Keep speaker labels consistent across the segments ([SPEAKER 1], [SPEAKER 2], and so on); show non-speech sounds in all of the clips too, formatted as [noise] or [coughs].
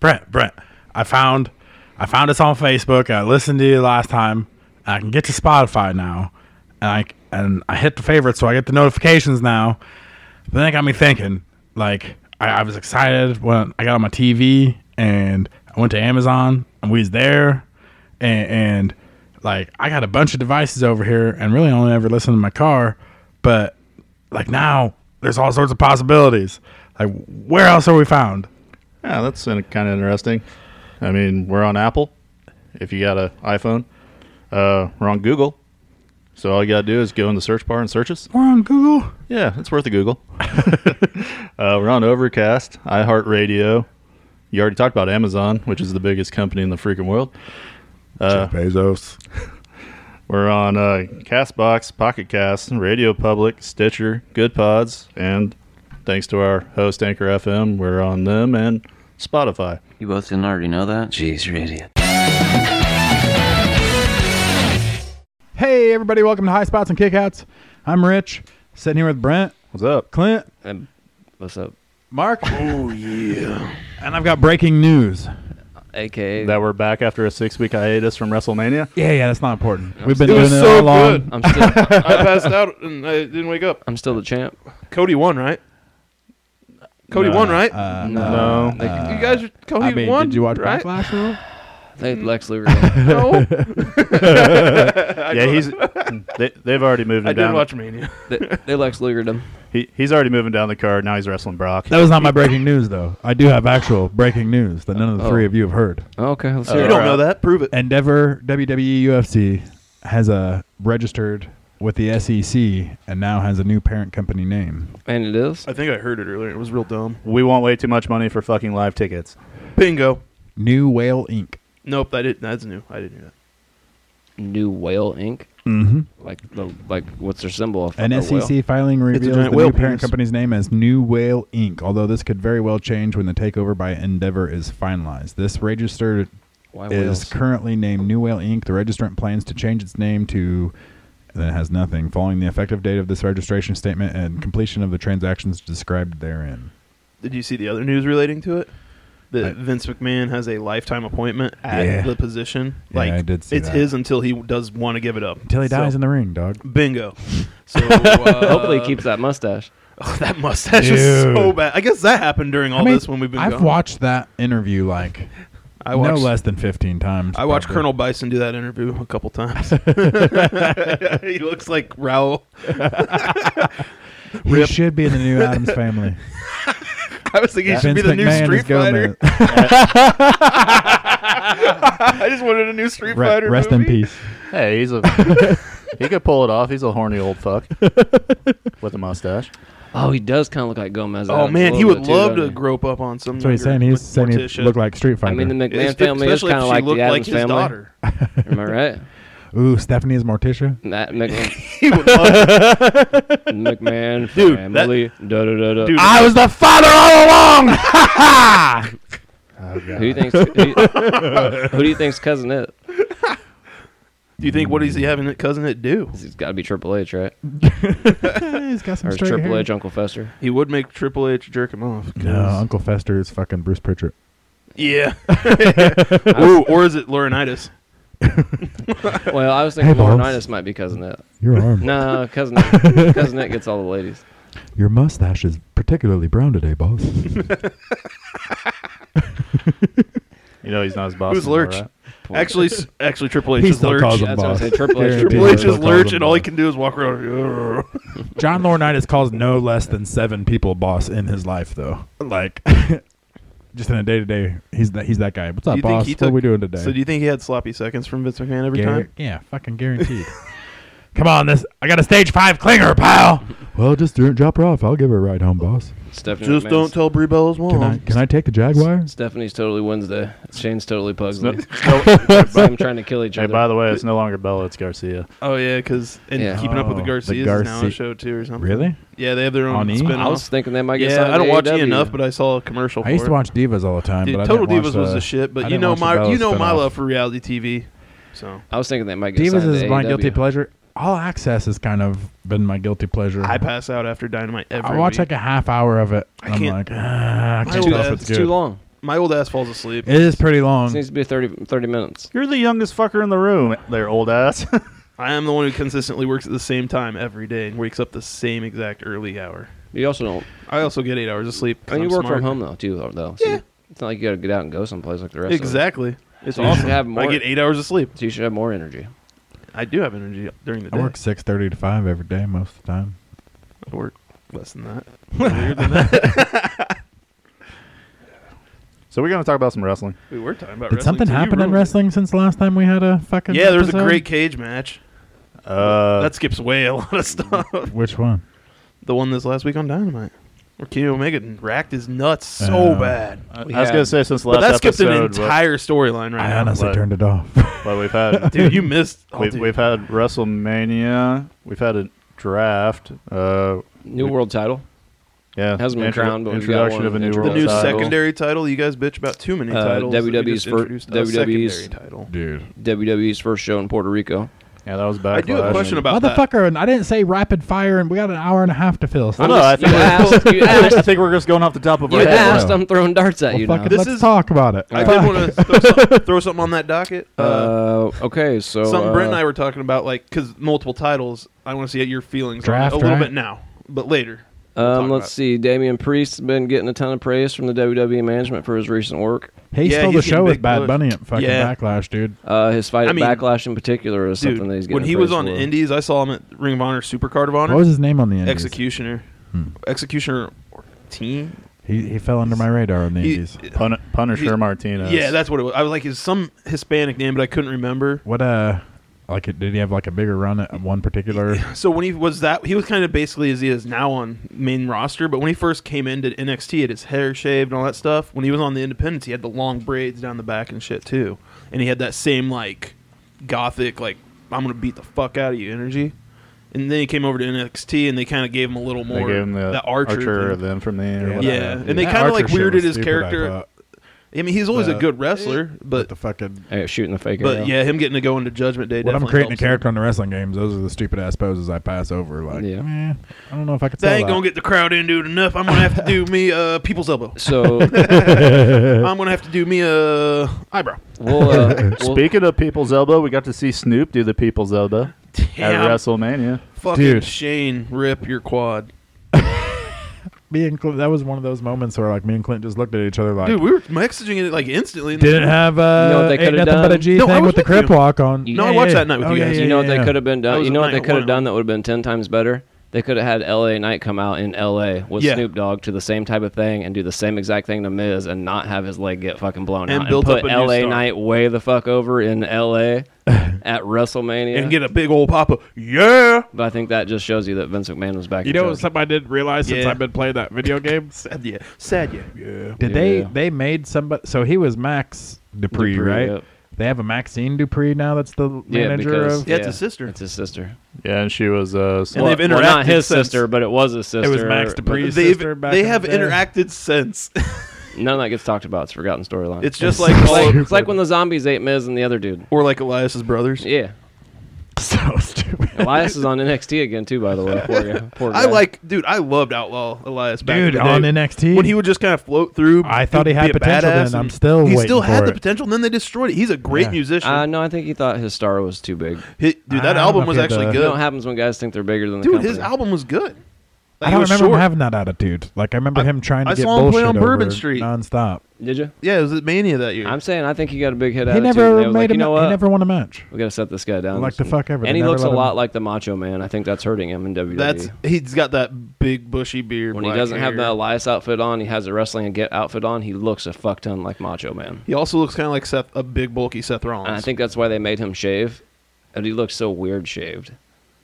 [SPEAKER 1] Brent, Brent, I found, I found this on Facebook. I listened to you last time. and I can get to Spotify now, and I and I hit the favorites, so I get the notifications now. But then it got me thinking. Like I, I was excited when I got on my TV and I went to Amazon and we was there, and, and like I got a bunch of devices over here and really only ever listen to my car, but like now there's all sorts of possibilities. Like where else are we found?
[SPEAKER 2] Yeah, that's kind of interesting. I mean, we're on Apple. If you got an iPhone, uh, we're on Google. So all you gotta do is go in the search bar and search us.
[SPEAKER 1] We're on Google.
[SPEAKER 2] Yeah, it's worth a Google. [laughs] uh, we're on Overcast, iHeartRadio. You already talked about Amazon, which is the biggest company in the freaking world.
[SPEAKER 3] Uh,
[SPEAKER 1] Jeff Bezos.
[SPEAKER 2] We're on uh, Castbox, Pocket Cast, Radio Public, Stitcher, Good Pods, and thanks to our host Anchor FM, we're on them and Spotify.
[SPEAKER 4] You both didn't already know that? Jeez, you're an idiot.
[SPEAKER 1] Hey everybody, welcome to High Spots and Kickouts. I'm Rich, sitting here with Brent,
[SPEAKER 2] What's up?
[SPEAKER 1] Clint,
[SPEAKER 3] Um, what's up?
[SPEAKER 1] Mark. Oh yeah. And I've got breaking news.
[SPEAKER 3] AKA.
[SPEAKER 2] That we're back after a six-week hiatus from WrestleMania.
[SPEAKER 1] Yeah, yeah, that's not important. We've been
[SPEAKER 5] It
[SPEAKER 1] doing
[SPEAKER 5] was
[SPEAKER 1] it
[SPEAKER 5] so
[SPEAKER 1] all along.
[SPEAKER 5] good.
[SPEAKER 3] I'm still. [laughs]
[SPEAKER 5] I passed out and I didn't wake up.
[SPEAKER 3] I'm still the champ.
[SPEAKER 5] Cody won, right? Cody
[SPEAKER 2] No.
[SPEAKER 5] won, right?
[SPEAKER 1] Uh,
[SPEAKER 2] No.
[SPEAKER 5] Like, you guys, are- Cody
[SPEAKER 1] I mean,
[SPEAKER 5] Oh, won.
[SPEAKER 1] did you watch
[SPEAKER 5] right?
[SPEAKER 1] Backlash at all?
[SPEAKER 3] They had Lex Luger.
[SPEAKER 5] No.
[SPEAKER 2] yeah, he's [laughs] they, they've already moved him
[SPEAKER 5] I did
[SPEAKER 2] down.
[SPEAKER 5] watch Mania.
[SPEAKER 3] they, they Lex Lugered him.
[SPEAKER 2] He, he's already moving down the card. Now he's wrestling Brock.
[SPEAKER 1] That was not my breaking news, though. I do have actual breaking news that none of the
[SPEAKER 3] Oh.
[SPEAKER 1] three of you have heard.
[SPEAKER 3] Oh, okay, let's
[SPEAKER 2] You
[SPEAKER 3] hear
[SPEAKER 2] don't
[SPEAKER 3] it.
[SPEAKER 2] know that?
[SPEAKER 5] Prove it.
[SPEAKER 1] Endeavor E WWE UFC has uh, registered with the SEC and now has a new parent company name.
[SPEAKER 3] And it is.
[SPEAKER 5] I think I heard it earlier. It was real dumb.
[SPEAKER 2] We won't way too much money for fucking live tickets.
[SPEAKER 5] Bingo.
[SPEAKER 1] New Whale Inc.
[SPEAKER 5] Nope, I didn't. That's new. I didn't do that.
[SPEAKER 3] New Whale Inc.
[SPEAKER 1] Mm-hmm.
[SPEAKER 3] Like the like. What's their symbol? of
[SPEAKER 1] An
[SPEAKER 3] a whale?
[SPEAKER 1] SEC filing reveals the
[SPEAKER 5] giant
[SPEAKER 1] new
[SPEAKER 5] whale
[SPEAKER 1] parent
[SPEAKER 5] penis.
[SPEAKER 1] company's name as New Whale Inc., although this could very well change when the takeover by Endeavor is finalized. This registered
[SPEAKER 3] Why
[SPEAKER 1] is
[SPEAKER 3] whales?
[SPEAKER 1] currently named New Whale Inc. The registrant plans to change its name to and then it has nothing following the effective date of this registration statement and completion of the transactions described therein.
[SPEAKER 5] Did you see the other news relating to it? That
[SPEAKER 1] I-
[SPEAKER 5] Vince McMahon has a lifetime appointment at
[SPEAKER 1] Yeah.
[SPEAKER 5] the position.
[SPEAKER 1] Yeah,
[SPEAKER 5] like
[SPEAKER 1] I did see
[SPEAKER 5] it's
[SPEAKER 1] that.
[SPEAKER 5] his until he does want to give it up.
[SPEAKER 1] Until he
[SPEAKER 5] So,
[SPEAKER 1] dies in the ring, dog. [laughs]
[SPEAKER 5] Bingo. So uh,
[SPEAKER 3] Hopefully, he keeps that mustache.
[SPEAKER 5] [laughs] Oh, that mustache is so
[SPEAKER 1] Dude.
[SPEAKER 5] bad. I guess that happened during all
[SPEAKER 1] I mean,
[SPEAKER 5] this when we've been.
[SPEAKER 1] I've
[SPEAKER 5] gone.
[SPEAKER 1] watched that interview like
[SPEAKER 5] I watched,
[SPEAKER 1] no less than 15 times.
[SPEAKER 5] I watched
[SPEAKER 1] probably.
[SPEAKER 5] Colonel Bison do that interview a
[SPEAKER 1] [laughs]
[SPEAKER 5] couple times. [laughs] he looks like Raoul.
[SPEAKER 1] He should be in the new
[SPEAKER 5] [laughs]
[SPEAKER 1] Adams family.
[SPEAKER 5] I was thinking he should
[SPEAKER 1] Vince
[SPEAKER 5] be the
[SPEAKER 1] McMahon
[SPEAKER 5] new Street
[SPEAKER 1] is Gomez. [laughs]
[SPEAKER 5] Fighter. [laughs] I just wanted a new Street
[SPEAKER 1] Re-
[SPEAKER 5] Fighter.
[SPEAKER 1] rest in
[SPEAKER 5] movie. [laughs]
[SPEAKER 1] peace.
[SPEAKER 2] Hey, he's a [laughs] he could pull it off. He's a horny old [laughs] fuck with a mustache.
[SPEAKER 3] Oh, he does kind of look like Gomez.
[SPEAKER 5] Oh
[SPEAKER 3] Adams a
[SPEAKER 5] man, he
[SPEAKER 3] little
[SPEAKER 5] would
[SPEAKER 3] bit too,
[SPEAKER 5] love
[SPEAKER 3] doesn't
[SPEAKER 5] to
[SPEAKER 3] he?
[SPEAKER 5] grope up on some.
[SPEAKER 1] That's what he's saying.
[SPEAKER 5] younger,
[SPEAKER 1] He's saying he
[SPEAKER 5] Morticia.
[SPEAKER 1] looked like Street
[SPEAKER 3] I
[SPEAKER 1] Fighter.
[SPEAKER 3] mean, the McMahon
[SPEAKER 5] Espe-
[SPEAKER 3] family is
[SPEAKER 5] especially if
[SPEAKER 3] kind of
[SPEAKER 5] she
[SPEAKER 3] like
[SPEAKER 5] looked
[SPEAKER 3] the
[SPEAKER 5] like
[SPEAKER 3] Adams
[SPEAKER 5] his
[SPEAKER 3] family.
[SPEAKER 5] daughter.
[SPEAKER 3] Am I
[SPEAKER 5] [laughs]
[SPEAKER 3] right?
[SPEAKER 1] Ooh, Stephanie is Morticia.
[SPEAKER 3] That McMahon,
[SPEAKER 5] he would love
[SPEAKER 3] McMahon
[SPEAKER 5] Dude, that-
[SPEAKER 3] family. da, da, da, da.
[SPEAKER 5] Dude.
[SPEAKER 1] I was the father all along. Ha ha!
[SPEAKER 3] Who thinks? Who, who do you think's cousin it?
[SPEAKER 5] Do you think what is he having that cousin it do?
[SPEAKER 3] He's got to be Triple H, right?
[SPEAKER 1] [laughs] He's got some
[SPEAKER 3] Or is
[SPEAKER 1] straight
[SPEAKER 3] Triple
[SPEAKER 1] hair.
[SPEAKER 3] H Uncle Fester?
[SPEAKER 5] He would make Triple H jerk him off. 'cause-
[SPEAKER 1] No, [laughs] Uncle Fester is fucking Bruce Pritchard. [laughs]
[SPEAKER 5] Yeah. [laughs] Ooh, or is it Laurinaitis?
[SPEAKER 3] Well, I was thinking
[SPEAKER 1] Hey,
[SPEAKER 3] hey,
[SPEAKER 1] Bones.
[SPEAKER 3] might be cousin it.
[SPEAKER 1] Your
[SPEAKER 3] [laughs]
[SPEAKER 1] arm,
[SPEAKER 3] No, cousin Nick. cousin Nick gets all the ladies.
[SPEAKER 1] your mustache is particularly brown today, boss. [laughs]
[SPEAKER 2] You know he's not his boss.
[SPEAKER 5] Who's
[SPEAKER 2] anymore,
[SPEAKER 5] Lurch?
[SPEAKER 2] right?
[SPEAKER 5] Actually, s- actually Triple H
[SPEAKER 1] he
[SPEAKER 5] is
[SPEAKER 1] still calls
[SPEAKER 5] Lurch.
[SPEAKER 1] him
[SPEAKER 3] That's what I
[SPEAKER 1] boss.
[SPEAKER 3] said, Triple H-
[SPEAKER 1] Guaranteed
[SPEAKER 5] Triple
[SPEAKER 1] he
[SPEAKER 5] H
[SPEAKER 1] still
[SPEAKER 5] is
[SPEAKER 1] calls
[SPEAKER 5] Lurch,
[SPEAKER 1] him
[SPEAKER 5] and all he
[SPEAKER 1] boss.
[SPEAKER 5] can do is walk around. [laughs]
[SPEAKER 1] John Laurinaitis calls no less than seven people boss in his life, though. Like, [laughs] just in a day to day, he's that he's that guy. What's
[SPEAKER 5] Do
[SPEAKER 1] up,
[SPEAKER 5] you think
[SPEAKER 1] boss?
[SPEAKER 5] he
[SPEAKER 1] what are
[SPEAKER 5] took-
[SPEAKER 1] we doing today?
[SPEAKER 5] So do you think he had sloppy seconds from Vince McMahon every
[SPEAKER 1] Guar-
[SPEAKER 5] time?
[SPEAKER 1] yeah, fucking guaranteed. [laughs] Come on, this I got a stage five clinger, pal. [laughs] Well, just drop her off. I'll give her a ride home, boss.
[SPEAKER 3] Stephanie
[SPEAKER 5] Just
[SPEAKER 3] McMahon's-
[SPEAKER 5] don't tell Brie Bella's mom.
[SPEAKER 1] Can I can I take the Jaguar?
[SPEAKER 3] Stephanie's totally Wednesday. Shane's totally Pugsley.
[SPEAKER 5] [laughs]
[SPEAKER 3] [laughs]
[SPEAKER 2] It's no-
[SPEAKER 3] I'm trying to kill each
[SPEAKER 2] hey,
[SPEAKER 3] other.
[SPEAKER 2] by the way, it's no longer Bella. It's Garcia.
[SPEAKER 5] oh yeah, because and
[SPEAKER 3] Yeah.
[SPEAKER 5] keeping up with the
[SPEAKER 1] Oh, the
[SPEAKER 5] Garcias is now
[SPEAKER 1] Garcia-
[SPEAKER 5] a show too or something.
[SPEAKER 1] Really?
[SPEAKER 5] Yeah, they have their
[SPEAKER 1] On
[SPEAKER 5] own
[SPEAKER 1] E?
[SPEAKER 5] spin
[SPEAKER 3] I was thinking they might get signed
[SPEAKER 5] Yeah, I don't
[SPEAKER 3] to
[SPEAKER 5] watch
[SPEAKER 3] AEW.
[SPEAKER 5] E enough, but I saw a commercial.
[SPEAKER 1] I used to
[SPEAKER 5] for it.
[SPEAKER 1] watch Divas all the time,
[SPEAKER 5] Dude,
[SPEAKER 1] but I
[SPEAKER 5] Total
[SPEAKER 1] didn't watch
[SPEAKER 5] Divas was
[SPEAKER 1] the-
[SPEAKER 5] the shit.
[SPEAKER 1] I
[SPEAKER 5] But you
[SPEAKER 1] didn't
[SPEAKER 5] know
[SPEAKER 1] watch the
[SPEAKER 5] my
[SPEAKER 1] Bella
[SPEAKER 5] you know my
[SPEAKER 1] spinoff.
[SPEAKER 5] love for reality TV. So
[SPEAKER 3] I was thinking they might get
[SPEAKER 1] Divas
[SPEAKER 3] signed
[SPEAKER 1] is
[SPEAKER 3] to E
[SPEAKER 1] my
[SPEAKER 3] AEW.
[SPEAKER 1] guilty pleasure. All Access has kind of been my guilty pleasure.
[SPEAKER 5] I pass out after Dynamite every.
[SPEAKER 1] I watch
[SPEAKER 5] week.
[SPEAKER 1] like a half hour of it.
[SPEAKER 5] I
[SPEAKER 1] And I'm
[SPEAKER 5] can't-
[SPEAKER 1] like, ah, I
[SPEAKER 5] My
[SPEAKER 1] can't
[SPEAKER 5] old
[SPEAKER 1] tell if
[SPEAKER 5] ass-
[SPEAKER 1] it's
[SPEAKER 3] It's
[SPEAKER 1] good.
[SPEAKER 3] too long.
[SPEAKER 5] My old ass falls asleep.
[SPEAKER 1] It is pretty long.
[SPEAKER 3] This needs to be 30, 30 minutes.
[SPEAKER 2] You're the youngest fucker in the room, there, old ass. [laughs]
[SPEAKER 5] I am the one who consistently works at the same time every day and wakes up the same exact early hour.
[SPEAKER 3] You also don't.
[SPEAKER 5] I also get eight hours of sleep. 'cause
[SPEAKER 3] And you
[SPEAKER 5] I'm
[SPEAKER 3] work
[SPEAKER 5] smart.
[SPEAKER 3] from home though too, though. So
[SPEAKER 5] Yeah.
[SPEAKER 3] It's not like you got to get out and go someplace like the rest. Of us.
[SPEAKER 5] Exactly. It's
[SPEAKER 3] So you should
[SPEAKER 5] awesome.
[SPEAKER 3] have more-
[SPEAKER 5] I get eight hours of sleep.
[SPEAKER 3] So you should have more energy.
[SPEAKER 5] I do have energy during the
[SPEAKER 1] I
[SPEAKER 5] day.
[SPEAKER 1] work six thirty to five every day most of the time.
[SPEAKER 5] I work less than that.
[SPEAKER 2] so we're gonna talk about some wrestling.
[SPEAKER 5] We were talking about
[SPEAKER 1] Did
[SPEAKER 5] wrestling,
[SPEAKER 1] something
[SPEAKER 5] so you
[SPEAKER 1] happen in
[SPEAKER 5] ruined it.
[SPEAKER 1] wrestling since the last time we had a fucking?
[SPEAKER 5] Yeah, there was a
[SPEAKER 1] episode?
[SPEAKER 5] great cage match.
[SPEAKER 2] Uh,
[SPEAKER 5] that skips way a lot of stuff.
[SPEAKER 3] [laughs]
[SPEAKER 1] Which one?
[SPEAKER 5] the one this last week on Dynamite, where Kenny Omega racked his nuts so
[SPEAKER 1] Uh,
[SPEAKER 5] bad.
[SPEAKER 2] I, I
[SPEAKER 3] we
[SPEAKER 2] was
[SPEAKER 3] had-
[SPEAKER 2] gonna say since the
[SPEAKER 5] But
[SPEAKER 2] last
[SPEAKER 5] that skipped an
[SPEAKER 2] episode, what-
[SPEAKER 5] entire storyline right
[SPEAKER 1] I
[SPEAKER 5] now.
[SPEAKER 1] honestly
[SPEAKER 2] What?
[SPEAKER 1] turned it off.
[SPEAKER 2] What, we've had,
[SPEAKER 5] Dude, you missed.
[SPEAKER 3] [laughs]
[SPEAKER 5] oh,
[SPEAKER 2] we've,
[SPEAKER 5] dude.
[SPEAKER 2] we've had WrestleMania. We've had a draft. Uh,
[SPEAKER 3] New world title.
[SPEAKER 2] yeah,
[SPEAKER 3] Hasn't been crowned, but we've got
[SPEAKER 2] introduction
[SPEAKER 3] one.
[SPEAKER 2] of a new
[SPEAKER 3] Intro-
[SPEAKER 5] the
[SPEAKER 2] world
[SPEAKER 5] new
[SPEAKER 2] title.
[SPEAKER 5] secondary title. You guys bitch about too many
[SPEAKER 3] Uh,
[SPEAKER 5] titles. We
[SPEAKER 3] WWE's
[SPEAKER 5] just
[SPEAKER 3] fir-
[SPEAKER 5] introduced a
[SPEAKER 3] WWE's
[SPEAKER 5] secondary title.
[SPEAKER 1] Dude,
[SPEAKER 3] WWE's first show in Puerto Rico.
[SPEAKER 2] Yeah, that was
[SPEAKER 5] I
[SPEAKER 2] back.
[SPEAKER 5] do have a question [laughs] about that.
[SPEAKER 1] motherfucker! And I didn't say rapid fire, and we got an hour and a half to fill. So
[SPEAKER 2] I know. I
[SPEAKER 3] You
[SPEAKER 2] think,
[SPEAKER 3] asked. You
[SPEAKER 2] [laughs] I
[SPEAKER 3] asked.
[SPEAKER 2] think we're just going off the top of
[SPEAKER 3] You
[SPEAKER 2] our head.
[SPEAKER 3] asked. I'm throwing darts at
[SPEAKER 1] well,
[SPEAKER 3] you now.
[SPEAKER 1] fucking
[SPEAKER 5] This
[SPEAKER 1] let's
[SPEAKER 5] is-
[SPEAKER 1] talk about it.
[SPEAKER 5] I
[SPEAKER 1] Fuck.
[SPEAKER 3] [laughs]
[SPEAKER 5] did want to throw, some- throw something on that docket. Uh,
[SPEAKER 3] Uh, okay, so
[SPEAKER 5] something
[SPEAKER 3] uh,
[SPEAKER 5] Brent and I were talking about, like, because multiple titles. I want to see your feelings on it
[SPEAKER 1] Draft,
[SPEAKER 5] a little
[SPEAKER 1] right?
[SPEAKER 5] bit now, but later. We'll talk
[SPEAKER 3] Um,
[SPEAKER 5] about
[SPEAKER 3] let's
[SPEAKER 5] it.
[SPEAKER 3] see. Damian Priest's been getting a ton of praise from the WWE management for his recent work.
[SPEAKER 1] He
[SPEAKER 5] Yeah,
[SPEAKER 1] stole the
[SPEAKER 5] he's
[SPEAKER 1] show
[SPEAKER 5] getting
[SPEAKER 1] with
[SPEAKER 5] big
[SPEAKER 1] Bad
[SPEAKER 5] push.
[SPEAKER 1] Bunny at fucking
[SPEAKER 5] Yeah.
[SPEAKER 1] Backlash, dude.
[SPEAKER 3] Uh, his fight
[SPEAKER 5] I
[SPEAKER 3] at
[SPEAKER 5] mean,
[SPEAKER 3] Backlash in particular is
[SPEAKER 5] Dude,
[SPEAKER 3] something that he's getting.
[SPEAKER 5] when he
[SPEAKER 3] praise
[SPEAKER 5] was on
[SPEAKER 3] for.
[SPEAKER 5] Indies, I saw him at Ring of Honor Supercard of Honor.
[SPEAKER 1] What was his name Hmm. on the Indies?
[SPEAKER 5] Executioner. Executioner team.
[SPEAKER 1] He he fell under my radar on the
[SPEAKER 5] He-
[SPEAKER 1] Indies.
[SPEAKER 2] Pun- Punisher
[SPEAKER 5] He-
[SPEAKER 2] Martinez.
[SPEAKER 5] Yeah, that's what it was. I was like, it's some Hispanic name, but I couldn't remember.
[SPEAKER 1] What uh, like did he have like a bigger run at one particular?
[SPEAKER 5] So when he was that, he was kind of basically as he is now on main roster. But when he first came into NXT, he had his hair shaved and all that stuff. When he was on the Independence, he had the long braids down the back and shit too, and he had that same like gothic like I'm gonna beat the fuck out of you energy. And then he came over to NXT, and they kind of gave him a little
[SPEAKER 2] They
[SPEAKER 5] more
[SPEAKER 2] gave him the
[SPEAKER 5] that Archer.
[SPEAKER 2] Archer
[SPEAKER 5] thing.
[SPEAKER 2] then from the or whatever.
[SPEAKER 5] Yeah, and they
[SPEAKER 1] That
[SPEAKER 5] kinda,
[SPEAKER 1] uh, Archer
[SPEAKER 5] like,
[SPEAKER 1] shit
[SPEAKER 5] weirded
[SPEAKER 1] was
[SPEAKER 5] his
[SPEAKER 1] stupid, I
[SPEAKER 5] character,
[SPEAKER 1] thought.
[SPEAKER 5] I mean, he's always
[SPEAKER 1] Uh,
[SPEAKER 5] a good wrestler, but
[SPEAKER 1] the fucking
[SPEAKER 3] Hey, shooting the fake.
[SPEAKER 5] but
[SPEAKER 3] arrow.
[SPEAKER 5] yeah, him getting to go into Judgment Day.
[SPEAKER 1] when I'm
[SPEAKER 5] definitely
[SPEAKER 1] creating a
[SPEAKER 5] helps him.
[SPEAKER 1] character on the wrestling games, those are the stupid ass poses I pass over. Like,
[SPEAKER 3] Yeah.
[SPEAKER 1] eh, I don't know if I could.
[SPEAKER 5] That
[SPEAKER 1] sell
[SPEAKER 5] ain't
[SPEAKER 1] that.
[SPEAKER 5] gonna get the crowd into it enough. I'm gonna have to do me uh people's elbow. [laughs]
[SPEAKER 3] So
[SPEAKER 5] I'm gonna have to do me uh eyebrow.
[SPEAKER 3] we'll, uh, we'll
[SPEAKER 2] Speaking of People's Elbow, we got to see Snoop do the People's Elbow
[SPEAKER 5] Damn,
[SPEAKER 2] at WrestleMania.
[SPEAKER 5] fucking
[SPEAKER 1] Dude.
[SPEAKER 5] Shane, rip your quad,
[SPEAKER 1] me and Clint, that was one of those moments where like me and Clint just looked at each other like
[SPEAKER 5] dude. We were mexaging it like instantly. in the-
[SPEAKER 1] didn't have uh
[SPEAKER 3] You know what they
[SPEAKER 1] ain't
[SPEAKER 3] coulda
[SPEAKER 1] nothing
[SPEAKER 3] done?
[SPEAKER 1] but a G
[SPEAKER 5] No, I
[SPEAKER 1] thing
[SPEAKER 5] was
[SPEAKER 1] with the
[SPEAKER 5] with you.
[SPEAKER 1] crip walk on. Oh,
[SPEAKER 3] No,
[SPEAKER 5] I watched that night with you guys.
[SPEAKER 3] you know what they could have been
[SPEAKER 5] That
[SPEAKER 3] done.
[SPEAKER 5] was
[SPEAKER 3] You
[SPEAKER 5] a
[SPEAKER 3] know what
[SPEAKER 5] night
[SPEAKER 3] they could
[SPEAKER 5] one.
[SPEAKER 3] have done that would have been ten times better. They could have had L.A. Knight come out in L.A. with
[SPEAKER 5] Yeah.
[SPEAKER 3] Snoop Dogg to the same type of thing and do the same exact thing to Miz and not have his leg get fucking blown
[SPEAKER 5] And
[SPEAKER 3] out
[SPEAKER 5] build
[SPEAKER 3] and
[SPEAKER 5] up
[SPEAKER 3] put
[SPEAKER 5] a new
[SPEAKER 3] L.A.
[SPEAKER 5] star.
[SPEAKER 3] Knight way the fuck over in L.A. at WrestleMania.
[SPEAKER 5] and get a big old pop up. Yeah,
[SPEAKER 3] but I think that just shows you that Vince McMahon was back.
[SPEAKER 1] You
[SPEAKER 3] in
[SPEAKER 1] know
[SPEAKER 3] charge.
[SPEAKER 1] something I did realize since
[SPEAKER 5] Yeah.
[SPEAKER 1] I've been playing that
[SPEAKER 5] [laughs]
[SPEAKER 1] video game?
[SPEAKER 5] sad yeah, sad yeah, yeah.
[SPEAKER 1] Did
[SPEAKER 3] Yeah.
[SPEAKER 1] they they made somebody so he was Max Dupree,
[SPEAKER 3] Dupree,
[SPEAKER 1] right?
[SPEAKER 3] yep.
[SPEAKER 1] They have a Maxine Dupree now that's the
[SPEAKER 3] Yeah,
[SPEAKER 1] manager
[SPEAKER 3] because-
[SPEAKER 1] of
[SPEAKER 5] Yeah, it's his sister.
[SPEAKER 3] It's his sister.
[SPEAKER 2] Yeah, and she was uh,
[SPEAKER 5] And
[SPEAKER 3] well,
[SPEAKER 5] they've
[SPEAKER 3] well, not
[SPEAKER 5] interacted
[SPEAKER 3] his
[SPEAKER 5] since.
[SPEAKER 3] sister, but it was his sister.
[SPEAKER 1] was Max
[SPEAKER 3] but
[SPEAKER 1] Dupree's
[SPEAKER 5] They've
[SPEAKER 1] sister back
[SPEAKER 5] they
[SPEAKER 1] in the
[SPEAKER 5] have
[SPEAKER 1] day.
[SPEAKER 5] interacted since. [laughs]
[SPEAKER 3] None of that gets talked about. It's forgotten storyline.
[SPEAKER 5] it's just like
[SPEAKER 3] It's like,
[SPEAKER 5] all,
[SPEAKER 3] it's like when the zombies ate Miz and the other dude.
[SPEAKER 5] or like Elias's brothers.
[SPEAKER 3] Yeah.
[SPEAKER 1] [laughs] so stupid.
[SPEAKER 3] Elias is on [laughs] NXT again too, by the way. Poor guy. Poor
[SPEAKER 5] I
[SPEAKER 3] guy.
[SPEAKER 5] like, dude. I loved Outlaw Elias, back
[SPEAKER 1] Dude,
[SPEAKER 5] in the day.
[SPEAKER 1] on NXT?
[SPEAKER 5] when he would just kind of float through.
[SPEAKER 1] I thought he
[SPEAKER 5] be
[SPEAKER 1] had
[SPEAKER 5] a
[SPEAKER 1] potential then.
[SPEAKER 5] badass,
[SPEAKER 1] I'm
[SPEAKER 5] and
[SPEAKER 1] still
[SPEAKER 5] He
[SPEAKER 1] waiting
[SPEAKER 5] still had
[SPEAKER 1] for
[SPEAKER 5] the
[SPEAKER 1] it.
[SPEAKER 5] potential, and then they destroyed it. He's a great
[SPEAKER 1] Yeah.
[SPEAKER 5] musician.
[SPEAKER 3] Uh, no, I think he thought his star was too big.
[SPEAKER 5] Hi- dude,
[SPEAKER 1] I
[SPEAKER 5] that
[SPEAKER 1] don't know
[SPEAKER 5] album
[SPEAKER 1] if
[SPEAKER 5] was
[SPEAKER 1] he had
[SPEAKER 5] actually
[SPEAKER 1] the-
[SPEAKER 5] good.
[SPEAKER 3] You know what happens when guys think they're bigger than the
[SPEAKER 5] Dude,
[SPEAKER 3] company.
[SPEAKER 5] his album was good. Like,
[SPEAKER 1] I
[SPEAKER 5] he
[SPEAKER 1] don't
[SPEAKER 5] was
[SPEAKER 1] remember
[SPEAKER 5] short.
[SPEAKER 1] him having that attitude. Like I remember
[SPEAKER 5] I-
[SPEAKER 1] him trying to
[SPEAKER 5] I
[SPEAKER 1] get
[SPEAKER 5] saw him play
[SPEAKER 1] bullshit
[SPEAKER 5] on Bourbon
[SPEAKER 1] over
[SPEAKER 5] Street.
[SPEAKER 1] nonstop.
[SPEAKER 3] Did you?
[SPEAKER 5] Yeah, it was at Mania that year.
[SPEAKER 3] I'm saying I think he got a big hit out
[SPEAKER 1] He
[SPEAKER 3] of
[SPEAKER 1] never made
[SPEAKER 3] like,
[SPEAKER 1] a,
[SPEAKER 3] you know
[SPEAKER 1] ma-
[SPEAKER 3] what?
[SPEAKER 1] he never won a match.
[SPEAKER 3] we gotta set this guy down.
[SPEAKER 1] Like the fuck ever.
[SPEAKER 3] And
[SPEAKER 1] They
[SPEAKER 3] he
[SPEAKER 1] never
[SPEAKER 3] looks a
[SPEAKER 1] let him-
[SPEAKER 3] lot like the Macho Man. I think that's hurting him in E. WWE.
[SPEAKER 5] That's he's got that big bushy beard.
[SPEAKER 3] when he
[SPEAKER 5] black
[SPEAKER 3] doesn't have
[SPEAKER 5] hair.
[SPEAKER 3] the Elias outfit on, he has a wrestling and get outfit on. He looks a fuck ton like Macho Man.
[SPEAKER 5] He also looks kind of like Seth, a big bulky Seth Rollins.
[SPEAKER 3] And I think that's why they made him shave. And he looked so weird shaved.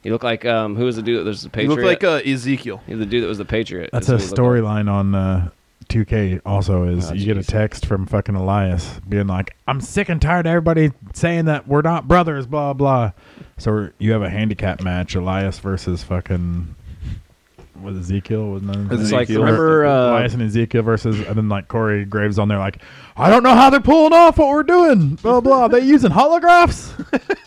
[SPEAKER 3] He looked like um, who was the dude that was the
[SPEAKER 5] he
[SPEAKER 3] Patriot?
[SPEAKER 5] looked like uh, Ezekiel.
[SPEAKER 3] He was the dude that was the Patriot.
[SPEAKER 1] That's a
[SPEAKER 3] what he looked like.
[SPEAKER 1] storyline on uh, 2K. Also, is
[SPEAKER 3] Oh,
[SPEAKER 1] you get a
[SPEAKER 3] jeez.
[SPEAKER 1] text from fucking Elias being like, "I'm sick and tired of everybody saying that we're not brothers." Blah blah. So we're- you have a handicap match, Elias versus fucking was Ezekiel was none.
[SPEAKER 2] It's like,
[SPEAKER 1] Ezekiel.
[SPEAKER 2] remember, uh,
[SPEAKER 1] Elias and Ezekiel versus, and then like Corey Graves on there, like, I don't know how they're pulling off what we're doing. Blah blah. they using holographs.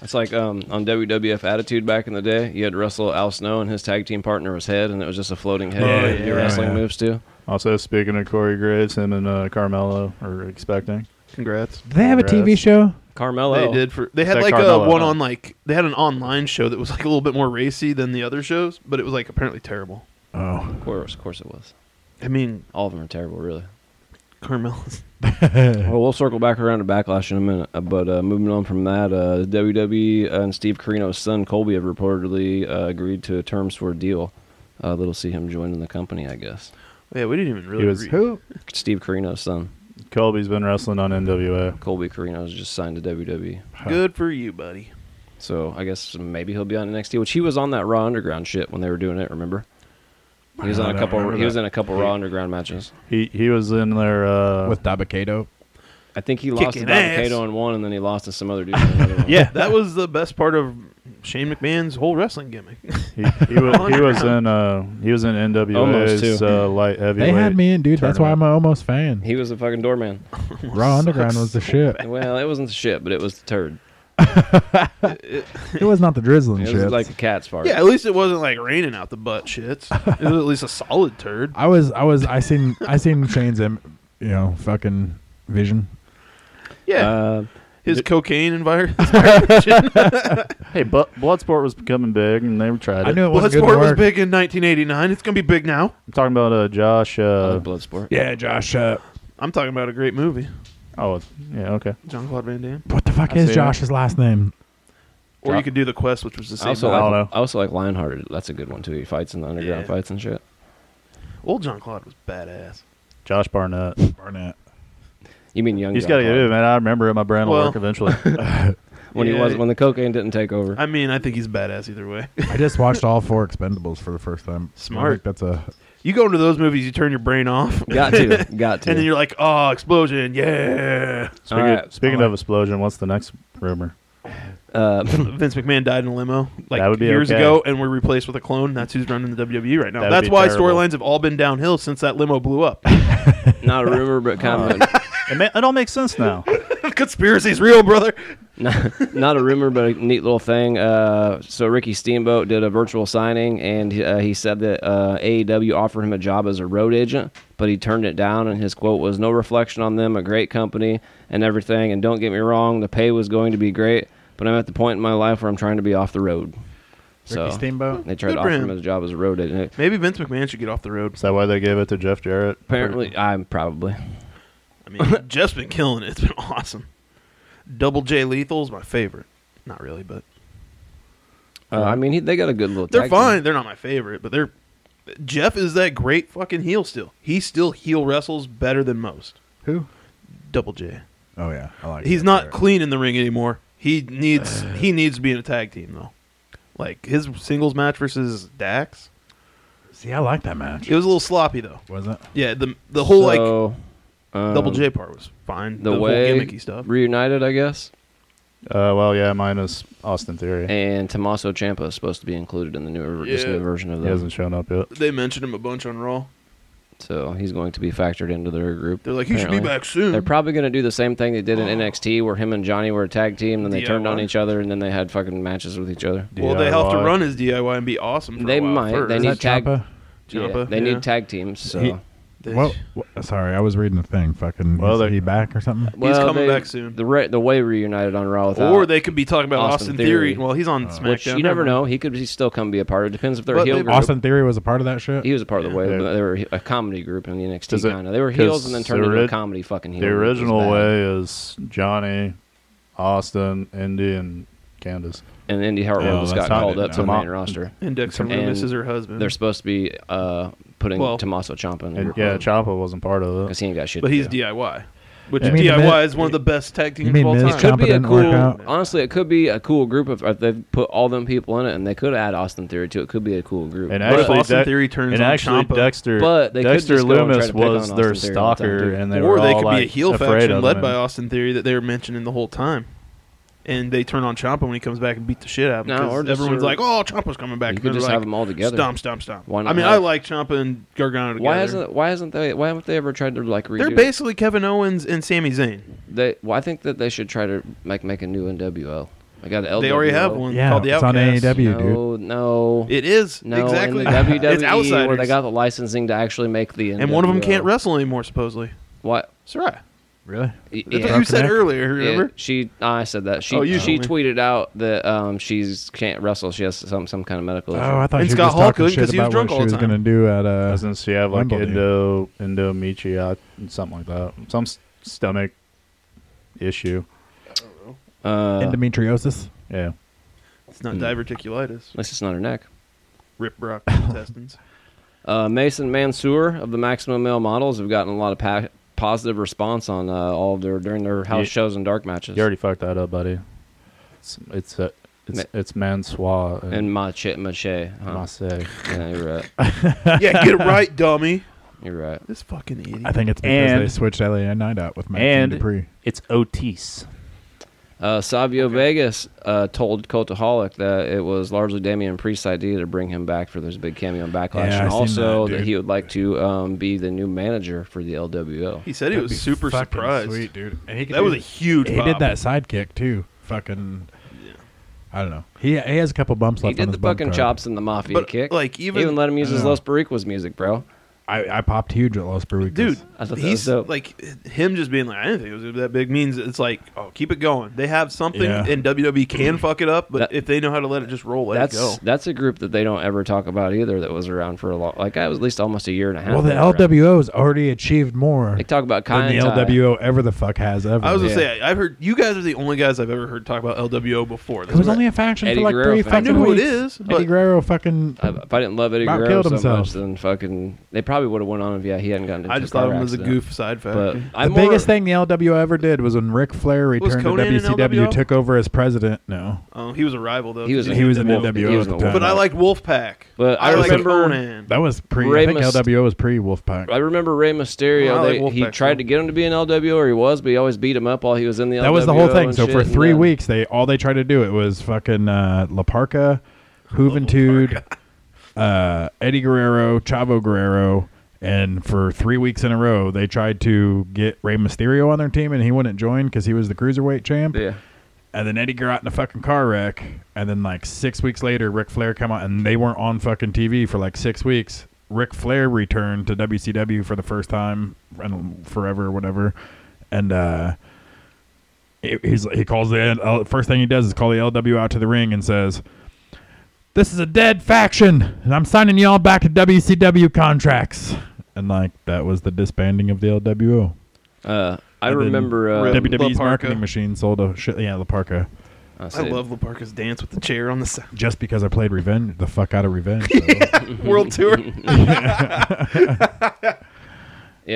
[SPEAKER 3] It's like um, on WWF Attitude back in the day, you had to wrestle Al Snow and his tag team partner was Head, and it was just a floating head.
[SPEAKER 1] Yeah,
[SPEAKER 3] that you
[SPEAKER 1] Oh, yeah,
[SPEAKER 3] wrestling
[SPEAKER 1] yeah.
[SPEAKER 3] moves to.
[SPEAKER 2] Also, speaking of Corey Graves, him and uh, Carmelo are expecting.
[SPEAKER 5] Congrats.
[SPEAKER 1] Do [laughs] they have a TV
[SPEAKER 2] Congrats.
[SPEAKER 1] show?
[SPEAKER 3] Carmelo.
[SPEAKER 5] They did for they had
[SPEAKER 2] Zach
[SPEAKER 5] like
[SPEAKER 2] Carmelo,
[SPEAKER 5] a one
[SPEAKER 2] huh?
[SPEAKER 5] on like they had an online show that was like a little bit more racy than the other shows, but it was like apparently terrible.
[SPEAKER 1] Oh,
[SPEAKER 3] Of course, of course it was.
[SPEAKER 5] I mean,
[SPEAKER 3] All of them are terrible, really.
[SPEAKER 5] Carmelo's
[SPEAKER 3] Well, we'll circle back around to backlash in a minute. uh, But uh, moving on from that, uh, WWE and Steve Carino's son Colby have reportedly uh, agreed to terms for a deal uh, that'll see him joining the company. I guess
[SPEAKER 5] [laughs] yeah, we didn't even really.
[SPEAKER 2] He was
[SPEAKER 5] read-
[SPEAKER 2] who?
[SPEAKER 3] Steve Carino's son
[SPEAKER 2] Colby's been wrestling on NWA.
[SPEAKER 3] Colby Carino's just signed to WWE,
[SPEAKER 5] Good for you, buddy.
[SPEAKER 3] so I guess maybe he'll be on NXT. Which he was on that Raw Underground shit when they were doing it. Remember? He was
[SPEAKER 2] I
[SPEAKER 3] on a
[SPEAKER 2] don't
[SPEAKER 3] couple.
[SPEAKER 2] remember
[SPEAKER 3] He was
[SPEAKER 2] that.
[SPEAKER 3] in a couple Raw Underground matches.
[SPEAKER 2] He he was in there.
[SPEAKER 1] [laughs]
[SPEAKER 2] Uh,
[SPEAKER 1] with Dabakato.
[SPEAKER 3] I think he lost to
[SPEAKER 5] Kicking
[SPEAKER 3] Don
[SPEAKER 5] ass.
[SPEAKER 3] Kato in one, and then he lost to some other dude. in another one.
[SPEAKER 5] Yeah, that was the best part of Shane McMahon's whole wrestling gimmick.
[SPEAKER 2] he, he, was, he was in uh, he was in NWA's
[SPEAKER 3] Almost, too.
[SPEAKER 2] uh, light
[SPEAKER 1] They
[SPEAKER 2] heavyweight.
[SPEAKER 1] had me in, dude. That's why I'm
[SPEAKER 2] tournament.
[SPEAKER 1] an almost fan.
[SPEAKER 3] he was a fucking doorman.
[SPEAKER 1] Raw Underground was the shit.
[SPEAKER 3] well, it wasn't the shit, but it was the turd.
[SPEAKER 1] It was not the drizzling
[SPEAKER 3] It
[SPEAKER 1] shit.
[SPEAKER 3] was like a cat's fart.
[SPEAKER 5] yeah, at least it wasn't like raining out the butt shits. It was at least a solid turd.
[SPEAKER 1] I was, I was, I seen, I seen Shane's, im- you know, fucking vision.
[SPEAKER 3] [laughs]
[SPEAKER 5] Yeah,
[SPEAKER 3] Uh,
[SPEAKER 5] his
[SPEAKER 3] th-
[SPEAKER 2] [laughs]
[SPEAKER 5] cocaine environment.
[SPEAKER 2] Hey, but Bloodsport was becoming big, and they tried it.
[SPEAKER 1] I knew it wasn't good
[SPEAKER 5] Bloodsport
[SPEAKER 1] to
[SPEAKER 5] was
[SPEAKER 1] work.
[SPEAKER 5] big in 1989. It's gonna be big now.
[SPEAKER 2] I'm talking about uh, Josh.
[SPEAKER 3] uh,
[SPEAKER 2] Uh,
[SPEAKER 3] blood sport.
[SPEAKER 1] Yeah, Josh. Uh,
[SPEAKER 5] I'm talking about a great movie,
[SPEAKER 2] oh, yeah, okay.
[SPEAKER 5] John Claude Van Damme.
[SPEAKER 1] what the fuck
[SPEAKER 2] I
[SPEAKER 1] is
[SPEAKER 2] see it.
[SPEAKER 1] Josh's last name?
[SPEAKER 5] Or
[SPEAKER 3] Yeah.
[SPEAKER 5] you could do the quest, which was the
[SPEAKER 3] I
[SPEAKER 5] same.
[SPEAKER 3] also,
[SPEAKER 2] I
[SPEAKER 3] like,
[SPEAKER 2] don't know.
[SPEAKER 3] I also like Lionhearted. That's a good one too. He fights in the underground
[SPEAKER 5] Yeah.
[SPEAKER 3] fights and shit.
[SPEAKER 5] Old John Claude was badass.
[SPEAKER 2] Josh Barnett.
[SPEAKER 1] Barnett.
[SPEAKER 3] You mean young?
[SPEAKER 2] He's
[SPEAKER 3] John
[SPEAKER 2] got to get
[SPEAKER 3] Connor.
[SPEAKER 2] it, man. I remember it. My brain will
[SPEAKER 5] Well-
[SPEAKER 2] work eventually.
[SPEAKER 3] when he
[SPEAKER 5] Yeah.
[SPEAKER 3] was when the cocaine didn't take over.
[SPEAKER 5] I mean, I think he's badass either way. [laughs]
[SPEAKER 1] I just watched all four Expendables for the first time.
[SPEAKER 5] Smart.
[SPEAKER 1] I think that's a
[SPEAKER 5] You go into those movies, you turn your brain off,
[SPEAKER 3] got to, got to.
[SPEAKER 5] and then you're like, "Oh, explosion! Yeah!"
[SPEAKER 2] Speaking,
[SPEAKER 3] right.
[SPEAKER 2] speaking of explosion, what's the next rumor?
[SPEAKER 3] uh,
[SPEAKER 5] Vince McMahon died in a limo like
[SPEAKER 2] That would be
[SPEAKER 5] years
[SPEAKER 2] okay.
[SPEAKER 5] ago, and we're replaced with a clone. That's who's running the WWE right now.
[SPEAKER 2] That'd
[SPEAKER 5] That's
[SPEAKER 2] be
[SPEAKER 5] why
[SPEAKER 2] terrible.
[SPEAKER 5] storylines have all been downhill since that limo blew up.
[SPEAKER 3] uh, [laughs] not a rumor, but kind of
[SPEAKER 2] It, ma- [laughs] it all makes sense now.
[SPEAKER 5] [laughs] Conspiracy's real, brother.
[SPEAKER 3] not, [laughs] not a rumor, but a neat little thing. Uh, so Ricky Steamboat did a virtual signing, and uh, he said that uh, AEW offered him a job as a road agent, but he turned it down. And his quote was, "No reflection on them, a great company and everything. And don't get me wrong, the pay was going to be great, but I'm at the point in my life where I'm trying to be off the road." So
[SPEAKER 1] Ricky Steamboat.
[SPEAKER 3] they tried
[SPEAKER 5] Good
[SPEAKER 3] to
[SPEAKER 5] for
[SPEAKER 3] offer him.
[SPEAKER 5] him.
[SPEAKER 3] a job as a road agent.
[SPEAKER 5] Maybe Vince McMahon should get off the road.
[SPEAKER 2] Is that why they gave it to Jeff Jarrett?
[SPEAKER 3] Apparently, I'm probably.
[SPEAKER 5] I mean, [laughs] Jeff's been killing it. It's been awesome. Double J Lethal's my favorite. Not really, but
[SPEAKER 3] Uh, I mean, he, they got a good little.
[SPEAKER 5] they're
[SPEAKER 3] tag team.
[SPEAKER 5] fine. They're not my favorite, but they're Jeff is that great fucking heel still. He still heel wrestles better than most.
[SPEAKER 1] Who?
[SPEAKER 5] Double J.
[SPEAKER 1] Oh yeah, I like.
[SPEAKER 5] He's
[SPEAKER 1] that
[SPEAKER 5] not
[SPEAKER 1] part.
[SPEAKER 5] clean in the ring anymore. He
[SPEAKER 3] [sighs]
[SPEAKER 5] needs he needs to be in a tag team though. Like his singles match versus Dax,
[SPEAKER 1] See, I like that match.
[SPEAKER 5] it was a little sloppy though.
[SPEAKER 1] Was it?
[SPEAKER 5] Yeah, the the whole
[SPEAKER 3] So, um,
[SPEAKER 5] like double J part was fine.
[SPEAKER 3] The,
[SPEAKER 5] whole
[SPEAKER 3] way
[SPEAKER 5] gimmicky stuff.
[SPEAKER 3] reunited, I guess,
[SPEAKER 2] Uh, well, yeah, minus Austin Theory.
[SPEAKER 3] and Tommaso Champa is supposed to be included in the new this
[SPEAKER 5] Yeah.
[SPEAKER 3] new version of
[SPEAKER 2] He
[SPEAKER 3] them.
[SPEAKER 2] hasn't shown up yet.
[SPEAKER 5] they mentioned him a bunch on Raw.
[SPEAKER 3] So he's going to be factored into their group.
[SPEAKER 5] They're like, he should be
[SPEAKER 3] apparently.
[SPEAKER 5] back soon.
[SPEAKER 3] They're probably going to do the same thing they
[SPEAKER 5] [sighs]
[SPEAKER 3] did in NXT, where him and Johnny were a tag team, then they turned on
[SPEAKER 5] DIY.
[SPEAKER 3] each other, and then they had fucking matches with each other.
[SPEAKER 5] well, they have to
[SPEAKER 2] DIY.
[SPEAKER 5] run his DIY and be awesome. For
[SPEAKER 3] They
[SPEAKER 5] a while
[SPEAKER 3] might.
[SPEAKER 5] First.
[SPEAKER 3] They
[SPEAKER 1] Is
[SPEAKER 3] need
[SPEAKER 1] that
[SPEAKER 3] tag-
[SPEAKER 1] Ciampa?
[SPEAKER 5] Ciampa,
[SPEAKER 3] Yeah, they
[SPEAKER 5] yeah.
[SPEAKER 3] need tag teams. So.
[SPEAKER 1] He-
[SPEAKER 5] They-
[SPEAKER 1] Well, wh- sorry, I was reading a thing. Fucking
[SPEAKER 2] Well,
[SPEAKER 1] is
[SPEAKER 2] they-
[SPEAKER 1] he back or something?
[SPEAKER 3] Well,
[SPEAKER 5] coming
[SPEAKER 3] they-
[SPEAKER 5] back soon.
[SPEAKER 3] The re- the way reunited on Raw without,
[SPEAKER 5] or they could be talking about
[SPEAKER 3] Austin
[SPEAKER 5] Austin, Theory.
[SPEAKER 3] Theory.
[SPEAKER 5] Well, he's
[SPEAKER 2] Uh,
[SPEAKER 5] on SmackDown.
[SPEAKER 3] which you never
[SPEAKER 5] Never mind.
[SPEAKER 3] know. He could be- still come be a part. It depends if they're a
[SPEAKER 5] But
[SPEAKER 3] heel
[SPEAKER 5] they-
[SPEAKER 3] group.
[SPEAKER 1] Austin Theory was a part of that shit.
[SPEAKER 3] He was a part of the way,
[SPEAKER 2] Yeah.
[SPEAKER 3] but they were a comedy group in the NXT
[SPEAKER 2] Does it-
[SPEAKER 3] kind of. They were heels and then
[SPEAKER 2] 'cause
[SPEAKER 3] turned
[SPEAKER 2] the
[SPEAKER 3] into a
[SPEAKER 2] ori-
[SPEAKER 3] comedy fucking heel.
[SPEAKER 2] The
[SPEAKER 3] group. It was
[SPEAKER 2] original
[SPEAKER 3] bad.
[SPEAKER 2] way is Johnny, Austin, Indy, and Candace.
[SPEAKER 3] And Indy Hartwell
[SPEAKER 1] Oh,
[SPEAKER 3] just got
[SPEAKER 1] that's how
[SPEAKER 3] called
[SPEAKER 1] it-
[SPEAKER 3] up to the
[SPEAKER 2] Tomo-
[SPEAKER 3] main roster.
[SPEAKER 5] And Dexter
[SPEAKER 3] And
[SPEAKER 5] Loomis is her husband.
[SPEAKER 3] They're supposed to be uh, putting
[SPEAKER 5] Well-
[SPEAKER 3] Tommaso Ciampa in
[SPEAKER 2] And
[SPEAKER 3] the
[SPEAKER 2] yeah, Champa wasn't part of
[SPEAKER 3] because
[SPEAKER 2] it.
[SPEAKER 3] he ain't got shit.
[SPEAKER 5] but
[SPEAKER 3] to
[SPEAKER 5] he's
[SPEAKER 3] do.
[SPEAKER 5] DIY, which
[SPEAKER 1] You mean the
[SPEAKER 5] DIY
[SPEAKER 1] Miz-
[SPEAKER 5] is one of the best tag teams
[SPEAKER 1] you mean
[SPEAKER 5] of all
[SPEAKER 1] Miz Ciampa
[SPEAKER 5] time.
[SPEAKER 3] Could be a
[SPEAKER 1] didn't work
[SPEAKER 3] cool.
[SPEAKER 1] out.
[SPEAKER 3] Honestly, it could be a cool group if, if they put all them people in it, and they could add Austin Theory to it. Could be a cool group.
[SPEAKER 2] And
[SPEAKER 5] What if
[SPEAKER 2] actually,
[SPEAKER 5] Austin
[SPEAKER 2] Dex-
[SPEAKER 5] Theory turns
[SPEAKER 2] and
[SPEAKER 5] on
[SPEAKER 2] actually
[SPEAKER 5] Ciampa?
[SPEAKER 2] Dexter,
[SPEAKER 3] But they could
[SPEAKER 2] Dexter
[SPEAKER 3] just go and try
[SPEAKER 2] Loomis
[SPEAKER 3] to pick on
[SPEAKER 2] was their
[SPEAKER 3] Austin Theory all the time,
[SPEAKER 2] stalker,
[SPEAKER 3] too.
[SPEAKER 2] and they
[SPEAKER 5] or
[SPEAKER 2] were
[SPEAKER 5] they
[SPEAKER 2] all
[SPEAKER 5] could
[SPEAKER 2] like
[SPEAKER 5] be a heel
[SPEAKER 2] afraid
[SPEAKER 5] faction
[SPEAKER 2] of
[SPEAKER 5] led
[SPEAKER 2] him.
[SPEAKER 5] by Austin Theory that they were mentioning the whole time. And they turn on Ciampa when he comes back and beat the shit out of him.
[SPEAKER 3] No,
[SPEAKER 5] 'cause
[SPEAKER 3] or just
[SPEAKER 5] everyone's
[SPEAKER 3] sort of-
[SPEAKER 5] like, "Oh, Ciampa's coming back."
[SPEAKER 3] You
[SPEAKER 5] and
[SPEAKER 3] could
[SPEAKER 5] they're
[SPEAKER 3] just
[SPEAKER 5] like,
[SPEAKER 3] have them all together.
[SPEAKER 5] Stomp, stomp, stomp.
[SPEAKER 3] Why not
[SPEAKER 5] I mean,
[SPEAKER 3] have-
[SPEAKER 5] I like Ciampa and Gargano together.
[SPEAKER 3] why hasn't why hasn't they why haven't they ever tried to like redo?
[SPEAKER 5] They're
[SPEAKER 3] it?
[SPEAKER 5] basically Kevin Owens and Sami Zayn.
[SPEAKER 3] They well, I think that they should try to make make a new NWO. They got the LWO.
[SPEAKER 5] They already have one
[SPEAKER 1] Yeah,
[SPEAKER 5] called the
[SPEAKER 1] it's on
[SPEAKER 5] Outcast.
[SPEAKER 1] AEW, dude.
[SPEAKER 3] No, no,
[SPEAKER 5] It is
[SPEAKER 3] no.
[SPEAKER 5] exactly [laughs]
[SPEAKER 3] And the WWE
[SPEAKER 5] It's outsiders.
[SPEAKER 3] where they got the licensing to actually make the. NWO.
[SPEAKER 5] and one of them can't wrestle anymore, supposedly.
[SPEAKER 3] What?
[SPEAKER 5] That's right.
[SPEAKER 1] Really?
[SPEAKER 3] Yeah.
[SPEAKER 5] That's what you said
[SPEAKER 1] Connect?
[SPEAKER 5] earlier.
[SPEAKER 3] Yeah,
[SPEAKER 5] Remember?
[SPEAKER 3] she? I said that she.
[SPEAKER 5] Oh, you
[SPEAKER 3] she
[SPEAKER 5] told me.
[SPEAKER 3] tweeted out that um she's can't wrestle. She has some some kind of medical. issue.
[SPEAKER 1] Oh, I thought
[SPEAKER 5] And
[SPEAKER 1] she was
[SPEAKER 5] Scott
[SPEAKER 1] just
[SPEAKER 5] Hall
[SPEAKER 1] talking
[SPEAKER 5] couldn't
[SPEAKER 1] shit
[SPEAKER 5] 'cause he was
[SPEAKER 1] about
[SPEAKER 5] drunk
[SPEAKER 1] what
[SPEAKER 5] all
[SPEAKER 1] she
[SPEAKER 5] the
[SPEAKER 1] was
[SPEAKER 5] time.
[SPEAKER 1] going to do at uh,
[SPEAKER 2] Doesn't she have like
[SPEAKER 1] Wimbledon.
[SPEAKER 2] indo endometria something like that? Some s- stomach issue.
[SPEAKER 3] Uh,
[SPEAKER 1] endometriosis.
[SPEAKER 2] Yeah.
[SPEAKER 5] It's
[SPEAKER 3] Hmm.
[SPEAKER 5] not diverticulitis.
[SPEAKER 3] at least it's not her neck.
[SPEAKER 5] Rip
[SPEAKER 1] [laughs]
[SPEAKER 5] rock intestines.
[SPEAKER 3] Uh, Mason Mansour of the Maximum Male Models have gotten a lot of pa- positive response on uh, all of their during their house
[SPEAKER 2] You-
[SPEAKER 3] shows and dark matches.
[SPEAKER 2] You already fucked that up, buddy. It's it's uh, it's, it's mansoir
[SPEAKER 3] and
[SPEAKER 2] and
[SPEAKER 3] Mache Mache. Huh?
[SPEAKER 2] Marseille.
[SPEAKER 3] Yeah, you're right.
[SPEAKER 5] [laughs] yeah, get it right, dummy.
[SPEAKER 3] You're right.
[SPEAKER 5] This fucking idiot.
[SPEAKER 1] I think it's because
[SPEAKER 2] And-
[SPEAKER 1] they switched LA Night out with Maxine
[SPEAKER 2] And-
[SPEAKER 1] Dupree.
[SPEAKER 2] It's Otis.
[SPEAKER 3] Uh, Savio Vegas uh, told Cultaholic that it was largely Damian Priest's idea to bring him back for this big cameo in Backlash,
[SPEAKER 1] Yeah, I
[SPEAKER 3] and
[SPEAKER 1] seen
[SPEAKER 3] also
[SPEAKER 1] that,
[SPEAKER 3] that,
[SPEAKER 1] dude.
[SPEAKER 3] he would like to um, be the new manager for the LWO.
[SPEAKER 5] he said he
[SPEAKER 1] That'd
[SPEAKER 5] was
[SPEAKER 1] be
[SPEAKER 5] super
[SPEAKER 1] fucking
[SPEAKER 5] surprised.
[SPEAKER 1] Sweet, dude. And he could
[SPEAKER 5] That
[SPEAKER 1] do-
[SPEAKER 5] was a huge.
[SPEAKER 1] He
[SPEAKER 5] pop.
[SPEAKER 1] did that sidekick too. Fucking. I don't know. He he has a couple bumps
[SPEAKER 3] He
[SPEAKER 1] left. on
[SPEAKER 3] did the
[SPEAKER 1] his bump
[SPEAKER 3] fucking
[SPEAKER 1] card.
[SPEAKER 3] chops and the mafia
[SPEAKER 5] But,
[SPEAKER 3] kick.
[SPEAKER 5] like, even-
[SPEAKER 3] even let him use his
[SPEAKER 1] Yeah.
[SPEAKER 3] Los Barriquas music, bro.
[SPEAKER 1] I, I popped huge at Los Pericos.
[SPEAKER 5] dude.
[SPEAKER 3] I thought that was
[SPEAKER 5] he's
[SPEAKER 3] dope.
[SPEAKER 5] like him just being like, I didn't think it was gonna be that big. Means it's like, oh, keep it going. They have something,
[SPEAKER 1] Yeah.
[SPEAKER 5] and WWE can fuck it up, but
[SPEAKER 3] Hmm. That-
[SPEAKER 5] if they know how to let it just roll, let
[SPEAKER 3] that's
[SPEAKER 5] it go.
[SPEAKER 3] that's a group that they don't ever talk about either. That was around for a long, like I was at least almost a year and a half.
[SPEAKER 1] Well, the
[SPEAKER 3] ago, right?
[SPEAKER 1] LWO's already achieved more
[SPEAKER 3] They talk about
[SPEAKER 1] than
[SPEAKER 3] Kai
[SPEAKER 1] the
[SPEAKER 3] and Tai.
[SPEAKER 1] LWO ever the fuck has ever.
[SPEAKER 5] I was gonna
[SPEAKER 3] Yeah.
[SPEAKER 5] say, I- I've heard you guys are the only guys I've ever heard talk about LWO before.
[SPEAKER 1] it was only a faction
[SPEAKER 3] Eddie
[SPEAKER 1] for like
[SPEAKER 3] Guerrero
[SPEAKER 1] three
[SPEAKER 3] fan.
[SPEAKER 1] fucking
[SPEAKER 5] I know who it
[SPEAKER 1] weeks.
[SPEAKER 5] is,
[SPEAKER 1] Eddie
[SPEAKER 5] but-
[SPEAKER 1] Guerrero fucking.
[SPEAKER 3] I- Uh, If I didn't love Eddie
[SPEAKER 1] About
[SPEAKER 3] Guerrero
[SPEAKER 1] killed
[SPEAKER 3] so
[SPEAKER 1] himself.
[SPEAKER 3] much, then fucking they probably would have went on if yeah he hadn't gotten into
[SPEAKER 5] I just
[SPEAKER 3] a car
[SPEAKER 5] thought of him as a
[SPEAKER 3] accident.
[SPEAKER 5] goof side
[SPEAKER 3] But
[SPEAKER 5] factor.
[SPEAKER 3] I'm
[SPEAKER 1] the biggest
[SPEAKER 3] more-
[SPEAKER 1] thing the LWO ever did was when Ric Flair returned to
[SPEAKER 5] Conan in LWO?
[SPEAKER 1] WCW, took over as president. No,
[SPEAKER 5] Oh, he was a rival though.
[SPEAKER 3] He was
[SPEAKER 1] he was in
[SPEAKER 3] Wolf-
[SPEAKER 1] NWO
[SPEAKER 3] he was
[SPEAKER 1] at
[SPEAKER 3] in
[SPEAKER 1] the
[SPEAKER 3] Wolf-
[SPEAKER 1] time.
[SPEAKER 5] but I liked Wolfpack.
[SPEAKER 3] But I
[SPEAKER 5] I, like
[SPEAKER 3] remember-
[SPEAKER 5] Conan.
[SPEAKER 1] that was pre.
[SPEAKER 3] Rey
[SPEAKER 1] I think
[SPEAKER 3] Myst-
[SPEAKER 1] LWO was pre Wolfpack.
[SPEAKER 3] I remember Rey Mysterio.
[SPEAKER 5] Well, I like
[SPEAKER 3] they, he
[SPEAKER 5] Wolfpack,
[SPEAKER 3] tried
[SPEAKER 5] too.
[SPEAKER 3] to get him to be an LWO, or he was, but he always beat him up while he was in the.
[SPEAKER 1] That was the whole
[SPEAKER 3] LWO
[SPEAKER 1] thing.
[SPEAKER 3] and
[SPEAKER 1] So
[SPEAKER 3] shit,
[SPEAKER 1] for
[SPEAKER 3] and
[SPEAKER 1] three
[SPEAKER 3] then-
[SPEAKER 1] weeks, they all they tried to do it was fucking uh, La
[SPEAKER 3] [laughs]
[SPEAKER 1] Parca, Juventud, [laughs] uh, Eddie Guerrero, Chavo Guerrero, and for three weeks in a row, they tried to get Rey Mysterio on their team, and he wouldn't join because he was the cruiserweight champ.
[SPEAKER 3] Yeah.
[SPEAKER 1] And then Eddie got in a fucking car wreck, and then like six weeks later, Ric Flair come out, and they weren't on fucking TV for like six weeks. Ric Flair returned to WCW for the first time, and forever, whatever, and uh, he- he's he calls the L- first thing he does is call the LW out to the ring and says, "This is a dead faction, and I'm signing y'all back to WCW contracts." And like that was the disbanding of the LWO.
[SPEAKER 3] Uh, I
[SPEAKER 1] And then
[SPEAKER 3] remember. Uh,
[SPEAKER 5] Rey-
[SPEAKER 1] WWE's
[SPEAKER 5] La Parca.
[SPEAKER 1] marketing machine sold a shit. Yeah, La Parca.
[SPEAKER 3] I
[SPEAKER 5] I
[SPEAKER 3] said-
[SPEAKER 5] love Laparca's dance with the chair on
[SPEAKER 3] [laughs]
[SPEAKER 5] the side.
[SPEAKER 1] Just because I played Revenge, the fuck out of Revenge. though.
[SPEAKER 5] World [laughs] tour.
[SPEAKER 3] You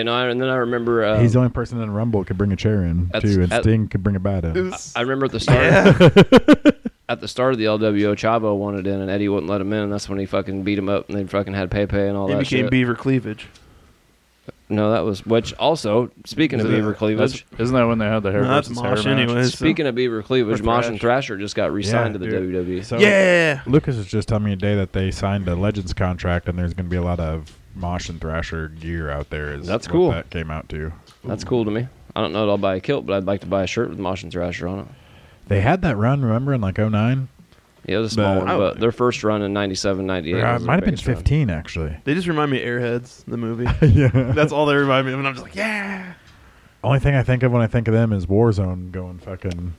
[SPEAKER 3] know, I- and then I remember. Uh,
[SPEAKER 1] He's the only person in Rumble that could bring a chair in
[SPEAKER 3] That's-
[SPEAKER 1] too, and
[SPEAKER 3] that-
[SPEAKER 1] Sting could bring a bat in.
[SPEAKER 5] It's-
[SPEAKER 3] I remember at the start. [laughs] at the start of the LWO, Chavo wanted in, and Eddie wouldn't let him in, and that's when he fucking beat him up, and they fucking had Pepe and all
[SPEAKER 5] he
[SPEAKER 3] that
[SPEAKER 5] became
[SPEAKER 3] shit.
[SPEAKER 5] Beaver Cleavage.
[SPEAKER 3] no, that was which. Also, speaking of Beaver
[SPEAKER 2] That's-
[SPEAKER 3] Cleavage,
[SPEAKER 2] Isn't that when they had the hair
[SPEAKER 5] No, that's
[SPEAKER 2] versus
[SPEAKER 5] Mosh
[SPEAKER 2] hair match?
[SPEAKER 5] anyway. so-
[SPEAKER 3] speaking of Beaver Cleavage,
[SPEAKER 2] Or
[SPEAKER 3] Mosh
[SPEAKER 2] Thrash.
[SPEAKER 3] and Thrasher just got re-signed
[SPEAKER 1] Yeah,
[SPEAKER 3] to the E.
[SPEAKER 1] dude.
[SPEAKER 3] WWE.
[SPEAKER 1] So-
[SPEAKER 5] yeah.
[SPEAKER 1] Lucas was just telling me today that they signed a Legends contract, and there's going to be a lot of Mosh and Thrasher gear out there. Is
[SPEAKER 3] That's
[SPEAKER 1] what
[SPEAKER 3] cool.
[SPEAKER 1] That came out too.
[SPEAKER 3] That's cool to me. I don't know that I'll buy a kilt, but I'd like to buy a shirt with Mosh and Thrasher on it.
[SPEAKER 1] They had that run, remember, in like 09?
[SPEAKER 3] Yeah, it was a small
[SPEAKER 1] But-
[SPEAKER 3] one, but their first run in 97, 98.
[SPEAKER 1] Uh, it
[SPEAKER 3] was their
[SPEAKER 1] might have been
[SPEAKER 3] biggest
[SPEAKER 1] [laughs]
[SPEAKER 3] run.
[SPEAKER 1] 15 actually.
[SPEAKER 5] They just remind me of Airheads,
[SPEAKER 3] [laughs]
[SPEAKER 5] the movie.
[SPEAKER 1] yeah.
[SPEAKER 5] That's all they remind me of, and I'm just like, yeah. [laughs]
[SPEAKER 1] Only thing I think of when I think of them is Warzone going fucking.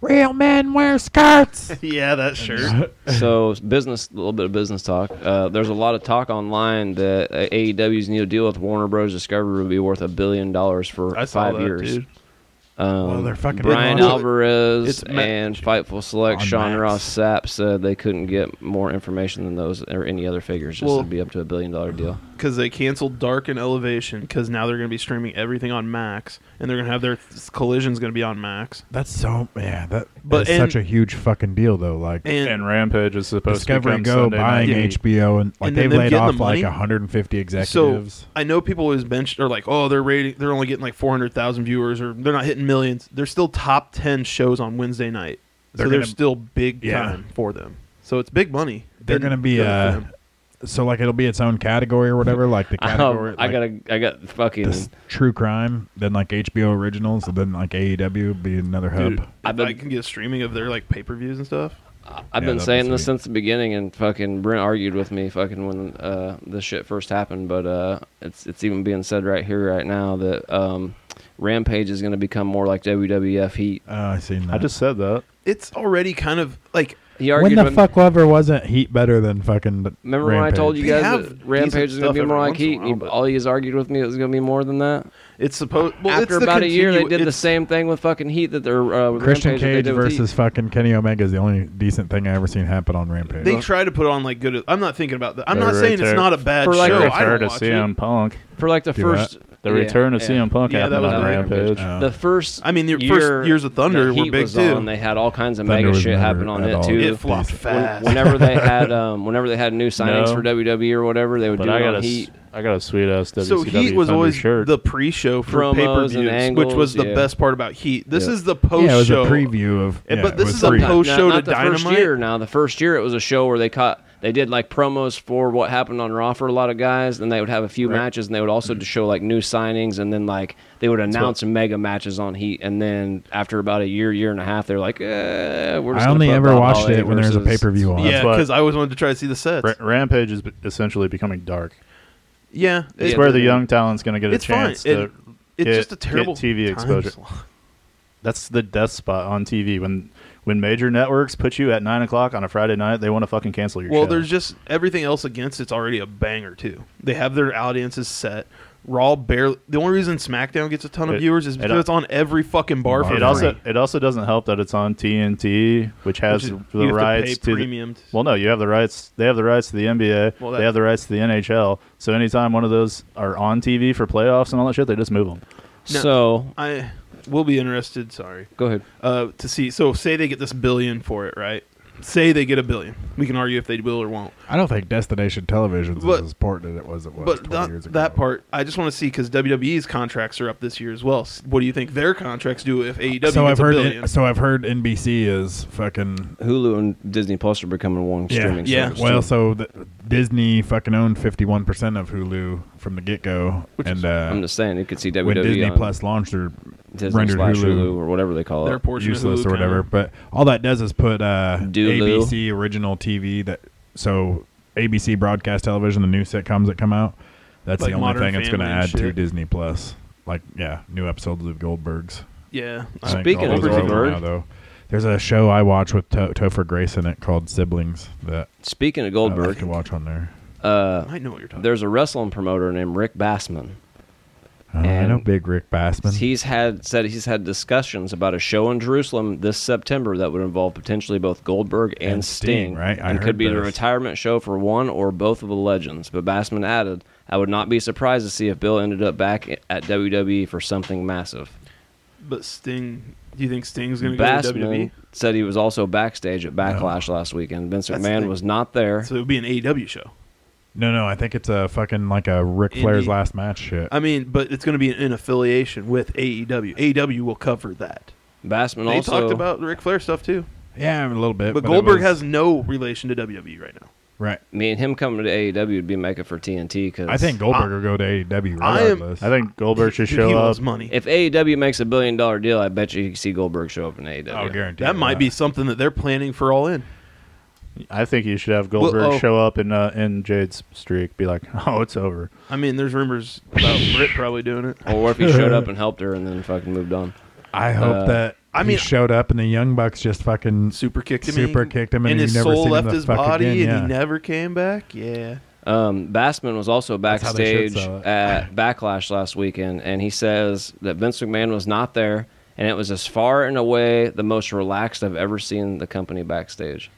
[SPEAKER 1] Real men wear skirts.
[SPEAKER 3] [laughs]
[SPEAKER 5] Yeah, that shirt.
[SPEAKER 3] so business, a little bit of business talk. Uh, there's a lot of talk online that uh, AEW's new deal with Warner Bros. Discovery would be worth a billion dollars for
[SPEAKER 5] I saw
[SPEAKER 3] five
[SPEAKER 5] that,
[SPEAKER 3] years.
[SPEAKER 5] dude.
[SPEAKER 3] Um,
[SPEAKER 1] Well, they're fucking
[SPEAKER 3] Brian
[SPEAKER 1] on-
[SPEAKER 3] Alvarez
[SPEAKER 5] It's ma-
[SPEAKER 3] and Fightful Select
[SPEAKER 1] on
[SPEAKER 3] Sean
[SPEAKER 1] Max.
[SPEAKER 3] Ross Sapp said they couldn't get more information than those or any other figures. Just
[SPEAKER 5] Well-
[SPEAKER 3] to be up to a billion dollar deal.
[SPEAKER 5] Because they canceled Dark and Elevation, because now they're going to be streaming everything on Max, and they're going to have their collisions going to be on Max.
[SPEAKER 1] That's so yeah. That
[SPEAKER 5] But-
[SPEAKER 1] but
[SPEAKER 5] and-
[SPEAKER 1] such a huge fucking deal though. Like
[SPEAKER 5] And,
[SPEAKER 2] And Rampage is supposed
[SPEAKER 1] Discovery
[SPEAKER 2] to become
[SPEAKER 1] Go
[SPEAKER 2] Sunday
[SPEAKER 1] buying
[SPEAKER 2] night.
[SPEAKER 1] HBO and like
[SPEAKER 5] And then
[SPEAKER 1] they've
[SPEAKER 5] them
[SPEAKER 1] laid
[SPEAKER 5] getting
[SPEAKER 1] off
[SPEAKER 5] the
[SPEAKER 1] like
[SPEAKER 5] money?
[SPEAKER 1] 150
[SPEAKER 5] so
[SPEAKER 1] executives.
[SPEAKER 5] I know people always bench are like, oh, they're rating, they're only getting like four hundred thousand viewers, or they're not hitting millions. They're still top ten shows on Wednesday night,
[SPEAKER 1] They're
[SPEAKER 5] so they're
[SPEAKER 1] gonna-
[SPEAKER 5] still big
[SPEAKER 1] Yeah.
[SPEAKER 5] time for them. So it's big money.
[SPEAKER 1] They're
[SPEAKER 5] And
[SPEAKER 1] gonna be
[SPEAKER 5] good for
[SPEAKER 1] uh,
[SPEAKER 5] them.
[SPEAKER 1] so like it'll be its own category or whatever, like the category.
[SPEAKER 3] Um, [laughs] I
[SPEAKER 1] like,
[SPEAKER 3] got a, I got fucking.
[SPEAKER 1] this true crime, then like HBO originals, and then like AEW would be another hub.
[SPEAKER 5] Dude,
[SPEAKER 3] I've
[SPEAKER 5] I've
[SPEAKER 3] been-
[SPEAKER 5] I can get streaming of their like pay per views and stuff.
[SPEAKER 1] Yeah,
[SPEAKER 3] I've been
[SPEAKER 1] that'd be
[SPEAKER 3] saying this
[SPEAKER 1] sweet.
[SPEAKER 3] since the beginning, and fucking Brent argued with me fucking when uh, this shit first happened. But uh, it's it's even being said right here, right now that um, Rampage is going to become more like WWF Heat.
[SPEAKER 1] Oh, I seen that.
[SPEAKER 2] I just said that.
[SPEAKER 5] It's already kind of like
[SPEAKER 3] He
[SPEAKER 1] when
[SPEAKER 3] argued
[SPEAKER 1] the
[SPEAKER 3] when-
[SPEAKER 1] fuck ever wasn't Heat better than fucking.
[SPEAKER 3] Remember when I told you
[SPEAKER 5] They
[SPEAKER 3] guys
[SPEAKER 5] have
[SPEAKER 3] that Rampage
[SPEAKER 5] decent
[SPEAKER 3] is going to be
[SPEAKER 5] stuff
[SPEAKER 3] more
[SPEAKER 5] every
[SPEAKER 3] like
[SPEAKER 5] once in a
[SPEAKER 3] Heat? and he-
[SPEAKER 5] while, but-
[SPEAKER 3] all he's argued with me it was going to be more than that.
[SPEAKER 5] it's supposed. Well,
[SPEAKER 3] After
[SPEAKER 5] it's the
[SPEAKER 3] about a year, they
[SPEAKER 5] continue-
[SPEAKER 3] did the
[SPEAKER 5] it's-
[SPEAKER 3] same thing with fucking Heat that they're uh, with
[SPEAKER 1] Christian
[SPEAKER 3] Rampage that they
[SPEAKER 1] Cage
[SPEAKER 3] did with Heat.
[SPEAKER 1] versus fucking Kenny Omega is the only decent thing I ever seen happen on Rampage.
[SPEAKER 5] They try to put on like good. I'm not thinking about that. I'm
[SPEAKER 2] The
[SPEAKER 5] not saying it's
[SPEAKER 2] return-
[SPEAKER 5] not a bad
[SPEAKER 3] For, like,
[SPEAKER 5] show.
[SPEAKER 2] the
[SPEAKER 3] the-
[SPEAKER 5] I
[SPEAKER 2] return
[SPEAKER 5] don't
[SPEAKER 2] to
[SPEAKER 5] watch it.
[SPEAKER 2] CM Punk.
[SPEAKER 3] for like the
[SPEAKER 1] Do
[SPEAKER 3] first
[SPEAKER 2] The
[SPEAKER 3] yeah,
[SPEAKER 2] return of
[SPEAKER 3] yeah.
[SPEAKER 2] CM Punk
[SPEAKER 5] Yeah,
[SPEAKER 2] happened
[SPEAKER 5] that was
[SPEAKER 2] on
[SPEAKER 5] the
[SPEAKER 2] Rampage.
[SPEAKER 3] Rampage.
[SPEAKER 1] Oh.
[SPEAKER 3] The first,
[SPEAKER 5] I mean, your
[SPEAKER 3] year
[SPEAKER 5] first years of Thunder
[SPEAKER 3] the
[SPEAKER 5] were
[SPEAKER 3] Heat
[SPEAKER 5] big,
[SPEAKER 3] was
[SPEAKER 5] too.
[SPEAKER 3] On, they had all kinds of
[SPEAKER 1] Thunder
[SPEAKER 3] mega
[SPEAKER 1] was
[SPEAKER 3] shit
[SPEAKER 1] never
[SPEAKER 3] happen on
[SPEAKER 1] at
[SPEAKER 3] that
[SPEAKER 1] all
[SPEAKER 3] too.
[SPEAKER 5] It flopped
[SPEAKER 1] When-
[SPEAKER 3] When-
[SPEAKER 5] fast.
[SPEAKER 3] whenever
[SPEAKER 5] [laughs]
[SPEAKER 3] they had um, whenever they had new signings
[SPEAKER 2] No.
[SPEAKER 3] for WWE or whatever, they would
[SPEAKER 2] But
[SPEAKER 3] do
[SPEAKER 2] I
[SPEAKER 3] it
[SPEAKER 2] got
[SPEAKER 3] on
[SPEAKER 2] a,
[SPEAKER 3] Heat.
[SPEAKER 2] s- I got a sweet ass WCW
[SPEAKER 5] So Heat was
[SPEAKER 2] Thunder
[SPEAKER 5] always
[SPEAKER 2] shirt.
[SPEAKER 5] the pre-show for
[SPEAKER 3] Promos and
[SPEAKER 5] pay-per-views, which was the
[SPEAKER 3] angles, yeah.
[SPEAKER 5] best part about Heat. This
[SPEAKER 3] Yeah.
[SPEAKER 5] is the
[SPEAKER 1] yeah, it was a
[SPEAKER 5] post-show.
[SPEAKER 1] preview of.
[SPEAKER 5] Yeah,
[SPEAKER 1] yeah,
[SPEAKER 5] but
[SPEAKER 1] it
[SPEAKER 5] this
[SPEAKER 1] was
[SPEAKER 5] is a
[SPEAKER 1] free.
[SPEAKER 5] post-
[SPEAKER 3] Not-
[SPEAKER 5] show
[SPEAKER 3] not
[SPEAKER 5] to
[SPEAKER 3] the first
[SPEAKER 5] Dynamite?
[SPEAKER 3] year. Now the first year it was a show where they caught they did like promos for what happened on Raw for a lot of guys. Then they would have a few matches, and they would also just show like new signings, and then like they would announce mega matches on Heat. And then after about a year, year and a half, they're like, eh, we're just
[SPEAKER 1] I
[SPEAKER 3] gonna
[SPEAKER 1] only
[SPEAKER 3] put
[SPEAKER 1] ever
[SPEAKER 3] Bob
[SPEAKER 1] watched
[SPEAKER 3] Holly
[SPEAKER 1] it when there was a pay
[SPEAKER 3] versus-
[SPEAKER 1] per view on.
[SPEAKER 5] Yeah,
[SPEAKER 2] That's why-
[SPEAKER 5] because I always wanted to try to see the sets.
[SPEAKER 2] Ra- Rampage is b- essentially becoming dark.
[SPEAKER 5] Yeah,
[SPEAKER 2] It's
[SPEAKER 5] it-
[SPEAKER 2] where the young talent's going to get a
[SPEAKER 5] it's fine.
[SPEAKER 2] chance
[SPEAKER 5] It-
[SPEAKER 2] to.
[SPEAKER 5] it's
[SPEAKER 2] get-
[SPEAKER 5] just a
[SPEAKER 2] get
[SPEAKER 5] terrible
[SPEAKER 2] TV
[SPEAKER 5] time
[SPEAKER 2] exposure.
[SPEAKER 5] slot.
[SPEAKER 2] That's the death spot on TV when when major networks put you at nine o'clock on a Friday night. They want to fucking cancel your.
[SPEAKER 5] Well,
[SPEAKER 2] show.
[SPEAKER 5] there's just everything else against it's already a banger too. They have their audiences set. Raw barely. The only reason SmackDown gets a ton of
[SPEAKER 2] It-
[SPEAKER 5] viewers is
[SPEAKER 2] it
[SPEAKER 5] because
[SPEAKER 2] al-
[SPEAKER 5] it's on every fucking bar. for
[SPEAKER 2] it
[SPEAKER 5] free.
[SPEAKER 2] also it also doesn't help that it's on TNT, which has
[SPEAKER 5] Which is- you
[SPEAKER 2] the
[SPEAKER 5] have to
[SPEAKER 2] rights
[SPEAKER 5] pay
[SPEAKER 2] to.
[SPEAKER 5] premium.
[SPEAKER 2] well, no, you have the rights. They have the rights to the NBA.
[SPEAKER 5] Well,
[SPEAKER 2] they
[SPEAKER 5] that-
[SPEAKER 2] have the rights to the NHL. So anytime one of those are on TV for playoffs and all that shit, they just move them.
[SPEAKER 5] No.
[SPEAKER 3] So
[SPEAKER 5] I will be interested. Sorry.
[SPEAKER 3] go ahead.
[SPEAKER 5] uh, to see. So say they get this billion for it, right? Say they get a billion. We can argue if they will or won't.
[SPEAKER 1] I don't think destination television's
[SPEAKER 5] But-
[SPEAKER 1] as important as it was. It was
[SPEAKER 5] But
[SPEAKER 1] 20
[SPEAKER 5] that,
[SPEAKER 1] years ago.
[SPEAKER 5] that part, I just want to see because WWE's contracts are up this year as well. S- What do you think their contracts do if AEW
[SPEAKER 1] So I've
[SPEAKER 5] gets a
[SPEAKER 1] heard.
[SPEAKER 5] billion?
[SPEAKER 1] It, so I've heard NBC is fucking.
[SPEAKER 3] Hulu and Disney Plus are becoming one streaming
[SPEAKER 5] Yeah.
[SPEAKER 3] service.
[SPEAKER 1] Well,
[SPEAKER 3] too.
[SPEAKER 1] so th- Disney fucking owned fifty one percent of Hulu from the get go, and
[SPEAKER 3] I'm
[SPEAKER 1] uh,
[SPEAKER 3] just saying you could see WWE
[SPEAKER 1] when Disney
[SPEAKER 3] on
[SPEAKER 1] Plus launched their
[SPEAKER 3] Disney
[SPEAKER 1] rendered
[SPEAKER 3] slash
[SPEAKER 1] Hulu
[SPEAKER 3] Hulu or whatever they call
[SPEAKER 5] their
[SPEAKER 3] it.
[SPEAKER 5] portion
[SPEAKER 1] uh, useless
[SPEAKER 5] of Hulu
[SPEAKER 1] or whatever.
[SPEAKER 5] kinda-
[SPEAKER 1] But all that does is put uh,
[SPEAKER 3] Dulu.
[SPEAKER 1] ABC original TV that so ABC broadcast television, the new sitcoms that come out. That's
[SPEAKER 5] Like
[SPEAKER 1] the only
[SPEAKER 5] Modern
[SPEAKER 1] thing that's going to
[SPEAKER 5] Family and
[SPEAKER 1] add to
[SPEAKER 5] shit.
[SPEAKER 1] Disney Plus. Like yeah, new episodes of Goldberg's.
[SPEAKER 5] Yeah.
[SPEAKER 1] I
[SPEAKER 5] Uh,
[SPEAKER 1] think
[SPEAKER 3] Speaking
[SPEAKER 1] all
[SPEAKER 3] of
[SPEAKER 1] those are over
[SPEAKER 3] Goldberg.
[SPEAKER 1] now, though. There's a show I watch with to- Topher Grace in it called Siblings that
[SPEAKER 3] Speaking of
[SPEAKER 1] I like
[SPEAKER 3] Goldberg,
[SPEAKER 1] to watch on there.
[SPEAKER 5] I know what you're talking. about.
[SPEAKER 3] there's a wrestling promoter named Rick Bassman.
[SPEAKER 1] Uh, I know
[SPEAKER 3] And
[SPEAKER 1] Big Rick Bassman.
[SPEAKER 3] He's had said he's had discussions about a show in Jerusalem this September that would involve potentially both Goldberg and,
[SPEAKER 1] And Sting,
[SPEAKER 3] Sting,
[SPEAKER 1] right? I
[SPEAKER 3] and
[SPEAKER 1] heard
[SPEAKER 3] could be the
[SPEAKER 1] this.
[SPEAKER 3] retirement show for one or both of the legends. But Bassman added, "I would not be surprised to see if Bill ended up back at WWE for something massive."
[SPEAKER 5] But Sting, do you think Sting's going to E? go to
[SPEAKER 3] Bassman
[SPEAKER 5] WWE?
[SPEAKER 3] said he was also backstage at Backlash last weekend. Vince
[SPEAKER 5] That's the
[SPEAKER 3] McMahon
[SPEAKER 5] thing.
[SPEAKER 3] was not there.
[SPEAKER 5] So it would be an AEW show.
[SPEAKER 1] no, no, I think it's a fucking like a Ric Flair's
[SPEAKER 5] Indie.
[SPEAKER 1] last match shit.
[SPEAKER 5] I mean, but it's going to be in affiliation with E AEW. AEW will cover that.
[SPEAKER 3] Bassman
[SPEAKER 5] They
[SPEAKER 3] also
[SPEAKER 5] talked about the Ric Flair stuff too,
[SPEAKER 1] yeah, a little bit.
[SPEAKER 5] but,
[SPEAKER 1] it
[SPEAKER 5] Goldberg
[SPEAKER 1] was-
[SPEAKER 5] has no relation to WWE right now.
[SPEAKER 1] right.
[SPEAKER 3] me and him coming to AEW would be making for TNT because
[SPEAKER 1] I think Goldberg will go to AEW
[SPEAKER 5] I am-
[SPEAKER 1] regardless.
[SPEAKER 2] I think Goldberg should
[SPEAKER 5] Dude, he
[SPEAKER 2] show up.
[SPEAKER 5] loves money.
[SPEAKER 3] If AEW makes a billion dollar deal, I bet you you can see Goldberg show up in E AEW.
[SPEAKER 1] I'll guarantee
[SPEAKER 5] That
[SPEAKER 1] you
[SPEAKER 5] might be something that they're planning for All In.
[SPEAKER 2] I think you should have Goldberg
[SPEAKER 5] Well, oh.
[SPEAKER 2] show up in uh, in Jade's streak. Be like, [laughs] oh, it's over.
[SPEAKER 5] I mean, there's rumors about Britt probably doing it.
[SPEAKER 3] Or what if he showed
[SPEAKER 1] [laughs]
[SPEAKER 3] up and helped her and then fucking moved on?
[SPEAKER 1] I hope
[SPEAKER 3] Uh,
[SPEAKER 1] that
[SPEAKER 5] I
[SPEAKER 1] he
[SPEAKER 5] mean-
[SPEAKER 1] showed up and the Young Bucks just fucking
[SPEAKER 5] Super kicked him.
[SPEAKER 1] Super kicked him and you
[SPEAKER 5] his
[SPEAKER 1] never
[SPEAKER 5] soul
[SPEAKER 1] seen him
[SPEAKER 5] left
[SPEAKER 1] the
[SPEAKER 5] his
[SPEAKER 1] fuck
[SPEAKER 5] body,
[SPEAKER 1] again,
[SPEAKER 5] and
[SPEAKER 1] yeah.
[SPEAKER 5] he never came back. Yeah,
[SPEAKER 3] Um, Bassman was also
[SPEAKER 1] how they should
[SPEAKER 3] backstage
[SPEAKER 1] sell it.
[SPEAKER 3] at Backlash last weekend, and he says that Vince McMahon was not there, and it was as far and away the most relaxed I've ever seen the company backstage.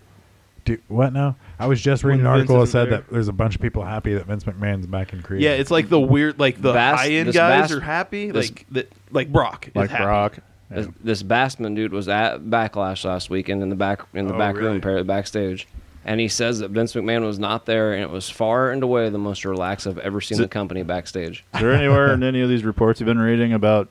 [SPEAKER 1] Dude, what now? I was just reading an
[SPEAKER 5] When Vince
[SPEAKER 1] article that
[SPEAKER 5] isn't
[SPEAKER 1] said
[SPEAKER 5] there.
[SPEAKER 1] that there's a bunch of people happy that Vince McMahon's back in creative.
[SPEAKER 5] yeah. It's like the weird, like the
[SPEAKER 3] Bas-
[SPEAKER 5] high end
[SPEAKER 3] this
[SPEAKER 5] guys
[SPEAKER 3] Bas-
[SPEAKER 5] are happy,
[SPEAKER 3] this-
[SPEAKER 5] like that, like Brock, is
[SPEAKER 2] Like
[SPEAKER 5] happy.
[SPEAKER 2] Brock.
[SPEAKER 3] This, this Bassman dude was at Backlash last weekend in the back in the
[SPEAKER 1] Oh,
[SPEAKER 3] back
[SPEAKER 1] really?
[SPEAKER 3] room, par- backstage, and he says that Vince McMahon was not there, and it was far and away the most relaxed I've ever seen
[SPEAKER 2] So-
[SPEAKER 3] the company backstage.
[SPEAKER 2] Is there anywhere in any of these reports you've been reading about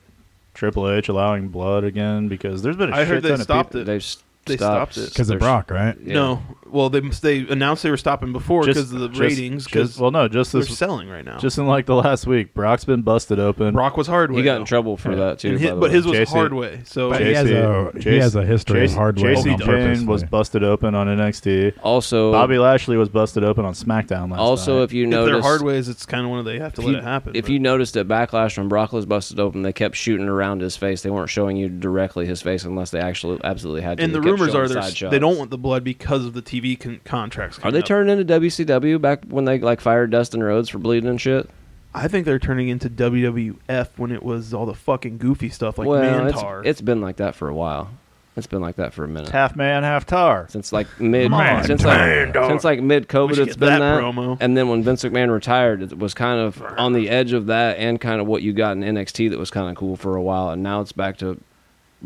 [SPEAKER 2] Triple H allowing blood again? Because there's been a
[SPEAKER 5] I
[SPEAKER 2] shit
[SPEAKER 5] heard they
[SPEAKER 2] ton of
[SPEAKER 5] stopped
[SPEAKER 2] people-
[SPEAKER 5] it.
[SPEAKER 3] They've s-
[SPEAKER 5] They stopped it.
[SPEAKER 1] because of
[SPEAKER 3] their-
[SPEAKER 1] Brock, right?
[SPEAKER 3] Yeah.
[SPEAKER 5] No, well, they they announced they were stopping before because of the
[SPEAKER 2] just-
[SPEAKER 5] ratings. Because
[SPEAKER 2] just- well, no, just
[SPEAKER 5] they're
[SPEAKER 2] this,
[SPEAKER 5] selling right now.
[SPEAKER 2] just in like the last week, Brock's been busted open.
[SPEAKER 5] Brock was hard way.
[SPEAKER 3] He got in
[SPEAKER 5] though.
[SPEAKER 3] trouble for that too.
[SPEAKER 5] And
[SPEAKER 3] by
[SPEAKER 5] hi-
[SPEAKER 3] the
[SPEAKER 5] but
[SPEAKER 3] way.
[SPEAKER 5] his was
[SPEAKER 2] Jason-
[SPEAKER 5] hard way. So
[SPEAKER 1] But he has a- he has a history of
[SPEAKER 2] Jason-
[SPEAKER 1] hard way
[SPEAKER 2] Jason
[SPEAKER 5] on
[SPEAKER 1] purpose.
[SPEAKER 2] Jane was busted open on NXT.
[SPEAKER 3] also
[SPEAKER 2] Bobby Lashley was busted open on SmackDown last
[SPEAKER 3] Also,
[SPEAKER 2] night.
[SPEAKER 3] if you
[SPEAKER 5] if they're
[SPEAKER 3] notice,
[SPEAKER 5] hard ways, it's kind of one of they have to
[SPEAKER 3] if
[SPEAKER 5] let
[SPEAKER 3] you-
[SPEAKER 5] it happen.
[SPEAKER 3] If
[SPEAKER 5] but-
[SPEAKER 3] you noticed at Backlash when Brock was busted open, they kept shooting around his face. They weren't showing you directly his face unless they actually absolutely had to.
[SPEAKER 5] and
[SPEAKER 3] They
[SPEAKER 5] the
[SPEAKER 3] kept
[SPEAKER 5] rumors
[SPEAKER 3] showing
[SPEAKER 5] are
[SPEAKER 3] side
[SPEAKER 5] they're-
[SPEAKER 3] shots.
[SPEAKER 5] they don't want the blood because of the TV con- contracts.
[SPEAKER 3] Are
[SPEAKER 5] coming
[SPEAKER 3] they
[SPEAKER 5] up.
[SPEAKER 3] turned into WCW back when they like fired Dustin Rhodes for bleeding and shit?
[SPEAKER 5] I think they're turning into WWF when it was all the fucking goofy stuff like
[SPEAKER 3] well, it's,
[SPEAKER 5] Mantar.
[SPEAKER 3] it's been like that for a while. It's been like that for a minute.
[SPEAKER 2] half man, half tar.
[SPEAKER 3] since like mid
[SPEAKER 1] Man,
[SPEAKER 3] since like since like mid
[SPEAKER 5] We
[SPEAKER 3] COVID
[SPEAKER 5] should
[SPEAKER 3] it's
[SPEAKER 5] get
[SPEAKER 3] been that,
[SPEAKER 5] that promo.
[SPEAKER 3] and then when Vince McMahon retired it was kind of on the edge of that and kind of what you got in NXT that was kind of cool for a while and now it's back to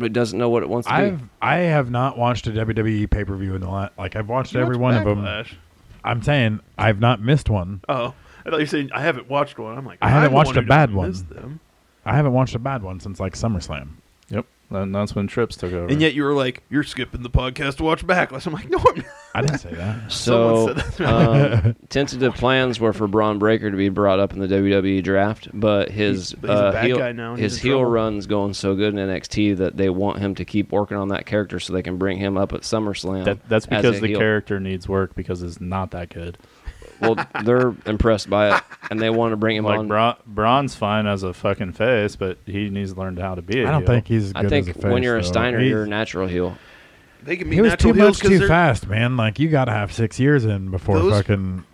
[SPEAKER 3] it doesn't know what it wants to
[SPEAKER 1] I've
[SPEAKER 3] be.
[SPEAKER 1] I have not watched a WWE pay per view in the last. Like I've watched every one of them.
[SPEAKER 5] Backlash.
[SPEAKER 1] I'm saying I've not missed one.
[SPEAKER 5] Oh, I thought you were saying I haven't watched one. I'm like,
[SPEAKER 1] I haven't
[SPEAKER 5] I'm the
[SPEAKER 1] watched
[SPEAKER 5] one
[SPEAKER 1] a
[SPEAKER 5] who
[SPEAKER 1] bad
[SPEAKER 5] doesn't
[SPEAKER 1] one.
[SPEAKER 5] miss them.
[SPEAKER 1] I haven't watched a bad one since like SummerSlam.
[SPEAKER 2] Yep, and that's when Trips took over.
[SPEAKER 5] And yet you were like, you're skipping the podcast to watch Backlash. I'm like, [laughs] no, I'm not.
[SPEAKER 1] I didn't say
[SPEAKER 3] [laughs]
[SPEAKER 1] that.
[SPEAKER 3] So
[SPEAKER 5] Someone said [laughs]
[SPEAKER 3] um, tentative plans were for Braun Breaker to be brought up in the WWE draft, but his
[SPEAKER 5] But he's a
[SPEAKER 3] uh,
[SPEAKER 5] bad
[SPEAKER 3] heel,
[SPEAKER 5] guy now, and he's
[SPEAKER 3] his
[SPEAKER 5] in
[SPEAKER 3] heel
[SPEAKER 5] trouble.
[SPEAKER 3] run's going so good in NXT that they want him to keep working on that character so they can bring him up at SummerSlam.
[SPEAKER 2] That, that's
[SPEAKER 3] as
[SPEAKER 2] because
[SPEAKER 3] a
[SPEAKER 2] the
[SPEAKER 3] heel.
[SPEAKER 2] character needs work because it's not that good.
[SPEAKER 3] Well, they're impressed by it and they want to bring him
[SPEAKER 2] Like
[SPEAKER 3] on.
[SPEAKER 2] Bra- Braun's fine as a fucking face, but he needs to learn how to be. I
[SPEAKER 1] I don't think he's. As good
[SPEAKER 3] I think
[SPEAKER 1] as a face,
[SPEAKER 3] when you're a
[SPEAKER 1] though.
[SPEAKER 3] Steiner,
[SPEAKER 1] He's-
[SPEAKER 3] you're a natural heel.
[SPEAKER 5] They can be
[SPEAKER 1] He was too
[SPEAKER 5] natural
[SPEAKER 1] much
[SPEAKER 5] heels
[SPEAKER 1] too
[SPEAKER 5] 'cause they're-
[SPEAKER 1] fast, man. Like you got to have six years in before
[SPEAKER 5] Those-
[SPEAKER 1] fucking.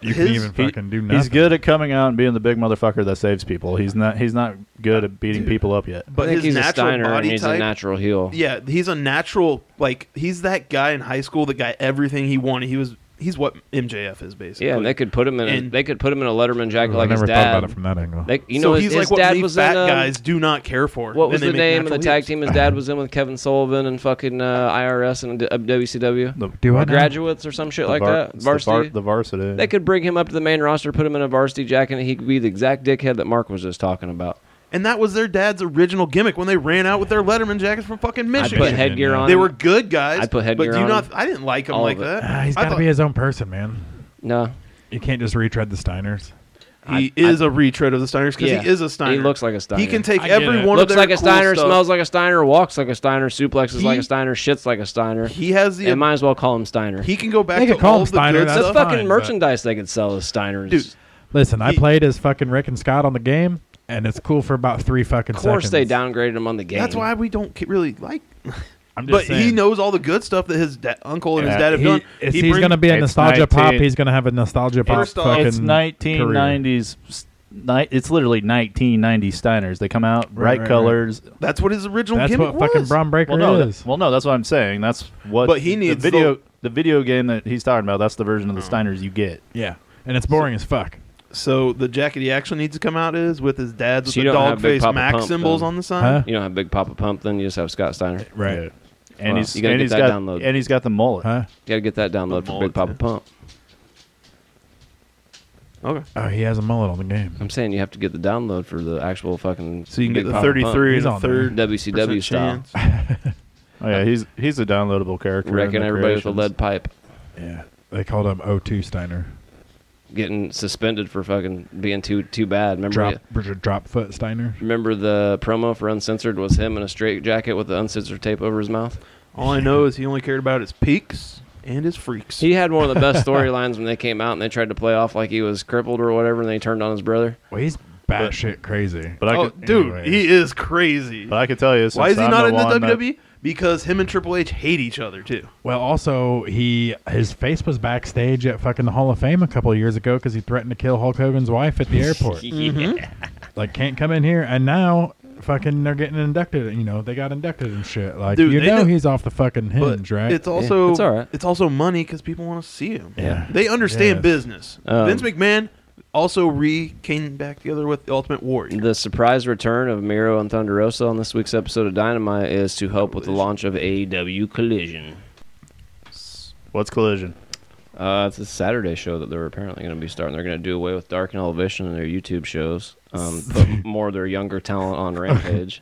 [SPEAKER 1] You can
[SPEAKER 5] his-
[SPEAKER 1] even
[SPEAKER 2] He-
[SPEAKER 1] fucking do nothing.
[SPEAKER 2] he's good at coming out and being the big motherfucker that saves people. He's not. He's not good at beating people up yet.
[SPEAKER 5] But
[SPEAKER 3] I think
[SPEAKER 5] his
[SPEAKER 3] he's a
[SPEAKER 5] natural
[SPEAKER 3] Steiner
[SPEAKER 5] body
[SPEAKER 3] and he's
[SPEAKER 5] type,
[SPEAKER 3] a natural heel.
[SPEAKER 5] Yeah, he's a natural. Like he's that guy in high school that got everything he wanted. He was. He's what MJF is basically.
[SPEAKER 3] Yeah, and they could put him in. A,
[SPEAKER 5] And-
[SPEAKER 3] they could put him in a Letterman jacket
[SPEAKER 1] I
[SPEAKER 3] like his
[SPEAKER 1] never thought
[SPEAKER 3] dad.
[SPEAKER 1] about it from that angle.
[SPEAKER 3] They, you
[SPEAKER 5] so
[SPEAKER 3] know, his,
[SPEAKER 5] he's like
[SPEAKER 3] his
[SPEAKER 5] what
[SPEAKER 3] dad
[SPEAKER 5] leaf
[SPEAKER 3] was
[SPEAKER 5] fat
[SPEAKER 3] in. um,
[SPEAKER 5] guys do not care for.
[SPEAKER 3] What was
[SPEAKER 5] Then
[SPEAKER 3] the
[SPEAKER 5] they make
[SPEAKER 3] name of the
[SPEAKER 5] natural
[SPEAKER 3] tag
[SPEAKER 5] heels.
[SPEAKER 3] team his dad was in with Kevin Sullivan and fucking uh, IRS and uh, WCW?
[SPEAKER 2] The,
[SPEAKER 1] do I
[SPEAKER 3] Or
[SPEAKER 1] know?
[SPEAKER 3] graduates or some shit
[SPEAKER 2] the
[SPEAKER 3] like
[SPEAKER 2] var-
[SPEAKER 3] that.
[SPEAKER 2] the var-
[SPEAKER 3] Varsity.
[SPEAKER 2] The, varsity.
[SPEAKER 3] they could bring him up to the main roster, put him in a varsity jacket, and he could be the exact dickhead that Mark was just talking about.
[SPEAKER 5] And that was their dad's original gimmick when they ran out with their Letterman jackets from fucking
[SPEAKER 3] I'd
[SPEAKER 5] Michigan.
[SPEAKER 3] put headgear on.
[SPEAKER 5] they
[SPEAKER 3] him.
[SPEAKER 5] were good guys.
[SPEAKER 3] I'd put headgear
[SPEAKER 5] but do you
[SPEAKER 3] on
[SPEAKER 5] not.
[SPEAKER 3] him.
[SPEAKER 5] I didn't like him
[SPEAKER 3] All
[SPEAKER 5] like
[SPEAKER 3] of it.
[SPEAKER 5] that.
[SPEAKER 1] Ah, he's
[SPEAKER 5] I
[SPEAKER 1] got to
[SPEAKER 5] thought
[SPEAKER 1] be his own person, man.
[SPEAKER 3] No.
[SPEAKER 1] You can't just retread the Steiners.
[SPEAKER 5] he is a retread of the Steiners because
[SPEAKER 3] Yeah.
[SPEAKER 5] he is a Steiner.
[SPEAKER 3] He looks like a Steiner.
[SPEAKER 5] He can take
[SPEAKER 1] I get
[SPEAKER 5] every
[SPEAKER 1] it.
[SPEAKER 5] one of
[SPEAKER 3] Looks
[SPEAKER 5] their
[SPEAKER 3] like a
[SPEAKER 5] cool
[SPEAKER 3] Steiner,
[SPEAKER 5] stuff.
[SPEAKER 3] smells like a Steiner, walks like a Steiner, suplexes like
[SPEAKER 5] He-
[SPEAKER 3] a Steiner, shits like a Steiner.
[SPEAKER 5] He has the.
[SPEAKER 3] and might as well call him Steiner.
[SPEAKER 5] he can go back
[SPEAKER 1] They
[SPEAKER 5] to
[SPEAKER 1] could call
[SPEAKER 5] all
[SPEAKER 1] him
[SPEAKER 5] of the
[SPEAKER 1] Steiner,
[SPEAKER 5] good
[SPEAKER 1] that's
[SPEAKER 3] the
[SPEAKER 5] stuff.
[SPEAKER 1] fine,
[SPEAKER 3] fucking
[SPEAKER 1] but-
[SPEAKER 3] merchandise they could sell as Steiner's.
[SPEAKER 5] Dude,
[SPEAKER 1] Listen, I
[SPEAKER 5] He-
[SPEAKER 1] played as fucking Rick and Scott on the game, and it's cool for about three fucking
[SPEAKER 3] of
[SPEAKER 1] seconds.
[SPEAKER 3] course they downgraded him on the game.
[SPEAKER 5] That's why we don't ki- really like.
[SPEAKER 1] I'm just
[SPEAKER 5] But he
[SPEAKER 1] saying,
[SPEAKER 5] knows all the good stuff that his da- uncle and his
[SPEAKER 2] Yeah,
[SPEAKER 5] dad have
[SPEAKER 1] He,
[SPEAKER 5] done.
[SPEAKER 1] if
[SPEAKER 5] He
[SPEAKER 1] he's
[SPEAKER 5] brings-
[SPEAKER 1] going to be a
[SPEAKER 2] It's
[SPEAKER 1] nostalgia pop.
[SPEAKER 2] 19
[SPEAKER 1] He's going to have a nostalgia pop.
[SPEAKER 5] First off,
[SPEAKER 1] fucking
[SPEAKER 2] it's 1990s. s- Ni- it's literally 1990 Steiners. They come out
[SPEAKER 1] Right,
[SPEAKER 2] bright
[SPEAKER 1] right, right.
[SPEAKER 2] colors.
[SPEAKER 5] That's what his original
[SPEAKER 1] That's
[SPEAKER 5] gimmick
[SPEAKER 1] what fucking
[SPEAKER 5] was.
[SPEAKER 1] Braun Breaker
[SPEAKER 2] Well, no,
[SPEAKER 1] is.
[SPEAKER 2] that- well, no, that's what I'm saying. That's what.
[SPEAKER 5] But he
[SPEAKER 2] the
[SPEAKER 5] needs
[SPEAKER 2] video.
[SPEAKER 5] the-
[SPEAKER 2] The, video game that he's talking about. That's the version of
[SPEAKER 1] Oh.
[SPEAKER 2] the Steiners you get.
[SPEAKER 1] yeah, and it's boring as fuck.
[SPEAKER 5] so the jacket he actually needs to come out is with his dad's with
[SPEAKER 3] So you
[SPEAKER 5] the
[SPEAKER 3] don't have
[SPEAKER 5] dog
[SPEAKER 3] Big
[SPEAKER 5] face
[SPEAKER 3] Papa
[SPEAKER 5] Mac
[SPEAKER 3] Pump,
[SPEAKER 5] symbols
[SPEAKER 3] then.
[SPEAKER 5] on the side.
[SPEAKER 1] Huh?
[SPEAKER 3] you don't have Big Papa Pump, then you just have Scott Steiner. You
[SPEAKER 1] Right.
[SPEAKER 2] Yeah. And
[SPEAKER 3] Wow.
[SPEAKER 2] he's
[SPEAKER 3] You gotta
[SPEAKER 2] and
[SPEAKER 3] get
[SPEAKER 2] he's
[SPEAKER 3] that
[SPEAKER 2] got
[SPEAKER 3] download.
[SPEAKER 2] and he's got the mullet.
[SPEAKER 1] Huh?
[SPEAKER 3] gotta get that download for Big
[SPEAKER 5] mullet,
[SPEAKER 3] Papa
[SPEAKER 5] yeah.
[SPEAKER 3] Pump.
[SPEAKER 5] Okay.
[SPEAKER 1] Oh, he has a mullet on the game.
[SPEAKER 3] I'm saying you have to get the download for the actual fucking.
[SPEAKER 5] So you can
[SPEAKER 3] Big
[SPEAKER 5] get the
[SPEAKER 3] Papa Pump.
[SPEAKER 5] 33
[SPEAKER 1] He's
[SPEAKER 5] and a
[SPEAKER 1] on there.
[SPEAKER 5] third
[SPEAKER 3] WCW
[SPEAKER 5] percent
[SPEAKER 3] style.
[SPEAKER 5] chance.
[SPEAKER 2] Oh yeah, he's he's a downloadable character. in
[SPEAKER 3] Wrecking
[SPEAKER 2] the
[SPEAKER 3] everybody with a
[SPEAKER 2] creations.
[SPEAKER 3] lead pipe.
[SPEAKER 1] Yeah, they called him O2 Steiner.
[SPEAKER 3] Getting suspended for fucking being too too bad. Remember
[SPEAKER 1] Drop Richard Dropfoot Steiner.
[SPEAKER 3] Remember the promo for Uncensored was him in a straight jacket with the uncensored tape over his mouth?
[SPEAKER 5] All I know is he only cared about his peaks and his freaks.
[SPEAKER 3] He had one of the
[SPEAKER 5] [laughs]
[SPEAKER 3] best storylines when they came out and they tried to play off like he was crippled or whatever and they turned on his brother.
[SPEAKER 1] Well, he's batshit crazy.
[SPEAKER 2] But I
[SPEAKER 5] oh,
[SPEAKER 2] could,
[SPEAKER 5] dude,
[SPEAKER 1] anyways.
[SPEAKER 5] he is crazy.
[SPEAKER 2] but I could tell you.
[SPEAKER 5] Why is
[SPEAKER 2] since
[SPEAKER 5] he
[SPEAKER 2] I'm
[SPEAKER 5] not in the E?
[SPEAKER 2] one that-
[SPEAKER 5] WWE? Because him and Triple H hate each other too.
[SPEAKER 1] Well, also he his face was backstage at fucking the Hall of Fame a couple of years ago because he threatened to kill Hulk Hogan's wife
[SPEAKER 5] [laughs]
[SPEAKER 1] at the airport. Like, can't come in here. And now, fucking, they're getting inducted. You know, they got inducted and shit. Like,
[SPEAKER 5] Dude,
[SPEAKER 1] you
[SPEAKER 5] they
[SPEAKER 1] know,
[SPEAKER 5] know-
[SPEAKER 1] he's off the fucking
[SPEAKER 5] But
[SPEAKER 1] hinge, right?
[SPEAKER 5] it's also
[SPEAKER 3] it's all right.
[SPEAKER 5] it's also money because people want to see him.
[SPEAKER 1] Yeah.
[SPEAKER 5] They understand
[SPEAKER 1] Yes.
[SPEAKER 5] business.
[SPEAKER 3] Um,
[SPEAKER 5] Vince McMahon also re came back together with the Ultimate Warrior.
[SPEAKER 3] The surprise return of Miro and Thunder Rosa on this week's episode of Dynamite is to help with the launch of AEW Collision.
[SPEAKER 2] What's collision?
[SPEAKER 3] Uh, it's a Saturday show that they're apparently going to be starting. They're going to do away with Dark and Elevation and their YouTube shows
[SPEAKER 1] [laughs]
[SPEAKER 3] um, put more of their younger talent on Rampage,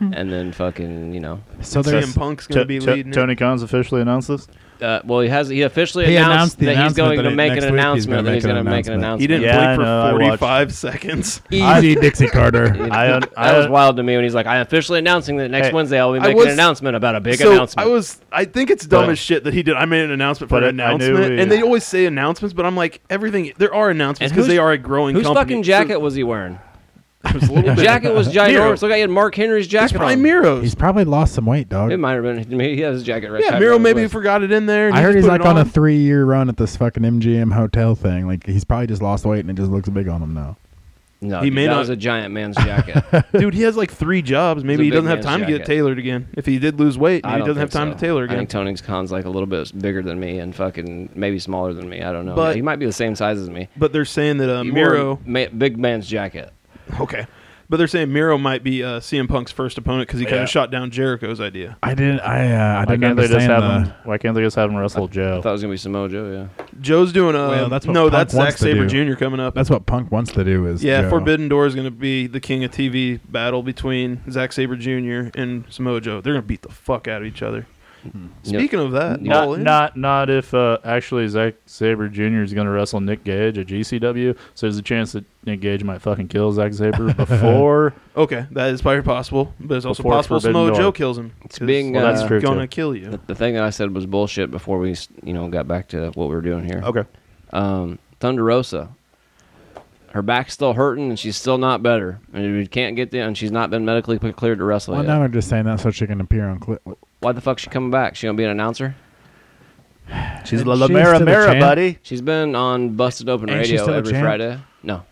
[SPEAKER 3] and then fucking you know,
[SPEAKER 1] So there's
[SPEAKER 5] CM Punk's gonna
[SPEAKER 2] T-
[SPEAKER 5] be
[SPEAKER 2] T-
[SPEAKER 5] leading. it.
[SPEAKER 2] Tony Khan's officially announced this.
[SPEAKER 3] uh, well, he has he officially
[SPEAKER 1] He announced
[SPEAKER 3] announced,
[SPEAKER 1] the
[SPEAKER 3] that he's
[SPEAKER 1] announcement
[SPEAKER 3] going
[SPEAKER 1] that
[SPEAKER 3] to
[SPEAKER 1] it-
[SPEAKER 3] make
[SPEAKER 1] next
[SPEAKER 3] an
[SPEAKER 1] week he's
[SPEAKER 3] announcement.
[SPEAKER 1] gonna
[SPEAKER 3] That he's
[SPEAKER 1] make
[SPEAKER 3] going
[SPEAKER 1] an
[SPEAKER 3] to make an
[SPEAKER 1] announcement.
[SPEAKER 3] announcement.
[SPEAKER 5] He didn't
[SPEAKER 2] Yeah, I
[SPEAKER 5] blink
[SPEAKER 2] know, I
[SPEAKER 5] for
[SPEAKER 2] watched.
[SPEAKER 5] 45 seconds.
[SPEAKER 1] [laughs] easy Dixie Carter.
[SPEAKER 2] I un-
[SPEAKER 3] that
[SPEAKER 2] I-
[SPEAKER 3] was wild to me when he's like, "I'm officially announcing that next
[SPEAKER 2] Hey,
[SPEAKER 3] Wednesday I'll be
[SPEAKER 5] I
[SPEAKER 3] making
[SPEAKER 5] was-
[SPEAKER 3] an announcement about a big
[SPEAKER 5] so
[SPEAKER 3] announcement."
[SPEAKER 5] I was. I think it's dumb
[SPEAKER 2] But-
[SPEAKER 5] as shit that he did. I made an announcement for
[SPEAKER 2] But
[SPEAKER 5] an
[SPEAKER 2] I- I knew
[SPEAKER 5] announcement,
[SPEAKER 2] we-
[SPEAKER 5] and they always say announcements, but I'm like everything. There are
[SPEAKER 3] And
[SPEAKER 5] announcements because
[SPEAKER 3] whose-
[SPEAKER 5] they are a growing.
[SPEAKER 3] Whose
[SPEAKER 5] company.
[SPEAKER 3] fucking
[SPEAKER 5] So
[SPEAKER 3] jacket
[SPEAKER 5] [laughs]
[SPEAKER 3] was he wearing?
[SPEAKER 5] it was
[SPEAKER 3] [laughs]
[SPEAKER 5] a little bit-
[SPEAKER 3] Jacket was
[SPEAKER 5] [laughs] Miro.
[SPEAKER 3] ginormous. Look, I had Mark Henry's
[SPEAKER 5] It's
[SPEAKER 3] jacket
[SPEAKER 5] probably
[SPEAKER 3] on.
[SPEAKER 5] Miro's.
[SPEAKER 1] He's probably lost some weight, dog.
[SPEAKER 3] It might have been. maybe He has his jacket right.
[SPEAKER 5] yeah,
[SPEAKER 3] tied
[SPEAKER 5] Miro
[SPEAKER 3] around his
[SPEAKER 5] maybe
[SPEAKER 3] waist.
[SPEAKER 5] forgot it in there. and
[SPEAKER 1] I
[SPEAKER 5] he
[SPEAKER 1] heard
[SPEAKER 5] just
[SPEAKER 1] he's
[SPEAKER 5] put it
[SPEAKER 1] like on a
[SPEAKER 5] on.
[SPEAKER 1] three-year run at this fucking MGM hotel thing. Like he's probably just lost weight and it just looks big on him now.
[SPEAKER 3] No,
[SPEAKER 5] He
[SPEAKER 3] dude,
[SPEAKER 5] may
[SPEAKER 3] that
[SPEAKER 5] not-
[SPEAKER 3] was a giant man's
[SPEAKER 5] [laughs]
[SPEAKER 3] jacket.
[SPEAKER 5] Dude, he has like three jobs. Maybe
[SPEAKER 3] a
[SPEAKER 5] he
[SPEAKER 3] big
[SPEAKER 5] doesn't have
[SPEAKER 3] man's
[SPEAKER 5] time to get
[SPEAKER 3] jacket.
[SPEAKER 5] tailored again. If he did lose weight,
[SPEAKER 3] I
[SPEAKER 5] maybe he
[SPEAKER 3] don't
[SPEAKER 5] doesn't have
[SPEAKER 3] think
[SPEAKER 5] time
[SPEAKER 3] so.
[SPEAKER 5] to tailor
[SPEAKER 3] I
[SPEAKER 5] again.
[SPEAKER 3] think Tony Khan's like a little bit bigger than me and fucking maybe smaller than me. I don't know.
[SPEAKER 5] But-
[SPEAKER 3] he might be the same size as me.
[SPEAKER 5] but they're saying that uh,
[SPEAKER 3] He wore
[SPEAKER 5] Miro.
[SPEAKER 3] ma- big man's jacket.
[SPEAKER 5] Okay. But they're saying Miro might be uh, CM Punk's first opponent because he kind
[SPEAKER 2] Yeah.
[SPEAKER 5] of shot down Jericho's idea.
[SPEAKER 1] I didn't. I uh, I
[SPEAKER 2] Why
[SPEAKER 1] didn't
[SPEAKER 2] can't they just
[SPEAKER 1] understand
[SPEAKER 2] have
[SPEAKER 1] the.
[SPEAKER 2] him? Why can't they just have him wrestle
[SPEAKER 3] I
[SPEAKER 2] Joe?
[SPEAKER 3] thought it was gonna be Samoa Joe. Yeah.
[SPEAKER 5] Joe's doing a
[SPEAKER 1] Well, that's what
[SPEAKER 5] no.
[SPEAKER 1] Punk
[SPEAKER 5] that's Zack
[SPEAKER 1] wants to
[SPEAKER 5] Saber
[SPEAKER 1] do.
[SPEAKER 5] Jr. coming up.
[SPEAKER 1] That's what Punk wants to do. Is
[SPEAKER 5] yeah,
[SPEAKER 1] Joe.
[SPEAKER 5] Forbidden Door is going to be the king of TV battle between Zack Saber Jr. and Samoa Joe. They're going to beat the fuck out of each other. Speaking of that, all
[SPEAKER 2] Mm-hmm. Not,
[SPEAKER 5] in.
[SPEAKER 2] not, not if uh, actually Zack Saber Jr. is going to wrestle Nick Gage at GCW. So there's a chance that Nick Gage might fucking kill Zack
[SPEAKER 1] [laughs]
[SPEAKER 2] Saber before.
[SPEAKER 5] okay, that is probably possible, but it's also
[SPEAKER 2] Before
[SPEAKER 5] possible
[SPEAKER 2] Forbidden
[SPEAKER 5] Samoa
[SPEAKER 2] Door.
[SPEAKER 5] Joe kills him.
[SPEAKER 3] It's being,
[SPEAKER 2] Well, that's uh, true,
[SPEAKER 5] Going
[SPEAKER 2] too.
[SPEAKER 5] to kill you.
[SPEAKER 3] The, the thing that I said was bullshit before we, s- you know, got back to what we were doing here.
[SPEAKER 2] okay.
[SPEAKER 3] Um, Thunder Rosa. Her back's still hurting and she's still not better. And we can't get there and she's not been medically cle- cleared to wrestle
[SPEAKER 1] Well,
[SPEAKER 3] yet.
[SPEAKER 1] now they're just saying that so she can appear on clip.
[SPEAKER 3] Why the fuck's she coming back? She gonna be an announcer?
[SPEAKER 2] She's
[SPEAKER 1] And
[SPEAKER 2] La,
[SPEAKER 1] she's
[SPEAKER 2] Mera
[SPEAKER 1] still the
[SPEAKER 2] Mera,
[SPEAKER 1] champ.
[SPEAKER 2] buddy.
[SPEAKER 3] She's been on Busted Open
[SPEAKER 1] Ain't she
[SPEAKER 3] Radio
[SPEAKER 1] still a
[SPEAKER 3] every
[SPEAKER 1] champ?
[SPEAKER 3] Friday. No.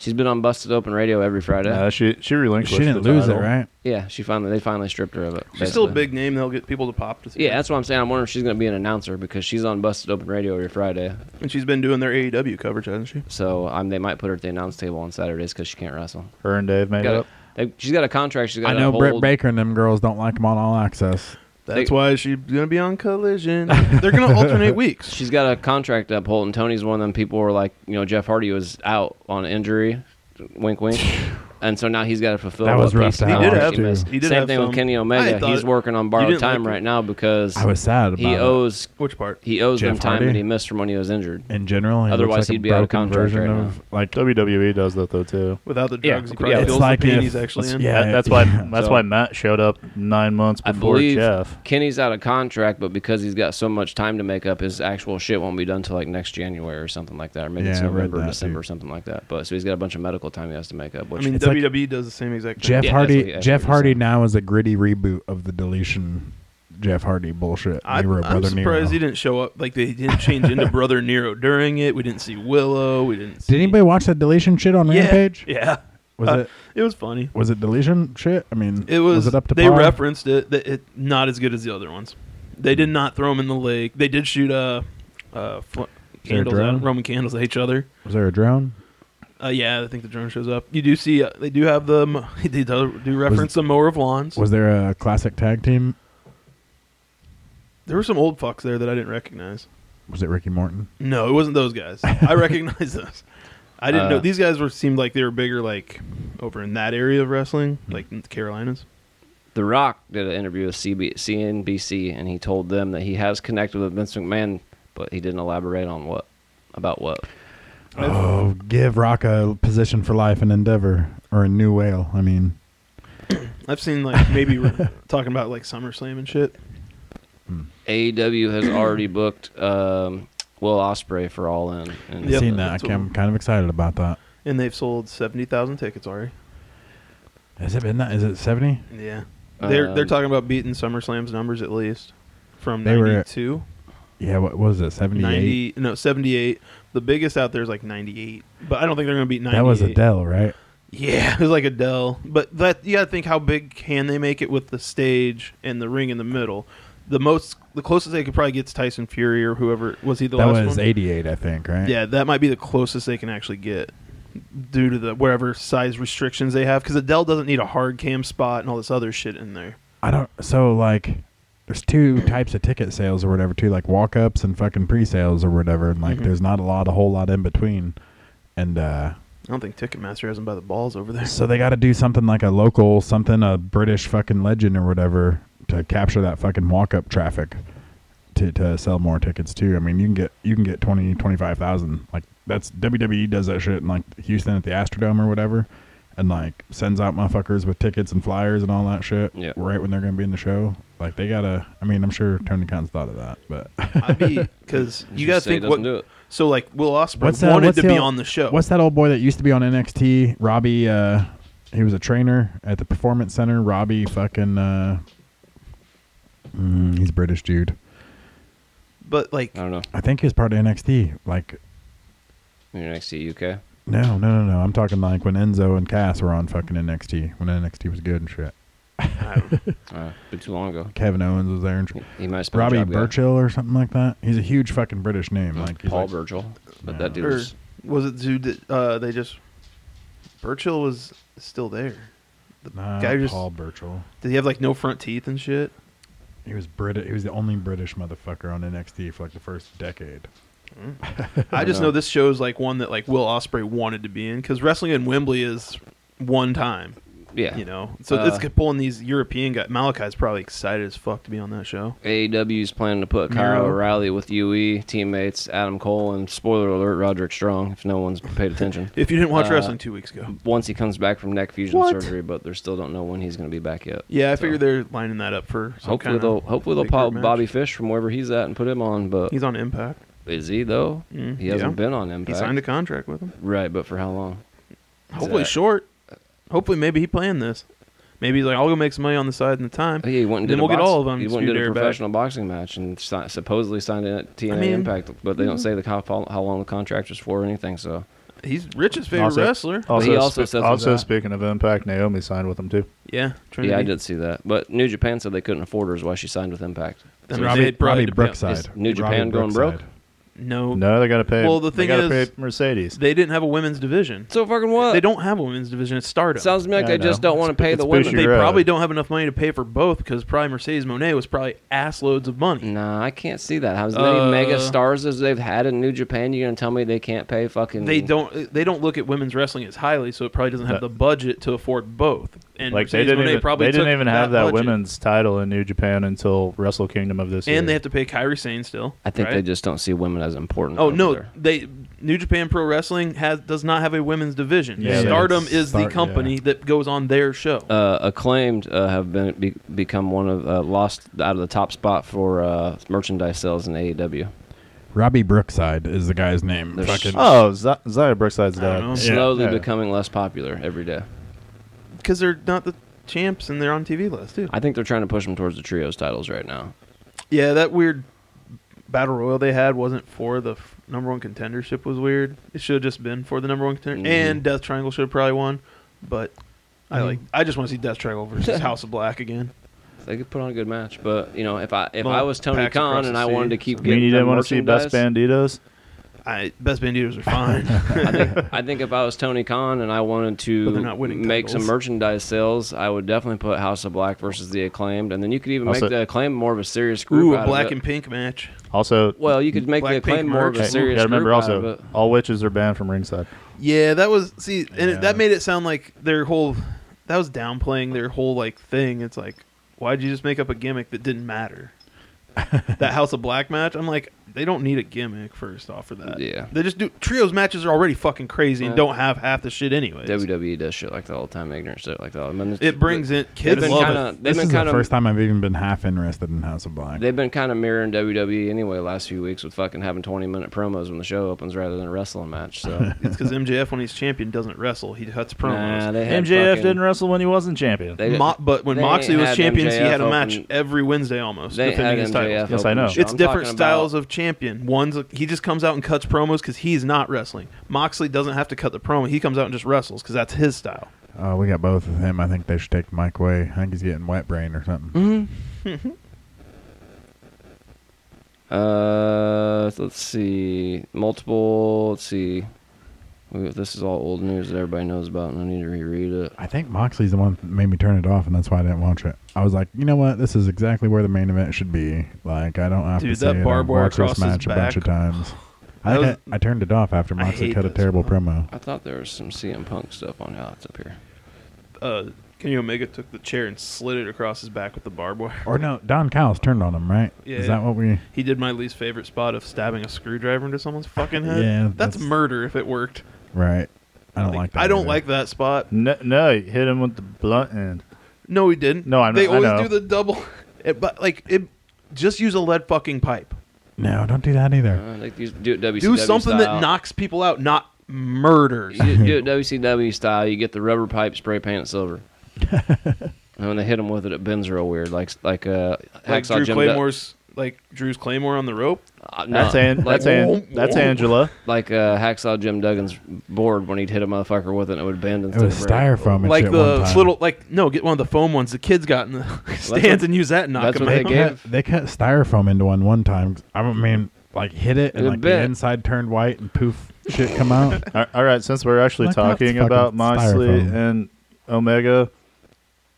[SPEAKER 3] She's been on Busted Open Radio every Friday.
[SPEAKER 2] Nah, she she relinquished.
[SPEAKER 1] She didn't
[SPEAKER 2] the
[SPEAKER 1] lose it,
[SPEAKER 2] title.
[SPEAKER 1] right?
[SPEAKER 3] yeah, she finally they finally stripped her of it.
[SPEAKER 5] She's still a
[SPEAKER 3] basically.
[SPEAKER 5] big name. They'll get people to pop to see
[SPEAKER 3] Yeah,
[SPEAKER 5] her.
[SPEAKER 3] that's what I'm saying. I'm wondering if she's gonna be an announcer because she's on Busted Open Radio every Friday.
[SPEAKER 5] And she's been doing their AEW coverage, hasn't she?
[SPEAKER 3] So um, they might put her at the announce table on Saturdays because she can't wrestle.
[SPEAKER 2] Her and Dave made
[SPEAKER 3] Got
[SPEAKER 2] up.
[SPEAKER 3] they, she's got a contract. She's got.
[SPEAKER 1] I know
[SPEAKER 3] a
[SPEAKER 1] Britt Baker and them girls don't like him on All Access.
[SPEAKER 5] That's
[SPEAKER 3] They-
[SPEAKER 5] why she's gonna be on
[SPEAKER 1] [laughs]
[SPEAKER 5] Collision. They're gonna alternate weeks.
[SPEAKER 3] She's got a contract to uphold, and Tony's one of them people where like you know Jeff Hardy was out on injury, wink wink, and so now he's got to fulfill.
[SPEAKER 1] That
[SPEAKER 3] what
[SPEAKER 1] was rough
[SPEAKER 3] piece
[SPEAKER 1] to
[SPEAKER 3] of
[SPEAKER 1] have
[SPEAKER 3] knowledge
[SPEAKER 5] watch,
[SPEAKER 3] he
[SPEAKER 5] too.
[SPEAKER 3] missed.
[SPEAKER 5] He did
[SPEAKER 3] Same
[SPEAKER 5] have
[SPEAKER 3] thing
[SPEAKER 5] some.
[SPEAKER 3] with Kenny
[SPEAKER 5] I
[SPEAKER 3] Omega.
[SPEAKER 5] thought-
[SPEAKER 3] He's working on
[SPEAKER 5] You
[SPEAKER 3] borrowed
[SPEAKER 5] didn't
[SPEAKER 3] time
[SPEAKER 5] like it.
[SPEAKER 3] right now because
[SPEAKER 1] I was sad about
[SPEAKER 3] he
[SPEAKER 1] it.
[SPEAKER 3] owes
[SPEAKER 5] Which part?
[SPEAKER 3] he owes them
[SPEAKER 1] Jeff
[SPEAKER 3] time that
[SPEAKER 1] Hardy?
[SPEAKER 3] he missed from when he was injured.
[SPEAKER 1] in general. he looks
[SPEAKER 3] Otherwise,
[SPEAKER 1] like a
[SPEAKER 3] he'd be out of
[SPEAKER 1] broken
[SPEAKER 3] contract
[SPEAKER 1] version
[SPEAKER 3] right
[SPEAKER 1] of, Like
[SPEAKER 2] WWE E does that though too.
[SPEAKER 5] Without the
[SPEAKER 3] Yeah,
[SPEAKER 5] drugs, he
[SPEAKER 3] yeah,
[SPEAKER 5] probably
[SPEAKER 3] it's
[SPEAKER 5] feels
[SPEAKER 1] like
[SPEAKER 5] the pain
[SPEAKER 1] if-
[SPEAKER 5] he's actually in.
[SPEAKER 1] yeah.
[SPEAKER 2] That- that's why
[SPEAKER 1] [laughs]
[SPEAKER 2] that's
[SPEAKER 3] So-
[SPEAKER 2] why Matt showed up nine months
[SPEAKER 3] I
[SPEAKER 2] before
[SPEAKER 3] believe
[SPEAKER 2] Jeff.
[SPEAKER 3] Kenny's out of contract, but because he's got so much time to make up, his actual shit won't be done till like next January or something like that, or maybe it's
[SPEAKER 1] Yeah, I read
[SPEAKER 3] November,
[SPEAKER 1] that,
[SPEAKER 3] December,
[SPEAKER 1] too.
[SPEAKER 3] or something like that. But so he's got a bunch of medical time he has to make up.
[SPEAKER 5] I
[SPEAKER 3] Which
[SPEAKER 5] mean,
[SPEAKER 1] It's like-
[SPEAKER 5] WWE does the same exact thing.
[SPEAKER 1] Jeff
[SPEAKER 3] Yeah,
[SPEAKER 1] Hardy.
[SPEAKER 3] that's what- that's
[SPEAKER 1] Jeff
[SPEAKER 3] what he
[SPEAKER 1] Hardy
[SPEAKER 3] said.
[SPEAKER 1] now is a gritty reboot of the deletion. Jeff Hardy bullshit.
[SPEAKER 5] I,
[SPEAKER 1] Nero,
[SPEAKER 5] I'm
[SPEAKER 1] Brother
[SPEAKER 5] surprised
[SPEAKER 1] Nero.
[SPEAKER 5] he didn't show up. Like they didn't change into Brother Nero during it. We didn't see Willow. We didn't. See,
[SPEAKER 1] Did anybody watch that deletion shit on
[SPEAKER 5] Yeah,
[SPEAKER 1] Rampage?
[SPEAKER 5] Yeah,
[SPEAKER 1] Was
[SPEAKER 5] Uh,
[SPEAKER 1] it
[SPEAKER 5] it was funny.
[SPEAKER 1] was it deletion shit? I mean,
[SPEAKER 5] It was.
[SPEAKER 1] it up to
[SPEAKER 5] they
[SPEAKER 1] par?
[SPEAKER 5] referenced it, that it. Not as good as the other ones. They did not throw him in the lake. They did shoot uh, uh, fl-
[SPEAKER 1] there a
[SPEAKER 5] candles, at,
[SPEAKER 1] drone?
[SPEAKER 5] Roman candles at each other.
[SPEAKER 1] Was there a drone?
[SPEAKER 5] Uh, yeah, I think the drone shows up. You do see uh, they do have the mo- [laughs] they do, do reference the mower of lawns.
[SPEAKER 1] Was there a classic tag team?
[SPEAKER 5] there were some old fucks there that I didn't recognize.
[SPEAKER 1] Was it Ricky Morton?
[SPEAKER 5] No, it wasn't those guys.
[SPEAKER 1] [laughs]
[SPEAKER 5] I recognize those. I didn't know
[SPEAKER 3] Uh,
[SPEAKER 5] these guys were seemed like they were bigger, like over in that area of wrestling, like in the Carolinas.
[SPEAKER 3] The Rock did an interview with CB- CNBC, and he told them that he has connected with Vince McMahon, but he didn't elaborate on what about what.
[SPEAKER 1] Oh, give Rock a position for life in Endeavor or a New Whale. I mean,
[SPEAKER 5] I've seen
[SPEAKER 1] [laughs]
[SPEAKER 5] like maybe we're talking about like SummerSlam and shit.
[SPEAKER 3] AEW E has [clears throat] already booked um, Will Osprey for All In. And
[SPEAKER 1] I've
[SPEAKER 5] Yep.
[SPEAKER 1] seen that. I
[SPEAKER 5] that's
[SPEAKER 1] can-
[SPEAKER 5] what-
[SPEAKER 1] I'm kind of excited about that.
[SPEAKER 5] And they've sold seventy thousand tickets already.
[SPEAKER 1] Has it been that? Is it seventy?
[SPEAKER 5] Yeah, they're they're
[SPEAKER 3] Um,
[SPEAKER 5] talking about beating SummerSlam's numbers at least from
[SPEAKER 1] They were-
[SPEAKER 5] ninety two.
[SPEAKER 1] Yeah. What was it? Seventy-eight.
[SPEAKER 5] 90 no 78 the biggest out there is like 98 but i don't think they're gonna beat 98
[SPEAKER 1] That was Adele, right?
[SPEAKER 5] yeah it was like adele but that you gotta think how big can they make it with the stage and the ring in the middle the most the closest they could probably get is tyson fury or whoever was he the
[SPEAKER 1] that
[SPEAKER 5] last
[SPEAKER 1] was
[SPEAKER 5] one
[SPEAKER 1] eighty-eight, I think. Right.
[SPEAKER 5] yeah that might be the closest they can actually get due to the whatever size restrictions they have because adele doesn't need a hard cam spot and all this other shit in there
[SPEAKER 1] I don't. So like, there's two types of ticket sales or whatever too, like
[SPEAKER 5] Mm-hmm.
[SPEAKER 1] walk-ups and fucking pre-sales or whatever, and like, there's not a lot, a whole lot in between, and uh
[SPEAKER 5] I don't think Ticketmaster has him by the balls over there.
[SPEAKER 1] So they got to do something like a local, something a British fucking legend or whatever to capture that fucking walk up traffic to, to sell more tickets too. I mean, you can get you can get 20, 25,000. Like that's WWE does that shit in like Houston at the Astrodome or whatever, and like sends out motherfuckers with tickets and flyers and all that shit.
[SPEAKER 3] Yeah.
[SPEAKER 1] Right when they're gonna be in the show, like they gotta. I mean, I'm sure Tony Khan's thought of that, but [laughs]
[SPEAKER 5] I'd be
[SPEAKER 3] [laughs]
[SPEAKER 5] because you gotta
[SPEAKER 3] Just say
[SPEAKER 5] think
[SPEAKER 3] doesn't
[SPEAKER 5] what.
[SPEAKER 3] do it.
[SPEAKER 5] So like Will Ospreay
[SPEAKER 1] What's that-
[SPEAKER 5] wanted
[SPEAKER 1] what's
[SPEAKER 5] to
[SPEAKER 1] the
[SPEAKER 5] be
[SPEAKER 1] old-
[SPEAKER 5] on the show.
[SPEAKER 1] What's that old boy that used to be on NXT? Robbie, uh, he was a trainer at the Performance Center. Robbie fucking, uh, mm, he's British dude.
[SPEAKER 5] but like
[SPEAKER 3] I don't know.
[SPEAKER 1] I think he was part of NXT. Like,
[SPEAKER 3] You're next to UK.
[SPEAKER 1] no, no, no, no. I'm talking like when Enzo and Cass were on fucking NXT, when NXT was good and shit.
[SPEAKER 3] Uh, been too long ago.
[SPEAKER 1] Kevin Owens was there and shit.
[SPEAKER 3] He might have been a
[SPEAKER 1] Robbie
[SPEAKER 3] job guy.
[SPEAKER 1] Burchill or something like that. He's a huge fucking British name. Like, he's
[SPEAKER 3] Paul
[SPEAKER 1] like,
[SPEAKER 3] Burchill. But
[SPEAKER 1] Yeah.
[SPEAKER 3] that dude
[SPEAKER 5] or
[SPEAKER 3] was
[SPEAKER 5] was it dude that uh, they just Burchill was still there?
[SPEAKER 1] nah,
[SPEAKER 5] guy just-
[SPEAKER 1] Paul Burchill.
[SPEAKER 5] Did he have like no front teeth
[SPEAKER 1] [laughs]
[SPEAKER 5] and shit?
[SPEAKER 1] He was British. He was the only British motherfucker on NXT for like the first decade.
[SPEAKER 5] I just
[SPEAKER 3] know.
[SPEAKER 5] know this show is like one that like Will Osprey wanted to be in because wrestling in Wembley is one time,
[SPEAKER 3] yeah.
[SPEAKER 5] you know. So
[SPEAKER 3] Uh,
[SPEAKER 5] it's good pulling these European guys. Malachi's probably excited as fuck to be on that show.
[SPEAKER 3] AEW's E planning to put Kyle
[SPEAKER 5] Miro.
[SPEAKER 3] O'Reilly with UE teammates Adam Cole and spoiler alert Roderick Strong if no one's paid attention.
[SPEAKER 5] If you didn't watch
[SPEAKER 3] Uh,
[SPEAKER 5] wrestling two weeks ago,
[SPEAKER 3] Once he comes back from neck fusion
[SPEAKER 5] What?
[SPEAKER 3] surgery, but they still don't know when he's going to be back yet.
[SPEAKER 5] yeah, I
[SPEAKER 3] So,
[SPEAKER 5] figure they're lining that up for some
[SPEAKER 3] Hopefully
[SPEAKER 5] kinda
[SPEAKER 3] they'll hopefully they'll
[SPEAKER 5] big group
[SPEAKER 3] pop
[SPEAKER 5] match.
[SPEAKER 3] Bobby Fish from wherever he's at and put him on. But
[SPEAKER 5] He's on Impact.
[SPEAKER 3] is he though?
[SPEAKER 5] Mm,
[SPEAKER 3] he hasn't
[SPEAKER 5] yeah.
[SPEAKER 3] been on Impact.
[SPEAKER 5] He signed a contract with him.
[SPEAKER 3] right, but for how long?
[SPEAKER 5] Hopefully
[SPEAKER 3] that-
[SPEAKER 5] short. Hopefully maybe he planned this. Maybe he's like, I'll go make some money on the side in the time.
[SPEAKER 3] Oh, Yeah, he went and
[SPEAKER 5] Then
[SPEAKER 3] did a
[SPEAKER 5] we'll get
[SPEAKER 3] box-
[SPEAKER 5] all of 'em
[SPEAKER 3] He
[SPEAKER 5] to
[SPEAKER 3] went and
[SPEAKER 5] scoot
[SPEAKER 3] did a
[SPEAKER 5] their back.
[SPEAKER 3] professional boxing match and si- supposedly signed in at TNA
[SPEAKER 5] mean- mm.
[SPEAKER 3] Impact, but they don't say the co- how, how long the contract was for or anything. So
[SPEAKER 5] He's Rich's favorite
[SPEAKER 2] Also-
[SPEAKER 5] wrestler.
[SPEAKER 2] Also,
[SPEAKER 3] he also
[SPEAKER 2] spe-
[SPEAKER 3] says
[SPEAKER 2] also
[SPEAKER 3] that.
[SPEAKER 2] speaking of Impact, Naomi signed with them too.
[SPEAKER 5] Yeah, Trinity.
[SPEAKER 3] yeah, I did see that. But New Japan said they couldn't afford her, is why she signed with Impact.
[SPEAKER 5] I
[SPEAKER 1] It's
[SPEAKER 5] mean,
[SPEAKER 1] Robbie,
[SPEAKER 5] they'd probably
[SPEAKER 1] Robbie
[SPEAKER 5] dep-
[SPEAKER 1] Brookside.
[SPEAKER 3] Is New Japan going broke?
[SPEAKER 5] No,
[SPEAKER 2] No, they got to pay.
[SPEAKER 5] Well, the
[SPEAKER 2] they
[SPEAKER 5] thing
[SPEAKER 2] gotta
[SPEAKER 5] is-
[SPEAKER 2] pay Mercedes.
[SPEAKER 5] they didn't have a women's division.
[SPEAKER 3] So fucking what?
[SPEAKER 5] They don't have a women's division. It's Stardom.
[SPEAKER 3] Sounds to me like
[SPEAKER 2] Yeah, I
[SPEAKER 3] they just
[SPEAKER 2] know.
[SPEAKER 3] don't want
[SPEAKER 2] It's-
[SPEAKER 3] to pay
[SPEAKER 2] it's
[SPEAKER 3] the women.
[SPEAKER 2] Bushy
[SPEAKER 5] they
[SPEAKER 2] Road.
[SPEAKER 5] probably don't have enough money to pay for both because probably Mercedes Monet was probably ass loads of money.
[SPEAKER 3] Nah, I can't see that. How as many
[SPEAKER 5] Uh,
[SPEAKER 3] mega stars as they've had in New Japan, you're gonna tell me they can't pay fucking?
[SPEAKER 5] They don't. They don't look at women's wrestling as highly, so it probably doesn't have
[SPEAKER 2] That-
[SPEAKER 5] the budget to afford both. And
[SPEAKER 2] like they
[SPEAKER 5] Mercedes
[SPEAKER 2] didn't
[SPEAKER 5] Moné
[SPEAKER 2] even,
[SPEAKER 5] probably
[SPEAKER 2] they didn't
[SPEAKER 5] took
[SPEAKER 2] even have that
[SPEAKER 5] budget.
[SPEAKER 2] women's title in New Japan until Wrestle Kingdom of this year.
[SPEAKER 5] And they have to pay Kyrie Sane still.
[SPEAKER 3] I think
[SPEAKER 5] right?
[SPEAKER 3] they just don't see women as important.
[SPEAKER 5] Oh
[SPEAKER 3] over
[SPEAKER 5] no,
[SPEAKER 3] there.
[SPEAKER 5] they New Japan Pro Wrestling has does not have a women's division.
[SPEAKER 2] Yeah, they-
[SPEAKER 5] Stardom is
[SPEAKER 1] Star-
[SPEAKER 5] the company
[SPEAKER 1] yeah.
[SPEAKER 5] that goes on their show.
[SPEAKER 3] Uh, acclaimed uh, have been be, become one of uh, lost out of the top spot for uh, merchandise sales in E AEW.
[SPEAKER 1] Robbie Brookside is the guy's name.
[SPEAKER 3] There's-
[SPEAKER 1] Fucking
[SPEAKER 2] oh, Z- Zaya Brookside's
[SPEAKER 5] I don't
[SPEAKER 2] dad.
[SPEAKER 5] know.
[SPEAKER 3] Slowly
[SPEAKER 2] yeah.
[SPEAKER 3] becoming less popular every day.
[SPEAKER 5] because they're not the champs and they're on TV list too.
[SPEAKER 3] I think they're trying to push them towards the trios titles right now.
[SPEAKER 5] Yeah, that weird battle royal they had wasn't for the f- number one contendership. Was weird. It should have just been for the number one contender.
[SPEAKER 2] Mm-hmm.
[SPEAKER 3] Mhm.
[SPEAKER 5] And Death Triangle should have probably won, but. I like. I just want to see Death Triangle
[SPEAKER 3] [laughs]
[SPEAKER 5] versus House of Black again.
[SPEAKER 3] They could put on a good match, but you know, if I if
[SPEAKER 5] Well,
[SPEAKER 3] I was Tony
[SPEAKER 5] packs
[SPEAKER 3] Khan
[SPEAKER 5] across
[SPEAKER 3] and
[SPEAKER 5] the
[SPEAKER 3] I
[SPEAKER 5] sea,
[SPEAKER 3] wanted to
[SPEAKER 5] so-
[SPEAKER 3] keep
[SPEAKER 2] You mean
[SPEAKER 3] getting
[SPEAKER 2] you didn't
[SPEAKER 3] want to
[SPEAKER 2] see Best Banditos?
[SPEAKER 5] I, Best Banditos are
[SPEAKER 3] [laughs]
[SPEAKER 5] fine.
[SPEAKER 3] I think, I think if I was Tony Khan and I wanted to
[SPEAKER 5] But they're not winning
[SPEAKER 3] make some
[SPEAKER 5] titles.
[SPEAKER 3] merchandise sales, I would definitely put House of Black versus the Acclaimed, and then you could even
[SPEAKER 2] Also-
[SPEAKER 3] make the Acclaimed more of a serious group.
[SPEAKER 5] Ooh,
[SPEAKER 3] out
[SPEAKER 5] a
[SPEAKER 3] of
[SPEAKER 5] black
[SPEAKER 3] it.
[SPEAKER 5] and pink match.
[SPEAKER 2] Also,
[SPEAKER 3] well, you could make the
[SPEAKER 5] Black Pink
[SPEAKER 3] Acclaimed more of
[SPEAKER 5] merch.
[SPEAKER 3] a
[SPEAKER 5] Hey,
[SPEAKER 2] Hey, you
[SPEAKER 3] serious.
[SPEAKER 2] gotta remember
[SPEAKER 3] group out of
[SPEAKER 2] also,
[SPEAKER 3] it.
[SPEAKER 2] all witches are banned from ringside.
[SPEAKER 5] Yeah, that was see, and it, that
[SPEAKER 1] Yeah.
[SPEAKER 5] made it sound like their whole that was downplaying their whole like thing. It's like, why'd you just make up a gimmick that didn't matter? that House of Black match, I'm like, they don't need a gimmick first off for that.
[SPEAKER 3] Yeah.
[SPEAKER 5] they just do trios matches are already fucking crazy and
[SPEAKER 3] Yeah.
[SPEAKER 5] don't have half the shit anyway.
[SPEAKER 3] WWE E does shit like that all the time, ignorant shit like that. I mean, it's-
[SPEAKER 5] It brings in
[SPEAKER 3] They've
[SPEAKER 5] kids
[SPEAKER 3] been
[SPEAKER 5] love
[SPEAKER 3] kind
[SPEAKER 5] it.
[SPEAKER 3] of. They've
[SPEAKER 1] this
[SPEAKER 3] been
[SPEAKER 1] is the
[SPEAKER 3] kind
[SPEAKER 1] first
[SPEAKER 3] of.
[SPEAKER 1] time I've even been half interested in House of Black.
[SPEAKER 3] They've been kind of mirroring WWE anyway last few weeks with fucking having 20 minute promos when the show opens rather than a wrestling match. So
[SPEAKER 5] It's because MJF when he's champion doesn't wrestle; he cuts
[SPEAKER 3] Nah,
[SPEAKER 5] [laughs] promos.
[SPEAKER 3] they had
[SPEAKER 2] MJF
[SPEAKER 3] fucking-
[SPEAKER 2] didn't wrestle when he wasn't champion.
[SPEAKER 3] They,
[SPEAKER 5] Mo- but when
[SPEAKER 3] they
[SPEAKER 5] Moxley was
[SPEAKER 3] had
[SPEAKER 5] champion, he
[SPEAKER 3] MJF
[SPEAKER 5] had a match
[SPEAKER 3] open-
[SPEAKER 5] every Wednesday almost
[SPEAKER 3] they had
[SPEAKER 5] defending his title.
[SPEAKER 3] MJF.
[SPEAKER 2] Yes, I
[SPEAKER 3] open
[SPEAKER 2] know.
[SPEAKER 3] the show.
[SPEAKER 5] It's
[SPEAKER 3] Oh, I'm
[SPEAKER 5] different
[SPEAKER 3] talking
[SPEAKER 5] styles
[SPEAKER 3] about-
[SPEAKER 5] of champion. One's he just comes out and cuts promos because he's not wrestling. Moxley doesn't have to cut the promo. He comes out and just wrestles because that's his style.
[SPEAKER 1] Uh, we got both of him. I think they should take Mike away. I think he's getting wet brain or something.
[SPEAKER 5] Mm.
[SPEAKER 3] Uh, so let's see. Multiple. Let's see. We- This is all old news that everybody knows about, and I need to reread it.
[SPEAKER 1] I think Moxley's the one that made me turn it off, and that's why I didn't watch it. I was like, you know what? This is exactly where the main event should be. Like, I don't have
[SPEAKER 5] Dude,
[SPEAKER 1] to say
[SPEAKER 5] that
[SPEAKER 1] it. I've
[SPEAKER 5] barbed wire
[SPEAKER 1] watched this
[SPEAKER 5] across his
[SPEAKER 1] match a bunch
[SPEAKER 5] back.
[SPEAKER 1] of times. I,
[SPEAKER 5] [sighs] That
[SPEAKER 1] think I, I turned it off after
[SPEAKER 5] I
[SPEAKER 1] Moxley
[SPEAKER 5] hate
[SPEAKER 1] cut a
[SPEAKER 5] this
[SPEAKER 1] terrible
[SPEAKER 5] one.
[SPEAKER 1] promo.
[SPEAKER 3] I thought there was some CM Punk stuff on how it's up here.
[SPEAKER 5] Uh, Kenny Omega took the chair and slid it across his back with the barbed wire.
[SPEAKER 1] Or no, Don Callis turned on him, right? Is
[SPEAKER 5] Yeah.
[SPEAKER 1] that what we?
[SPEAKER 5] [laughs] He did my least favorite spot of stabbing a screwdriver into someone's fucking head.
[SPEAKER 1] Yeah,
[SPEAKER 5] that's,
[SPEAKER 1] that's-
[SPEAKER 5] murder if it worked.
[SPEAKER 1] Right. I don't like that.
[SPEAKER 5] I don't
[SPEAKER 1] either.
[SPEAKER 5] like that spot.
[SPEAKER 2] No, no, you hit him with the blunt end.
[SPEAKER 5] No, he didn't.
[SPEAKER 2] No, I know-
[SPEAKER 5] They
[SPEAKER 2] I
[SPEAKER 5] always
[SPEAKER 2] know.
[SPEAKER 5] do the double, [laughs] it, but like it, just use a lead fucking pipe.
[SPEAKER 1] No, don't do that either.
[SPEAKER 3] Uh, like these, do it WCW
[SPEAKER 5] Do
[SPEAKER 3] style.
[SPEAKER 5] something that knocks people out, not murders.
[SPEAKER 3] You do, do it WCW style. You get the rubber pipe spray painted silver. and when they hit him with it, it bends real weird, like like uh,
[SPEAKER 5] like
[SPEAKER 3] hacksaw
[SPEAKER 5] Drew
[SPEAKER 3] Jim Duggan-
[SPEAKER 5] Claymore's, like Drew's Claymore on the rope.
[SPEAKER 3] Uh, no,
[SPEAKER 2] That's An-
[SPEAKER 3] like,
[SPEAKER 2] that's An- that's Angela.
[SPEAKER 3] like uh, hacksaw Jim Duggan's board when he'd hit a motherfucker with it, and it would bend
[SPEAKER 1] It
[SPEAKER 3] instead
[SPEAKER 1] was
[SPEAKER 3] of break.
[SPEAKER 1] styrofoam. and
[SPEAKER 5] like
[SPEAKER 1] shit
[SPEAKER 5] the
[SPEAKER 1] one time.
[SPEAKER 5] little, like no, get one of the foam ones the kids got in the [laughs] stands
[SPEAKER 3] what-
[SPEAKER 5] and use that. And knock
[SPEAKER 3] that's
[SPEAKER 5] them
[SPEAKER 3] what
[SPEAKER 5] out.
[SPEAKER 3] they
[SPEAKER 1] They
[SPEAKER 3] gave.
[SPEAKER 1] cut, they cut styrofoam into one one time. I don't mean like hit it and
[SPEAKER 3] It
[SPEAKER 1] like the
[SPEAKER 3] bit.
[SPEAKER 1] inside turned white and poof, shit come
[SPEAKER 5] [laughs]
[SPEAKER 1] out.
[SPEAKER 2] All all right, since we're actually
[SPEAKER 1] Like, that's
[SPEAKER 2] talking
[SPEAKER 1] fucking
[SPEAKER 2] about Moxley
[SPEAKER 1] styrofoam.
[SPEAKER 2] and Omega,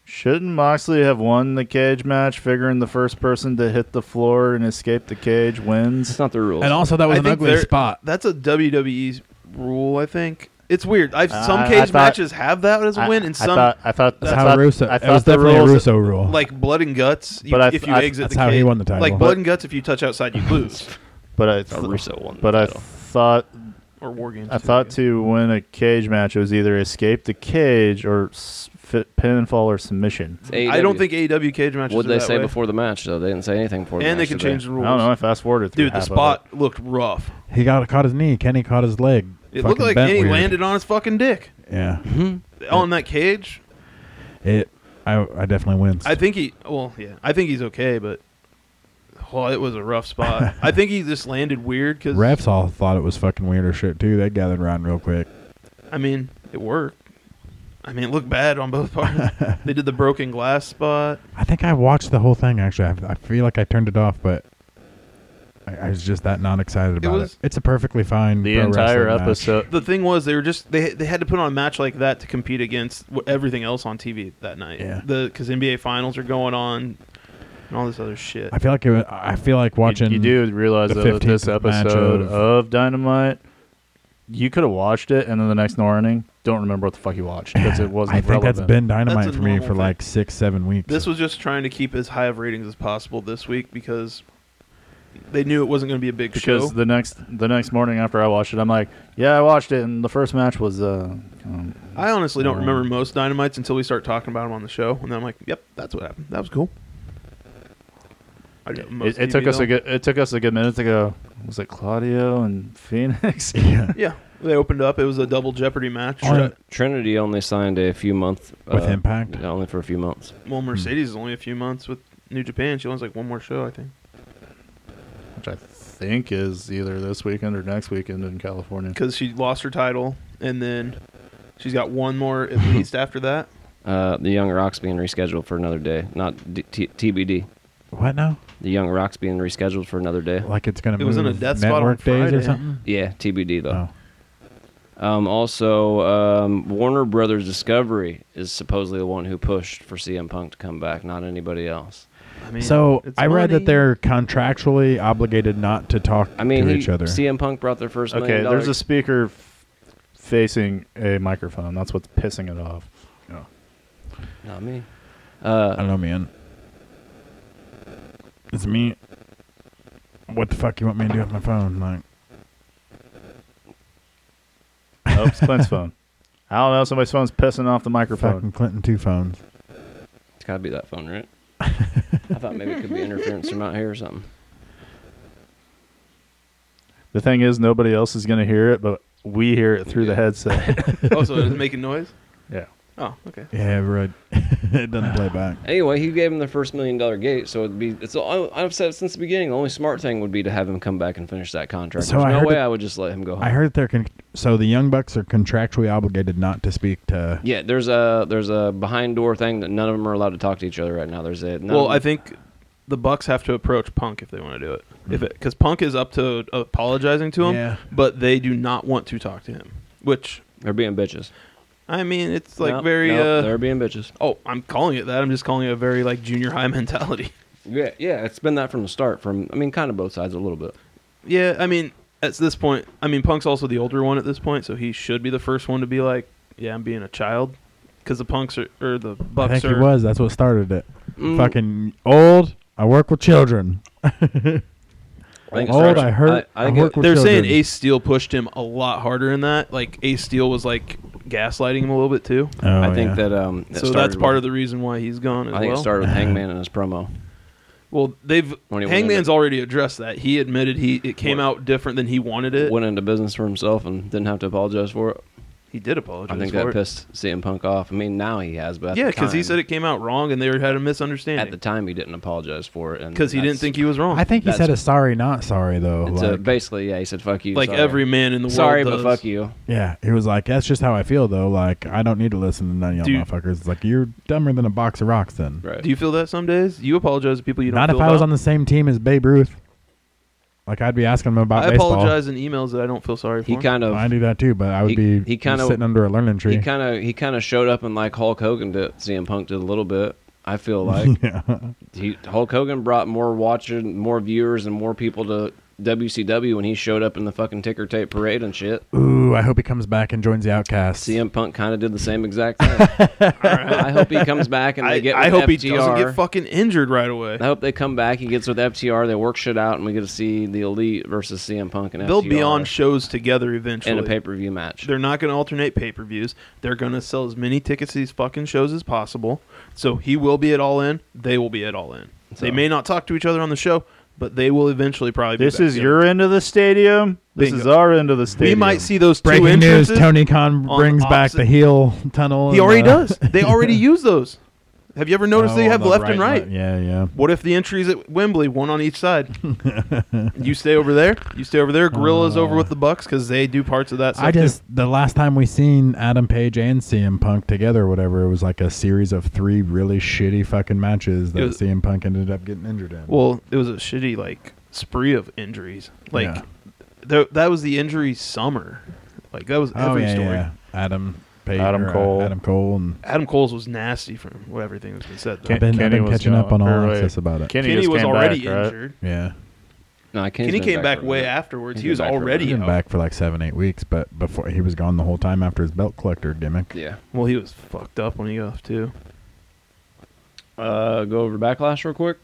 [SPEAKER 2] shouldn't Moxley have won the cage match, figuring the first person to hit the floor and escape the cage
[SPEAKER 3] It's
[SPEAKER 2] wins?
[SPEAKER 3] not the rules.
[SPEAKER 1] and also that
[SPEAKER 5] I
[SPEAKER 1] was an
[SPEAKER 5] think
[SPEAKER 1] ugly
[SPEAKER 5] they're-
[SPEAKER 1] spot.
[SPEAKER 5] That's a WWE's rule, I think. It's weird. I've some
[SPEAKER 2] I- I
[SPEAKER 5] cage
[SPEAKER 2] thought-
[SPEAKER 5] matches have that as a win, and some
[SPEAKER 2] I thought I thought
[SPEAKER 1] That's
[SPEAKER 2] I
[SPEAKER 1] how
[SPEAKER 2] thought,
[SPEAKER 1] Russo.
[SPEAKER 2] I
[SPEAKER 1] It
[SPEAKER 2] thought
[SPEAKER 1] was
[SPEAKER 2] the
[SPEAKER 1] definitely
[SPEAKER 2] rules-
[SPEAKER 1] a Russo rule.
[SPEAKER 5] like blood and guts. You,
[SPEAKER 2] But I-
[SPEAKER 5] if you
[SPEAKER 2] I-
[SPEAKER 5] exit,
[SPEAKER 1] that's
[SPEAKER 5] the
[SPEAKER 1] how he
[SPEAKER 5] cage-
[SPEAKER 1] won the title.
[SPEAKER 5] Like
[SPEAKER 1] But-
[SPEAKER 5] blood and guts, if you touch outside, you
[SPEAKER 2] [laughs]
[SPEAKER 5] lose.
[SPEAKER 2] But I
[SPEAKER 3] a
[SPEAKER 2] th-
[SPEAKER 3] Russo one.
[SPEAKER 2] but I thought
[SPEAKER 5] or war games.
[SPEAKER 2] I
[SPEAKER 5] too,
[SPEAKER 2] thought
[SPEAKER 5] yeah.
[SPEAKER 2] to win a cage match, it was either escape the cage or s- fit, pinfall or submission.
[SPEAKER 5] I don't think AEW cage matches.
[SPEAKER 3] What
[SPEAKER 5] are
[SPEAKER 3] they
[SPEAKER 5] that
[SPEAKER 3] say
[SPEAKER 5] way.
[SPEAKER 3] before the match though? They didn't say anything before. the
[SPEAKER 5] And they
[SPEAKER 3] match,
[SPEAKER 5] can
[SPEAKER 3] did they?
[SPEAKER 5] change the
[SPEAKER 2] I
[SPEAKER 5] rules.
[SPEAKER 2] don't know. I fast forwarded through
[SPEAKER 5] Dude, the
[SPEAKER 2] half of
[SPEAKER 5] spot looked rough.
[SPEAKER 1] he got caught his knee. Kenny caught his leg.
[SPEAKER 5] It
[SPEAKER 1] Fucking
[SPEAKER 5] looked like
[SPEAKER 1] bent
[SPEAKER 5] and he
[SPEAKER 1] weird.
[SPEAKER 5] landed on his fucking dick [laughs]
[SPEAKER 1] Yeah.
[SPEAKER 5] on that cage.
[SPEAKER 1] It. I, I definitely wins.
[SPEAKER 5] I think he. Well, yeah, I think he's okay, but well, it was a rough spot. I think he just landed weird because
[SPEAKER 1] Refs all thought it was fucking weird or shit too. They gathered around real quick.
[SPEAKER 5] I mean, it worked. I mean, it looked bad on
[SPEAKER 1] [laughs]
[SPEAKER 5] both parts. they did the broken glass spot.
[SPEAKER 1] I think I watched the whole thing actually. I, I feel like I turned it off, but I, I was just that not excited about it.
[SPEAKER 5] was-
[SPEAKER 1] It's a perfectly fine.
[SPEAKER 2] The
[SPEAKER 1] pro
[SPEAKER 2] entire
[SPEAKER 1] wrestling match.
[SPEAKER 2] episode.
[SPEAKER 5] The thing was, they were just they they had to put on a match like that to compete against wh- everything else on TV that night.
[SPEAKER 1] Yeah.
[SPEAKER 5] The because NBA finals are going on and all this other shit.
[SPEAKER 1] I feel like it. wa- I feel like watching.
[SPEAKER 2] You, you do realize
[SPEAKER 1] the
[SPEAKER 2] though that this
[SPEAKER 1] 15th match
[SPEAKER 2] episode
[SPEAKER 1] of-
[SPEAKER 2] of, Dynamite, you could have watched it, and then the next morning, don't remember what the fuck you watched
[SPEAKER 1] [sighs]
[SPEAKER 2] because it wasn't.
[SPEAKER 1] I think
[SPEAKER 2] relevant.
[SPEAKER 1] that's been dynamite
[SPEAKER 5] That's a
[SPEAKER 1] for me
[SPEAKER 5] normal
[SPEAKER 1] for
[SPEAKER 5] thing.
[SPEAKER 1] like six, seven weeks.
[SPEAKER 5] This was just trying to keep as high of ratings as possible this week because they knew it wasn't going to be a big
[SPEAKER 2] because
[SPEAKER 5] show.
[SPEAKER 2] the next the next morning after I watched it, I'm like, yeah, I watched it, and the first match was uh, um,
[SPEAKER 5] I honestly don't remember most dynamites until we start talking about them on the show, and then I'm like, "Yep, that's what happened. That was cool." I get most
[SPEAKER 2] it, it took
[SPEAKER 5] TV
[SPEAKER 2] us a
[SPEAKER 5] though.
[SPEAKER 2] good it took us a good minute to go. Was it Claudio and [laughs] Phoenix?
[SPEAKER 1] [laughs] yeah.
[SPEAKER 5] Yeah, they opened up. It was a double Jeopardy match.
[SPEAKER 1] On-
[SPEAKER 3] Trinity only signed a few months
[SPEAKER 1] With Impact?
[SPEAKER 3] only for a few months.
[SPEAKER 5] Well, Mercedes is only a few months with New Japan. She only has like one more show, I think,
[SPEAKER 2] which I think is either this weekend or next weekend in California.
[SPEAKER 5] because she lost her title, and then she's got one more at least after that.
[SPEAKER 3] Uh, the Young Rock's being rescheduled for another day, not D- T- TBD.
[SPEAKER 1] What now?
[SPEAKER 3] The Young Rock's being rescheduled for another day.
[SPEAKER 1] Like it's gonna.
[SPEAKER 5] It was in a
[SPEAKER 1] move
[SPEAKER 5] death spot on
[SPEAKER 1] network days or
[SPEAKER 5] Friday.
[SPEAKER 1] something.
[SPEAKER 3] Yeah, TBD though.
[SPEAKER 1] Oh.
[SPEAKER 3] Um, also, um, Warner Brothers Discovery is supposedly the one who pushed for CM Punk to come back, not anybody else.
[SPEAKER 5] I mean,
[SPEAKER 1] So
[SPEAKER 5] it's
[SPEAKER 1] I read
[SPEAKER 5] money.
[SPEAKER 1] that they're contractually obligated not to talk
[SPEAKER 3] I mean,
[SPEAKER 1] to
[SPEAKER 3] he,
[SPEAKER 1] each other.
[SPEAKER 3] CM Punk brought their first
[SPEAKER 2] Okay,
[SPEAKER 3] million dollar-
[SPEAKER 2] there's a speaker f- facing a microphone. That's what's pissing it off.
[SPEAKER 3] not me.
[SPEAKER 1] I don't know, man. It's me. What the fuck you want me to do with my phone? Like,
[SPEAKER 2] Oh, it's Clint's phone. I don't know. Somebody's phone's pissing off the
[SPEAKER 1] fucking
[SPEAKER 2] microphone.
[SPEAKER 1] Clinton two phones.
[SPEAKER 3] It's gotta be that phone, right? I thought maybe it could be interference from out here or something.
[SPEAKER 2] The thing is, nobody else is going to hear it, but we hear it through the
[SPEAKER 5] [laughs]
[SPEAKER 2] headset.
[SPEAKER 5] oh, so it's making noise.
[SPEAKER 2] yeah.
[SPEAKER 5] Oh, okay.
[SPEAKER 1] Yeah, [laughs] right. it doesn't play back.
[SPEAKER 3] Anyway, he gave him the first million dollar gate, so it'd be. It's. all- I've said since the beginning, the only smart thing would be to have him come back and finish that contract.
[SPEAKER 1] So
[SPEAKER 3] There's
[SPEAKER 1] I
[SPEAKER 3] no
[SPEAKER 1] heard
[SPEAKER 3] way
[SPEAKER 1] it-
[SPEAKER 3] I would just let him go. Home.
[SPEAKER 1] I heard they're con- so the young bucks are contractually obligated not to speak to.
[SPEAKER 3] Yeah, there's a there's a behind door thing that none of them are allowed to talk to each other right now. There's a none
[SPEAKER 5] Well,
[SPEAKER 3] of
[SPEAKER 5] I
[SPEAKER 3] them-
[SPEAKER 5] think the Bucks have to approach Punk if they want to do it. If it because Punk is up to apologizing to him,
[SPEAKER 1] Yeah.
[SPEAKER 5] but they do not want to talk to him. Which
[SPEAKER 3] they're being bitches.
[SPEAKER 5] I mean, it's like
[SPEAKER 3] Nope,
[SPEAKER 5] very.
[SPEAKER 3] nope,
[SPEAKER 5] uh,
[SPEAKER 3] they're being bitches.
[SPEAKER 5] oh, I'm calling it that. I'm just calling it a very like junior high [laughs] mentality.
[SPEAKER 3] Yeah, yeah, it's been that from the start. From I mean, kind of both sides a little bit.
[SPEAKER 5] yeah, I mean, at this point, I mean, Punk's also the older one at this point, so he should be the first one to be like, "Yeah, I'm being a child," because the Punks are, or the
[SPEAKER 1] I
[SPEAKER 5] Bucks
[SPEAKER 1] think he
[SPEAKER 5] are.
[SPEAKER 1] was. That's what started it.
[SPEAKER 3] Mm.
[SPEAKER 1] Fucking old. I work with children.
[SPEAKER 3] I think it
[SPEAKER 1] old.
[SPEAKER 3] starts-
[SPEAKER 1] I hurt.
[SPEAKER 3] I,
[SPEAKER 1] I,
[SPEAKER 3] I think
[SPEAKER 1] work
[SPEAKER 3] it,
[SPEAKER 1] with
[SPEAKER 5] They're
[SPEAKER 1] children.
[SPEAKER 5] saying Ace Steel pushed him a lot harder in that. Like Ace Steel was like gaslighting him a little bit too.
[SPEAKER 1] Oh,
[SPEAKER 3] I think
[SPEAKER 1] yeah.
[SPEAKER 3] that um. That
[SPEAKER 5] so that's
[SPEAKER 3] started
[SPEAKER 5] part
[SPEAKER 3] with-
[SPEAKER 5] of the reason why he's gone as
[SPEAKER 3] I think
[SPEAKER 5] well.
[SPEAKER 1] [clears throat]
[SPEAKER 3] it started with Hangman in his promo.
[SPEAKER 5] well, they've
[SPEAKER 3] When he went
[SPEAKER 5] Hangman's
[SPEAKER 3] into-
[SPEAKER 5] already addressed that. He admitted he it came
[SPEAKER 3] What?
[SPEAKER 5] out different than he wanted it.
[SPEAKER 3] Went into business for himself and didn't have to apologize for it.
[SPEAKER 5] he did apologize.
[SPEAKER 3] I think
[SPEAKER 5] for
[SPEAKER 3] that
[SPEAKER 5] it.
[SPEAKER 3] pissed CM Punk off. I mean, now he has, but at
[SPEAKER 5] Yeah,
[SPEAKER 3] because
[SPEAKER 5] because he said it came out wrong, and they had a
[SPEAKER 3] at the
[SPEAKER 5] misunderstanding
[SPEAKER 3] time he didn't apologize for it, and
[SPEAKER 5] because he didn't
[SPEAKER 3] that's-
[SPEAKER 5] think he was wrong.
[SPEAKER 1] I think he
[SPEAKER 3] That's-
[SPEAKER 1] said a sorry, not sorry though.
[SPEAKER 3] It's a,
[SPEAKER 1] like-
[SPEAKER 3] basically, yeah, he said "fuck you."
[SPEAKER 5] like
[SPEAKER 3] sorry.
[SPEAKER 5] every man in the
[SPEAKER 3] sorry,
[SPEAKER 5] world.
[SPEAKER 3] but
[SPEAKER 5] does.
[SPEAKER 3] fuck you.
[SPEAKER 1] yeah, he was like, "That's just how I feel though. Like I don't need to listen to none of y'all
[SPEAKER 5] Dude.
[SPEAKER 1] motherfuckers." It's like you're dumber than a box of rocks then.
[SPEAKER 3] Right.
[SPEAKER 5] Do you feel that some days? You apologize to people you don't.
[SPEAKER 1] Not if
[SPEAKER 5] feel
[SPEAKER 1] I was
[SPEAKER 5] about.
[SPEAKER 1] on the same team as Babe Ruth. Like I'd be asking him about
[SPEAKER 5] I
[SPEAKER 1] baseball.
[SPEAKER 5] apologize in emails that I don't feel sorry for.
[SPEAKER 3] he kind of
[SPEAKER 1] I do that too, but I would be
[SPEAKER 3] He- he kinda-
[SPEAKER 1] sitting under a learning tree.
[SPEAKER 3] he kind of he kind of showed up and like Hulk Hogan did CM Punk did a little bit.
[SPEAKER 1] [laughs]
[SPEAKER 3] I feel like he, Hulk Hogan brought more watching, more viewers, and more people to WCW when he showed up in the fucking ticker tape parade and shit.
[SPEAKER 1] Ooh, I hope he comes back and joins the Outcasts.
[SPEAKER 3] CM Punk kind of did the same exact
[SPEAKER 1] [laughs]
[SPEAKER 3] thing. I hope he comes back and they
[SPEAKER 5] I,
[SPEAKER 3] get.
[SPEAKER 5] I
[SPEAKER 3] with
[SPEAKER 5] hope
[SPEAKER 3] FTR.
[SPEAKER 5] he doesn't get fucking injured right away.
[SPEAKER 3] I hope they come back. He gets with FTR. They work shit out, and we get to see the Elite versus CM Punk and
[SPEAKER 5] They'll
[SPEAKER 3] FTR
[SPEAKER 5] be on shows together eventually.
[SPEAKER 3] in a pay per view match.
[SPEAKER 5] They're not going to alternate pay per views. They're going to sell as many tickets to these fucking shows as possible. So he will be at all in. They will be at all in. They
[SPEAKER 3] So-
[SPEAKER 5] may not talk to each other on the show, but they will eventually probably.
[SPEAKER 2] This
[SPEAKER 5] be back
[SPEAKER 2] is
[SPEAKER 5] together.
[SPEAKER 2] your end of the stadium. This
[SPEAKER 5] Bingo.
[SPEAKER 2] is our end of the
[SPEAKER 5] We
[SPEAKER 2] stadium.
[SPEAKER 5] might see those two
[SPEAKER 1] Breaking news:
[SPEAKER 5] entrances.
[SPEAKER 1] Tony Khan
[SPEAKER 5] on
[SPEAKER 1] brings back
[SPEAKER 5] opposite-
[SPEAKER 1] the heel tunnel.
[SPEAKER 5] He
[SPEAKER 1] and
[SPEAKER 5] already
[SPEAKER 1] the- [laughs]
[SPEAKER 5] does. They already use those. Have you ever noticed
[SPEAKER 1] Oh,
[SPEAKER 5] they
[SPEAKER 1] on
[SPEAKER 5] have
[SPEAKER 1] the
[SPEAKER 5] left and right?
[SPEAKER 1] Yeah, yeah.
[SPEAKER 5] What if the entries at Wembley, one on each
[SPEAKER 1] [laughs]
[SPEAKER 5] side? you stay over there. You stay over there. Gorilla's over with the Bucks because they do parts of that. Stuff
[SPEAKER 1] Oh. I
[SPEAKER 5] too.
[SPEAKER 1] just the last time we seen Adam Page and CM Punk together, or whatever, it was like a series of three really shitty fucking matches that
[SPEAKER 5] was-
[SPEAKER 1] CM Punk ended up getting injured in.
[SPEAKER 5] well, it was a shitty like spree of injuries. Like
[SPEAKER 1] Yeah.
[SPEAKER 5] th- that was the injury summer. Like that was
[SPEAKER 1] oh
[SPEAKER 5] every
[SPEAKER 1] yeah,
[SPEAKER 5] story.
[SPEAKER 1] yeah. Adam Page,
[SPEAKER 2] Adam
[SPEAKER 1] or, uh,
[SPEAKER 2] Cole.
[SPEAKER 1] Adam Cole, and
[SPEAKER 5] Adam Cole's was nasty from what everything that's been said. though.
[SPEAKER 1] I've been, I've
[SPEAKER 2] Kenny
[SPEAKER 1] been
[SPEAKER 2] was
[SPEAKER 1] catching up on
[SPEAKER 2] gone,
[SPEAKER 1] all
[SPEAKER 2] or wait,
[SPEAKER 1] access about it.
[SPEAKER 2] Kenny,
[SPEAKER 5] Kenny
[SPEAKER 2] just
[SPEAKER 5] was
[SPEAKER 2] came
[SPEAKER 5] already
[SPEAKER 2] back, right?
[SPEAKER 5] injured.
[SPEAKER 1] yeah,
[SPEAKER 3] no, Kenny's
[SPEAKER 5] Kenny
[SPEAKER 3] been
[SPEAKER 5] came back
[SPEAKER 3] for a
[SPEAKER 5] way
[SPEAKER 3] minute.
[SPEAKER 5] afterwards.
[SPEAKER 3] He's
[SPEAKER 5] He
[SPEAKER 3] been
[SPEAKER 5] was
[SPEAKER 3] back for a
[SPEAKER 5] already
[SPEAKER 1] he's been
[SPEAKER 5] out.
[SPEAKER 1] back for like seven, eight weeks, but before he was gone the whole time after his belt collector gimmick.
[SPEAKER 3] Yeah.
[SPEAKER 5] Well, he was fucked up when he got off too.
[SPEAKER 3] Uh, go over backlash real quick.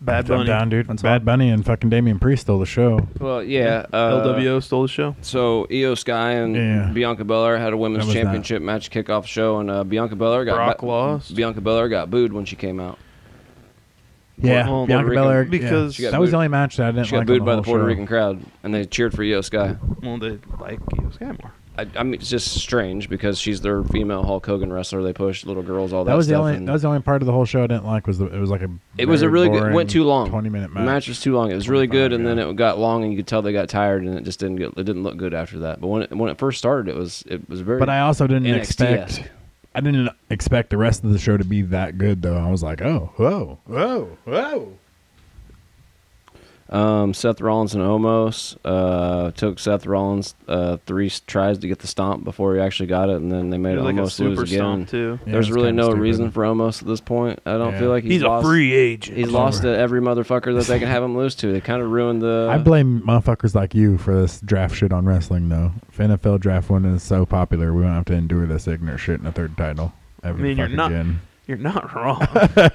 [SPEAKER 5] Bad
[SPEAKER 1] Thumbs
[SPEAKER 5] Bunny,
[SPEAKER 1] down, dude.
[SPEAKER 2] That's
[SPEAKER 1] Bad Bunny and fucking Damian Priest stole the show.
[SPEAKER 3] Well, yeah. Uh,
[SPEAKER 5] LWO stole the show.
[SPEAKER 3] So Io Sky and
[SPEAKER 1] Yeah.
[SPEAKER 3] Bianca Belair had a
[SPEAKER 1] That
[SPEAKER 3] women's
[SPEAKER 1] was
[SPEAKER 3] championship match kickoff show, and uh, Bianca Belair got
[SPEAKER 5] Brock
[SPEAKER 3] bu-
[SPEAKER 5] lost.
[SPEAKER 3] Bianca Belair got booed when she came out.
[SPEAKER 1] Yeah,
[SPEAKER 5] Well,
[SPEAKER 1] Bianca
[SPEAKER 3] Puerto Rican-
[SPEAKER 1] Belair.
[SPEAKER 5] because- She
[SPEAKER 1] yeah.
[SPEAKER 3] got
[SPEAKER 1] that was
[SPEAKER 3] booed.
[SPEAKER 1] the only match that I didn't
[SPEAKER 3] She got
[SPEAKER 1] like. on
[SPEAKER 3] booed
[SPEAKER 1] the
[SPEAKER 3] by the
[SPEAKER 1] whole
[SPEAKER 3] Puerto
[SPEAKER 1] show.
[SPEAKER 3] Rican crowd, and they cheered for Io Sky.
[SPEAKER 5] Well, they like Io Sky more.
[SPEAKER 3] I, I mean, it's just strange because she's their female Hulk Hogan wrestler. They pushed little girls, all that.
[SPEAKER 1] That was the
[SPEAKER 3] stuff,
[SPEAKER 1] only.
[SPEAKER 3] and
[SPEAKER 1] That was the only part of the whole show I didn't like. Was the, it was like a.
[SPEAKER 3] it was a
[SPEAKER 1] very
[SPEAKER 3] really good. It
[SPEAKER 1] boring
[SPEAKER 3] went too long.
[SPEAKER 1] Twenty minute
[SPEAKER 3] The
[SPEAKER 1] match.
[SPEAKER 3] match was too long. It was really
[SPEAKER 1] 25,
[SPEAKER 3] good, and then
[SPEAKER 1] yeah.
[SPEAKER 3] it got long, and you could tell they got tired, and it just didn't get. It didn't look good after that. But when it, when it first started, it was it was very.
[SPEAKER 1] But I also didn't
[SPEAKER 3] NXT-esque.
[SPEAKER 1] expect. I didn't expect the rest of the show to be that good though. I was like, oh, whoa, whoa, whoa.
[SPEAKER 3] Um, Seth Rollins and Omos uh, took Seth Rollins uh, three s- tries to get the stomp before he actually got it, and then they made
[SPEAKER 5] It was like a
[SPEAKER 3] Omos lose
[SPEAKER 5] super
[SPEAKER 3] again.
[SPEAKER 5] stomp too.
[SPEAKER 1] Yeah,
[SPEAKER 3] There's
[SPEAKER 1] it's
[SPEAKER 3] really
[SPEAKER 1] kinda
[SPEAKER 3] no
[SPEAKER 1] stupid.
[SPEAKER 3] reason for Omos at this point. I don't
[SPEAKER 1] Yeah.
[SPEAKER 3] feel like he's, lost,
[SPEAKER 5] agent.
[SPEAKER 3] He's lost to every motherfucker that they can have him lose to. They kind of ruined the.
[SPEAKER 5] Uh,
[SPEAKER 1] I blame motherfuckers like you for this draft shit on wrestling though. If NFL draft one is so popular, we won't have to endure this ignorant shit in a third title. Ever
[SPEAKER 5] I mean, you're
[SPEAKER 1] fuck
[SPEAKER 5] not-
[SPEAKER 1] Again.
[SPEAKER 5] You're not [laughs]
[SPEAKER 3] [laughs]
[SPEAKER 5] wrong, but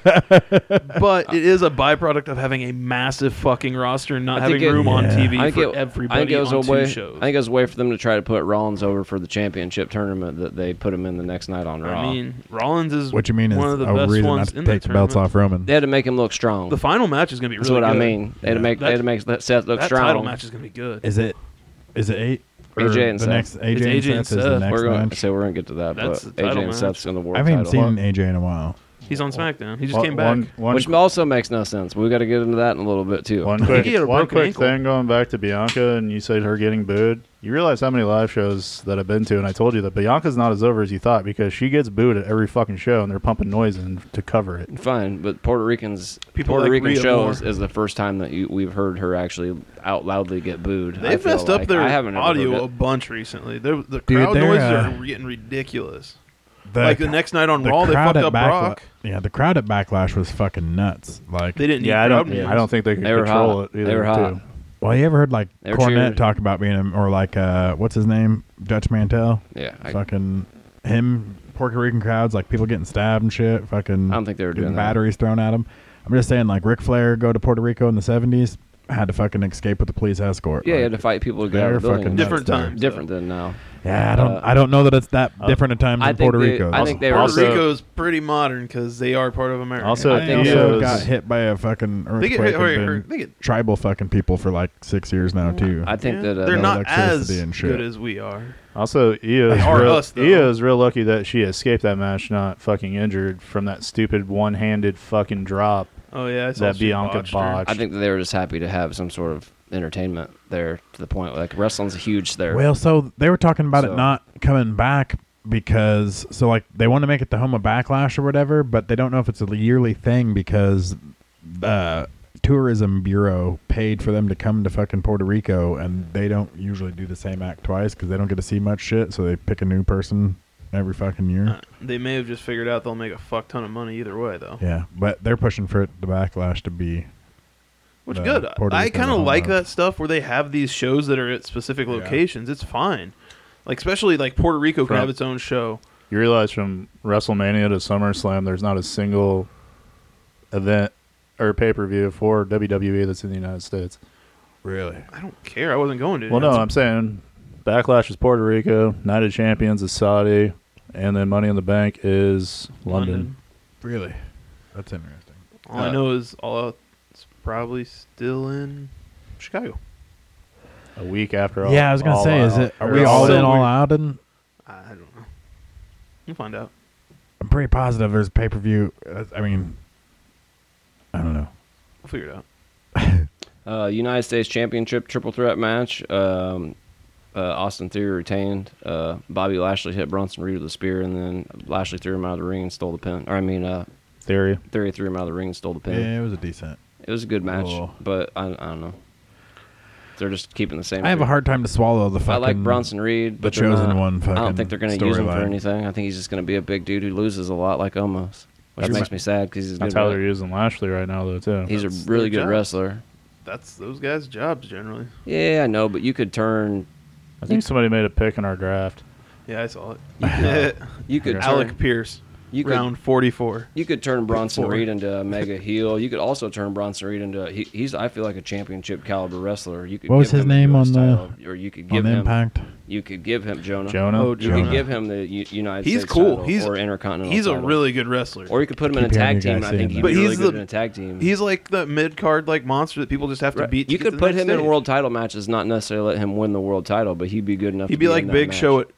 [SPEAKER 5] it is a byproduct of having a massive fucking roster and not
[SPEAKER 3] I think
[SPEAKER 5] having
[SPEAKER 3] it-
[SPEAKER 5] room on
[SPEAKER 1] Yeah.
[SPEAKER 5] TV
[SPEAKER 3] I
[SPEAKER 5] for
[SPEAKER 3] think, it,
[SPEAKER 5] everybody
[SPEAKER 3] I think it was
[SPEAKER 5] on
[SPEAKER 3] a
[SPEAKER 5] two
[SPEAKER 3] way.
[SPEAKER 5] shows.
[SPEAKER 3] I think it was a way for them to try to put Rollins over for the championship tournament that they put him in the next night on
[SPEAKER 5] I
[SPEAKER 3] Raw.
[SPEAKER 5] mean, Rollins is
[SPEAKER 1] What you mean is
[SPEAKER 5] one of the
[SPEAKER 1] a
[SPEAKER 5] best
[SPEAKER 1] reason
[SPEAKER 5] ones
[SPEAKER 1] not to
[SPEAKER 5] in
[SPEAKER 1] take
[SPEAKER 5] the
[SPEAKER 1] the belts
[SPEAKER 5] tournament.
[SPEAKER 1] off Roman.
[SPEAKER 3] they had to make him look strong.
[SPEAKER 5] The final match is going to be
[SPEAKER 3] That's
[SPEAKER 5] really
[SPEAKER 3] what I
[SPEAKER 5] good.
[SPEAKER 3] mean. They had to make they had to make Seth look
[SPEAKER 5] That
[SPEAKER 3] strong.
[SPEAKER 5] title match is going to be good.
[SPEAKER 1] Is it? Is it eight? Or
[SPEAKER 3] AJ and
[SPEAKER 1] the
[SPEAKER 3] Seth.
[SPEAKER 1] next AJ,
[SPEAKER 5] It's
[SPEAKER 1] and
[SPEAKER 5] AJ and
[SPEAKER 1] Seth, is the
[SPEAKER 5] Seth.
[SPEAKER 1] next
[SPEAKER 3] we're going to
[SPEAKER 1] match.
[SPEAKER 3] say we're going to get to that,
[SPEAKER 5] That's
[SPEAKER 3] but
[SPEAKER 5] the title
[SPEAKER 3] AJ and
[SPEAKER 5] match.
[SPEAKER 3] Seth's in the world
[SPEAKER 1] I haven't even
[SPEAKER 3] title.
[SPEAKER 1] seen AJ in a while.
[SPEAKER 5] He's on SmackDown. He just
[SPEAKER 2] One-
[SPEAKER 5] came back.
[SPEAKER 2] One, one,
[SPEAKER 3] which also makes no sense. We got to get into that in a little bit too.
[SPEAKER 2] one
[SPEAKER 5] I think
[SPEAKER 2] quick,
[SPEAKER 5] he had a
[SPEAKER 2] one
[SPEAKER 5] broken
[SPEAKER 2] quick
[SPEAKER 5] ankle.
[SPEAKER 2] thing going back to Bianca, and you said her getting booed. You realize how many live shows that I've been to, and I told you that Bianca's not as over as you thought because she gets booed at every fucking show, and they're pumping noise in to cover it.
[SPEAKER 3] Fine, but Puerto Ricans
[SPEAKER 5] People
[SPEAKER 3] Puerto
[SPEAKER 5] like
[SPEAKER 3] Rican
[SPEAKER 5] Rhea
[SPEAKER 3] shows
[SPEAKER 5] more.
[SPEAKER 3] is the first time that you, we've heard her actually out loudly get booed. I
[SPEAKER 5] They've
[SPEAKER 3] feel
[SPEAKER 5] messed
[SPEAKER 3] like.
[SPEAKER 5] up their
[SPEAKER 3] I haven't ever
[SPEAKER 5] audio
[SPEAKER 3] heard
[SPEAKER 5] a
[SPEAKER 3] it.
[SPEAKER 5] bunch recently. They're, the
[SPEAKER 1] Dude,
[SPEAKER 5] crowd
[SPEAKER 1] they're,
[SPEAKER 5] noises
[SPEAKER 1] uh,
[SPEAKER 5] are getting ridiculous. like the next night on
[SPEAKER 1] the
[SPEAKER 5] Raw, they
[SPEAKER 1] crowd
[SPEAKER 5] fucked
[SPEAKER 1] at
[SPEAKER 5] up
[SPEAKER 1] Backla-
[SPEAKER 5] Brock.
[SPEAKER 1] Yeah, the crowd at Backlash was fucking nuts. Like
[SPEAKER 5] They didn't. need
[SPEAKER 2] Yeah, I
[SPEAKER 5] crowd
[SPEAKER 2] don't.
[SPEAKER 5] noise.
[SPEAKER 2] I don't think they could
[SPEAKER 3] They were
[SPEAKER 2] control
[SPEAKER 3] hot.
[SPEAKER 2] it either.
[SPEAKER 3] They were hot.
[SPEAKER 2] Too.
[SPEAKER 1] Well, you ever heard like
[SPEAKER 3] They were
[SPEAKER 1] Cornette
[SPEAKER 3] cheered.
[SPEAKER 1] talk about being a, or like uh, what's his name, Dutch Mantel?
[SPEAKER 3] Yeah, I-
[SPEAKER 1] fucking him, Puerto Rican crowds, like people getting stabbed and shit. Fucking,
[SPEAKER 3] I don't think they were
[SPEAKER 1] getting
[SPEAKER 3] doing that.
[SPEAKER 1] batteries thrown at them. I'm just saying, like Ric Flair go to Puerto Rico in the '70s, had to fucking escape with the police escort.
[SPEAKER 3] Yeah, you
[SPEAKER 1] like,
[SPEAKER 3] had to fight people to get out
[SPEAKER 1] they're
[SPEAKER 3] of the
[SPEAKER 1] fucking
[SPEAKER 3] building.
[SPEAKER 5] Different
[SPEAKER 1] nuts there.
[SPEAKER 5] time.
[SPEAKER 3] Different than now.
[SPEAKER 1] Yeah, I don't,
[SPEAKER 3] Uh,
[SPEAKER 1] I don't know that it's that different a time
[SPEAKER 3] I
[SPEAKER 1] than
[SPEAKER 3] think
[SPEAKER 1] Puerto
[SPEAKER 3] they-
[SPEAKER 1] Rico.
[SPEAKER 3] I think they were.
[SPEAKER 5] Puerto
[SPEAKER 2] Also-
[SPEAKER 5] Rico's pretty modern because they are part of America.
[SPEAKER 2] Also,
[SPEAKER 1] I
[SPEAKER 3] I think
[SPEAKER 1] think also
[SPEAKER 2] Dio's-
[SPEAKER 1] got hit by a fucking
[SPEAKER 5] They
[SPEAKER 1] earthquake.
[SPEAKER 5] get hit-
[SPEAKER 1] and
[SPEAKER 5] or-
[SPEAKER 1] been
[SPEAKER 5] or- they get-
[SPEAKER 1] tribal fucking people for like six years now too.
[SPEAKER 3] I think
[SPEAKER 5] Yeah,
[SPEAKER 3] that uh,
[SPEAKER 5] they're
[SPEAKER 3] the-
[SPEAKER 5] not as
[SPEAKER 1] electricity and shit.
[SPEAKER 5] good as we are.
[SPEAKER 2] Also, Io's
[SPEAKER 5] They are
[SPEAKER 2] real,
[SPEAKER 5] us, though.
[SPEAKER 2] Io's real lucky that she escaped that match, not fucking injured from that stupid one-handed fucking drop.
[SPEAKER 5] Oh yeah, I saw
[SPEAKER 2] That
[SPEAKER 5] she
[SPEAKER 2] Bianca
[SPEAKER 5] botched her.
[SPEAKER 2] botched.
[SPEAKER 3] I think that they were just happy to have some sort of entertainment there to the point like wrestling's huge there.
[SPEAKER 1] Well, so they were talking about it
[SPEAKER 3] So-
[SPEAKER 1] not coming back because so like they want to make it the home of backlash or whatever, but they don't know if it's a yearly thing because uh tourism bureau paid for them to come to fucking Puerto Rico and they don't usually do the same act twice cuz they don't get to see much shit, so they pick a new person every fucking year.
[SPEAKER 5] Uh, They may have just figured out they'll make a fuck ton of money either way, though.
[SPEAKER 1] Yeah, but they're pushing for it, the backlash to be
[SPEAKER 5] Which
[SPEAKER 1] the
[SPEAKER 5] good.
[SPEAKER 1] Puerto
[SPEAKER 5] I
[SPEAKER 1] Rican
[SPEAKER 5] kind of like
[SPEAKER 1] homos.
[SPEAKER 5] that stuff where they have these shows that are at specific locations. It's fine. Like especially like Puerto Rico can
[SPEAKER 2] From-
[SPEAKER 5] have its own show.
[SPEAKER 2] You realize from WrestleMania to SummerSlam, there's not a single event or pay-per-view for WWE that's in the United States.
[SPEAKER 1] really
[SPEAKER 5] I don't care. I wasn't going to.
[SPEAKER 2] Well, no, I'm saying Backlash is Puerto Rico, Night of Champions is Saudi, and then Money in the Bank is London.
[SPEAKER 1] really that's interesting.
[SPEAKER 5] All
[SPEAKER 2] uh,
[SPEAKER 5] I know is all out. It's probably still in Chicago.
[SPEAKER 2] A week after all.
[SPEAKER 1] Yeah, I was going to
[SPEAKER 2] All
[SPEAKER 1] say is
[SPEAKER 2] Out.
[SPEAKER 1] it are
[SPEAKER 2] Or
[SPEAKER 1] we
[SPEAKER 5] all
[SPEAKER 1] all
[SPEAKER 5] so
[SPEAKER 1] in all
[SPEAKER 5] weird.
[SPEAKER 1] out and
[SPEAKER 5] I I don't know. We'll find out.
[SPEAKER 1] I'm pretty positive there's pay per view. I mean, I don't know.
[SPEAKER 5] We'll figure it out.
[SPEAKER 3] Uh, United States Championship triple threat match. Um, uh, Austin Theory retained. Uh, Bobby Lashley hit Bronson Reed with a spear, and then Lashley threw him out of the ring and stole the pin. Or I mean, uh,
[SPEAKER 2] Theory.
[SPEAKER 3] Theory threw him out of the ring and stole the pin.
[SPEAKER 1] Yeah, it was a decent.
[SPEAKER 3] It was a good match,
[SPEAKER 1] Cool.
[SPEAKER 3] but I, I don't know. They're just keeping the same.
[SPEAKER 1] I have a
[SPEAKER 3] theory.
[SPEAKER 1] hard time to swallow the fucking.
[SPEAKER 3] I like Bronson Reed, but
[SPEAKER 1] the
[SPEAKER 3] they're
[SPEAKER 1] chosen
[SPEAKER 3] not-
[SPEAKER 1] one. Fucking
[SPEAKER 3] I don't think they're going to use him for
[SPEAKER 1] storyline.
[SPEAKER 3] anything. I think he's just going to be a big dude who loses a lot, like Omos, which
[SPEAKER 2] That's-
[SPEAKER 3] makes me sad because he's a good.
[SPEAKER 2] That's how they're
[SPEAKER 3] wrestler.
[SPEAKER 2] using Lashley right now, though, too.
[SPEAKER 3] He's a
[SPEAKER 5] That's
[SPEAKER 3] really
[SPEAKER 5] their
[SPEAKER 3] good
[SPEAKER 5] job.
[SPEAKER 3] wrestler.
[SPEAKER 5] That's those guys' jobs generally.
[SPEAKER 3] Yeah, I know, but you could turn.
[SPEAKER 2] I think somebody made a pick in our draft.
[SPEAKER 5] Yeah, I saw it.
[SPEAKER 3] You could turn,
[SPEAKER 5] [laughs] Alec Pierce,
[SPEAKER 3] You could-
[SPEAKER 5] round 44.
[SPEAKER 3] You could turn Bronson
[SPEAKER 5] forward.
[SPEAKER 3] Reed into a mega heel. You could also turn Bronson Reed into he, he's I feel like a championship caliber wrestler. You could
[SPEAKER 1] What
[SPEAKER 3] give
[SPEAKER 1] was his
[SPEAKER 3] him the
[SPEAKER 1] name
[SPEAKER 3] US
[SPEAKER 1] on the-
[SPEAKER 3] title, or you could
[SPEAKER 1] on
[SPEAKER 3] give him
[SPEAKER 1] Impact.
[SPEAKER 3] you could give him Jonah.
[SPEAKER 2] Jonah? Oh,
[SPEAKER 3] You
[SPEAKER 1] Jonah.
[SPEAKER 3] could give him the U- United
[SPEAKER 5] He's
[SPEAKER 3] States
[SPEAKER 5] cool.
[SPEAKER 3] title
[SPEAKER 5] He's-
[SPEAKER 3] or Intercontinental.
[SPEAKER 5] He's a
[SPEAKER 3] title.
[SPEAKER 5] really good wrestler.
[SPEAKER 3] or you could put him in a
[SPEAKER 1] Keep hearing
[SPEAKER 3] tag
[SPEAKER 1] you
[SPEAKER 3] team.
[SPEAKER 1] guys
[SPEAKER 3] and I
[SPEAKER 1] saying
[SPEAKER 3] think he'd
[SPEAKER 1] that.
[SPEAKER 3] be
[SPEAKER 5] But
[SPEAKER 3] really
[SPEAKER 5] he's
[SPEAKER 3] good
[SPEAKER 5] the-
[SPEAKER 3] in a tag team.
[SPEAKER 5] He's like the mid card like monster that people just have to
[SPEAKER 3] Right.
[SPEAKER 5] beat. to
[SPEAKER 3] You
[SPEAKER 5] get to
[SPEAKER 3] could
[SPEAKER 5] the
[SPEAKER 3] put
[SPEAKER 5] next
[SPEAKER 3] him in a
[SPEAKER 5] stage.
[SPEAKER 3] world title matches, not necessarily let him win the world title, but he'd be good enough.
[SPEAKER 5] He'd
[SPEAKER 3] to
[SPEAKER 5] be
[SPEAKER 3] in
[SPEAKER 5] like
[SPEAKER 3] that
[SPEAKER 5] Big
[SPEAKER 3] match.
[SPEAKER 5] Show. At,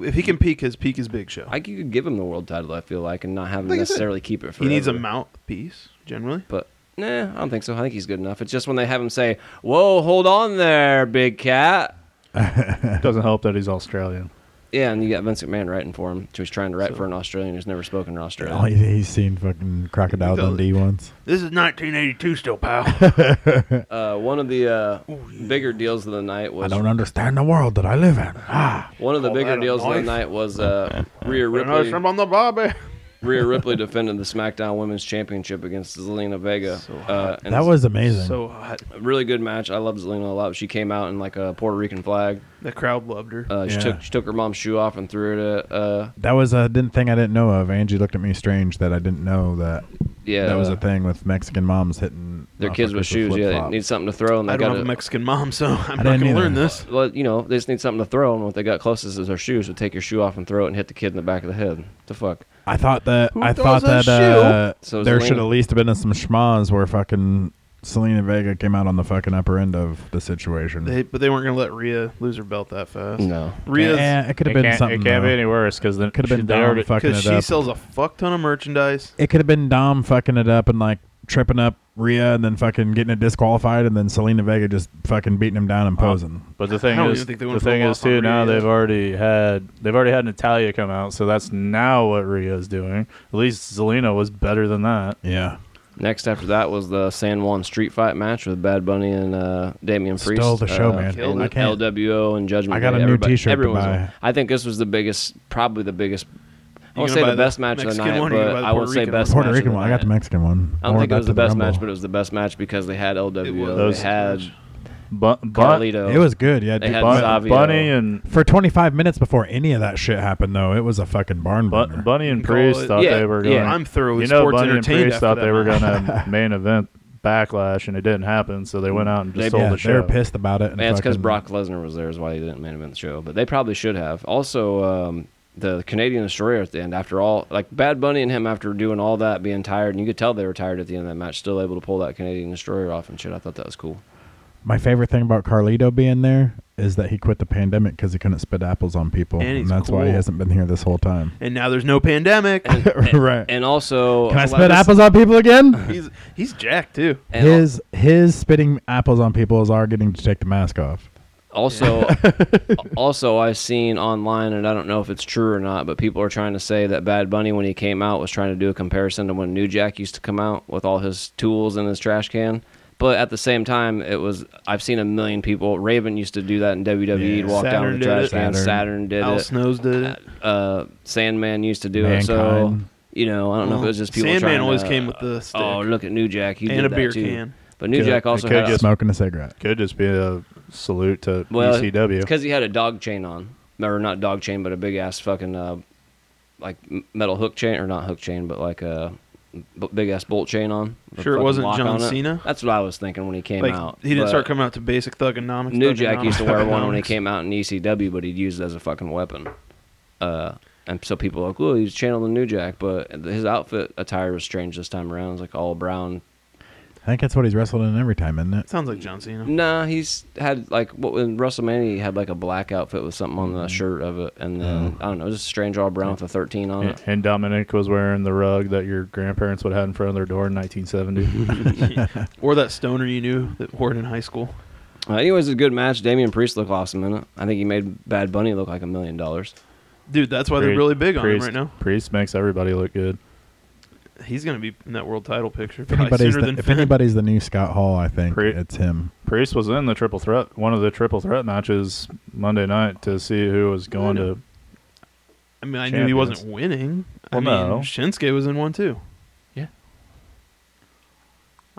[SPEAKER 5] if he can peak, his peak is Big Show.
[SPEAKER 3] I think you could give him the world title. I feel like, and not have him
[SPEAKER 5] Like I said,
[SPEAKER 3] necessarily keep it.
[SPEAKER 5] he needs a
[SPEAKER 3] forever.
[SPEAKER 5] mouthpiece generally.
[SPEAKER 3] But nah, I don't think so. I think he's good enough. It's just when they have him say, "Whoa, hold on there, big cat."
[SPEAKER 2] It doesn't help that he's Australian.
[SPEAKER 3] Yeah, and you got Vince McMahon writing for him. So he's trying to write for an Australian who's never spoken in Australia.
[SPEAKER 1] [laughs] Oh, he- he's seen fucking Crocodile
[SPEAKER 5] Because-
[SPEAKER 1] Dundee once.
[SPEAKER 5] This is 1982
[SPEAKER 3] [laughs]
[SPEAKER 5] still, pal.
[SPEAKER 3] Uh, one of the uh, bigger deals of the night
[SPEAKER 1] I
[SPEAKER 3] was
[SPEAKER 1] don't understand the world that I live in. Ah,
[SPEAKER 3] one of the
[SPEAKER 5] Call
[SPEAKER 3] bigger
[SPEAKER 5] that a
[SPEAKER 3] deals of the
[SPEAKER 5] knife?
[SPEAKER 3] night was
[SPEAKER 1] [laughs]
[SPEAKER 3] uh, Rhea
[SPEAKER 5] Another
[SPEAKER 3] Ripley.
[SPEAKER 5] shrimp on the barbie. [laughs]
[SPEAKER 3] Rhea Ripley defended the SmackDown Women's Championship against Zelina Vega. uh, and
[SPEAKER 1] that
[SPEAKER 3] it's
[SPEAKER 1] was amazing.
[SPEAKER 5] So hot.
[SPEAKER 3] a really good match. I love Zelina a lot. She came out in like a Puerto Rican flag.
[SPEAKER 5] The crowd loved her.
[SPEAKER 3] Uh, she
[SPEAKER 1] Yeah.
[SPEAKER 3] took she took her mom's shoe off and threw it at. Uh,
[SPEAKER 1] that was a didn't thing I didn't know of. Angie looked at me strange that I didn't know that.
[SPEAKER 3] yeah,
[SPEAKER 1] that was a thing with Mexican moms hitting
[SPEAKER 3] Their kids
[SPEAKER 1] motherfuckers
[SPEAKER 3] with shoes. Yeah, they
[SPEAKER 1] flip-flop.
[SPEAKER 3] need something to throw, and they
[SPEAKER 5] I don't
[SPEAKER 3] got
[SPEAKER 5] have a
[SPEAKER 3] it.
[SPEAKER 5] Mexican mom, so [laughs] I'm not
[SPEAKER 1] didn't
[SPEAKER 5] gonna learn
[SPEAKER 1] either.
[SPEAKER 5] this.
[SPEAKER 3] Well, you know, they just need something to throw, and what they got closest is their shoes. So take your shoe off and throw it and hit the kid in the back of the head. The fuck.
[SPEAKER 1] I thought that
[SPEAKER 5] Who
[SPEAKER 1] I
[SPEAKER 5] does
[SPEAKER 1] thought
[SPEAKER 5] a
[SPEAKER 1] that uh,
[SPEAKER 3] So
[SPEAKER 1] there
[SPEAKER 3] Zelina-
[SPEAKER 1] should at least have been some schmaz where fucking Selena Vega came out on the fucking upper end of the situation.
[SPEAKER 5] They, but they weren't gonna let Rhea lose her belt that fast.
[SPEAKER 3] No.
[SPEAKER 5] Rhea's
[SPEAKER 1] yeah, it could have
[SPEAKER 2] it
[SPEAKER 1] been
[SPEAKER 2] can't,
[SPEAKER 1] something.
[SPEAKER 2] It can't be
[SPEAKER 1] though.
[SPEAKER 2] any worse because then
[SPEAKER 1] Could have been
[SPEAKER 2] she-
[SPEAKER 1] Dom
[SPEAKER 2] they already-
[SPEAKER 1] fucking
[SPEAKER 5] because
[SPEAKER 1] it
[SPEAKER 5] she
[SPEAKER 1] up.
[SPEAKER 5] sells a fuck ton of merchandise.
[SPEAKER 1] it could have been Dom fucking it up and like tripping up Rhea and then fucking getting it disqualified and then Selena Vega just fucking beating him down and posing.
[SPEAKER 2] But the thing
[SPEAKER 5] don't
[SPEAKER 2] is,
[SPEAKER 5] even think they
[SPEAKER 2] the
[SPEAKER 5] went for a
[SPEAKER 2] thing is
[SPEAKER 5] loss on
[SPEAKER 2] too. Now
[SPEAKER 5] Rhea.
[SPEAKER 2] they've already had they've already had Natalia come out, so that's now what Rhea's doing. At least Zelina was better than that.
[SPEAKER 1] yeah.
[SPEAKER 3] Next after that was the San Juan Street Fight match with Bad Bunny and uh, Damian Priest.
[SPEAKER 1] Stole the show,
[SPEAKER 3] uh,
[SPEAKER 1] man.
[SPEAKER 3] and
[SPEAKER 1] I can't-
[SPEAKER 3] LWO and Judgment.
[SPEAKER 1] I got a
[SPEAKER 3] Day.
[SPEAKER 1] new
[SPEAKER 3] Everybody-
[SPEAKER 1] t-shirt to
[SPEAKER 3] everyone's
[SPEAKER 1] buy.
[SPEAKER 3] on- I think this was the biggest, probably the biggest. I
[SPEAKER 5] You
[SPEAKER 3] won't
[SPEAKER 5] gonna
[SPEAKER 3] say
[SPEAKER 5] buy
[SPEAKER 3] the
[SPEAKER 5] the
[SPEAKER 3] best match of the
[SPEAKER 5] Mexican
[SPEAKER 3] night,
[SPEAKER 5] one or you
[SPEAKER 3] but
[SPEAKER 5] gonna buy the
[SPEAKER 3] I won't
[SPEAKER 5] Puerto
[SPEAKER 3] say
[SPEAKER 5] Rican
[SPEAKER 3] best
[SPEAKER 5] one?
[SPEAKER 1] Puerto
[SPEAKER 3] match of
[SPEAKER 1] Rican
[SPEAKER 3] the
[SPEAKER 1] one. I got
[SPEAKER 3] night.
[SPEAKER 1] the Mexican one.
[SPEAKER 3] I don't
[SPEAKER 1] We're
[SPEAKER 3] think it
[SPEAKER 1] back
[SPEAKER 3] was
[SPEAKER 1] to
[SPEAKER 3] the best
[SPEAKER 1] Rumble.
[SPEAKER 3] match, but it was the best match because they had LWO.
[SPEAKER 5] was.
[SPEAKER 3] they had
[SPEAKER 2] Bu- bu-
[SPEAKER 3] Carlito.
[SPEAKER 6] It was good. Yeah,
[SPEAKER 3] They
[SPEAKER 6] dude,
[SPEAKER 3] had
[SPEAKER 6] but-
[SPEAKER 3] Savio.
[SPEAKER 2] Bunny and
[SPEAKER 6] for 25 minutes before any of that shit happened, though, it was a fucking barn
[SPEAKER 2] Bu-
[SPEAKER 6] burner.
[SPEAKER 2] Bunny and
[SPEAKER 5] Call
[SPEAKER 2] Priest
[SPEAKER 5] it-
[SPEAKER 2] thought
[SPEAKER 3] Yeah,
[SPEAKER 2] they were going.
[SPEAKER 3] yeah.
[SPEAKER 5] I'm thorough
[SPEAKER 2] You
[SPEAKER 5] as
[SPEAKER 2] know,
[SPEAKER 5] sports
[SPEAKER 2] Bunny and
[SPEAKER 5] entertained
[SPEAKER 2] Priest
[SPEAKER 5] after
[SPEAKER 2] thought
[SPEAKER 5] that
[SPEAKER 2] they were
[SPEAKER 5] match.
[SPEAKER 2] going to
[SPEAKER 5] [laughs]
[SPEAKER 2] main event backlash, and it didn't happen. So they went out and just
[SPEAKER 3] They-
[SPEAKER 2] sold
[SPEAKER 6] yeah,
[SPEAKER 2] the
[SPEAKER 6] they were
[SPEAKER 2] show.
[SPEAKER 6] pissed about it. And
[SPEAKER 3] Man, it's because
[SPEAKER 6] fucking-
[SPEAKER 3] Brock Lesnar was there is why they didn't main event the show, but they probably should have. Also, um, the Canadian Destroyer at the end, after all, like Bad Bunny and him, after doing all that, being tired, and you could tell they were tired at the end of that match, still able to pull that Canadian Destroyer off and shit. I thought that was cool.
[SPEAKER 6] My favorite thing about Carlito being there is that he quit the pandemic because he couldn't spit apples on people,
[SPEAKER 5] And
[SPEAKER 6] and,
[SPEAKER 5] he's
[SPEAKER 6] that's why he
[SPEAKER 5] cool.
[SPEAKER 6] hasn't been here this whole time.
[SPEAKER 5] And now there's no
[SPEAKER 3] [laughs]
[SPEAKER 5] pandemic.
[SPEAKER 6] [laughs] right?
[SPEAKER 3] And also,
[SPEAKER 6] Can I
[SPEAKER 3] Well,
[SPEAKER 6] spit
[SPEAKER 3] this-
[SPEAKER 6] apples on people again?
[SPEAKER 5] he's he's jacked too.
[SPEAKER 3] and al-
[SPEAKER 6] His his spitting apples on people is our getting to take the mask off.
[SPEAKER 3] Also,
[SPEAKER 6] [laughs]
[SPEAKER 3] also, I've seen online, and I don't know if it's true or not, but people are trying to say that Bad Bunny, when he came out, was trying to do a comparison to when New Jack used to come out with all his tools in his trash can. But at the same time, it was I've seen a million people. Raven used to do that in WWE.
[SPEAKER 6] Yeah.
[SPEAKER 3] he'd walk down
[SPEAKER 5] Saturn
[SPEAKER 3] with
[SPEAKER 5] did
[SPEAKER 3] the trash
[SPEAKER 5] it.
[SPEAKER 3] can.
[SPEAKER 6] Saturn.
[SPEAKER 3] Saturn did
[SPEAKER 5] Al
[SPEAKER 3] it.
[SPEAKER 5] Snows did it.
[SPEAKER 3] Uh, Sandman used to do it. So
[SPEAKER 6] Mankind.
[SPEAKER 3] you know, I don't know if it was just people.
[SPEAKER 5] Sandman
[SPEAKER 3] trying
[SPEAKER 5] always
[SPEAKER 3] to,
[SPEAKER 5] came with the stick.
[SPEAKER 3] Oh, look at New Jack. He
[SPEAKER 5] And
[SPEAKER 3] did
[SPEAKER 5] a
[SPEAKER 3] that
[SPEAKER 5] beer
[SPEAKER 3] too.
[SPEAKER 5] can.
[SPEAKER 3] But New
[SPEAKER 2] Could-
[SPEAKER 3] Jack
[SPEAKER 2] it
[SPEAKER 3] also
[SPEAKER 2] could
[SPEAKER 3] had a-
[SPEAKER 2] just
[SPEAKER 6] Smoking a cigarette.
[SPEAKER 2] Could just be a salute to E
[SPEAKER 3] well,
[SPEAKER 2] ECW.
[SPEAKER 3] because he had a dog chain on, or not dog chain, but a big ass fucking uh, like m- metal hook chain, or not hook chain, but like a b- big ass bolt chain on. with a
[SPEAKER 5] Sure it
[SPEAKER 3] fucking
[SPEAKER 5] wasn't
[SPEAKER 3] lock
[SPEAKER 5] John
[SPEAKER 3] on it.
[SPEAKER 5] Cena?
[SPEAKER 3] That's what I was thinking when he came
[SPEAKER 5] like
[SPEAKER 3] out.
[SPEAKER 5] he didn't
[SPEAKER 3] but
[SPEAKER 5] start coming out to basic thugonomics.
[SPEAKER 3] New Jack
[SPEAKER 5] thugonomics,
[SPEAKER 3] used to wear one when he
[SPEAKER 5] [laughs] thugonomics.
[SPEAKER 3] came out in ECW, but he'd use it as a fucking weapon. Uh, and so people were like, oh, he's channeling New Jack, but his outfit attire was strange this time around. It was like all brown.
[SPEAKER 6] I think that's what he's wrestled in every time, isn't it?
[SPEAKER 5] Sounds like John Cena.
[SPEAKER 3] Nah, he's had like what in WrestleMania he had like a black outfit with something
[SPEAKER 6] Mm-hmm.
[SPEAKER 3] on the shirt of it, and then
[SPEAKER 6] Oh.
[SPEAKER 3] I don't know, just strange all brown with a thirteen on
[SPEAKER 2] And-
[SPEAKER 3] it.
[SPEAKER 2] and Dominic was wearing the rug that your grandparents would have had in front of their door in
[SPEAKER 5] [laughs]
[SPEAKER 2] 1970.
[SPEAKER 5] Or that stoner you knew that wore it in high school.
[SPEAKER 3] Uh, anyways, it's a good match. Damian Priest looked awesome in it. I think he made Bad Bunny look like a million dollars.
[SPEAKER 5] Dude, that's why they're
[SPEAKER 2] Priest-
[SPEAKER 5] really big on him
[SPEAKER 2] Priest-
[SPEAKER 5] right now.
[SPEAKER 2] Priest makes everybody look good.
[SPEAKER 5] He's gonna be in that world title picture
[SPEAKER 6] If
[SPEAKER 5] probably
[SPEAKER 6] anybody's
[SPEAKER 5] sooner [laughs]
[SPEAKER 6] the,
[SPEAKER 5] than
[SPEAKER 6] if
[SPEAKER 5] Finn.
[SPEAKER 6] anybody's the new Scott Hall, I think
[SPEAKER 2] Pre-
[SPEAKER 6] it's him.
[SPEAKER 2] Priest was in the triple threat, one of the triple threat matches Monday night to see who was going
[SPEAKER 5] I know.
[SPEAKER 2] to.
[SPEAKER 5] I mean, I knew he
[SPEAKER 2] champions.
[SPEAKER 5] wasn't winning. I
[SPEAKER 2] Well,
[SPEAKER 5] mean,
[SPEAKER 2] no.
[SPEAKER 5] Shinsuke was in one too.
[SPEAKER 2] Yeah.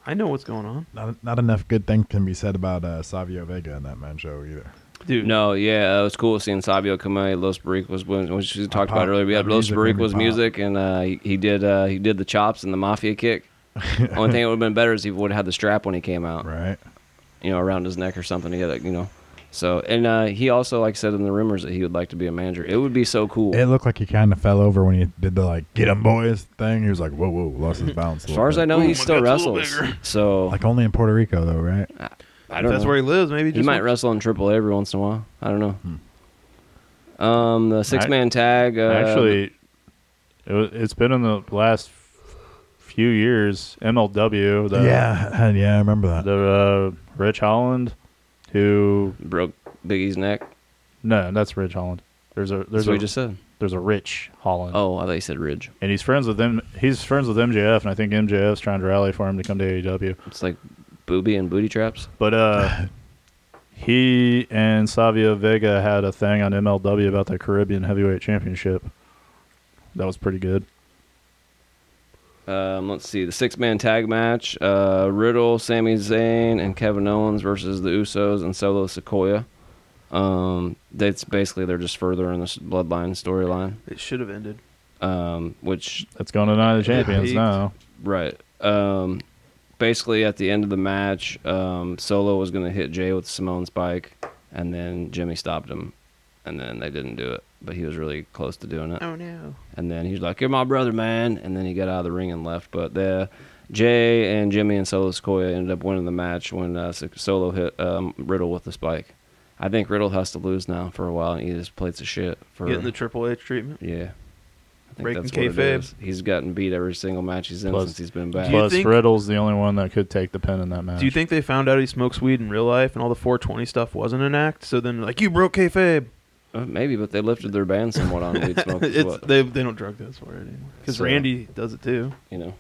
[SPEAKER 5] I know what's going on,
[SPEAKER 6] Not, not enough good thing can be said about uh, Savio Vega in that man show either.
[SPEAKER 5] dude.
[SPEAKER 3] No, yeah, it was cool seeing Sabio come out. Los Baricos when which we talked
[SPEAKER 6] pop-
[SPEAKER 3] about earlier. We had
[SPEAKER 6] that
[SPEAKER 3] Los
[SPEAKER 6] music made me
[SPEAKER 3] Baricos
[SPEAKER 6] pop.
[SPEAKER 3] music, and uh, he, he did uh, he did the chops and the mafia
[SPEAKER 6] [laughs]
[SPEAKER 3] kick. Only thing that would have been better is he would have had the strap when he came out.
[SPEAKER 6] Right.
[SPEAKER 3] you know, around his neck or something to get it, you know. So, and uh, he also, like, said in the rumors that he would like to be a manager. It would be so cool.
[SPEAKER 6] It looked like he kind of fell over when he did the like "get 'em boys" thing. He was like, "Whoa, whoa," lost his balance. a
[SPEAKER 3] as far as
[SPEAKER 6] little
[SPEAKER 3] I know,
[SPEAKER 5] Ooh,
[SPEAKER 3] he
[SPEAKER 5] my
[SPEAKER 3] still
[SPEAKER 5] God's a little
[SPEAKER 3] wrestles.
[SPEAKER 5] bigger.
[SPEAKER 1] [laughs]
[SPEAKER 3] So,
[SPEAKER 6] bit. like only in Puerto Rico though, right?
[SPEAKER 3] I
[SPEAKER 5] If
[SPEAKER 3] don't
[SPEAKER 5] that's
[SPEAKER 3] know.
[SPEAKER 5] where he lives. Maybe
[SPEAKER 3] he
[SPEAKER 5] just
[SPEAKER 3] might
[SPEAKER 5] went-
[SPEAKER 3] wrestle in AAA every once in a while. I don't know. Um, the six man tag. Uh,
[SPEAKER 2] Actually, it was, it's been in the last f- few years. MLW, the,
[SPEAKER 6] yeah, uh, yeah, I remember that.
[SPEAKER 2] the uh, Rich Holland, who
[SPEAKER 3] broke Biggie's neck.
[SPEAKER 2] no, that's Rich Holland. There's a
[SPEAKER 3] That's
[SPEAKER 2] there's
[SPEAKER 3] what
[SPEAKER 2] a
[SPEAKER 3] he just said.
[SPEAKER 2] there's a Rich Holland.
[SPEAKER 3] Oh, I thought you said Ridge.
[SPEAKER 2] and he's friends with them. He's friends with MJF, and I think MJF's trying to rally for him to come to AEW.
[SPEAKER 3] It's like booby and booty traps.
[SPEAKER 2] But
[SPEAKER 6] [laughs]
[SPEAKER 2] uh, he and Savio Vega had a thing on MLW about the Caribbean Heavyweight Championship. That was pretty good.
[SPEAKER 3] Um, let's see the six man tag match: uh, Riddle, Sami Zayn, and Kevin Owens versus the Usos and Solo Sequoia. Um, that's basically they're just further in this bloodline storyline,
[SPEAKER 5] It should have ended.
[SPEAKER 3] um, which
[SPEAKER 2] That's going to Night of the
[SPEAKER 5] It
[SPEAKER 2] Champions
[SPEAKER 5] peaked.
[SPEAKER 2] now.
[SPEAKER 3] right. Um, basically at the end of the match, um, Solo was going to hit Jay with Simone Spike, and then Jimmy stopped him, and then they didn't do it, but he was really close to doing it.
[SPEAKER 5] Oh no.
[SPEAKER 3] And then he's like, "You're my brother, man." And then he got out of the ring and left. But the Jay and Jimmy and Solo Sequoia ended up winning the match when uh, Se- Solo hit um, Riddle with the spike. I think Riddle has to lose now for a while, and he just plays the shit for
[SPEAKER 5] Getting the Triple H treatment.
[SPEAKER 3] yeah. I think
[SPEAKER 5] Breaking
[SPEAKER 3] that's what it
[SPEAKER 5] kayfabe.
[SPEAKER 3] is. He's gotten beat every single match he's in
[SPEAKER 2] Plus-
[SPEAKER 3] since he's been back.
[SPEAKER 5] Do you
[SPEAKER 2] Plus,
[SPEAKER 5] think-
[SPEAKER 2] Riddle's the only one that could take the pin in that match.
[SPEAKER 5] Do you think they found out he smokes weed in real life and all the 420 stuff wasn't an act? So then, like, you broke kayfabe.
[SPEAKER 3] Uh, maybe, but they lifted their ban somewhat on weed
[SPEAKER 5] [laughs]
[SPEAKER 3] smoke. is
[SPEAKER 5] it's
[SPEAKER 3] what,
[SPEAKER 5] they, they don't drug test for it anymore. Because
[SPEAKER 3] So-
[SPEAKER 5] Randy does it too.
[SPEAKER 3] you know.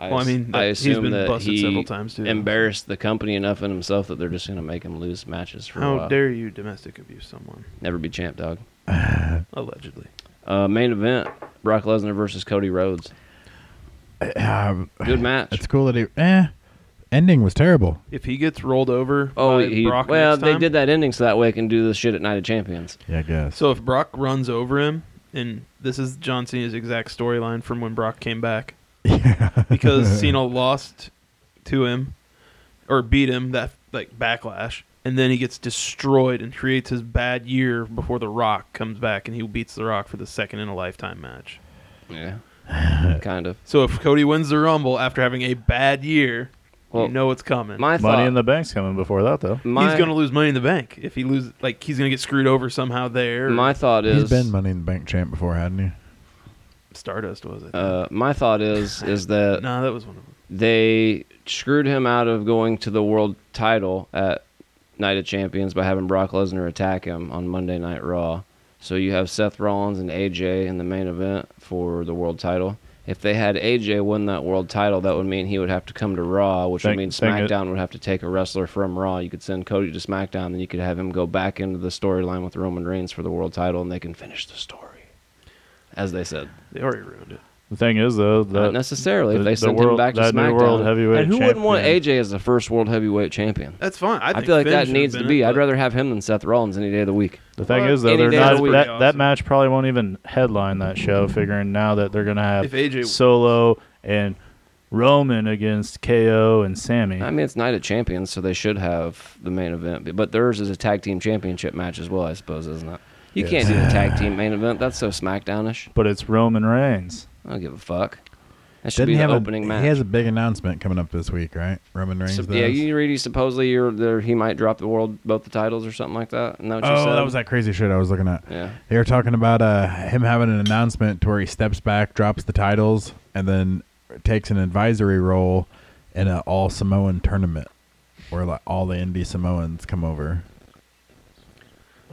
[SPEAKER 3] I,
[SPEAKER 5] Well, I
[SPEAKER 3] as-
[SPEAKER 5] mean,
[SPEAKER 3] I
[SPEAKER 5] that- he's
[SPEAKER 3] assume
[SPEAKER 5] been
[SPEAKER 3] that
[SPEAKER 5] busted
[SPEAKER 3] he
[SPEAKER 5] several times, too.
[SPEAKER 3] embarrassed the company enough in himself that they're just going to make him lose matches for a
[SPEAKER 5] How
[SPEAKER 3] while.
[SPEAKER 5] dare you domestic abuse someone?
[SPEAKER 3] Never be champ, dog.
[SPEAKER 5] Allegedly.
[SPEAKER 3] Uh, main event: Brock Lesnar versus Cody Rhodes.
[SPEAKER 6] Yeah,
[SPEAKER 3] Good match.
[SPEAKER 6] it's cool that he. Eh, ending was terrible.
[SPEAKER 5] If he gets rolled over,
[SPEAKER 3] Oh,
[SPEAKER 5] by
[SPEAKER 3] he,
[SPEAKER 5] Brock
[SPEAKER 3] well,
[SPEAKER 5] next
[SPEAKER 3] they
[SPEAKER 5] time-
[SPEAKER 3] did that ending so that way I can do this shit at Night of Champions.
[SPEAKER 6] Yeah, I guess.
[SPEAKER 5] So if Brock runs over him, and this is John Cena's exact storyline from when Brock came back,
[SPEAKER 6] [laughs] yeah. [laughs]
[SPEAKER 5] because Cena lost to him or beat him that like backlash, and then he gets destroyed and creates his bad year before The Rock comes back and he beats The Rock for the second in a lifetime match.
[SPEAKER 3] Yeah. [laughs] kind of.
[SPEAKER 5] So if Cody wins the Rumble after having a bad year,
[SPEAKER 3] Well,
[SPEAKER 5] you know it's coming.
[SPEAKER 3] My
[SPEAKER 2] Money
[SPEAKER 3] thought,
[SPEAKER 2] in the bank's coming before that though.
[SPEAKER 3] my,
[SPEAKER 5] he's gonna lose money in the bank if he loses. Like he's gonna get screwed over somehow there.
[SPEAKER 3] my thought is
[SPEAKER 6] He's been Money in the Bank champ before, hadn't he?
[SPEAKER 5] Stardust was it?
[SPEAKER 3] uh, my thought is is that
[SPEAKER 5] no, that was one of them.
[SPEAKER 3] they screwed him out of going to the world title at Night of Champions by having Brock Lesnar attack him on Monday Night Raw. So you have Seth Rollins and AJ in the main event for the world title. If they had AJ win that world title, that would mean he would have to come to Raw, which
[SPEAKER 2] Think-
[SPEAKER 3] would mean
[SPEAKER 2] think it-
[SPEAKER 3] SmackDown would have to take a wrestler from Raw. You could send Cody to SmackDown, then you could have him go back into the storyline with Roman Reigns for the world title, and they can finish the story, as they said.
[SPEAKER 5] They already ruined it.
[SPEAKER 2] The thing is though,
[SPEAKER 3] Not
[SPEAKER 2] that
[SPEAKER 3] necessarily.
[SPEAKER 2] the-
[SPEAKER 3] if they
[SPEAKER 2] the
[SPEAKER 3] sent him
[SPEAKER 2] world-
[SPEAKER 3] back to
[SPEAKER 2] that new
[SPEAKER 3] SmackDown,
[SPEAKER 2] world heavyweight
[SPEAKER 3] and who wouldn't want
[SPEAKER 2] champion.
[SPEAKER 3] AJ as the first world heavyweight champion?
[SPEAKER 5] That's fine. I,
[SPEAKER 3] I
[SPEAKER 5] think
[SPEAKER 3] feel like
[SPEAKER 5] Finn
[SPEAKER 3] that
[SPEAKER 5] should've
[SPEAKER 3] needs to
[SPEAKER 5] been
[SPEAKER 3] be.
[SPEAKER 5] it,
[SPEAKER 3] I'd
[SPEAKER 5] but-
[SPEAKER 3] rather have him than Seth Rollins any day of the week.
[SPEAKER 2] the thing
[SPEAKER 5] Well,
[SPEAKER 2] is though,
[SPEAKER 3] any
[SPEAKER 2] they're
[SPEAKER 3] day of
[SPEAKER 2] not
[SPEAKER 3] the week.
[SPEAKER 2] that, that
[SPEAKER 5] Awesome.
[SPEAKER 2] match probably won't even headline that show. Figuring now that they're gonna have
[SPEAKER 5] If AJ
[SPEAKER 2] Solo and Roman against KO and Sammy.
[SPEAKER 3] I mean, it's Night of Champions, so they should have the main event. But theirs is a tag team championship match as well, I suppose, isn't it? You can't do a tag team main event. That's so SmackDownish.
[SPEAKER 2] but it's Roman Reigns.
[SPEAKER 3] I don't give a fuck. That should
[SPEAKER 6] Didn't
[SPEAKER 3] be
[SPEAKER 6] he
[SPEAKER 3] the
[SPEAKER 6] have
[SPEAKER 3] opening
[SPEAKER 6] a,
[SPEAKER 3] match.
[SPEAKER 6] He has a big announcement coming up this week, right? Roman Reigns.
[SPEAKER 3] So-
[SPEAKER 6] does.
[SPEAKER 3] yeah, you read he supposedly you're there, he might drop the world both the titles or something like that. Isn't that what you
[SPEAKER 6] Oh,
[SPEAKER 3] said?
[SPEAKER 6] that was that crazy shit I was looking at.
[SPEAKER 3] Yeah.
[SPEAKER 6] They were talking about uh, him having an announcement to where he steps back, drops the titles, and then takes an advisory role in an all Samoan tournament where like all the indie Samoans come over.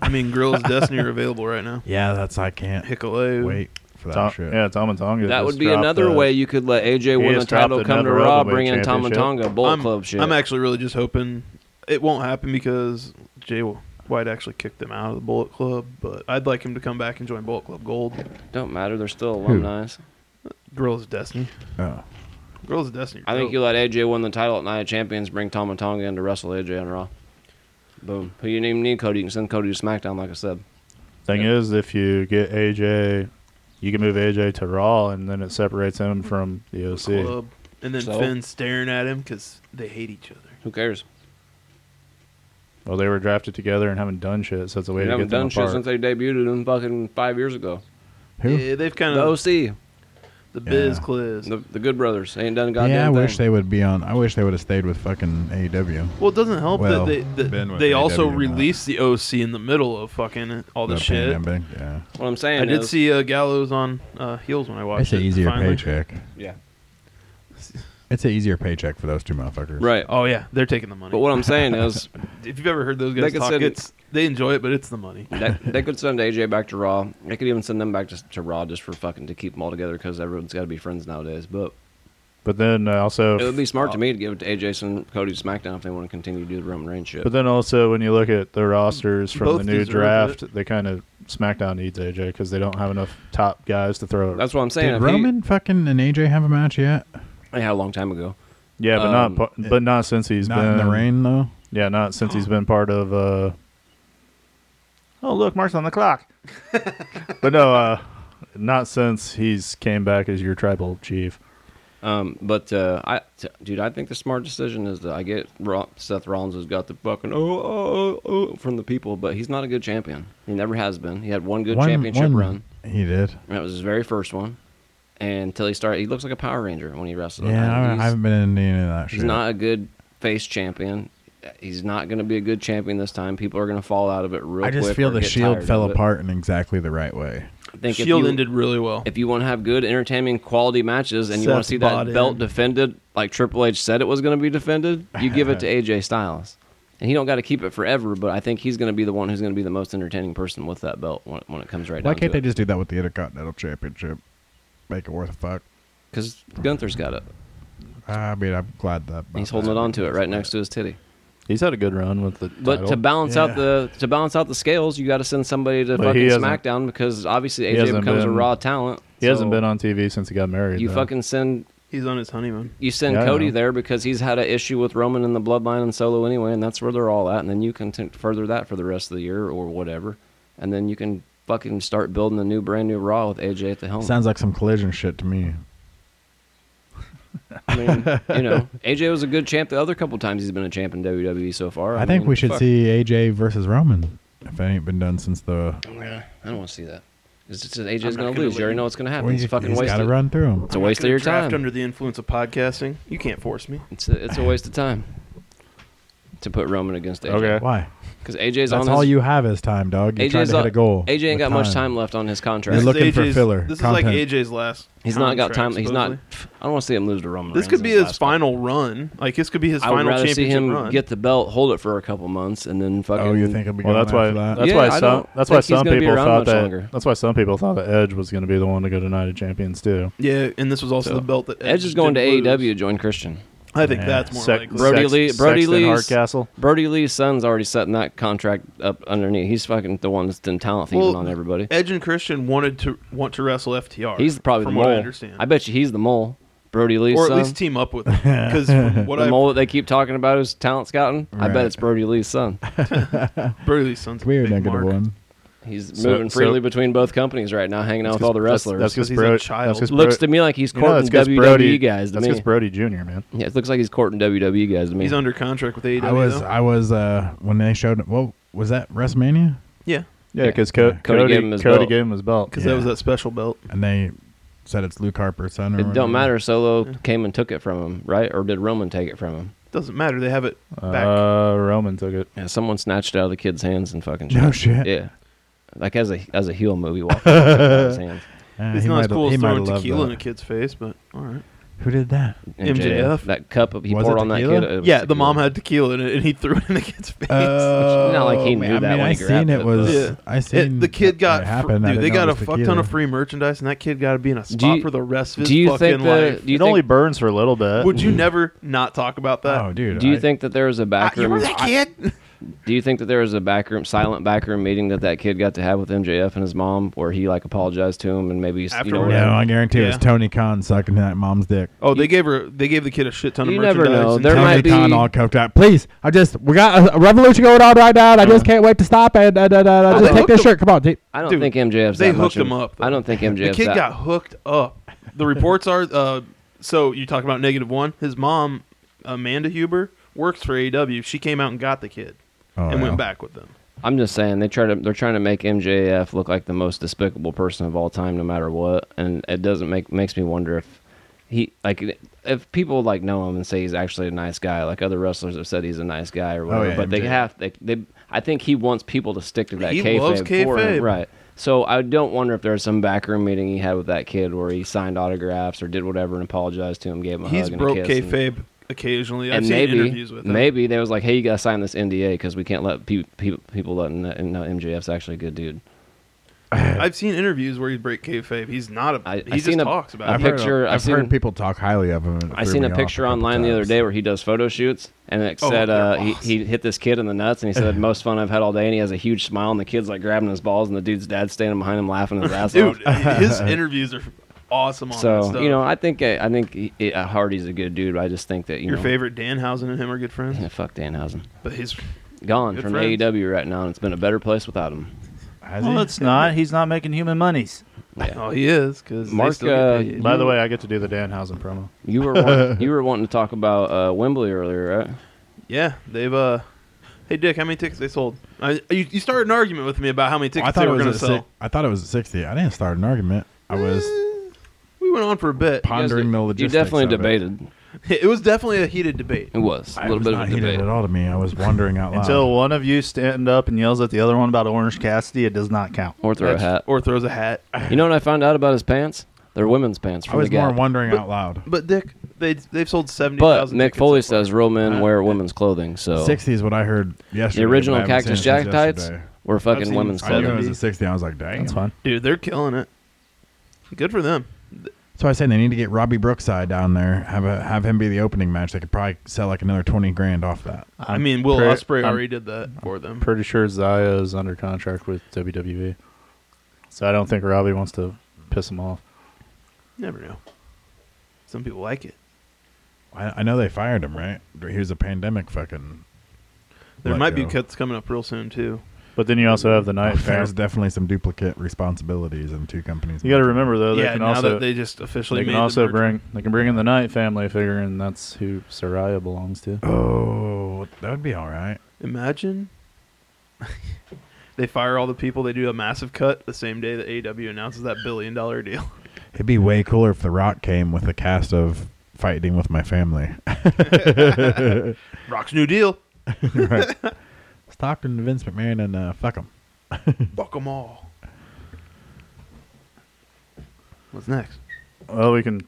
[SPEAKER 5] I
[SPEAKER 3] [laughs]
[SPEAKER 5] mean, Grills Destiny are available right now.
[SPEAKER 6] Yeah, that's I can't
[SPEAKER 5] Hickaloo.
[SPEAKER 6] wait for that
[SPEAKER 2] Tom,
[SPEAKER 6] shit.
[SPEAKER 2] yeah, Tom and Tonga.
[SPEAKER 3] That
[SPEAKER 2] just
[SPEAKER 3] would be
[SPEAKER 2] dropped
[SPEAKER 3] another
[SPEAKER 2] the-
[SPEAKER 3] way you could let AJ win the
[SPEAKER 2] just dropped
[SPEAKER 3] title,
[SPEAKER 2] the
[SPEAKER 3] come to
[SPEAKER 2] Never
[SPEAKER 3] Raw,
[SPEAKER 2] Openweight
[SPEAKER 3] bring in Tom and
[SPEAKER 2] Championship.
[SPEAKER 3] Tonga, Bullet
[SPEAKER 5] I'm,
[SPEAKER 3] Club shit.
[SPEAKER 5] I'm actually really just hoping it won't happen because Jay will- White actually kicked him out of the Bullet Club. But I'd like him to come back and join Bullet Club Gold.
[SPEAKER 3] Don't matter. They're still alumni.
[SPEAKER 5] Grills Destiny.
[SPEAKER 6] Oh.
[SPEAKER 5] Grills Destiny.
[SPEAKER 3] Hmm. I think you let AJ win the title at Night of Champions, bring Tom and Tonga in to wrestle AJ on Raw. Boom. Who you even need Cody? You can send Cody to SmackDown, like I said.
[SPEAKER 2] Thing is, if you get AJ, you can move AJ to Raw, and then it separates him from the OC.
[SPEAKER 5] Club. And then
[SPEAKER 3] So?
[SPEAKER 5] Finn staring at him because they hate each other.
[SPEAKER 3] Who cares?
[SPEAKER 2] Well, they were drafted together and haven't done shit, so it's a way
[SPEAKER 3] They
[SPEAKER 2] to
[SPEAKER 3] haven't
[SPEAKER 2] get them
[SPEAKER 3] done shit
[SPEAKER 2] apart.
[SPEAKER 3] since they debuted them fucking five years ago.
[SPEAKER 6] Who?
[SPEAKER 5] Yeah, they've kind
[SPEAKER 3] The
[SPEAKER 5] of
[SPEAKER 3] OC,
[SPEAKER 5] the Biz
[SPEAKER 6] Yeah.
[SPEAKER 5] Cliz.
[SPEAKER 3] the, the Good Brothers, they ain't done a goddamn
[SPEAKER 6] yeah, I
[SPEAKER 3] thing.
[SPEAKER 6] wish they would be on. I wish they would have stayed with fucking E AEW.
[SPEAKER 5] Well, it doesn't help
[SPEAKER 6] Well,
[SPEAKER 5] that they that
[SPEAKER 6] Ben with
[SPEAKER 5] they also
[SPEAKER 6] AEW now.
[SPEAKER 5] released the OC in the middle of fucking all the
[SPEAKER 6] Without paying
[SPEAKER 5] shit.
[SPEAKER 6] them big, Yeah.
[SPEAKER 3] What I'm saying
[SPEAKER 5] I did
[SPEAKER 3] is,
[SPEAKER 5] see uh, Gallows on uh, heels when I watched
[SPEAKER 6] It's an
[SPEAKER 5] it.
[SPEAKER 6] easier
[SPEAKER 5] finally.
[SPEAKER 6] paycheck.
[SPEAKER 3] yeah,
[SPEAKER 6] It's an easier paycheck for those two motherfuckers.
[SPEAKER 3] right.
[SPEAKER 5] Oh yeah, they're taking the money.
[SPEAKER 3] But what I'm saying is,
[SPEAKER 5] if you've ever heard those
[SPEAKER 3] They
[SPEAKER 5] guys
[SPEAKER 3] could
[SPEAKER 5] talk,
[SPEAKER 3] send-
[SPEAKER 5] it's they enjoy it, but it's the money.
[SPEAKER 3] that, they could send AJ back to Raw. They could even send them back to, to Raw just for fucking to keep them all together because everyone's got to be friends nowadays. But
[SPEAKER 2] But then uh, also,
[SPEAKER 3] it would be smart to me to give it to AJ and Cody to SmackDown if they want to continue to do the Roman Reigns shit.
[SPEAKER 2] but then also when you look at the rosters from
[SPEAKER 5] Both
[SPEAKER 2] the new
[SPEAKER 5] deserve
[SPEAKER 2] draft,
[SPEAKER 5] it.
[SPEAKER 2] they kind of SmackDown needs AJ because they don't have enough top guys to throw.
[SPEAKER 3] That's what I'm saying.
[SPEAKER 6] Did
[SPEAKER 3] If he-
[SPEAKER 6] Roman fucking and AJ have a match yet?
[SPEAKER 3] they had a long time ago.
[SPEAKER 2] yeah, but not
[SPEAKER 3] um,
[SPEAKER 2] pa- but not since he's
[SPEAKER 6] Not
[SPEAKER 2] been
[SPEAKER 6] in the rain though.
[SPEAKER 2] Yeah, not since he's been part of. uh Oh look, Mark's on the clock. [laughs] but no, uh not since he's came back as your tribal chief.
[SPEAKER 3] Um, but uh, I, t- dude, I think the smart decision is that I get Ro- Seth Rollins has got the fucking oh, oh oh oh from the people, but he's not a good champion. He never has been. He had one good
[SPEAKER 6] One-
[SPEAKER 3] championship
[SPEAKER 6] one-
[SPEAKER 3] run.
[SPEAKER 6] He did.
[SPEAKER 3] And that was his very first one. And until he started, he looks like a Power Ranger when he wrestled.
[SPEAKER 6] Yeah, I,
[SPEAKER 3] he's,
[SPEAKER 6] I haven't been into any of that shit.
[SPEAKER 3] he's not a good face champion. He's not going to be a good champion this time. People are going to fall out of it real
[SPEAKER 6] I
[SPEAKER 3] quick.
[SPEAKER 6] just feel
[SPEAKER 3] or
[SPEAKER 6] the
[SPEAKER 3] get tired
[SPEAKER 6] shield
[SPEAKER 3] of
[SPEAKER 6] fell
[SPEAKER 3] it.
[SPEAKER 6] apart in exactly the right way.
[SPEAKER 3] I think if
[SPEAKER 5] Shield
[SPEAKER 3] you-
[SPEAKER 5] ended really well.
[SPEAKER 3] if you want to have good, entertaining, quality matches, and you want
[SPEAKER 5] Seth
[SPEAKER 3] to see
[SPEAKER 5] bought
[SPEAKER 3] that
[SPEAKER 5] in.
[SPEAKER 3] belt defended like Triple H said it was going to be defended, you give
[SPEAKER 6] [laughs]
[SPEAKER 3] it to AJ Styles, and he don't got to keep it forever. But I think he's going to be the one who's going to be the most entertaining person with that belt when, when it comes right
[SPEAKER 6] Why
[SPEAKER 3] down
[SPEAKER 6] can't
[SPEAKER 3] to
[SPEAKER 6] they just do that with the Intercontinental Championship? Make it worth a fuck.
[SPEAKER 3] Because Gunther's got it,
[SPEAKER 6] I mean, I'm glad that
[SPEAKER 3] and he's holding it on to it right next to his titty.
[SPEAKER 2] He's had a good run with the.
[SPEAKER 3] But
[SPEAKER 2] title.
[SPEAKER 3] to balance
[SPEAKER 6] Yeah.
[SPEAKER 3] out the to balance out the scales, you got to send somebody to
[SPEAKER 2] But
[SPEAKER 3] fucking
[SPEAKER 2] he hasn't-
[SPEAKER 3] SmackDown because obviously AJ
[SPEAKER 2] hasn't
[SPEAKER 3] becomes a
[SPEAKER 2] been-
[SPEAKER 3] raw talent.
[SPEAKER 2] he hasn't
[SPEAKER 3] so
[SPEAKER 2] been on TV since he got married.
[SPEAKER 3] You
[SPEAKER 2] though.
[SPEAKER 3] fucking send.
[SPEAKER 5] He's on his honeymoon.
[SPEAKER 3] You send
[SPEAKER 2] Yeah, I
[SPEAKER 3] Cody
[SPEAKER 2] know.
[SPEAKER 3] there because he's had an issue with Roman and the Bloodline and Solo anyway, and that's where they're all at. And then you can t- further that for the rest of the year or whatever, and then you can fucking start building a new brand new Raw with AJ at the helm.
[SPEAKER 6] Sounds like some collision shit to me.
[SPEAKER 3] I mean, you know, AJ was a good champ the other couple times he's been a champ in WWE so far.
[SPEAKER 6] I, think
[SPEAKER 3] mean,
[SPEAKER 6] we should
[SPEAKER 3] fuck.
[SPEAKER 6] see AJ versus Roman if it ain't been done since the.
[SPEAKER 3] I don't want to see that. It's just that AJ's
[SPEAKER 5] I'm not
[SPEAKER 3] going to
[SPEAKER 5] gonna
[SPEAKER 3] lose. You already
[SPEAKER 5] win.
[SPEAKER 3] know what's going to happen.
[SPEAKER 6] Well,
[SPEAKER 3] it's
[SPEAKER 6] he's-
[SPEAKER 3] fucking
[SPEAKER 6] he's
[SPEAKER 3] wasted.
[SPEAKER 6] got to run through him.
[SPEAKER 3] It's a waste of your
[SPEAKER 5] Draft
[SPEAKER 3] time.
[SPEAKER 5] under the influence of podcasting. You can't force me.
[SPEAKER 3] It's a, it's a waste of time to put Roman against AJ.
[SPEAKER 2] Okay.
[SPEAKER 6] [laughs] Why?
[SPEAKER 3] Because AJ's on
[SPEAKER 6] That's
[SPEAKER 3] his,
[SPEAKER 6] all you have is time, dog. You're trying
[SPEAKER 3] AJ's
[SPEAKER 6] to hit a goal.
[SPEAKER 3] AJ ain't
[SPEAKER 6] with
[SPEAKER 3] got much time left on his contract.
[SPEAKER 6] You're
[SPEAKER 5] This is
[SPEAKER 6] looking for
[SPEAKER 5] AJ's
[SPEAKER 6] filler
[SPEAKER 5] This
[SPEAKER 6] content.
[SPEAKER 5] is like AJ's last.
[SPEAKER 3] He's not got
[SPEAKER 5] contract,
[SPEAKER 3] time. He's not.
[SPEAKER 5] supposedly.
[SPEAKER 3] I don't want to see him lose to Roman.
[SPEAKER 5] This
[SPEAKER 3] Reigns
[SPEAKER 5] could be
[SPEAKER 3] in
[SPEAKER 5] his
[SPEAKER 3] last
[SPEAKER 5] final run. Like this could be his
[SPEAKER 3] couple. I would
[SPEAKER 5] final
[SPEAKER 3] rather see
[SPEAKER 5] championship
[SPEAKER 3] him
[SPEAKER 5] run.
[SPEAKER 3] get the belt, hold it for a couple months, and then fucking.
[SPEAKER 6] Oh, you think it'll be
[SPEAKER 2] Well,
[SPEAKER 6] going
[SPEAKER 2] that's why.
[SPEAKER 6] after that?
[SPEAKER 2] That's
[SPEAKER 3] Yeah,
[SPEAKER 2] why some.
[SPEAKER 3] I don't
[SPEAKER 2] That's why
[SPEAKER 3] think he's
[SPEAKER 2] some
[SPEAKER 3] gonna be
[SPEAKER 2] people
[SPEAKER 3] around
[SPEAKER 2] thought
[SPEAKER 3] much
[SPEAKER 2] that.
[SPEAKER 3] longer.
[SPEAKER 2] That's why some people thought that Edge was going to be the one to go to Night of Champions too.
[SPEAKER 5] yeah, and this was also
[SPEAKER 2] So-
[SPEAKER 5] the belt that
[SPEAKER 3] Edge is going to E
[SPEAKER 5] didn't lose.
[SPEAKER 3] AEW to join Christian.
[SPEAKER 5] I think
[SPEAKER 6] Yeah.
[SPEAKER 5] that's more
[SPEAKER 2] Sec-
[SPEAKER 5] likely.
[SPEAKER 3] Brody
[SPEAKER 2] Sex-
[SPEAKER 3] Lee- Brody
[SPEAKER 2] Sexton
[SPEAKER 3] Lee's-
[SPEAKER 2] Hardcastle.
[SPEAKER 3] Brody Lee's son's already setting that contract up underneath. He's fucking the one that's done talent thieving
[SPEAKER 5] Well,
[SPEAKER 3] on everybody.
[SPEAKER 5] Edge and Christian wanted to want to wrestle FTR.
[SPEAKER 3] He's probably the
[SPEAKER 5] from
[SPEAKER 3] mole.
[SPEAKER 5] what I understand.
[SPEAKER 3] bet you he's the mole. Brody Lee's
[SPEAKER 5] or at
[SPEAKER 3] son.
[SPEAKER 5] least team up with him
[SPEAKER 6] [laughs]
[SPEAKER 5] because what
[SPEAKER 3] the
[SPEAKER 5] I
[SPEAKER 3] mole that they keep talking about is talent scouting. I bet
[SPEAKER 6] Right.
[SPEAKER 3] it's Brody Lee's son.
[SPEAKER 5] Brody Lee's son's a
[SPEAKER 6] Weird
[SPEAKER 5] big
[SPEAKER 6] negative
[SPEAKER 5] mark.
[SPEAKER 6] one.
[SPEAKER 3] He's
[SPEAKER 2] So-
[SPEAKER 3] moving freely
[SPEAKER 2] so-
[SPEAKER 3] between both companies right now, hanging out with all the
[SPEAKER 2] That's-
[SPEAKER 3] wrestlers.
[SPEAKER 2] That's because
[SPEAKER 5] Because he's a
[SPEAKER 2] Brody.
[SPEAKER 5] child.
[SPEAKER 2] That's 'cause
[SPEAKER 3] looks
[SPEAKER 2] Bro-
[SPEAKER 3] to me like he's
[SPEAKER 2] you know,
[SPEAKER 3] courting
[SPEAKER 2] that's 'cause
[SPEAKER 3] WWE
[SPEAKER 2] Brody-
[SPEAKER 3] E guys to
[SPEAKER 2] That's
[SPEAKER 3] me.
[SPEAKER 2] because Brody Jr. Man.
[SPEAKER 3] Yeah, it looks like he's courting WWE guys to me.
[SPEAKER 5] He's under contract with AEW.
[SPEAKER 6] I was.
[SPEAKER 5] E though.
[SPEAKER 6] I was. Uh, when they showed. What was that? WrestleMania.
[SPEAKER 5] yeah,
[SPEAKER 2] Yeah, because Co-
[SPEAKER 6] Cody
[SPEAKER 2] Cody, Cody
[SPEAKER 3] gave him his belt.
[SPEAKER 2] gave him his belt.
[SPEAKER 5] because
[SPEAKER 6] Yeah.
[SPEAKER 5] that was that special belt.
[SPEAKER 6] and they said it's Luke Harper's son. Or
[SPEAKER 3] It
[SPEAKER 6] whatever.
[SPEAKER 3] don't matter. Solo came and took it from him, right? Or did Roman take it from him?
[SPEAKER 5] Doesn't matter. They have it back.
[SPEAKER 2] Uh, Roman took it.
[SPEAKER 3] Yeah, someone snatched it out of the kid's hands and fucking. shot
[SPEAKER 6] No
[SPEAKER 3] it.
[SPEAKER 6] shit.
[SPEAKER 3] Yeah, like as a as a heel movie. Walking out of his hands.
[SPEAKER 6] Uh,
[SPEAKER 5] it's
[SPEAKER 6] he
[SPEAKER 5] not as
[SPEAKER 6] might've-
[SPEAKER 5] cool
[SPEAKER 6] he
[SPEAKER 5] as throwing
[SPEAKER 6] might've loved
[SPEAKER 5] tequila in a
[SPEAKER 6] that.
[SPEAKER 5] kid's face, but all right.
[SPEAKER 6] Who did
[SPEAKER 3] [laughs]
[SPEAKER 6] that?
[SPEAKER 3] And
[SPEAKER 5] MJF.
[SPEAKER 3] That cup of, he
[SPEAKER 6] Was
[SPEAKER 3] poured
[SPEAKER 6] it
[SPEAKER 3] on that
[SPEAKER 6] tequila?
[SPEAKER 3] kid. it was
[SPEAKER 5] Yeah, the mom
[SPEAKER 3] tequila.
[SPEAKER 5] had tequila in it, and he [laughs] threw it in the kid's face.
[SPEAKER 3] not like he
[SPEAKER 6] Oh, man,
[SPEAKER 3] knew
[SPEAKER 6] I
[SPEAKER 3] that
[SPEAKER 6] mean,
[SPEAKER 3] when
[SPEAKER 6] I
[SPEAKER 3] he grabbed
[SPEAKER 6] seen
[SPEAKER 3] it,
[SPEAKER 6] it was.
[SPEAKER 3] but-
[SPEAKER 5] Yeah.
[SPEAKER 6] I
[SPEAKER 5] It-
[SPEAKER 6] seen
[SPEAKER 5] the kid got
[SPEAKER 6] it
[SPEAKER 5] fr-
[SPEAKER 6] happened. I
[SPEAKER 5] dude.
[SPEAKER 6] didn't
[SPEAKER 5] They
[SPEAKER 6] know
[SPEAKER 5] got
[SPEAKER 6] it
[SPEAKER 5] a
[SPEAKER 6] was
[SPEAKER 5] fuck
[SPEAKER 6] tequila.
[SPEAKER 5] ton of free merchandise, and that kid got to be in a spot
[SPEAKER 3] you-
[SPEAKER 5] for the rest of his
[SPEAKER 3] Do you
[SPEAKER 5] fucking
[SPEAKER 3] think the,
[SPEAKER 5] life.
[SPEAKER 3] do you
[SPEAKER 2] it only
[SPEAKER 3] think,
[SPEAKER 2] burns for a little bit.
[SPEAKER 5] Would you never not talk about that?
[SPEAKER 6] Mm. Oh, dude.
[SPEAKER 3] do you
[SPEAKER 6] I-
[SPEAKER 3] think that there was a
[SPEAKER 5] Ah, you
[SPEAKER 3] backroom?
[SPEAKER 5] were that kid?
[SPEAKER 3] Do you think that there was a backroom, silent backroom meeting that that kid got to have with MJF and his mom, where he like apologized to him and maybe you know
[SPEAKER 5] Afterward.
[SPEAKER 6] No,
[SPEAKER 3] whatever?
[SPEAKER 6] I guarantee it was
[SPEAKER 5] Yeah.
[SPEAKER 6] Tony Khan sucking that mom's dick.
[SPEAKER 5] Oh, they gave her. They gave the kid a shit ton
[SPEAKER 3] You
[SPEAKER 5] of
[SPEAKER 3] never
[SPEAKER 5] merchandise.
[SPEAKER 3] know.
[SPEAKER 5] and
[SPEAKER 3] There
[SPEAKER 5] stuff.
[SPEAKER 3] might
[SPEAKER 6] Tony
[SPEAKER 3] be-
[SPEAKER 6] Khan all coked out. Please, I just we got a, a revolution going on right now. and I just can't wait to stop and uh, uh, uh,
[SPEAKER 5] Oh,
[SPEAKER 6] just
[SPEAKER 5] they
[SPEAKER 6] take this
[SPEAKER 5] hooked 'em.
[SPEAKER 6] shirt. Come on, dude.
[SPEAKER 3] I don't
[SPEAKER 5] Dude,
[SPEAKER 3] think MJF's
[SPEAKER 5] they
[SPEAKER 3] that much
[SPEAKER 5] hooked him
[SPEAKER 3] of-
[SPEAKER 5] up, though.
[SPEAKER 3] I don't think
[SPEAKER 5] the
[SPEAKER 3] MJF's
[SPEAKER 5] kid
[SPEAKER 3] that.
[SPEAKER 5] got hooked up. The reports are. Uh, so you talk about negative one. His mom, Amanda Huber, works for AEW. She came out and got the kid
[SPEAKER 6] Oh,
[SPEAKER 5] and
[SPEAKER 6] yeah.
[SPEAKER 5] went back with them.
[SPEAKER 3] I'm just saying they try to they're trying to make MJF look like the most despicable person of all time, no matter what, and it doesn't make makes me wonder if he like if people like know him and say he's actually a nice guy, like other wrestlers have said he's a nice guy
[SPEAKER 5] Oh,
[SPEAKER 3] or whatever.
[SPEAKER 6] yeah,
[SPEAKER 3] but they
[SPEAKER 6] MJF.
[SPEAKER 3] have they, they I think he wants people to stick to that
[SPEAKER 5] He
[SPEAKER 3] kayfabe,
[SPEAKER 5] loves
[SPEAKER 3] for him,
[SPEAKER 5] kayfabe.
[SPEAKER 3] right? So I don't wonder if there's some backroom meeting he had with that kid where he signed autographs or did whatever and apologized to him, gave him a
[SPEAKER 5] He's
[SPEAKER 3] hug and
[SPEAKER 5] broke
[SPEAKER 3] a kiss. and-
[SPEAKER 5] kayfabe occasionally. I've
[SPEAKER 3] and
[SPEAKER 5] seen
[SPEAKER 3] maybe
[SPEAKER 5] interviews with him.
[SPEAKER 3] maybe they was like, hey, you gotta sign this NDA because we can't let pe- pe- people let know know MJF's actually a good dude.
[SPEAKER 5] I've seen interviews where he break kayfabe. He's not a.
[SPEAKER 3] I- I
[SPEAKER 5] he just
[SPEAKER 3] seen a-
[SPEAKER 5] talks about
[SPEAKER 3] a
[SPEAKER 5] it.
[SPEAKER 6] I've heard-
[SPEAKER 3] picture-
[SPEAKER 6] I've,
[SPEAKER 3] I've
[SPEAKER 6] heard
[SPEAKER 3] seen-
[SPEAKER 6] people talk highly of him. and it
[SPEAKER 3] I
[SPEAKER 6] threw
[SPEAKER 3] seen
[SPEAKER 6] me
[SPEAKER 3] a
[SPEAKER 6] off
[SPEAKER 3] picture
[SPEAKER 6] couple
[SPEAKER 3] online the other
[SPEAKER 6] times.
[SPEAKER 3] day where he does photo shoots, and it
[SPEAKER 5] Oh,
[SPEAKER 3] said
[SPEAKER 5] they're
[SPEAKER 3] uh, he,
[SPEAKER 5] awesome.
[SPEAKER 3] he hit this kid in the nuts, and he
[SPEAKER 6] [laughs]
[SPEAKER 3] said most fun I've had all day, and he has a huge smile, and the kid's like grabbing his balls, and the dude's dad's standing behind him laughing his ass off. [laughs]
[SPEAKER 5] Dude, his interviews are awesome. On that
[SPEAKER 3] So
[SPEAKER 5] stuff.
[SPEAKER 3] you know, I think I think he, he- uh, Hardy's a good dude. But I just think that you
[SPEAKER 5] your
[SPEAKER 3] know,
[SPEAKER 5] favorite Danhausen and him are good friends,
[SPEAKER 3] Yeah, fuck Danhausen,
[SPEAKER 5] but he's
[SPEAKER 3] gone
[SPEAKER 5] Good
[SPEAKER 3] from
[SPEAKER 5] friends.
[SPEAKER 3] AEW right now, and it's been a better place without him.
[SPEAKER 6] Has
[SPEAKER 2] Well,
[SPEAKER 6] he?
[SPEAKER 2] it's not. He's not making human monies.
[SPEAKER 5] oh he is because
[SPEAKER 3] Mark, uh,
[SPEAKER 2] By the way, I get to do the Danhausen promo.
[SPEAKER 3] You were
[SPEAKER 6] [laughs]
[SPEAKER 3] want, you were wanting to talk about uh, Wembley earlier, right?
[SPEAKER 5] yeah they've uh. Hey Dick, how many tickets they sold? I, you, you started an argument with me about how many
[SPEAKER 6] I
[SPEAKER 5] tickets
[SPEAKER 6] thought
[SPEAKER 5] they
[SPEAKER 6] it
[SPEAKER 5] were
[SPEAKER 6] was
[SPEAKER 5] going to
[SPEAKER 6] at si-
[SPEAKER 5] sell.
[SPEAKER 6] I thought it was at sixty. I didn't start an argument. I was
[SPEAKER 2] Eh.
[SPEAKER 5] We went on for a bit.
[SPEAKER 3] You guys
[SPEAKER 6] pondering
[SPEAKER 3] did-
[SPEAKER 6] the logistics.
[SPEAKER 3] You definitely
[SPEAKER 6] of it.
[SPEAKER 3] debated.
[SPEAKER 5] [laughs] It was definitely a heated debate.
[SPEAKER 3] It was a
[SPEAKER 6] I
[SPEAKER 3] little
[SPEAKER 6] was
[SPEAKER 3] bit of
[SPEAKER 6] not
[SPEAKER 3] a
[SPEAKER 6] heated
[SPEAKER 3] debate.
[SPEAKER 6] at all to me. I was wondering out loud.
[SPEAKER 2] Until one of you stand up and yells at the other one about Orange Cassidy, it does not count.
[SPEAKER 3] Or throw a hat.
[SPEAKER 5] Or throws
[SPEAKER 2] [laughs]
[SPEAKER 5] a hat.
[SPEAKER 6] [laughs]
[SPEAKER 3] you know what I found out about his pants? They're women's pants.
[SPEAKER 6] I
[SPEAKER 3] From
[SPEAKER 6] was
[SPEAKER 3] the
[SPEAKER 6] more
[SPEAKER 3] Gap.
[SPEAKER 6] wondering out loud.
[SPEAKER 5] But Dick, they they've sold seventy
[SPEAKER 3] But
[SPEAKER 5] thousand.
[SPEAKER 3] Mick Foley says real men wear women's clothing, so
[SPEAKER 6] Sixty is what I heard
[SPEAKER 3] the
[SPEAKER 6] yesterday.
[SPEAKER 3] original
[SPEAKER 6] but I haven't
[SPEAKER 3] Cactus
[SPEAKER 6] seen it
[SPEAKER 3] Jack
[SPEAKER 6] since
[SPEAKER 3] tights
[SPEAKER 6] yesterday.
[SPEAKER 3] were
[SPEAKER 5] I've
[SPEAKER 3] fucking
[SPEAKER 5] seen
[SPEAKER 3] women's
[SPEAKER 5] some
[SPEAKER 6] I knew it
[SPEAKER 3] clothing.
[SPEAKER 6] was at sixty. I was like, dang.
[SPEAKER 2] That's fine.
[SPEAKER 5] dude, they're killing it. Good for them.
[SPEAKER 6] So I said they need to get Robbie Brookside down there. Have a have him be the opening match. They could probably sell like another twenty grand off that.
[SPEAKER 5] i mean, Will
[SPEAKER 2] pre-
[SPEAKER 5] Osprey
[SPEAKER 2] I'm-
[SPEAKER 5] already did that for them.
[SPEAKER 2] Pretty sure Zaya is under contract with E. WWE, so I don't think Robbie wants to piss him off.
[SPEAKER 5] Never know. Is Some people like it.
[SPEAKER 6] I, I know they fired him, right? Here's a pandemic fucking.
[SPEAKER 5] There
[SPEAKER 6] Let
[SPEAKER 5] might be
[SPEAKER 6] go.
[SPEAKER 5] cuts coming up real soon too.
[SPEAKER 2] But then you also have the
[SPEAKER 6] [laughs]
[SPEAKER 2] night.
[SPEAKER 6] there's definitely some duplicate responsibilities in two companies.
[SPEAKER 2] You got to remember though, they
[SPEAKER 5] yeah,
[SPEAKER 2] can
[SPEAKER 5] now
[SPEAKER 2] also
[SPEAKER 5] that
[SPEAKER 2] they,
[SPEAKER 5] they just officially
[SPEAKER 2] can
[SPEAKER 5] made
[SPEAKER 2] also
[SPEAKER 5] the merger.
[SPEAKER 2] bring they can bring in the Knight family figure, and that's who Soraya belongs to.
[SPEAKER 6] Oh, that would be all right.
[SPEAKER 5] Imagine [laughs] they fire all the people. They do a massive cut the same day that AEW announces that billion dollar deal. [laughs]
[SPEAKER 6] It'd be way cooler if The Rock came with a cast of fighting with my family. [laughs]
[SPEAKER 5] Rock's new deal.
[SPEAKER 6] right. Stockton to Vince McMahon and uh, fuck him.
[SPEAKER 5] Fuck them all. What's next?
[SPEAKER 2] Well, we can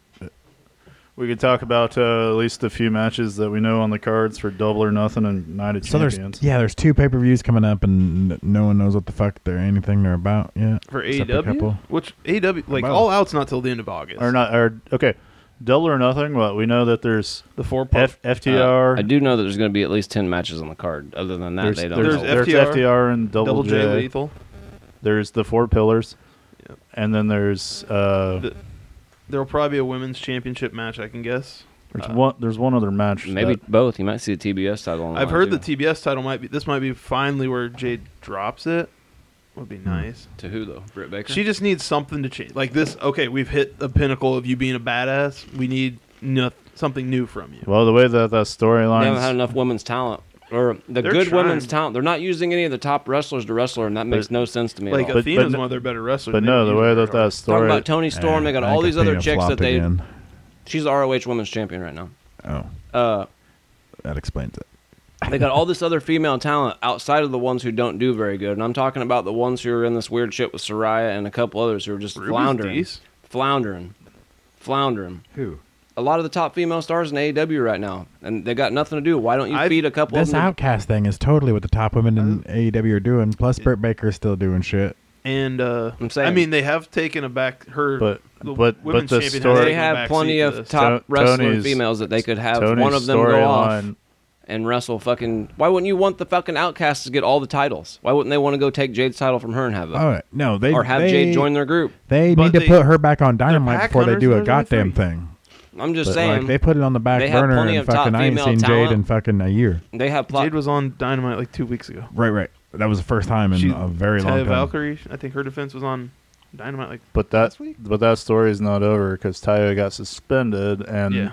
[SPEAKER 2] we can talk about uh, at least the few matches that we know on the cards for Double or Nothing and Night of
[SPEAKER 6] So there's
[SPEAKER 2] Champions.
[SPEAKER 6] yeah, there's two pay per views coming up, and n- no one knows what the fuck they're anything they're about yet.
[SPEAKER 5] For
[SPEAKER 6] Except
[SPEAKER 2] E
[SPEAKER 6] a
[SPEAKER 5] AEW?
[SPEAKER 6] couple.
[SPEAKER 5] Which AEW, like,
[SPEAKER 6] Both.
[SPEAKER 5] All Out's not till the end of August.
[SPEAKER 2] Or not? Or okay, Double or Nothing. What we know that there's
[SPEAKER 5] The four part.
[SPEAKER 2] F- FTR.
[SPEAKER 3] I do know that there's going to be at least 10 matches on the card. Other than that,
[SPEAKER 2] there's,
[SPEAKER 3] they don't
[SPEAKER 2] there's,
[SPEAKER 3] know.
[SPEAKER 5] There's
[SPEAKER 2] there's
[SPEAKER 5] FTR,
[SPEAKER 2] FTR, and Double,
[SPEAKER 5] Double J,
[SPEAKER 2] J.
[SPEAKER 5] Lethal.
[SPEAKER 2] There's the four pillars,
[SPEAKER 5] Yep.
[SPEAKER 2] and then there's uh,
[SPEAKER 5] The- There'll probably be a women's championship match, I can guess.
[SPEAKER 2] there's
[SPEAKER 5] uh,
[SPEAKER 2] one there's one other match.
[SPEAKER 3] Maybe
[SPEAKER 2] that-
[SPEAKER 3] both. You might see the TBS title
[SPEAKER 2] Oh,
[SPEAKER 3] on
[SPEAKER 5] I've heard the TBS title might be. This might be finally where Jade drops it. Would
[SPEAKER 2] Hmm.
[SPEAKER 5] be nice.
[SPEAKER 3] To who, though? Britt Baker?
[SPEAKER 5] She just needs something to change. Like this. Okay, we've hit the pinnacle of you being a badass. We need no, something new from you.
[SPEAKER 2] well, the way that that
[SPEAKER 3] They haven't had
[SPEAKER 2] storyline.
[SPEAKER 3] enough women's talent. Or the
[SPEAKER 5] They're
[SPEAKER 3] good
[SPEAKER 5] trying.
[SPEAKER 3] women's talent. They're not using any of the top wrestlers to wrestle, and that makes no sense to me.
[SPEAKER 5] Like
[SPEAKER 3] at all.
[SPEAKER 2] But-
[SPEAKER 5] Athena's
[SPEAKER 2] but-
[SPEAKER 5] one of their better wrestlers.
[SPEAKER 2] But
[SPEAKER 5] They
[SPEAKER 2] no,
[SPEAKER 5] don't
[SPEAKER 2] the
[SPEAKER 5] use
[SPEAKER 2] way
[SPEAKER 5] her
[SPEAKER 2] that
[SPEAKER 5] at all.
[SPEAKER 2] that
[SPEAKER 3] Talking
[SPEAKER 2] story.
[SPEAKER 3] about Tony Storm, they got
[SPEAKER 6] Yeah,
[SPEAKER 3] all these other
[SPEAKER 6] Athena
[SPEAKER 3] chicks that
[SPEAKER 6] flopped
[SPEAKER 3] they.
[SPEAKER 6] again.
[SPEAKER 3] She's the ROH Women's Champion right now.
[SPEAKER 6] Oh,
[SPEAKER 3] Uh,
[SPEAKER 6] that explains it.
[SPEAKER 3] they got all this other female talent outside of the ones who don't do very good. And I'm talking about the ones who are in this weird shit with Soraya and a couple others who are just
[SPEAKER 5] Ruby's
[SPEAKER 3] floundering,
[SPEAKER 5] decent.
[SPEAKER 3] floundering, floundering.
[SPEAKER 6] Who?
[SPEAKER 3] A lot of the top female stars in AEW right now, and they got nothing to do. Why don't you
[SPEAKER 5] I've-
[SPEAKER 3] feed a couple
[SPEAKER 6] This
[SPEAKER 3] of them?
[SPEAKER 6] outcast thing is totally what the top women in
[SPEAKER 3] Uh,
[SPEAKER 6] AEW are doing. Plus, Britt Baker's still doing shit.
[SPEAKER 5] And uh,
[SPEAKER 3] I'm saying-
[SPEAKER 5] I mean, they have taken aback her.
[SPEAKER 2] But-
[SPEAKER 5] the
[SPEAKER 2] but-
[SPEAKER 5] women's
[SPEAKER 2] but the
[SPEAKER 5] champion has
[SPEAKER 2] story-
[SPEAKER 5] taken
[SPEAKER 3] They
[SPEAKER 5] a
[SPEAKER 3] have
[SPEAKER 5] back
[SPEAKER 3] plenty
[SPEAKER 5] seat to
[SPEAKER 3] of
[SPEAKER 5] this.
[SPEAKER 3] top
[SPEAKER 2] To-
[SPEAKER 3] wrestler
[SPEAKER 2] Tony's-
[SPEAKER 3] females that they could have
[SPEAKER 2] Tony's
[SPEAKER 3] one of them go off
[SPEAKER 2] storyline-
[SPEAKER 3] and wrestle fucking. Why wouldn't you want the fucking outcasts to get all the titles? Why wouldn't they want to go take Jade's title from her and have it?
[SPEAKER 6] Oh no, they
[SPEAKER 3] Uh, or have
[SPEAKER 6] they,
[SPEAKER 3] Jade join their group.
[SPEAKER 6] They
[SPEAKER 5] But
[SPEAKER 6] need to
[SPEAKER 5] they-
[SPEAKER 6] put her back on Dynamite
[SPEAKER 5] pack
[SPEAKER 6] before they
[SPEAKER 5] hunters
[SPEAKER 6] do
[SPEAKER 5] and
[SPEAKER 6] a
[SPEAKER 5] there's only
[SPEAKER 6] goddamn
[SPEAKER 5] three.
[SPEAKER 6] thing.
[SPEAKER 3] I'm just
[SPEAKER 6] But,
[SPEAKER 3] saying.
[SPEAKER 6] like, they put it on the back
[SPEAKER 3] They have
[SPEAKER 6] burner
[SPEAKER 3] plenty
[SPEAKER 6] and
[SPEAKER 3] of top
[SPEAKER 6] fucking I ain't
[SPEAKER 3] female
[SPEAKER 6] seen
[SPEAKER 3] talent.
[SPEAKER 6] Jade in fucking a year.
[SPEAKER 3] They have plot.
[SPEAKER 5] Jade was on Dynamite like two weeks ago.
[SPEAKER 6] Right, right. That was the first time in
[SPEAKER 5] She-
[SPEAKER 6] a very long
[SPEAKER 5] Taya
[SPEAKER 6] time.
[SPEAKER 5] Valkyrie, I think her defense was on Dynamite like
[SPEAKER 2] But that
[SPEAKER 5] Last week?
[SPEAKER 2] but that story is not over because Taya got suspended and
[SPEAKER 5] yeah.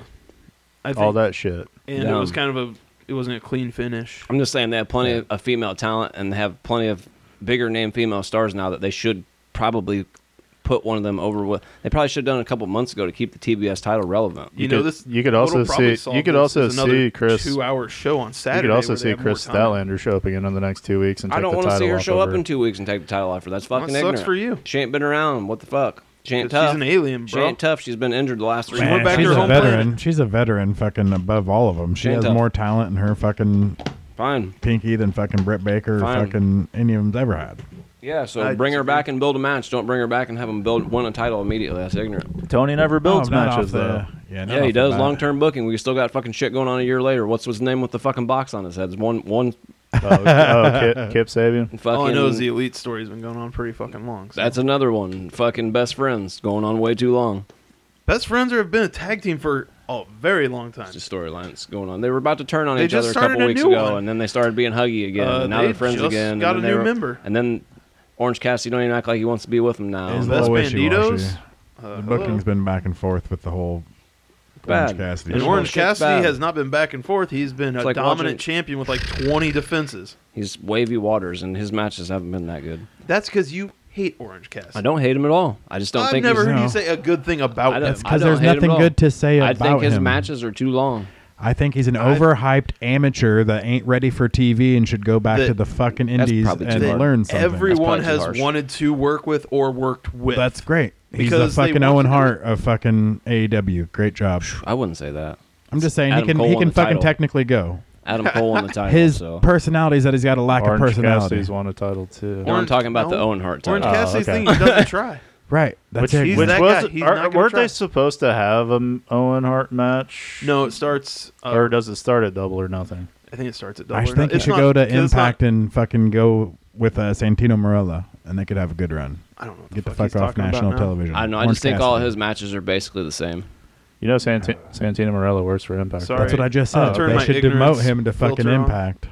[SPEAKER 5] I think,
[SPEAKER 2] all that shit.
[SPEAKER 5] and it was
[SPEAKER 3] Um,
[SPEAKER 5] kind of a it wasn't a clean finish.
[SPEAKER 3] I'm just saying they have plenty of, of female talent and they have plenty of bigger name female stars now that they should probably put one of them over with. They probably should have done a couple months ago to keep the TBS title relevant.
[SPEAKER 5] You, know
[SPEAKER 2] could-
[SPEAKER 5] this.
[SPEAKER 2] you could
[SPEAKER 5] what'll
[SPEAKER 2] also
[SPEAKER 5] probably
[SPEAKER 2] see-
[SPEAKER 5] solve
[SPEAKER 2] you could
[SPEAKER 5] this
[SPEAKER 2] also
[SPEAKER 5] is another
[SPEAKER 2] see Chris-
[SPEAKER 5] two-hour show on Saturday.
[SPEAKER 2] you could also
[SPEAKER 5] where they
[SPEAKER 2] see
[SPEAKER 5] have more
[SPEAKER 2] Chris
[SPEAKER 5] time.
[SPEAKER 2] Statlander show up again in the next two weeks and
[SPEAKER 3] I
[SPEAKER 2] take
[SPEAKER 3] don't
[SPEAKER 2] the
[SPEAKER 3] want to
[SPEAKER 2] title
[SPEAKER 3] see her
[SPEAKER 2] off
[SPEAKER 3] show
[SPEAKER 2] of
[SPEAKER 3] up
[SPEAKER 2] her.
[SPEAKER 3] in two weeks and take the title off her. That's fucking
[SPEAKER 5] sucks
[SPEAKER 3] ignorant.
[SPEAKER 5] for you.
[SPEAKER 3] She ain't been around. What the fuck? She ain't
[SPEAKER 5] 'Cause
[SPEAKER 3] tough.
[SPEAKER 5] She's an alien,
[SPEAKER 3] She
[SPEAKER 5] bro.
[SPEAKER 3] ain't tough. She's been injured the last three
[SPEAKER 5] Man,
[SPEAKER 3] months.
[SPEAKER 5] back to
[SPEAKER 6] she's
[SPEAKER 5] her
[SPEAKER 6] a
[SPEAKER 5] home
[SPEAKER 6] veteran.
[SPEAKER 5] planet.
[SPEAKER 6] She's a veteran, fucking above all of them. She
[SPEAKER 3] Ain't
[SPEAKER 6] has
[SPEAKER 3] tough.
[SPEAKER 6] more talent in her fucking
[SPEAKER 3] Fine.
[SPEAKER 6] pinky than fucking Britt Baker, or
[SPEAKER 3] Fine.
[SPEAKER 6] fucking any of them's ever had.
[SPEAKER 3] Yeah, so
[SPEAKER 5] I
[SPEAKER 3] bring her
[SPEAKER 5] disagree.
[SPEAKER 3] back and build a match. Don't bring her back and have them build win a title immediately. That's ignorant.
[SPEAKER 2] Tony never builds
[SPEAKER 6] Oh, not
[SPEAKER 2] matches
[SPEAKER 6] off the-
[SPEAKER 2] though.
[SPEAKER 6] Yeah, not
[SPEAKER 3] Yeah,
[SPEAKER 6] off
[SPEAKER 3] he
[SPEAKER 6] the
[SPEAKER 3] does
[SPEAKER 6] bat.
[SPEAKER 3] long term booking. We still got fucking shit going on a year later. What's his name with the fucking box on his head? It's one one
[SPEAKER 2] oh, oh, [laughs] Kip, Kip Sabian.
[SPEAKER 3] fucking
[SPEAKER 5] All I know is the elite story's been going on pretty fucking long. so.
[SPEAKER 3] That's another one. Fucking best friends going on way too long.
[SPEAKER 5] best friends are have been a tag team for a very long time.
[SPEAKER 3] It's just storylines going on. They were about to turn on
[SPEAKER 5] They
[SPEAKER 3] each
[SPEAKER 5] just
[SPEAKER 3] other a
[SPEAKER 5] started
[SPEAKER 3] couple
[SPEAKER 5] a
[SPEAKER 3] weeks
[SPEAKER 5] new
[SPEAKER 3] ago,
[SPEAKER 5] one.
[SPEAKER 3] and then they started being huggy again.
[SPEAKER 5] Uh,
[SPEAKER 3] and now
[SPEAKER 5] they
[SPEAKER 3] they're friends
[SPEAKER 5] just
[SPEAKER 3] again.
[SPEAKER 5] got
[SPEAKER 3] and
[SPEAKER 5] a
[SPEAKER 3] then they
[SPEAKER 5] new
[SPEAKER 3] were-
[SPEAKER 5] member.
[SPEAKER 3] And then Orange Cassidy don't even act like he wants to be with him now.
[SPEAKER 6] It's a
[SPEAKER 5] Best
[SPEAKER 6] little wishy-washy.
[SPEAKER 5] Bandidos?
[SPEAKER 6] The booking's been back and forth with the whole Orange
[SPEAKER 3] Bad.
[SPEAKER 6] Cassidy.
[SPEAKER 5] and
[SPEAKER 6] shit.
[SPEAKER 5] Orange
[SPEAKER 3] Shit's
[SPEAKER 5] Cassidy
[SPEAKER 3] bad.
[SPEAKER 5] has not been back and forth. He's been a
[SPEAKER 3] like
[SPEAKER 5] dominant
[SPEAKER 3] watching-
[SPEAKER 5] champion with like 20 defenses.
[SPEAKER 3] He's wavy waters, and his matches haven't been that good.
[SPEAKER 5] That's because you hate Orange Cassidy.
[SPEAKER 3] I don't hate him at all. I just don't
[SPEAKER 5] I've
[SPEAKER 3] think
[SPEAKER 5] never
[SPEAKER 3] he's.
[SPEAKER 5] heard you
[SPEAKER 6] No.
[SPEAKER 5] say a good thing about
[SPEAKER 3] I
[SPEAKER 5] him.
[SPEAKER 3] don't- I don't
[SPEAKER 6] because there's
[SPEAKER 3] hate him
[SPEAKER 6] nothing
[SPEAKER 3] at all.
[SPEAKER 6] good to say
[SPEAKER 3] I
[SPEAKER 6] about
[SPEAKER 3] think his
[SPEAKER 6] him.
[SPEAKER 3] matches are too long.
[SPEAKER 6] I think he's an overhyped amateur that ain't ready for TV and should go back
[SPEAKER 5] That-
[SPEAKER 6] to the fucking
[SPEAKER 3] that's
[SPEAKER 6] indies
[SPEAKER 3] probably
[SPEAKER 6] and
[SPEAKER 3] too hard.
[SPEAKER 6] learn something.
[SPEAKER 5] Everyone
[SPEAKER 3] That's probably too
[SPEAKER 5] has
[SPEAKER 3] harsh.
[SPEAKER 5] wanted to work with or worked with.
[SPEAKER 6] That's great. He's the
[SPEAKER 5] Because they
[SPEAKER 6] fucking
[SPEAKER 5] want
[SPEAKER 6] Owen
[SPEAKER 5] to do
[SPEAKER 6] Hart of fucking AEW. Great job.
[SPEAKER 3] I wouldn't say that.
[SPEAKER 6] I'm just saying
[SPEAKER 3] Adam
[SPEAKER 6] he can
[SPEAKER 3] Cole
[SPEAKER 6] he
[SPEAKER 3] won
[SPEAKER 6] can
[SPEAKER 3] the
[SPEAKER 6] fucking
[SPEAKER 3] title.
[SPEAKER 6] technically go.
[SPEAKER 5] [laughs]
[SPEAKER 3] Adam Cole won the title.
[SPEAKER 6] His
[SPEAKER 3] so.
[SPEAKER 6] personality is that he's got a lack
[SPEAKER 2] Orange
[SPEAKER 6] of personality.
[SPEAKER 2] Cassidy's won a title too.
[SPEAKER 3] No, I'm talking about the
[SPEAKER 5] no.
[SPEAKER 3] Owen Hart title.
[SPEAKER 5] Orange Cassidy's
[SPEAKER 2] Oh, okay.
[SPEAKER 5] thing he doesn't try.
[SPEAKER 6] Right. That's
[SPEAKER 2] which
[SPEAKER 6] it.
[SPEAKER 5] he's
[SPEAKER 2] which
[SPEAKER 5] that
[SPEAKER 2] was
[SPEAKER 5] guy. He's not
[SPEAKER 2] are,
[SPEAKER 5] gonna
[SPEAKER 2] weren't
[SPEAKER 5] try.
[SPEAKER 2] they supposed to have an Owen Hart match?
[SPEAKER 5] No, it starts. Uh,
[SPEAKER 2] or does it start at Double or Nothing?
[SPEAKER 5] I think it starts at double.
[SPEAKER 6] I
[SPEAKER 5] or
[SPEAKER 6] think
[SPEAKER 5] nothing.
[SPEAKER 6] you
[SPEAKER 5] It's
[SPEAKER 6] should
[SPEAKER 5] not-
[SPEAKER 6] go to
[SPEAKER 5] 'cause it's not-
[SPEAKER 6] Impact and fucking go with uh, Santino Morella, and they could have a good run.
[SPEAKER 5] I don't know. What
[SPEAKER 6] Get the
[SPEAKER 5] fuck,
[SPEAKER 6] fuck
[SPEAKER 5] he's
[SPEAKER 6] off
[SPEAKER 5] talking about
[SPEAKER 6] national
[SPEAKER 5] now.
[SPEAKER 6] television.
[SPEAKER 3] I don't know. I
[SPEAKER 6] Orange
[SPEAKER 3] just think all
[SPEAKER 6] Cassidy.
[SPEAKER 3] his matches are basically the same.
[SPEAKER 2] You know, Santi- Santino Morello works for Impact.
[SPEAKER 5] Sorry.
[SPEAKER 6] That's what I just
[SPEAKER 3] Oh,
[SPEAKER 5] Uh,
[SPEAKER 6] said.
[SPEAKER 5] turn
[SPEAKER 6] they
[SPEAKER 5] my
[SPEAKER 6] should
[SPEAKER 5] ignorance
[SPEAKER 6] demote him to fucking
[SPEAKER 5] filter on.
[SPEAKER 6] Impact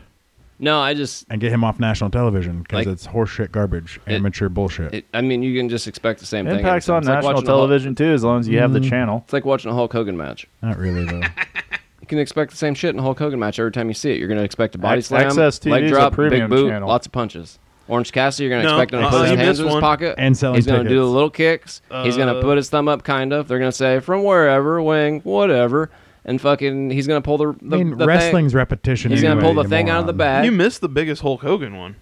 [SPEAKER 3] No, I just
[SPEAKER 6] and get him off national television
[SPEAKER 3] Like-
[SPEAKER 6] because it's horseshit garbage,
[SPEAKER 3] It-
[SPEAKER 6] amateur bullshit.
[SPEAKER 3] it, I mean, you can just expect the same thing. every
[SPEAKER 2] Impact's
[SPEAKER 3] time.
[SPEAKER 2] on
[SPEAKER 3] It's like
[SPEAKER 2] national
[SPEAKER 3] watching a Hulk-
[SPEAKER 2] television too, as long as you have the
[SPEAKER 5] Mm-hmm.
[SPEAKER 2] channel.
[SPEAKER 3] It's like watching a Hulk Hogan match.
[SPEAKER 6] Not really though.
[SPEAKER 3] You can expect the same shit in a Hulk Hogan match every time you see it. You're going to expect a body
[SPEAKER 2] Ac-
[SPEAKER 3] slam,
[SPEAKER 2] Access TV
[SPEAKER 3] leg
[SPEAKER 2] is a
[SPEAKER 3] drop, big
[SPEAKER 2] premium
[SPEAKER 3] boot,
[SPEAKER 2] channel.
[SPEAKER 3] lots of punches. Orange Cassidy, you're going to
[SPEAKER 5] No,
[SPEAKER 3] expect him to
[SPEAKER 5] uh,
[SPEAKER 3] put
[SPEAKER 5] you
[SPEAKER 3] his hands
[SPEAKER 5] missed
[SPEAKER 3] in his
[SPEAKER 5] one.
[SPEAKER 3] pocket.
[SPEAKER 6] And selling
[SPEAKER 3] He's going to do the
[SPEAKER 6] tickets.
[SPEAKER 3] little kicks. he's going to
[SPEAKER 5] Uh,
[SPEAKER 3] put his thumb up, kind of. They're going to say, from wherever, wing, whatever. And fucking, he's going to pull [laughs] the, the,
[SPEAKER 6] I mean,
[SPEAKER 3] the
[SPEAKER 6] wrestling's
[SPEAKER 3] thing.
[SPEAKER 6] repetition.
[SPEAKER 3] He's
[SPEAKER 6] going
[SPEAKER 3] going
[SPEAKER 6] to
[SPEAKER 3] to pull the thing out of the bag.
[SPEAKER 5] You missed the biggest Hulk Hogan one,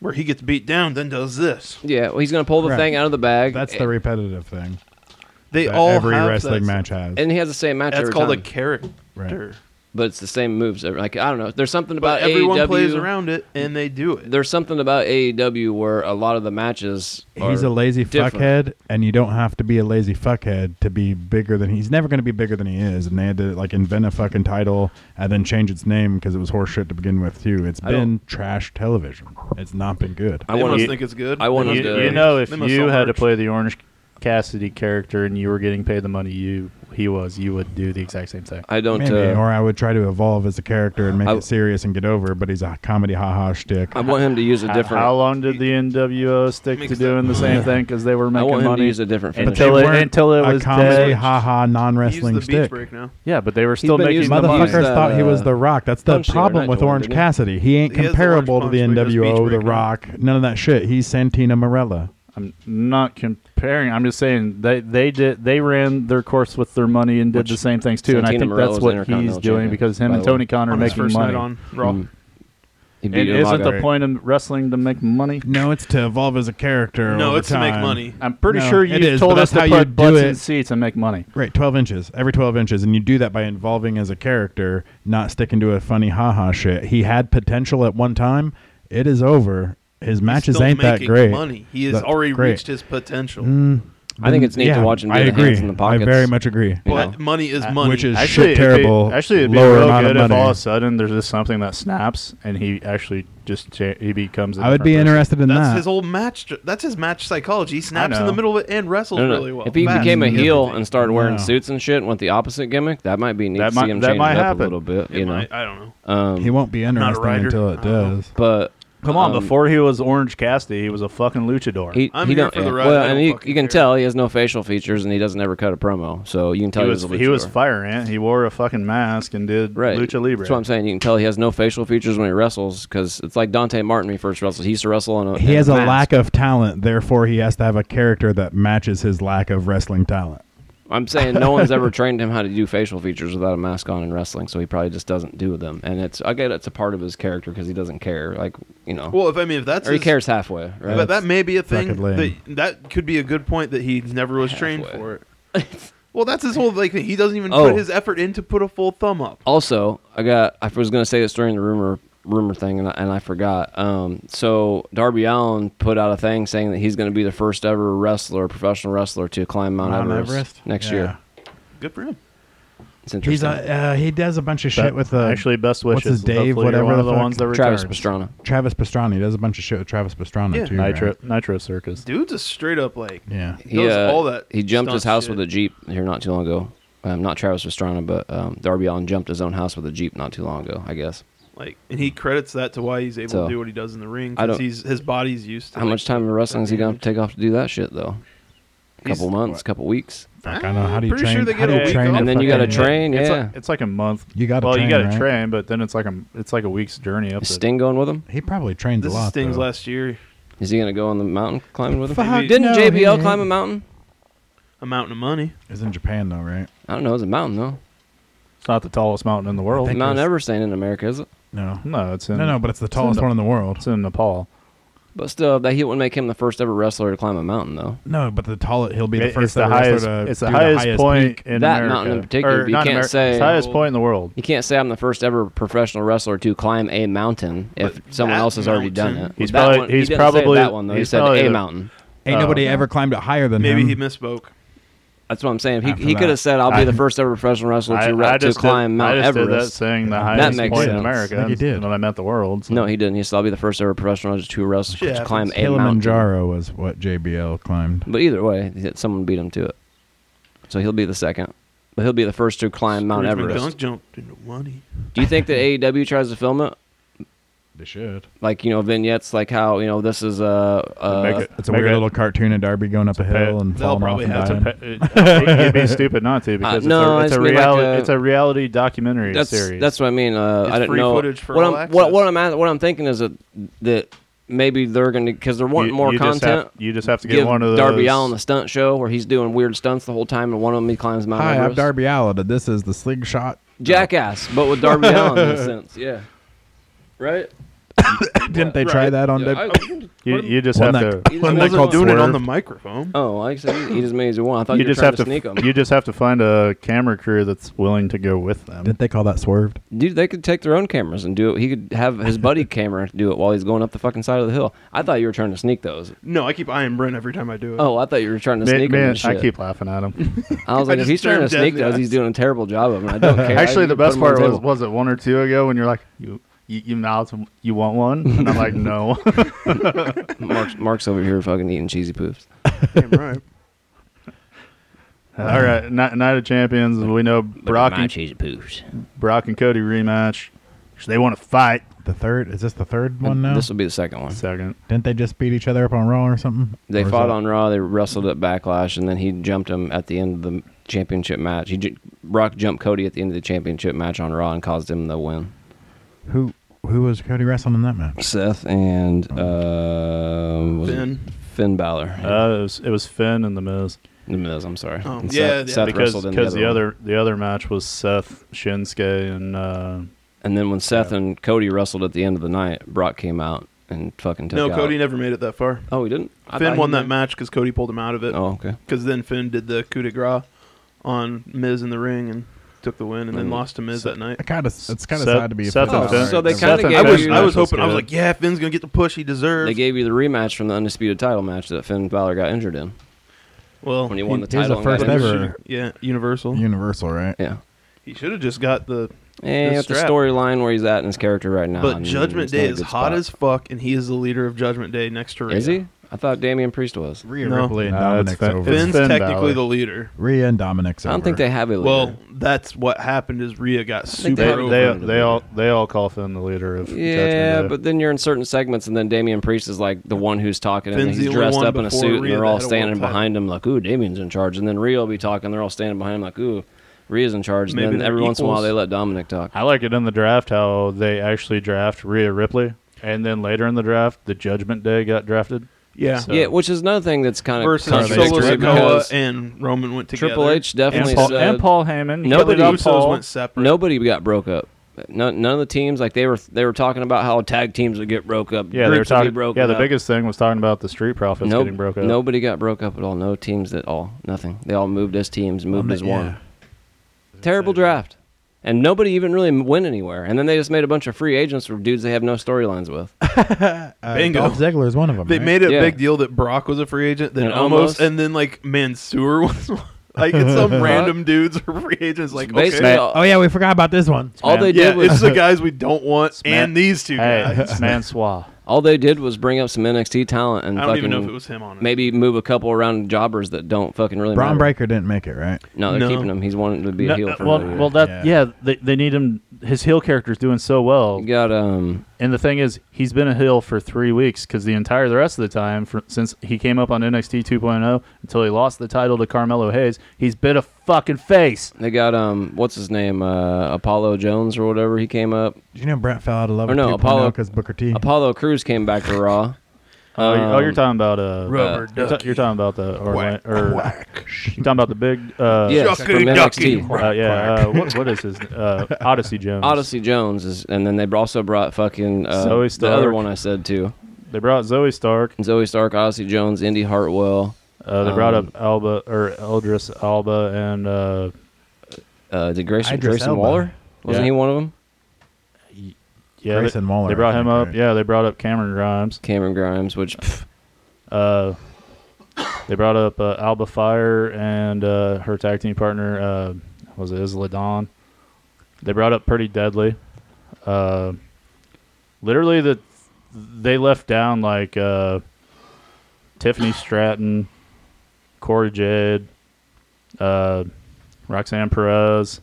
[SPEAKER 5] where he gets beat down, then does this.
[SPEAKER 3] yeah, well, he's going to pull the
[SPEAKER 6] Right.
[SPEAKER 3] thing out of the bag.
[SPEAKER 6] That's the repetitive thing
[SPEAKER 5] They
[SPEAKER 6] that
[SPEAKER 5] all
[SPEAKER 6] every
[SPEAKER 5] have
[SPEAKER 6] wrestling
[SPEAKER 5] that.
[SPEAKER 6] match has.
[SPEAKER 3] And he has the same match
[SPEAKER 5] That's
[SPEAKER 3] every
[SPEAKER 5] called
[SPEAKER 3] time.
[SPEAKER 5] a character.
[SPEAKER 6] Right.
[SPEAKER 3] but it's the same moves. every- Like, I don't know. There's something
[SPEAKER 5] But
[SPEAKER 3] about
[SPEAKER 5] everyone
[SPEAKER 3] AEW.
[SPEAKER 5] plays around it and they do it.
[SPEAKER 3] There's something about AEW where a lot of the matches.
[SPEAKER 6] He's
[SPEAKER 3] are
[SPEAKER 6] a lazy
[SPEAKER 3] different.
[SPEAKER 6] fuckhead, and you don't have to be a lazy fuckhead to be bigger than he's never going to be bigger than he is. And they had to like invent a fucking title and then change its name because it was horseshit to begin with too. It's
[SPEAKER 3] I
[SPEAKER 6] been trash television. It's not been good.
[SPEAKER 3] I
[SPEAKER 5] They
[SPEAKER 3] want
[SPEAKER 5] must
[SPEAKER 2] you-
[SPEAKER 5] think it's good.
[SPEAKER 3] I wanna
[SPEAKER 5] They
[SPEAKER 2] You,
[SPEAKER 5] must do
[SPEAKER 3] do-
[SPEAKER 2] you
[SPEAKER 5] it.
[SPEAKER 2] know, if
[SPEAKER 5] They must
[SPEAKER 2] you
[SPEAKER 5] sell
[SPEAKER 2] had to
[SPEAKER 5] merch.
[SPEAKER 2] play the Orange Cassidy character and you were getting paid the money you he was, you would do the exact same thing.
[SPEAKER 3] I don't.
[SPEAKER 6] Maybe,
[SPEAKER 3] uh,
[SPEAKER 6] or I would try to evolve as a character and make
[SPEAKER 3] I-
[SPEAKER 6] it serious and get over. But he's a comedy haha shtick.
[SPEAKER 3] I want him to use a
[SPEAKER 2] How-
[SPEAKER 3] different.
[SPEAKER 2] How long did the NWO stick to
[SPEAKER 5] Mixed
[SPEAKER 2] doing the same thing because they were
[SPEAKER 3] I
[SPEAKER 2] making
[SPEAKER 3] want him
[SPEAKER 2] money?
[SPEAKER 3] to use a different.
[SPEAKER 2] and
[SPEAKER 3] finish.
[SPEAKER 2] Until
[SPEAKER 6] They
[SPEAKER 2] it-
[SPEAKER 6] weren't
[SPEAKER 2] until it was
[SPEAKER 6] a comedy
[SPEAKER 2] dead.
[SPEAKER 6] haha non wrestling
[SPEAKER 5] He's the beach
[SPEAKER 6] stick.
[SPEAKER 5] break now.
[SPEAKER 2] yeah, but they were
[SPEAKER 3] He's
[SPEAKER 2] still
[SPEAKER 3] been
[SPEAKER 2] making
[SPEAKER 3] using the
[SPEAKER 2] money.
[SPEAKER 3] money.
[SPEAKER 6] Motherfuckers
[SPEAKER 3] that,
[SPEAKER 6] thought he
[SPEAKER 3] uh,
[SPEAKER 6] was The Rock. That's the
[SPEAKER 3] punch they were
[SPEAKER 6] problem
[SPEAKER 3] not
[SPEAKER 6] with
[SPEAKER 3] doing,
[SPEAKER 6] Orange
[SPEAKER 3] didn't he?
[SPEAKER 6] Cassidy. He ain't
[SPEAKER 5] He has the
[SPEAKER 6] comparable to
[SPEAKER 5] orange
[SPEAKER 6] the
[SPEAKER 5] punch, but he does
[SPEAKER 6] NWO,
[SPEAKER 5] beach
[SPEAKER 6] The
[SPEAKER 5] breaking.
[SPEAKER 6] Rock. None of that shit. He's Santina Morella.
[SPEAKER 2] I'm not comparing. I'm just saying they they did they ran their course with their money and did the same things too. and I
[SPEAKER 3] Santino
[SPEAKER 2] think
[SPEAKER 3] Morello
[SPEAKER 2] that's
[SPEAKER 3] is
[SPEAKER 2] what he's
[SPEAKER 3] Intercontinental
[SPEAKER 2] doing
[SPEAKER 3] champion,
[SPEAKER 2] because
[SPEAKER 3] by
[SPEAKER 2] him
[SPEAKER 3] the
[SPEAKER 2] and
[SPEAKER 3] way.
[SPEAKER 2] Tony Khan are
[SPEAKER 5] On his
[SPEAKER 2] making
[SPEAKER 5] first
[SPEAKER 2] money.
[SPEAKER 5] night on
[SPEAKER 3] Mm.
[SPEAKER 5] Raw.
[SPEAKER 3] He beat
[SPEAKER 2] And
[SPEAKER 3] him
[SPEAKER 2] isn't
[SPEAKER 3] up.
[SPEAKER 2] the point of wrestling to make money?
[SPEAKER 6] No, it's to evolve as a character.
[SPEAKER 5] No,
[SPEAKER 6] over
[SPEAKER 5] it's to make
[SPEAKER 6] time.
[SPEAKER 5] money.
[SPEAKER 2] I'm pretty
[SPEAKER 6] No,
[SPEAKER 2] sure
[SPEAKER 6] it
[SPEAKER 2] you
[SPEAKER 6] is,
[SPEAKER 2] told
[SPEAKER 6] but
[SPEAKER 2] us
[SPEAKER 6] that's
[SPEAKER 2] to
[SPEAKER 6] how you
[SPEAKER 2] put butts
[SPEAKER 6] do
[SPEAKER 2] in
[SPEAKER 6] it.
[SPEAKER 2] seats and make money.
[SPEAKER 6] Right, 12 inches. Every 12 inches. And you do that by involving as a character, not sticking to a funny haha shit. He had potential at one time. It is over. His matches
[SPEAKER 5] Still
[SPEAKER 6] ain't that
[SPEAKER 5] making
[SPEAKER 6] great.
[SPEAKER 5] Money. He has
[SPEAKER 6] That's
[SPEAKER 5] already
[SPEAKER 6] great.
[SPEAKER 5] reached his potential.
[SPEAKER 3] I think it's neat
[SPEAKER 6] yeah,
[SPEAKER 3] to watch him do
[SPEAKER 6] I
[SPEAKER 3] the
[SPEAKER 6] agree.
[SPEAKER 3] hands in the pockets.
[SPEAKER 6] I very much agree.
[SPEAKER 3] You
[SPEAKER 5] But
[SPEAKER 3] know.
[SPEAKER 5] money is money.
[SPEAKER 6] Which is
[SPEAKER 2] Actually,
[SPEAKER 6] shit
[SPEAKER 2] it'd be-
[SPEAKER 6] terrible.
[SPEAKER 2] actually, it'd be
[SPEAKER 6] lower
[SPEAKER 2] real
[SPEAKER 6] amount
[SPEAKER 2] good
[SPEAKER 6] of
[SPEAKER 2] if
[SPEAKER 6] money.
[SPEAKER 2] all of a sudden there's just something that snaps and he actually just cha- he becomes. a
[SPEAKER 6] I would
[SPEAKER 2] different
[SPEAKER 6] be
[SPEAKER 2] person.
[SPEAKER 6] interested in
[SPEAKER 5] That's
[SPEAKER 6] that.
[SPEAKER 5] his old match. That's his match psychology. He snaps in
[SPEAKER 2] know.
[SPEAKER 5] the middle of it and wrestles
[SPEAKER 3] No, no, no.
[SPEAKER 5] really well.
[SPEAKER 3] If he
[SPEAKER 5] Fast.
[SPEAKER 3] became a
[SPEAKER 5] Yeah.
[SPEAKER 3] heel and started wearing
[SPEAKER 6] No.
[SPEAKER 3] suits and shit, and went the opposite gimmick, that might be neat
[SPEAKER 2] That
[SPEAKER 3] to
[SPEAKER 2] might-
[SPEAKER 3] see him
[SPEAKER 2] that
[SPEAKER 3] change it
[SPEAKER 2] might
[SPEAKER 3] up
[SPEAKER 2] happen.
[SPEAKER 3] a little bit.
[SPEAKER 5] It
[SPEAKER 3] you know,
[SPEAKER 5] might- I don't know.
[SPEAKER 6] he won't be interesting
[SPEAKER 5] writer.
[SPEAKER 6] until it
[SPEAKER 5] I don't know.
[SPEAKER 6] does.
[SPEAKER 3] but
[SPEAKER 2] Come on,
[SPEAKER 3] um,
[SPEAKER 2] before he was Orange Cassidy, he was a fucking luchador.
[SPEAKER 3] he,
[SPEAKER 5] I'm
[SPEAKER 3] he
[SPEAKER 5] here
[SPEAKER 3] don't.
[SPEAKER 5] for the
[SPEAKER 3] yeah.
[SPEAKER 5] ride, I
[SPEAKER 3] Well,
[SPEAKER 5] don't
[SPEAKER 3] and you,
[SPEAKER 5] fucking
[SPEAKER 3] you can
[SPEAKER 5] care.
[SPEAKER 3] tell he has no facial features, and he doesn't ever cut a promo, so you can tell
[SPEAKER 2] he
[SPEAKER 3] he
[SPEAKER 2] was
[SPEAKER 3] a
[SPEAKER 2] he was
[SPEAKER 3] luchador.
[SPEAKER 2] fire ant. He wore a fucking mask and did
[SPEAKER 3] Right,
[SPEAKER 2] lucha libre.
[SPEAKER 3] That's what I'm saying. You can tell he has no facial features when he wrestles because it's like Dante Martin when he first wrestled. He used to wrestle in a.
[SPEAKER 6] he
[SPEAKER 3] in
[SPEAKER 6] has a
[SPEAKER 3] mask.
[SPEAKER 6] lack of talent, therefore he has to have a character that matches his lack of wrestling talent.
[SPEAKER 3] I'm saying no one's ever trained him how to do facial features without a mask on in wrestling, so he probably just doesn't do them. And it's I get it's a part of his character because he doesn't care, like you know,
[SPEAKER 5] Well, if I mean, if that's
[SPEAKER 3] or he
[SPEAKER 5] his-
[SPEAKER 3] cares halfway. Right?
[SPEAKER 5] but that may be a thing.
[SPEAKER 6] fucking lame.
[SPEAKER 5] That, that could be a good point that he never was trained
[SPEAKER 3] Halfway.
[SPEAKER 5] for
[SPEAKER 3] [laughs]
[SPEAKER 5] it. Well, that's his whole like. thing. He doesn't even
[SPEAKER 3] Oh.
[SPEAKER 5] put his effort in to put a full thumb up.
[SPEAKER 3] also, I got I was gonna say this during the rumor rumor thing, and I, and I forgot. Um, so Darby Allen put out a thing saying that he's gonna be the first ever wrestler, professional wrestler, to climb Mount,
[SPEAKER 6] Mount
[SPEAKER 3] Everest,
[SPEAKER 6] Everest?
[SPEAKER 3] next
[SPEAKER 6] Yeah.
[SPEAKER 3] year.
[SPEAKER 5] Good for him.
[SPEAKER 3] It's interesting.
[SPEAKER 6] He's a, uh, he does a bunch of
[SPEAKER 2] But
[SPEAKER 6] shit with uh,
[SPEAKER 2] actually best
[SPEAKER 6] what's
[SPEAKER 2] wishes.
[SPEAKER 6] his Dave,
[SPEAKER 2] Hopefully you're
[SPEAKER 6] whatever
[SPEAKER 2] one
[SPEAKER 6] the
[SPEAKER 2] of the
[SPEAKER 6] fuck.
[SPEAKER 2] ones that
[SPEAKER 3] Travis
[SPEAKER 2] returns.
[SPEAKER 3] Pastrana.
[SPEAKER 6] Travis Pastrana. He does a bunch of shit with Travis Pastrana
[SPEAKER 5] Yeah.
[SPEAKER 6] too. right?
[SPEAKER 2] Nitro Nitro Circus.
[SPEAKER 5] Dude's a straight up like.
[SPEAKER 6] Yeah.
[SPEAKER 5] He does
[SPEAKER 3] uh,
[SPEAKER 5] all that
[SPEAKER 3] He jumped his
[SPEAKER 5] stunt
[SPEAKER 3] house
[SPEAKER 5] shit.
[SPEAKER 3] with a jeep here not too long ago. Um, not Travis Pastrana, but um, Darby Allen jumped his own house with a jeep not too long ago. I guess.
[SPEAKER 5] Like, and he credits that to why he's able
[SPEAKER 3] So,
[SPEAKER 5] to do what he does in the ring
[SPEAKER 3] I
[SPEAKER 5] because
[SPEAKER 3] don't-
[SPEAKER 5] he's his body's used to.
[SPEAKER 3] How
[SPEAKER 5] like,
[SPEAKER 3] much time in wrestling is he gonna have to take off to do that shit though? A
[SPEAKER 5] He's-
[SPEAKER 3] couple months, a couple weeks.
[SPEAKER 6] Fuck, I don't know. How do you
[SPEAKER 5] Pretty
[SPEAKER 6] train?
[SPEAKER 5] sure they
[SPEAKER 6] how
[SPEAKER 5] get
[SPEAKER 6] do
[SPEAKER 5] a
[SPEAKER 6] you
[SPEAKER 5] week
[SPEAKER 6] train
[SPEAKER 5] off.
[SPEAKER 6] to
[SPEAKER 3] And then you
[SPEAKER 6] fucking-
[SPEAKER 3] gotta train,
[SPEAKER 2] It's
[SPEAKER 3] yeah.
[SPEAKER 2] like, it's like a month.
[SPEAKER 6] You gotta
[SPEAKER 2] well,
[SPEAKER 6] train,
[SPEAKER 2] you gotta
[SPEAKER 6] right?
[SPEAKER 2] train, but then it's like a it's like a week's journey up.
[SPEAKER 3] Is
[SPEAKER 2] the-
[SPEAKER 3] Sting going with him?
[SPEAKER 6] He probably trains
[SPEAKER 5] This
[SPEAKER 6] a lot.
[SPEAKER 5] is Sting's
[SPEAKER 6] though.
[SPEAKER 5] last year.
[SPEAKER 3] Is he gonna go on the mountain climbing with him?
[SPEAKER 6] Fuck
[SPEAKER 3] Didn't
[SPEAKER 6] no, he
[SPEAKER 3] JBL
[SPEAKER 6] ain't.
[SPEAKER 3] climb a mountain?
[SPEAKER 5] A mountain of money.
[SPEAKER 6] It's in Japan though, right?
[SPEAKER 3] I don't know. It's a mountain though.
[SPEAKER 2] It's not the tallest mountain in the world.
[SPEAKER 6] think
[SPEAKER 3] Mount
[SPEAKER 6] there's-
[SPEAKER 3] Everest ain't in America, is it?
[SPEAKER 6] No.
[SPEAKER 2] No, it's in
[SPEAKER 6] No, no, but it's the tallest
[SPEAKER 2] the-
[SPEAKER 6] one in the world.
[SPEAKER 2] it's in Nepal.
[SPEAKER 3] But still, that he wouldn't make him the first ever wrestler to climb a mountain though.
[SPEAKER 6] No, but the tallest he'll be the
[SPEAKER 2] It-
[SPEAKER 6] first
[SPEAKER 2] it's the
[SPEAKER 6] ever
[SPEAKER 2] highest.
[SPEAKER 6] wrestler to
[SPEAKER 2] It's the
[SPEAKER 6] do
[SPEAKER 2] highest, point
[SPEAKER 6] peak.
[SPEAKER 2] in
[SPEAKER 3] That
[SPEAKER 2] America.
[SPEAKER 3] mountain in particular,
[SPEAKER 2] Or
[SPEAKER 3] but you
[SPEAKER 2] not
[SPEAKER 3] can't
[SPEAKER 2] America,
[SPEAKER 3] say-
[SPEAKER 2] it's the highest point in the world.
[SPEAKER 3] You can't say I'm the first ever professional wrestler to climb a mountain if
[SPEAKER 5] But
[SPEAKER 3] someone
[SPEAKER 5] that
[SPEAKER 3] else has already done
[SPEAKER 5] mountain-
[SPEAKER 3] it.
[SPEAKER 2] He's
[SPEAKER 3] That
[SPEAKER 2] probably-
[SPEAKER 3] one-
[SPEAKER 2] he's
[SPEAKER 3] he didn't say
[SPEAKER 2] probably-
[SPEAKER 3] that one though. He
[SPEAKER 2] he's
[SPEAKER 3] said
[SPEAKER 2] probably
[SPEAKER 3] a
[SPEAKER 2] the-
[SPEAKER 3] mountain.
[SPEAKER 6] Ain't
[SPEAKER 2] Oh.
[SPEAKER 6] nobody ever climbed it higher than
[SPEAKER 5] Maybe
[SPEAKER 6] him.
[SPEAKER 5] he misspoke.
[SPEAKER 3] That's what I'm saying. He,
[SPEAKER 6] After
[SPEAKER 3] he could
[SPEAKER 6] that.
[SPEAKER 3] have said, "I'll be the first ever professional wrestler to, ra- to
[SPEAKER 2] just
[SPEAKER 3] climb
[SPEAKER 2] did,
[SPEAKER 3] Mount
[SPEAKER 2] I just did that
[SPEAKER 3] Everest."
[SPEAKER 2] saying the
[SPEAKER 6] That
[SPEAKER 2] highest
[SPEAKER 3] makes
[SPEAKER 2] point in
[SPEAKER 3] sense.
[SPEAKER 2] America.
[SPEAKER 6] Like he did.
[SPEAKER 2] And I meant the world. so- [laughs]
[SPEAKER 3] No, he didn't. He said, "I'll be the first ever professional to wrestle
[SPEAKER 5] Shit
[SPEAKER 3] to climb a mountain."
[SPEAKER 6] Kilimanjaro was what JBL climbed.
[SPEAKER 3] But either way, he- someone beat him to it, so he'll be the second. but he'll be the first to climb Mount
[SPEAKER 5] Scrooge
[SPEAKER 3] Everest.
[SPEAKER 5] McDuck jumped into money.
[SPEAKER 3] Do you think that AEW tries to film it?
[SPEAKER 6] They should.
[SPEAKER 3] Like you know vignettes, like how you know this is a,
[SPEAKER 2] Make
[SPEAKER 3] a
[SPEAKER 2] it-
[SPEAKER 6] It's a
[SPEAKER 2] make
[SPEAKER 6] weird
[SPEAKER 2] it-
[SPEAKER 6] little cartoon of Darby going up a hill
[SPEAKER 2] pet.
[SPEAKER 6] and
[SPEAKER 5] They'll
[SPEAKER 6] falling off
[SPEAKER 5] probably have
[SPEAKER 6] and
[SPEAKER 5] to
[SPEAKER 6] dying.
[SPEAKER 2] It'd be stupid not to because it's
[SPEAKER 3] no,
[SPEAKER 2] a, it's
[SPEAKER 3] I
[SPEAKER 2] a
[SPEAKER 3] mean, like
[SPEAKER 2] reality.
[SPEAKER 3] a-
[SPEAKER 2] it's a reality documentary
[SPEAKER 3] that's
[SPEAKER 2] series.
[SPEAKER 3] that's what I mean. Uh,
[SPEAKER 5] It's
[SPEAKER 3] I don't
[SPEAKER 5] free
[SPEAKER 3] know
[SPEAKER 5] footage for
[SPEAKER 3] what
[SPEAKER 5] all
[SPEAKER 3] I'm what, what I'm
[SPEAKER 5] access.
[SPEAKER 3] at, what I'm thinking is that that maybe they're going to because they're wanting
[SPEAKER 2] You-
[SPEAKER 3] more
[SPEAKER 2] you
[SPEAKER 3] content.
[SPEAKER 2] just have- you just have to get
[SPEAKER 3] Give
[SPEAKER 2] one of
[SPEAKER 3] Darby
[SPEAKER 2] those-
[SPEAKER 3] Allen the stunt show where he's doing weird stunts the whole time, and one of them he climbs Mount
[SPEAKER 6] Hi, I'm
[SPEAKER 3] Everest.
[SPEAKER 6] Darby Allen, and this is the Sling Shot.
[SPEAKER 3] Jackass, but
[SPEAKER 2] [laughs]
[SPEAKER 3] with Darby Allen in a sense, yeah. Right?
[SPEAKER 6] Didn't they try that on?
[SPEAKER 3] Yeah,
[SPEAKER 6] Deb-
[SPEAKER 3] I-
[SPEAKER 2] you, you just
[SPEAKER 6] Well,
[SPEAKER 2] have
[SPEAKER 6] that-
[SPEAKER 2] to.
[SPEAKER 3] he
[SPEAKER 5] When
[SPEAKER 3] just
[SPEAKER 5] they
[SPEAKER 3] wasn't-
[SPEAKER 5] called doing it on
[SPEAKER 6] Swerve.
[SPEAKER 5] the microphone.
[SPEAKER 3] Oh, like I said, he he just made as you want. I thought you,
[SPEAKER 2] You
[SPEAKER 3] were
[SPEAKER 2] just
[SPEAKER 3] trying
[SPEAKER 2] have
[SPEAKER 3] to
[SPEAKER 2] to.
[SPEAKER 3] sneak him.
[SPEAKER 2] You just have to find a camera crew that's willing to go with them.
[SPEAKER 6] Didn't they call that swerved?
[SPEAKER 3] Dude, they could take their own cameras and do it. He could have his
[SPEAKER 2] [laughs]
[SPEAKER 3] buddy camera do it while he's going up the fucking side of the hill. I thought you were trying to sneak those.
[SPEAKER 5] No, I keep eyeing Brent every time I do it.
[SPEAKER 3] Oh, I thought you were trying to
[SPEAKER 2] Man-
[SPEAKER 3] sneak
[SPEAKER 2] man,
[SPEAKER 3] them. and
[SPEAKER 2] I
[SPEAKER 3] shit.
[SPEAKER 2] keep laughing at them.
[SPEAKER 3] I was like,
[SPEAKER 5] I
[SPEAKER 3] if
[SPEAKER 5] just
[SPEAKER 3] he's trying to
[SPEAKER 5] termed
[SPEAKER 3] sneak
[SPEAKER 5] dead in the
[SPEAKER 3] those, he's
[SPEAKER 5] eyes.
[SPEAKER 3] doing a terrible job of them. I don't care. I
[SPEAKER 2] Actually, the
[SPEAKER 3] just put
[SPEAKER 2] best
[SPEAKER 3] them on
[SPEAKER 2] part
[SPEAKER 3] the
[SPEAKER 2] was
[SPEAKER 3] table.
[SPEAKER 2] was it one or two ago when you're like you you, you mouth you want one and I'm like
[SPEAKER 3] [laughs]
[SPEAKER 2] no.
[SPEAKER 3] Mark's, Mark's over here fucking eating cheesy poofs.
[SPEAKER 5] damn right.
[SPEAKER 2] All right, Night, Night of Champions. We know Brock and
[SPEAKER 3] cheesy poofs.
[SPEAKER 2] Brock and Cody rematch. They want to fight.
[SPEAKER 6] The third is this the third one now?
[SPEAKER 3] This will be the second one.
[SPEAKER 2] Second,
[SPEAKER 6] Didn't they just beat each other up on Raw or something?
[SPEAKER 3] They
[SPEAKER 6] Or is
[SPEAKER 3] fought
[SPEAKER 6] that-
[SPEAKER 3] on Raw. They wrestled at Backlash, and then he jumped him at the end of the championship match. He ju- Brock jumped Cody at the end of the championship match on Raw and caused him the win.
[SPEAKER 6] who? Who was Cody wrestling in that match?
[SPEAKER 3] Seth and uh, [laughs] was it
[SPEAKER 5] Finn.
[SPEAKER 3] Finn Balor.
[SPEAKER 2] uh, it, was, it was Finn and the Miz
[SPEAKER 3] The Miz, I'm sorry.
[SPEAKER 5] Oh,
[SPEAKER 3] And
[SPEAKER 5] yeah,
[SPEAKER 3] Seth,
[SPEAKER 5] yeah.
[SPEAKER 3] Seth
[SPEAKER 2] because
[SPEAKER 3] wrestled in
[SPEAKER 2] because
[SPEAKER 3] the other, one.
[SPEAKER 2] other the other match was Seth Shinsuke and uh,
[SPEAKER 3] And then when Seth and Cody wrestled at the end of the night, Brock came out and fucking took
[SPEAKER 5] No,
[SPEAKER 3] out.
[SPEAKER 5] Cody never made it that far.
[SPEAKER 3] Oh, he didn't. I thought
[SPEAKER 5] Finn
[SPEAKER 3] he
[SPEAKER 5] won that
[SPEAKER 3] did.
[SPEAKER 5] match because Cody pulled him out of it.
[SPEAKER 3] Oh, okay.
[SPEAKER 5] Because then Finn did the coup de grace on Miz in the ring and took the win, and then
[SPEAKER 3] Mm.
[SPEAKER 5] lost to Miz that night.
[SPEAKER 6] I kind of. It's kind of
[SPEAKER 2] Seth-
[SPEAKER 6] sad to be. a
[SPEAKER 2] Seth
[SPEAKER 6] fucking
[SPEAKER 3] Oh,
[SPEAKER 2] and Finn.
[SPEAKER 6] Balor.
[SPEAKER 3] so they
[SPEAKER 2] Seth
[SPEAKER 3] kinda
[SPEAKER 2] and
[SPEAKER 3] gave
[SPEAKER 5] I
[SPEAKER 2] Finn
[SPEAKER 5] was,
[SPEAKER 3] you-
[SPEAKER 5] I
[SPEAKER 2] match
[SPEAKER 5] was hoping. I was
[SPEAKER 2] good.
[SPEAKER 5] like, yeah, Finn's gonna get the push he deserves.
[SPEAKER 3] They gave you the rematch from the undisputed title match that Finn Balor got injured in
[SPEAKER 5] well,
[SPEAKER 3] when he won the
[SPEAKER 6] he's
[SPEAKER 3] title.
[SPEAKER 6] the
[SPEAKER 3] and got
[SPEAKER 6] [laughs] first
[SPEAKER 3] injured.
[SPEAKER 6] ever-
[SPEAKER 5] yeah, Universal.
[SPEAKER 6] Universal, right?
[SPEAKER 3] Yeah.
[SPEAKER 5] he should have just got the.
[SPEAKER 3] And
[SPEAKER 5] The
[SPEAKER 3] with the
[SPEAKER 5] strap.
[SPEAKER 3] storyline where he's at in his character right now. I
[SPEAKER 5] But
[SPEAKER 3] mean,
[SPEAKER 5] Judgment
[SPEAKER 3] it's not
[SPEAKER 5] Day
[SPEAKER 3] a
[SPEAKER 5] is
[SPEAKER 3] good
[SPEAKER 5] hot
[SPEAKER 3] spot.
[SPEAKER 5] as fuck, and he is the leader of Judgment Day next to Rhea.
[SPEAKER 3] Is he? I thought Damian Priest was.
[SPEAKER 6] Rhea
[SPEAKER 5] No.
[SPEAKER 6] Ripley and
[SPEAKER 2] No,
[SPEAKER 6] Dominic's
[SPEAKER 2] it's Finn-
[SPEAKER 6] over.
[SPEAKER 5] Finn's
[SPEAKER 2] Finn
[SPEAKER 5] technically
[SPEAKER 2] Balor.
[SPEAKER 5] the leader.
[SPEAKER 6] Rhea and Dominic's
[SPEAKER 3] I
[SPEAKER 6] over.
[SPEAKER 3] don't think they have a leader.
[SPEAKER 5] Well, that's what happened. Is Rhea got
[SPEAKER 3] think
[SPEAKER 5] super
[SPEAKER 3] they-
[SPEAKER 5] over.
[SPEAKER 2] They,
[SPEAKER 3] Finn
[SPEAKER 2] they,
[SPEAKER 3] the
[SPEAKER 2] all they all call Finn the leader of
[SPEAKER 3] yeah,
[SPEAKER 2] Judgment Day.
[SPEAKER 3] but then you're in certain segments, and then Damian Priest is like the one who's talking, and
[SPEAKER 5] Finn's
[SPEAKER 3] he's
[SPEAKER 5] the only
[SPEAKER 3] dressed
[SPEAKER 5] one
[SPEAKER 3] up in a
[SPEAKER 5] before
[SPEAKER 3] suit, and
[SPEAKER 5] Rhea
[SPEAKER 3] they're
[SPEAKER 5] that
[SPEAKER 3] all
[SPEAKER 5] had a
[SPEAKER 3] standing
[SPEAKER 5] world title.
[SPEAKER 3] behind him, like, ooh, Damian's in charge. And then Rhea will be talking, they're all standing behind him, like, ooh, Rhea's in charge.
[SPEAKER 5] Maybe
[SPEAKER 3] and then
[SPEAKER 5] they're
[SPEAKER 3] every once in a while,
[SPEAKER 5] equals.
[SPEAKER 3] they let Dominic talk.
[SPEAKER 2] I like it in the draft how they actually draft Rhea Ripley, and then later in the draft, the Judgment Day got drafted.
[SPEAKER 5] yeah.
[SPEAKER 2] So-
[SPEAKER 3] yeah, which is another thing that's kind of
[SPEAKER 5] Versus
[SPEAKER 2] Contradictory
[SPEAKER 5] Solo
[SPEAKER 3] contradictory
[SPEAKER 5] Sikoa
[SPEAKER 3] because
[SPEAKER 5] and Roman went together.
[SPEAKER 3] Triple H definitely
[SPEAKER 2] and, Paul,
[SPEAKER 3] said
[SPEAKER 2] and Paul Heyman.
[SPEAKER 3] uh, nobody-
[SPEAKER 5] But
[SPEAKER 2] Nobody
[SPEAKER 5] the
[SPEAKER 3] Without
[SPEAKER 5] Usos
[SPEAKER 2] Paul.
[SPEAKER 5] went separate.
[SPEAKER 3] nobody got broke up. None, none of the teams like they were they were talking about how tag teams would get broke up.
[SPEAKER 2] Yeah,
[SPEAKER 3] groups
[SPEAKER 2] they were
[SPEAKER 3] would
[SPEAKER 2] talking.
[SPEAKER 3] Be broken
[SPEAKER 2] yeah, the
[SPEAKER 3] up.
[SPEAKER 2] biggest thing was talking about the Street Profits
[SPEAKER 3] Nope,
[SPEAKER 2] getting broke up.
[SPEAKER 3] Nobody got broke up at all. No teams at all. Nothing. They all moved as teams, moved as one. Terrible draft. And nobody even really went anywhere. And then they just made a bunch of free agents for dudes they have no storylines with.
[SPEAKER 6] Uh,
[SPEAKER 5] Bingo.
[SPEAKER 6] Dolph Ziggler is one of them.
[SPEAKER 5] They
[SPEAKER 6] right?
[SPEAKER 5] made a
[SPEAKER 3] Yeah.
[SPEAKER 5] big deal that Brock was a free agent, then
[SPEAKER 3] And almost.
[SPEAKER 5] almost, and then like Mansoor [laughs] was one. like it's
[SPEAKER 2] [laughs]
[SPEAKER 5] some random dudes or free agents. Like
[SPEAKER 3] Basically,
[SPEAKER 5] [laughs] okay,
[SPEAKER 3] all,
[SPEAKER 6] Oh yeah, we forgot about this one.
[SPEAKER 3] all they
[SPEAKER 5] yeah,
[SPEAKER 3] did was
[SPEAKER 5] it's the guys we don't want
[SPEAKER 2] Man-
[SPEAKER 5] and these two
[SPEAKER 2] Hey,
[SPEAKER 5] guys.
[SPEAKER 2] it's Mansoir.
[SPEAKER 3] all they did was bring up some NXT talent and
[SPEAKER 5] I don't even know
[SPEAKER 3] fucking
[SPEAKER 5] if it was him on it.
[SPEAKER 3] maybe move a couple around jobbers that don't fucking really
[SPEAKER 6] Braun
[SPEAKER 3] matter.
[SPEAKER 6] Breaker didn't make it, right?
[SPEAKER 3] No, they're
[SPEAKER 5] No.
[SPEAKER 3] keeping him. He's wanting to [laughs] be a heel for
[SPEAKER 2] well,
[SPEAKER 3] another year.
[SPEAKER 2] well, that
[SPEAKER 6] Yeah.
[SPEAKER 2] yeah, they, they need him. His heel character's doing so well,
[SPEAKER 3] You got um
[SPEAKER 2] and the thing is, he's been a heel for three weeks because the entire the rest of the time, for, since he came up on NXT 2.0 until he lost the title to Carmelo Hayes, he's been a fucking face.
[SPEAKER 3] they got um what's his name uh Apollo Jones or whatever he came up.
[SPEAKER 6] Did you know Brett fell out of love
[SPEAKER 3] Or
[SPEAKER 6] with
[SPEAKER 3] Oh, no, Apollo-
[SPEAKER 6] because Booker T.
[SPEAKER 3] Apollo Cruz came back to Raw.
[SPEAKER 2] Oh, you're- oh, you're
[SPEAKER 3] Um,
[SPEAKER 2] talking about uh,
[SPEAKER 5] Rubber
[SPEAKER 2] you're, ta-
[SPEAKER 5] ducky.
[SPEAKER 2] you're talking about the or,
[SPEAKER 5] Quack,
[SPEAKER 2] or [laughs] you're talking about the big uh,
[SPEAKER 3] Yes,
[SPEAKER 5] Shucky
[SPEAKER 3] from
[SPEAKER 5] ducky.
[SPEAKER 3] NXT.
[SPEAKER 2] uh, yeah uh, what, what is his uh, Odyssey Jones
[SPEAKER 3] Odyssey Jones is, and then they also brought fucking uh,
[SPEAKER 2] Zoe
[SPEAKER 3] the other
[SPEAKER 2] Stark.
[SPEAKER 3] one I said too.
[SPEAKER 2] they brought Zoe Stark
[SPEAKER 3] Zoe Stark, Odyssey Jones, Indy Hartwell.
[SPEAKER 2] uh, they brought
[SPEAKER 3] Um,
[SPEAKER 2] up Alba or Eldris Alba and uh,
[SPEAKER 3] Uh, did Grayson,
[SPEAKER 6] Idris
[SPEAKER 3] Grayson
[SPEAKER 6] Elba.
[SPEAKER 3] Waller? Wasn't
[SPEAKER 2] Yeah.
[SPEAKER 3] he one of them?
[SPEAKER 2] yeah
[SPEAKER 6] Grayson
[SPEAKER 2] they,
[SPEAKER 6] Waller,
[SPEAKER 2] they brought
[SPEAKER 6] I
[SPEAKER 2] him
[SPEAKER 6] think,
[SPEAKER 2] up
[SPEAKER 6] right?
[SPEAKER 2] yeah they brought up Cameron Grimes
[SPEAKER 3] Cameron Grimes, which pff,
[SPEAKER 2] uh, they brought up uh, Alba Fire and uh, her tag team partner uh, what was it Isla Dawn they brought up Pretty Deadly uh, literally the they left down like uh, Tiffany Stratton Corey Jade uh, Roxanne Perez,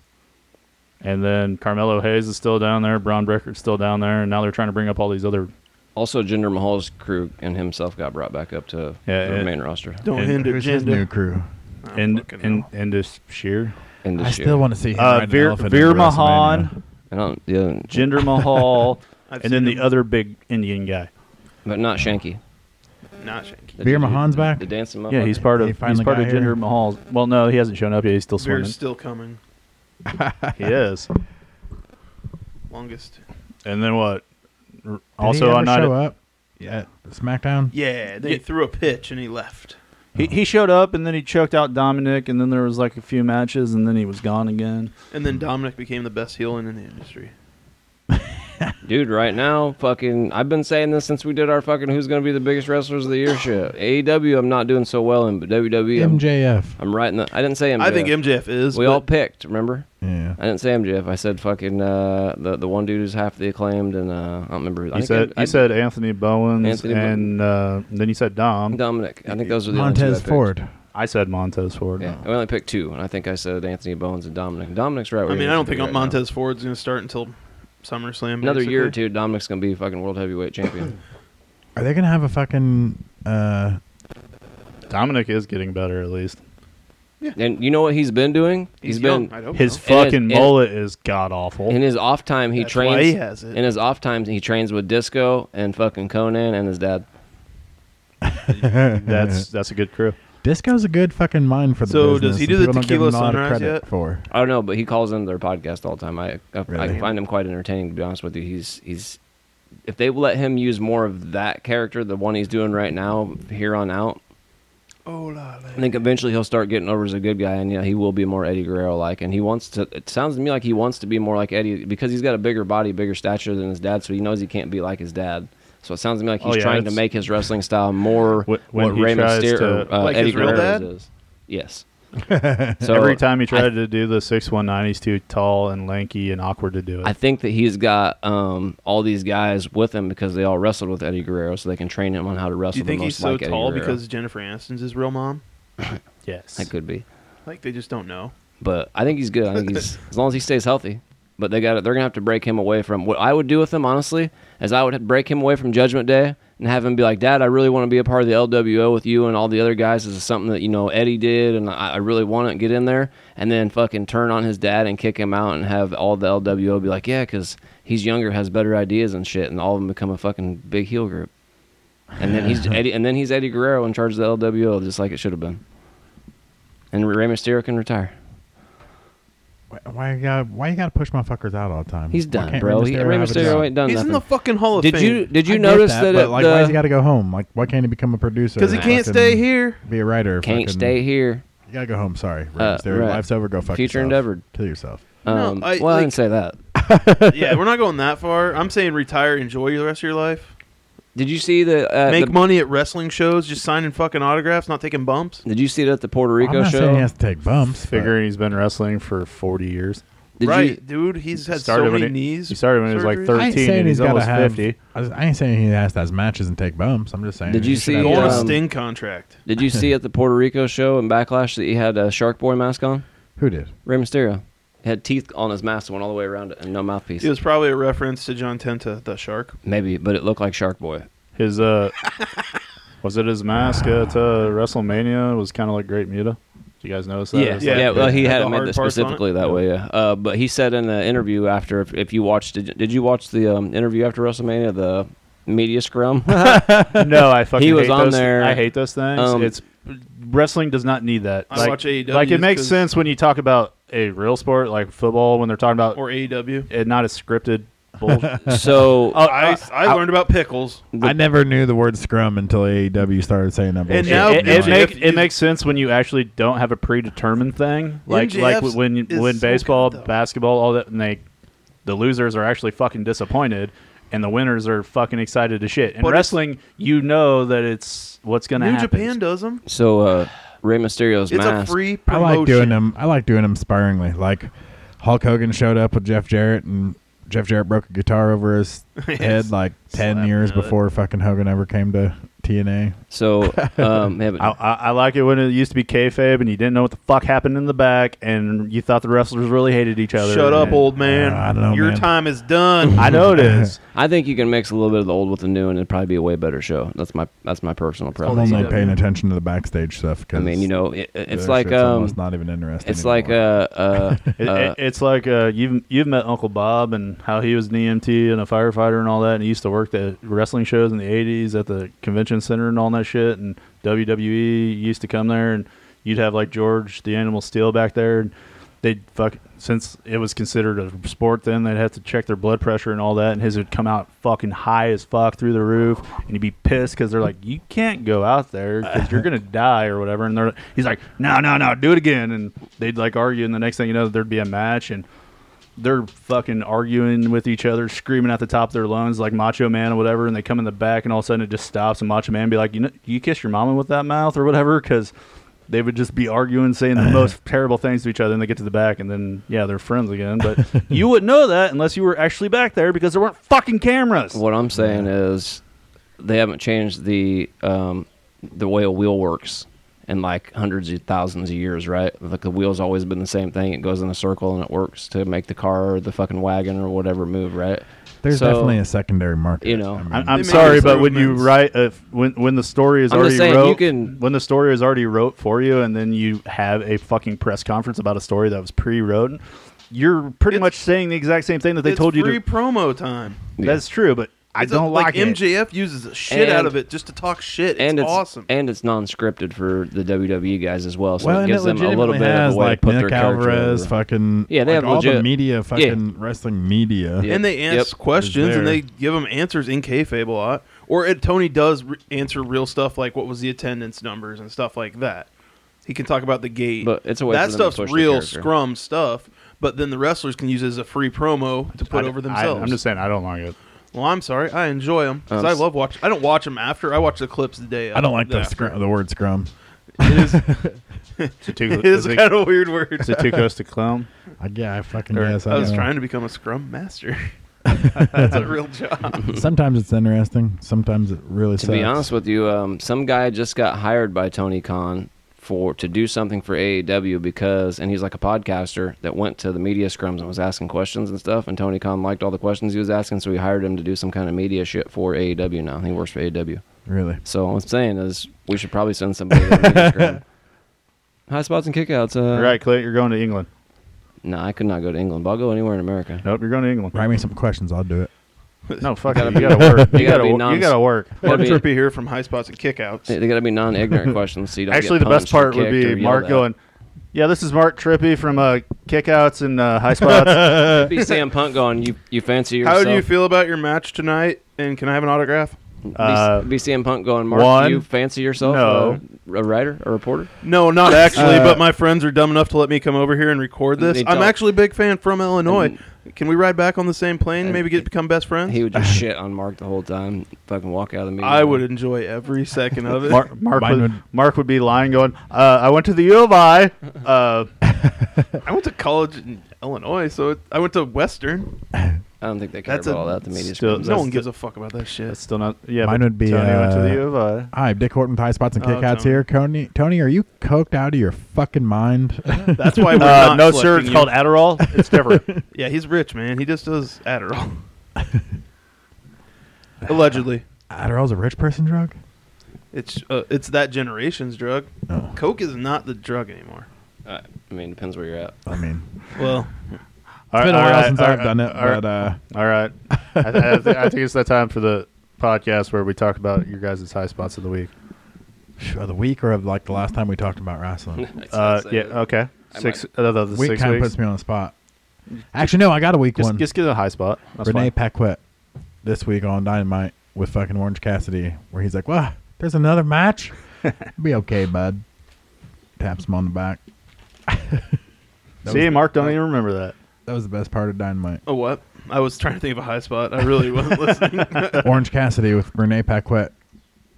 [SPEAKER 2] and then Carmelo Hayes is still down there. Braun Breakert's still down there, and now they're trying to bring up all these other.
[SPEAKER 3] Also, Jinder Mahal's crew and himself got brought back up to
[SPEAKER 2] Yeah,
[SPEAKER 3] the
[SPEAKER 2] yeah.
[SPEAKER 3] main roster.
[SPEAKER 5] Don't
[SPEAKER 2] And
[SPEAKER 5] end
[SPEAKER 6] Who's his new
[SPEAKER 5] agenda.
[SPEAKER 6] crew?
[SPEAKER 2] And
[SPEAKER 5] fucking
[SPEAKER 2] and
[SPEAKER 5] hell.
[SPEAKER 2] and this sheer.
[SPEAKER 3] In this
[SPEAKER 6] I
[SPEAKER 3] year.
[SPEAKER 6] still want to see him.
[SPEAKER 2] Uh,
[SPEAKER 6] ride an
[SPEAKER 2] Veer,
[SPEAKER 6] elephant
[SPEAKER 2] Veer
[SPEAKER 6] into WrestleMania. [laughs]
[SPEAKER 2] Mahan,
[SPEAKER 3] I don't, yeah,
[SPEAKER 2] Jinder Mahal,
[SPEAKER 5] I've
[SPEAKER 2] and then
[SPEAKER 5] seen
[SPEAKER 2] the
[SPEAKER 5] him.
[SPEAKER 2] other big Indian guy.
[SPEAKER 3] but not Shanky.
[SPEAKER 5] Not Shanky.
[SPEAKER 3] The
[SPEAKER 6] Veer
[SPEAKER 3] dude-
[SPEAKER 6] Mahan's back.
[SPEAKER 3] The dancing
[SPEAKER 2] Yeah,
[SPEAKER 3] motherfucker.
[SPEAKER 2] he's part of
[SPEAKER 6] He
[SPEAKER 2] he's
[SPEAKER 6] finally
[SPEAKER 2] part
[SPEAKER 6] got
[SPEAKER 2] of
[SPEAKER 6] here.
[SPEAKER 2] Jinder Mahal's. Well, no, he hasn't shown up yet. He's still swimming.
[SPEAKER 5] Beer's still coming.
[SPEAKER 2] he is.
[SPEAKER 5] Longest.
[SPEAKER 2] And then what? R-
[SPEAKER 6] Did he
[SPEAKER 2] also
[SPEAKER 6] ever
[SPEAKER 2] on night
[SPEAKER 6] show up. Yeah, SmackDown.
[SPEAKER 5] Yeah, then he
[SPEAKER 2] Yeah.
[SPEAKER 5] threw a pitch and he left.
[SPEAKER 2] He, he showed up and then he choked out Dominic and then there was like a few matches and then he was gone again.
[SPEAKER 5] And
[SPEAKER 3] Hmm.
[SPEAKER 5] then Dominic became the best heel in, in the industry.
[SPEAKER 3] Dude, right now, fucking, I've been saying this since we did our fucking Who's Gonna Be the Biggest Wrestlers of the Year shit. AEW, I'm not doing so well in, but WWE, I'm,
[SPEAKER 6] MJF.
[SPEAKER 3] I'm right in the. I didn't say MJF.
[SPEAKER 5] I think MJF is.
[SPEAKER 3] We
[SPEAKER 5] but-
[SPEAKER 3] all picked, remember?
[SPEAKER 6] Yeah.
[SPEAKER 3] I didn't say MJF. I said fucking uh, the the one dude who's half the acclaimed, and uh, I don't remember. I
[SPEAKER 2] He
[SPEAKER 3] think
[SPEAKER 2] said
[SPEAKER 3] I,
[SPEAKER 2] he said Anthony Bowens
[SPEAKER 3] Anthony Bow-
[SPEAKER 2] and uh, then he said Dom.
[SPEAKER 3] Dominic. I think those are the only two I
[SPEAKER 6] Montez
[SPEAKER 3] picked.
[SPEAKER 6] Ford.
[SPEAKER 2] I said Montez Ford.
[SPEAKER 3] Yeah, we only picked two, and I think I said Anthony Bones and Dominic. Dominic's right. where
[SPEAKER 5] I
[SPEAKER 3] he
[SPEAKER 5] mean, I
[SPEAKER 3] needs
[SPEAKER 5] don't
[SPEAKER 3] to be
[SPEAKER 5] think
[SPEAKER 3] right now.
[SPEAKER 5] Montez Ford's going to start until SummerSlam.
[SPEAKER 3] Another year or
[SPEAKER 5] basically.
[SPEAKER 3] two, Dominic's gonna be fucking world heavyweight champion.
[SPEAKER 6] Are they gonna have a fucking? Uh,
[SPEAKER 2] Dominic is getting better at least.
[SPEAKER 3] and you know what he's been doing?
[SPEAKER 5] He's
[SPEAKER 3] been
[SPEAKER 5] young, I don't
[SPEAKER 2] His
[SPEAKER 5] know.
[SPEAKER 3] And
[SPEAKER 2] fucking
[SPEAKER 3] it- and-
[SPEAKER 2] mullet is god awful.
[SPEAKER 3] in his off time. He
[SPEAKER 5] That's
[SPEAKER 3] trains.
[SPEAKER 5] why he has it.
[SPEAKER 3] In his off times, he trains with Disco and fucking Conan and his dad.
[SPEAKER 2] That's
[SPEAKER 5] [laughs]
[SPEAKER 2] that's a good crew.
[SPEAKER 6] Disco's a good fucking mind for the
[SPEAKER 5] So
[SPEAKER 6] business,
[SPEAKER 5] does he
[SPEAKER 6] and
[SPEAKER 5] do the
[SPEAKER 6] people don't give
[SPEAKER 5] Tequila
[SPEAKER 6] him a lot of
[SPEAKER 5] Sunrise
[SPEAKER 6] credit
[SPEAKER 5] yet?
[SPEAKER 6] For
[SPEAKER 3] I don't know, but he calls into their podcast all the time. I I, I
[SPEAKER 6] Really?
[SPEAKER 3] find him quite entertaining, to be honest with you. He's he's if they let him use more of that character, the one he's doing right now, here on out,
[SPEAKER 5] Oh, la, la.
[SPEAKER 3] I think eventually he'll start getting over as a good guy, and yeah, he will be more Eddie Guerrero like. And he wants to. It sounds to me like he wants to be more like Eddie because he's got a bigger body, bigger stature than his dad, so he knows he can't be like his dad. So it sounds to me like
[SPEAKER 2] Oh,
[SPEAKER 3] he's
[SPEAKER 2] yeah,
[SPEAKER 3] trying to
[SPEAKER 2] that's-
[SPEAKER 3] make his wrestling style more
[SPEAKER 2] Wh-
[SPEAKER 3] what,
[SPEAKER 2] [laughs] when he
[SPEAKER 3] Rey
[SPEAKER 2] tries
[SPEAKER 3] Mysterio,
[SPEAKER 2] to-
[SPEAKER 3] uh,
[SPEAKER 5] Like
[SPEAKER 3] Eddie
[SPEAKER 5] his real
[SPEAKER 3] Guerrero's
[SPEAKER 5] dad?
[SPEAKER 3] is.
[SPEAKER 2] [laughs]
[SPEAKER 3] Yes. so
[SPEAKER 2] Every time he tried to do the six one nine, he's too tall and lanky and awkward to do it.
[SPEAKER 3] I think that he's got um, all these guys with him because they all wrestled with Eddie Guerrero, so they can train him on how to
[SPEAKER 5] Do
[SPEAKER 3] wrestle.
[SPEAKER 5] you think
[SPEAKER 3] the
[SPEAKER 5] he's
[SPEAKER 3] most
[SPEAKER 5] so
[SPEAKER 3] like Eddie
[SPEAKER 5] tall
[SPEAKER 3] Guerrero.
[SPEAKER 5] because Jennifer Aniston's his real mom?
[SPEAKER 2] yes.
[SPEAKER 3] that could be?
[SPEAKER 5] Like they just don't know.
[SPEAKER 3] But I think he's good. I think he's as long as he stays healthy. But they got They're gonna have to break him away from what I would do with him. Honestly, is I would break him away from Judgment Day and have him be like, "Dad, I really want to be a part of the LWO with you and all the other guys. This is something that you know Eddie did, and I, I really want to get in there." And then fucking turn on his dad and kick him out, and have all the LWO be like, "Yeah, because he's younger, has better ideas and shit," and all of them become a fucking big heel group. And then he's Eddie, and then he's Eddie Guerrero in charge of the LWO, just like it should have been. And Rey Mysterio can retire.
[SPEAKER 6] Why- Why you got? Why you got to push motherfuckers out all the time?
[SPEAKER 3] He's
[SPEAKER 6] Why
[SPEAKER 3] done,
[SPEAKER 6] can't
[SPEAKER 3] bro.
[SPEAKER 6] Rey
[SPEAKER 3] He,
[SPEAKER 6] Mysterio
[SPEAKER 3] Rey
[SPEAKER 6] have a
[SPEAKER 3] Mysterio
[SPEAKER 6] job?
[SPEAKER 3] ain't done
[SPEAKER 5] He's in
[SPEAKER 3] nothing.
[SPEAKER 5] the fucking Hall of
[SPEAKER 3] did
[SPEAKER 5] Fame.
[SPEAKER 3] you did you
[SPEAKER 6] I get
[SPEAKER 3] notice that, uh,
[SPEAKER 6] that? but
[SPEAKER 3] at
[SPEAKER 6] like,
[SPEAKER 3] the,
[SPEAKER 6] why does he got to go home? Like, why can't he become a producer?
[SPEAKER 5] Because he
[SPEAKER 6] or
[SPEAKER 5] can't
[SPEAKER 6] fucking
[SPEAKER 2] [laughs]
[SPEAKER 5] stay here.
[SPEAKER 6] Be a writer. or
[SPEAKER 3] can't
[SPEAKER 6] fucking-
[SPEAKER 3] stay here?
[SPEAKER 6] You gotta go home. Sorry, Rey
[SPEAKER 3] Uh,
[SPEAKER 6] Mysterio.
[SPEAKER 3] right.
[SPEAKER 6] Life's over. Go fuck
[SPEAKER 3] Future
[SPEAKER 6] yourself.
[SPEAKER 3] endeavored.
[SPEAKER 6] Kill yourself.
[SPEAKER 5] No,
[SPEAKER 3] Um,
[SPEAKER 5] I-
[SPEAKER 3] well, I
[SPEAKER 5] like-
[SPEAKER 3] didn't say that.
[SPEAKER 5] yeah, we're not going that far. I'm saying retire, enjoy the rest of your life,
[SPEAKER 3] Did you see the uh,
[SPEAKER 5] make
[SPEAKER 3] the-
[SPEAKER 5] money at wrestling shows, just signing fucking autographs, not taking bumps.
[SPEAKER 3] Did you see that at the Puerto Rico
[SPEAKER 6] I'm not
[SPEAKER 3] show?
[SPEAKER 6] saying he has to take bumps. but-
[SPEAKER 2] Figuring he's been wrestling for forty years.
[SPEAKER 3] Did
[SPEAKER 5] right,
[SPEAKER 3] you?
[SPEAKER 5] dude, he's had
[SPEAKER 2] Started
[SPEAKER 5] so
[SPEAKER 2] when
[SPEAKER 5] many
[SPEAKER 2] he-
[SPEAKER 5] knees.
[SPEAKER 2] he started when he was, like,
[SPEAKER 5] surgeries.
[SPEAKER 2] 30.
[SPEAKER 6] I ain't
[SPEAKER 2] 13
[SPEAKER 6] saying
[SPEAKER 2] and
[SPEAKER 6] he's
[SPEAKER 2] he's
[SPEAKER 6] got to
[SPEAKER 2] almost
[SPEAKER 6] have.
[SPEAKER 2] 50.
[SPEAKER 6] I, was- I ain't saying he has to have matches and take bumps. I'm just saying.
[SPEAKER 3] Did
[SPEAKER 6] he
[SPEAKER 3] you
[SPEAKER 6] should
[SPEAKER 3] see,
[SPEAKER 6] have
[SPEAKER 5] Go on
[SPEAKER 6] a
[SPEAKER 5] a
[SPEAKER 6] job.
[SPEAKER 3] um,
[SPEAKER 5] Sting contract.
[SPEAKER 3] Did you see at the Puerto Rico show and Backlash that he had a Shark Boy mask on?
[SPEAKER 6] Who did?
[SPEAKER 3] Rey Mysterio he had teeth on his mask that went all the way around it and no mouthpiece.
[SPEAKER 5] It was probably a reference to John Tenta, the shark.
[SPEAKER 3] Maybe, but it looked like Shark Boy.
[SPEAKER 2] His uh,
[SPEAKER 3] [laughs]
[SPEAKER 2] was it his mask at uh, WrestleMania? It was kind of like Great Muta. Do you guys notice that? It was
[SPEAKER 3] yeah.
[SPEAKER 2] like-
[SPEAKER 3] well, he
[SPEAKER 5] Had
[SPEAKER 3] had
[SPEAKER 5] the
[SPEAKER 3] it made
[SPEAKER 5] hard
[SPEAKER 3] that
[SPEAKER 5] parts on it?
[SPEAKER 3] specifically that way. Yeah. Uh, but he said in the interview after, if, if you watched, did, did you watch the um, interview after WrestleMania, the media
[SPEAKER 5] [laughs]
[SPEAKER 3] scrum?
[SPEAKER 2] [laughs] no, I fucking
[SPEAKER 3] [laughs] He was
[SPEAKER 2] hate
[SPEAKER 3] on
[SPEAKER 2] those-
[SPEAKER 3] there.
[SPEAKER 2] I hate those things.
[SPEAKER 3] Um,
[SPEAKER 2] it's wrestling does not need that.
[SPEAKER 5] I
[SPEAKER 2] like,
[SPEAKER 5] watch AEW
[SPEAKER 2] like it makes
[SPEAKER 5] 'cause-
[SPEAKER 2] sense when you talk about a real sport like football when they're talking about
[SPEAKER 5] Or E AEW.
[SPEAKER 2] it not a scripted.
[SPEAKER 3] [laughs]
[SPEAKER 2] Bullshit.
[SPEAKER 3] so
[SPEAKER 5] I, I, learned about pickles.
[SPEAKER 6] I never knew the word scrum until AEW started saying that.
[SPEAKER 5] And
[SPEAKER 6] bullshit.
[SPEAKER 5] now-
[SPEAKER 2] it, it,
[SPEAKER 5] MJF
[SPEAKER 2] make,
[SPEAKER 5] used-
[SPEAKER 2] it makes sense when you actually don't have a predetermined thing, like like
[SPEAKER 5] MJF's
[SPEAKER 2] when
[SPEAKER 5] is
[SPEAKER 2] when
[SPEAKER 5] so
[SPEAKER 2] baseball,
[SPEAKER 5] good, though.
[SPEAKER 2] basketball, all that, and they the losers are actually fucking disappointed, and the winners are fucking excited to shit. In
[SPEAKER 5] But it's-
[SPEAKER 2] wrestling, you know that it's what's gonna
[SPEAKER 5] New
[SPEAKER 2] happen.
[SPEAKER 5] Japan does them.
[SPEAKER 3] So uh Rey Mysterio's
[SPEAKER 5] It's
[SPEAKER 3] mask.
[SPEAKER 5] a free
[SPEAKER 6] I
[SPEAKER 5] promotion.
[SPEAKER 6] like doing them. I like doing them sparingly. Like Hulk Hogan showed up with Jeff Jarrett, and
[SPEAKER 5] [laughs]
[SPEAKER 6] Jeff Jarrett broke a guitar over his head like ten
[SPEAKER 5] Slapped
[SPEAKER 6] years
[SPEAKER 5] him with it.
[SPEAKER 6] before fucking Hogan ever came to TNA.
[SPEAKER 3] So um, yeah,
[SPEAKER 5] [laughs]
[SPEAKER 3] but
[SPEAKER 2] I, I, I like it when it used to be kayfabe and you didn't know what the fuck happened in the back and you thought the wrestlers really hated each other.
[SPEAKER 5] Shut up,
[SPEAKER 2] And-
[SPEAKER 5] old man.
[SPEAKER 6] Uh, I don't know,
[SPEAKER 5] Your
[SPEAKER 6] man.
[SPEAKER 5] time is done.
[SPEAKER 2] I know it
[SPEAKER 5] [laughs]
[SPEAKER 2] is.
[SPEAKER 3] I think you can mix a little bit of the old with the new, and it'd probably be a way better show. That's my that's my personal
[SPEAKER 6] I'm
[SPEAKER 3] preference.
[SPEAKER 5] these
[SPEAKER 6] only
[SPEAKER 5] guys.
[SPEAKER 6] paying attention to the backstage stuff.
[SPEAKER 3] I
[SPEAKER 6] Cause
[SPEAKER 3] mean, you know, it, it- it's
[SPEAKER 6] their
[SPEAKER 3] like
[SPEAKER 6] shit's
[SPEAKER 3] um,
[SPEAKER 6] almost not even interesting.
[SPEAKER 3] it's like
[SPEAKER 6] anymore.
[SPEAKER 3] uh,
[SPEAKER 5] [laughs]
[SPEAKER 3] uh,
[SPEAKER 2] It,
[SPEAKER 3] uh,
[SPEAKER 2] it, it's like uh, you've you've met Uncle Bob and how he was an EMT and a firefighter and all that, and he used to work the wrestling shows in the '80s at the convention center and all that shit. And WWE used to come there, and you'd have like George the Animal Steel back there, and they'd fuck since it was considered a sport then they'd have to check their blood pressure and all that, and his would come out fucking high as fuck through the roof, and he'd be pissed because they're like, "You can't go out there because you're gonna die or whatever," and they're he's like, "No, no, no, do it again," and they'd like argue, and the next thing you know, there'd be a match and. They're fucking arguing with each other, screaming at the top of their lungs like Macho Man or whatever, and they come in the back, and all of a sudden it just stops, and Macho Man be like, "You know, you kiss your mama with that mouth or whatever," because they would just be arguing, saying the most terrible things to each other, and they get to the back, and then yeah, they're friends again. But you wouldn't know that unless you were actually back there because there weren't fucking cameras.
[SPEAKER 3] What I'm saying is, they haven't changed the um, the way a wheel works in like hundreds of thousands of years, right? Like the wheel's always been the same thing. It goes in a circle and it works to make the car or the fucking wagon or whatever move, right?
[SPEAKER 6] there's
[SPEAKER 3] so,
[SPEAKER 6] definitely a secondary market.
[SPEAKER 3] you know,
[SPEAKER 2] I-
[SPEAKER 5] They
[SPEAKER 2] I'm
[SPEAKER 5] made
[SPEAKER 2] sorry, but when you
[SPEAKER 5] improvements.
[SPEAKER 2] write, if, when when the story is
[SPEAKER 3] I'm
[SPEAKER 2] already
[SPEAKER 3] just saying, you
[SPEAKER 2] wrote,
[SPEAKER 3] can-
[SPEAKER 2] when the story is already wrote for you, and then you have a fucking press conference about a story that was pre-written, you're pretty
[SPEAKER 5] It's-
[SPEAKER 2] much saying the exact same thing that they
[SPEAKER 5] it's
[SPEAKER 2] told you to.
[SPEAKER 5] free promo time.
[SPEAKER 2] That's true, but I
[SPEAKER 5] It's a-
[SPEAKER 2] don't like, it.
[SPEAKER 5] MJF uses the shit out
[SPEAKER 3] And-
[SPEAKER 5] of it just to talk shit. It's
[SPEAKER 3] and it's
[SPEAKER 5] awesome.
[SPEAKER 3] and it's non-scripted for the WWE guys as well, so
[SPEAKER 6] well,
[SPEAKER 3] it
[SPEAKER 6] and
[SPEAKER 3] gives
[SPEAKER 6] it
[SPEAKER 3] them a little
[SPEAKER 6] legitimately
[SPEAKER 3] bit of
[SPEAKER 6] has
[SPEAKER 3] a way
[SPEAKER 6] like
[SPEAKER 3] to put
[SPEAKER 6] Nick
[SPEAKER 3] their character
[SPEAKER 6] Alvarez,
[SPEAKER 3] over.
[SPEAKER 6] fucking
[SPEAKER 3] Yeah, they
[SPEAKER 6] like
[SPEAKER 3] have
[SPEAKER 6] all the
[SPEAKER 3] legit-
[SPEAKER 6] media, fucking wrestling media.
[SPEAKER 3] Yeah.
[SPEAKER 5] and they
[SPEAKER 3] Yep.
[SPEAKER 5] ask questions and
[SPEAKER 6] There.
[SPEAKER 5] they give them answers in kayfabe a lot. Or it, Tony does re- answer real stuff like what was the attendance numbers and stuff like that. He can talk about the gate.
[SPEAKER 3] But it's a way
[SPEAKER 5] that
[SPEAKER 3] for them to
[SPEAKER 5] stuff's
[SPEAKER 3] push the
[SPEAKER 5] real
[SPEAKER 3] character.
[SPEAKER 5] scrum stuff. But then the wrestlers can use it as a free promo to put
[SPEAKER 2] I-
[SPEAKER 5] over
[SPEAKER 2] I-
[SPEAKER 5] themselves.
[SPEAKER 2] I'm just saying I don't like it.
[SPEAKER 5] well, I'm sorry. I enjoy them because
[SPEAKER 3] Um,
[SPEAKER 5] I love watch. I don't watch them after. I watch the clips the day.
[SPEAKER 6] I don't like the,
[SPEAKER 5] after.
[SPEAKER 6] scrum, the word scrum.
[SPEAKER 5] It is, [laughs]
[SPEAKER 2] It's a two,
[SPEAKER 5] it is
[SPEAKER 2] it's a-
[SPEAKER 5] kind of a weird word.
[SPEAKER 2] it's
[SPEAKER 5] [laughs]
[SPEAKER 2] a two coast to clown.
[SPEAKER 6] I, yeah, I fucking
[SPEAKER 2] Or-
[SPEAKER 6] guess. I,
[SPEAKER 5] I was
[SPEAKER 6] don't know.
[SPEAKER 5] trying to become a scrum master. [laughs] That's a real
[SPEAKER 3] [laughs]
[SPEAKER 5] job.
[SPEAKER 6] Sometimes it's interesting. Sometimes it really
[SPEAKER 3] To
[SPEAKER 6] sucks.
[SPEAKER 3] be honest with you, um, some guy just got hired by Tony Khan for to do something for AEW because, and he's like a podcaster that went to the media scrums and was asking questions and stuff. And Tony Khan liked all the questions he was asking, so he hired him to do some kind of media shit for AEW. Now he works for AEW.
[SPEAKER 6] really.
[SPEAKER 3] So what I'm saying is, we should probably send somebody to the media scrum. High spots and kickouts. [laughs] Uh,
[SPEAKER 2] All right, Clint, you're going to England.
[SPEAKER 3] No, I could not go to England, but I'll go anywhere in America.
[SPEAKER 2] Nope, you're going to England.
[SPEAKER 6] Write me some questions. I'll do it.
[SPEAKER 2] No, fuck it. You gotta work.
[SPEAKER 3] [laughs] you
[SPEAKER 2] You
[SPEAKER 3] gotta
[SPEAKER 2] gotta,
[SPEAKER 3] be
[SPEAKER 2] wo-
[SPEAKER 3] non-
[SPEAKER 2] you gotta work.
[SPEAKER 3] That'd
[SPEAKER 5] Mark
[SPEAKER 3] be-
[SPEAKER 5] Trippy here from High Spots and Kickouts.
[SPEAKER 3] They, gotta be non-ignorant questions. So you don't
[SPEAKER 2] Actually,
[SPEAKER 3] get
[SPEAKER 2] the best
[SPEAKER 3] punched or
[SPEAKER 2] part would
[SPEAKER 3] kicked or
[SPEAKER 2] be
[SPEAKER 3] yelled
[SPEAKER 2] Mark
[SPEAKER 3] at.
[SPEAKER 2] going. Yeah, this is Mark Trippy from uh, Kickouts and uh,
[SPEAKER 6] [laughs]
[SPEAKER 2] High Spots.
[SPEAKER 3] It'd be Sam Punk going. You you fancy yourself?
[SPEAKER 5] How do you feel about your match tonight? And can I have an autograph?
[SPEAKER 2] Uh,
[SPEAKER 3] Be BCM Punk going, Mark,
[SPEAKER 2] one,
[SPEAKER 3] do you fancy yourself
[SPEAKER 2] no.
[SPEAKER 3] a, a writer, a reporter? [laughs]
[SPEAKER 5] No, not actually.
[SPEAKER 2] Uh,
[SPEAKER 5] but my friends are dumb enough to let me come over here and record
[SPEAKER 3] They
[SPEAKER 5] this. I'm
[SPEAKER 3] don't.
[SPEAKER 5] actually a big fan from Illinois. Can we ride back on the same plane? Maybe get become best friends.
[SPEAKER 3] He would
[SPEAKER 5] [laughs]
[SPEAKER 3] just shit on Mark the whole time, fucking walk out of the meeting.
[SPEAKER 5] I would enjoy every second of it.
[SPEAKER 2] Mark, Mark,
[SPEAKER 6] Mine
[SPEAKER 2] would,
[SPEAKER 6] would-
[SPEAKER 2] Mark would be lying, going, uh, "I went to the U of I." Uh,
[SPEAKER 5] [laughs] I went to college in Illinois, so it, I went to Western.
[SPEAKER 3] I don't think they care
[SPEAKER 5] That's
[SPEAKER 3] about
[SPEAKER 5] a-
[SPEAKER 3] all that. The media
[SPEAKER 2] still-
[SPEAKER 3] scrums.
[SPEAKER 5] no
[SPEAKER 2] that's
[SPEAKER 5] one
[SPEAKER 2] the-
[SPEAKER 5] gives a fuck about that
[SPEAKER 2] that's
[SPEAKER 5] shit.
[SPEAKER 2] still not. Yeah,
[SPEAKER 6] Mine
[SPEAKER 2] but
[SPEAKER 6] would be,
[SPEAKER 2] Tony went to
[SPEAKER 6] uh,
[SPEAKER 2] the U of I.
[SPEAKER 6] Hi, Dick Horton with High Spots and
[SPEAKER 5] Oh,
[SPEAKER 6] Kickouts
[SPEAKER 5] Tony.
[SPEAKER 6] here. Tony, Tony, are you coked out of your fucking mind?
[SPEAKER 3] [laughs]
[SPEAKER 5] That's why we're
[SPEAKER 2] Uh,
[SPEAKER 5] not
[SPEAKER 2] no, sir.
[SPEAKER 5] selecting
[SPEAKER 2] It's
[SPEAKER 5] you.
[SPEAKER 2] called Adderall. It's different.
[SPEAKER 5] Yeah, he's rich, man. He just does
[SPEAKER 3] [laughs]
[SPEAKER 5] Adderall. Allegedly,
[SPEAKER 6] [laughs] Adderall's a rich person drug.
[SPEAKER 5] it's uh, it's that generation's drug.
[SPEAKER 3] Oh.
[SPEAKER 6] No,
[SPEAKER 5] Coke is not the drug anymore.
[SPEAKER 3] Uh, I mean, depends where you're at.
[SPEAKER 6] I mean,
[SPEAKER 5] Well,
[SPEAKER 6] it's
[SPEAKER 2] All
[SPEAKER 6] been a
[SPEAKER 2] right,
[SPEAKER 6] while
[SPEAKER 2] all right,
[SPEAKER 6] since
[SPEAKER 2] all
[SPEAKER 6] I've
[SPEAKER 2] right,
[SPEAKER 6] done it,
[SPEAKER 2] all right.
[SPEAKER 6] but uh,
[SPEAKER 2] All
[SPEAKER 6] [laughs]
[SPEAKER 2] right. I, I, th- I think it's that time for the podcast where we talk about your guys' high spots of the week.
[SPEAKER 6] phew, of the week or of like the last time we talked about wrestling.
[SPEAKER 2] Uh, yeah. Okay.
[SPEAKER 3] I
[SPEAKER 2] Six.
[SPEAKER 3] might-
[SPEAKER 2] Uh, [laughs] the, the
[SPEAKER 6] week
[SPEAKER 2] six
[SPEAKER 6] kind of
[SPEAKER 2] weeks.
[SPEAKER 6] puts me on the spot. Actually, no, I got a week
[SPEAKER 2] just,
[SPEAKER 6] one.
[SPEAKER 2] just get a high spot. That's fine.
[SPEAKER 6] Renee Paquette this week on Dynamite with fucking Orange Cassidy, where he's like, "Well, there's
[SPEAKER 2] [laughs]
[SPEAKER 6] another match. Be okay, bud." Taps him on the back. That
[SPEAKER 2] See,
[SPEAKER 6] was-
[SPEAKER 2] Mark, don't even remember that.
[SPEAKER 6] That was the best part of Dynamite.
[SPEAKER 5] oh what? I was trying to think of a high spot. I really wasn't listening. [laughs]
[SPEAKER 6] Orange Cassidy with Renee Paquette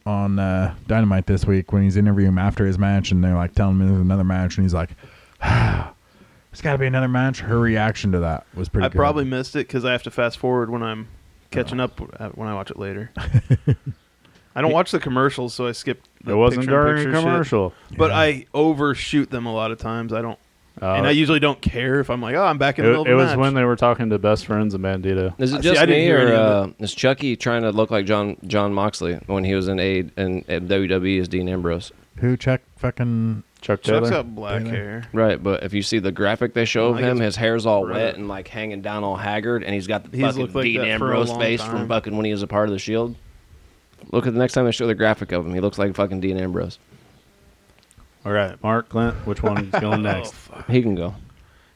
[SPEAKER 6] on uh, Dynamite this week when he's interviewing him after his match, and they're like telling him there's another match, and he's like, [sighs] "There's got to be another match." Her reaction to that was pretty.
[SPEAKER 5] I
[SPEAKER 6] good.
[SPEAKER 5] probably missed it because I have to fast forward when I'm catching up uh, when I watch it later. I don't watch the commercials, so I skip. The
[SPEAKER 2] It wasn't
[SPEAKER 5] picture in
[SPEAKER 2] during a
[SPEAKER 5] picture shit.
[SPEAKER 2] commercial.
[SPEAKER 5] but I overshoot them a lot of times. I don't,
[SPEAKER 2] Uh,
[SPEAKER 5] and I usually don't care if I'm like, oh, I'm back in
[SPEAKER 2] it,
[SPEAKER 5] the middle
[SPEAKER 2] it
[SPEAKER 5] of the
[SPEAKER 2] was
[SPEAKER 5] match.
[SPEAKER 2] when they were talking to best friends and Bandito.
[SPEAKER 3] Is it
[SPEAKER 5] See,
[SPEAKER 3] just
[SPEAKER 5] I didn't
[SPEAKER 3] me,
[SPEAKER 5] hear
[SPEAKER 3] or
[SPEAKER 5] any
[SPEAKER 3] uh,
[SPEAKER 5] of
[SPEAKER 3] is Chucky trying to look like John John Moxley when he was in A and at WWE as Dean Ambrose?
[SPEAKER 6] Who Chuck fucking
[SPEAKER 2] Chuck
[SPEAKER 5] Chuck's
[SPEAKER 2] Taylor.
[SPEAKER 5] got black
[SPEAKER 6] Taylor.
[SPEAKER 5] hair.
[SPEAKER 3] Right, but if you see the graphic they show of
[SPEAKER 5] Oh, I
[SPEAKER 3] him,
[SPEAKER 5] guess-
[SPEAKER 3] his hair's all
[SPEAKER 5] Right.
[SPEAKER 3] wet and like hanging down, all haggard, and he's got the
[SPEAKER 5] He's
[SPEAKER 3] fucking
[SPEAKER 5] looked like
[SPEAKER 3] Dean
[SPEAKER 5] that for a
[SPEAKER 3] Ambrose
[SPEAKER 5] long
[SPEAKER 3] face
[SPEAKER 5] time.
[SPEAKER 3] from fucking when he was a part of the Shield. Look at the next time they show the graphic of him. He looks like fucking Dean Ambrose.
[SPEAKER 2] All right, Mark, Clint, which one's going
[SPEAKER 5] Oh,
[SPEAKER 2] next?
[SPEAKER 5] fuck.
[SPEAKER 3] He can go.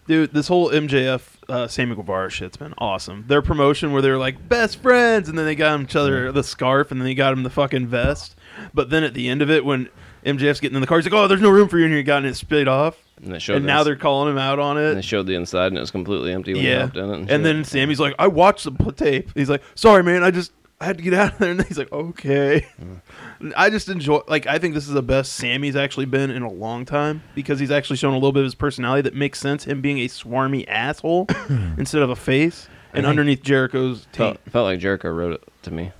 [SPEAKER 5] Dude, this whole MJF uh, Sammy Guevara shit's been awesome. Their promotion where they were like best friends, and then they got each other the scarf, and then they got him the fucking vest. But then at the end of it, when MJF's getting in the car, he's like, "Oh, there's no room for you," and he got it spit off.
[SPEAKER 3] And they showed
[SPEAKER 5] And
[SPEAKER 3] the
[SPEAKER 5] now
[SPEAKER 3] ins-
[SPEAKER 5] they're calling him out on
[SPEAKER 3] and they
[SPEAKER 5] it.
[SPEAKER 3] showed the inside and it was completely empty when he
[SPEAKER 5] Yeah.
[SPEAKER 3] walked in it.
[SPEAKER 5] And
[SPEAKER 3] shit.
[SPEAKER 5] then Sammy's like, "I watched the pl- tape." He's like, "Sorry, man, I just I had to get [laughs] out of there." And he's like, "Okay."
[SPEAKER 3] Mm.
[SPEAKER 5] I just enjoy. Like, I think this is the best Sammy's actually been in a long time because he's actually shown a little bit of his personality that makes sense. Him being a swarmy
[SPEAKER 3] [coughs]
[SPEAKER 5] asshole instead of a face, and underneath Jericho's tape.
[SPEAKER 3] felt, felt like Jericho wrote it to me.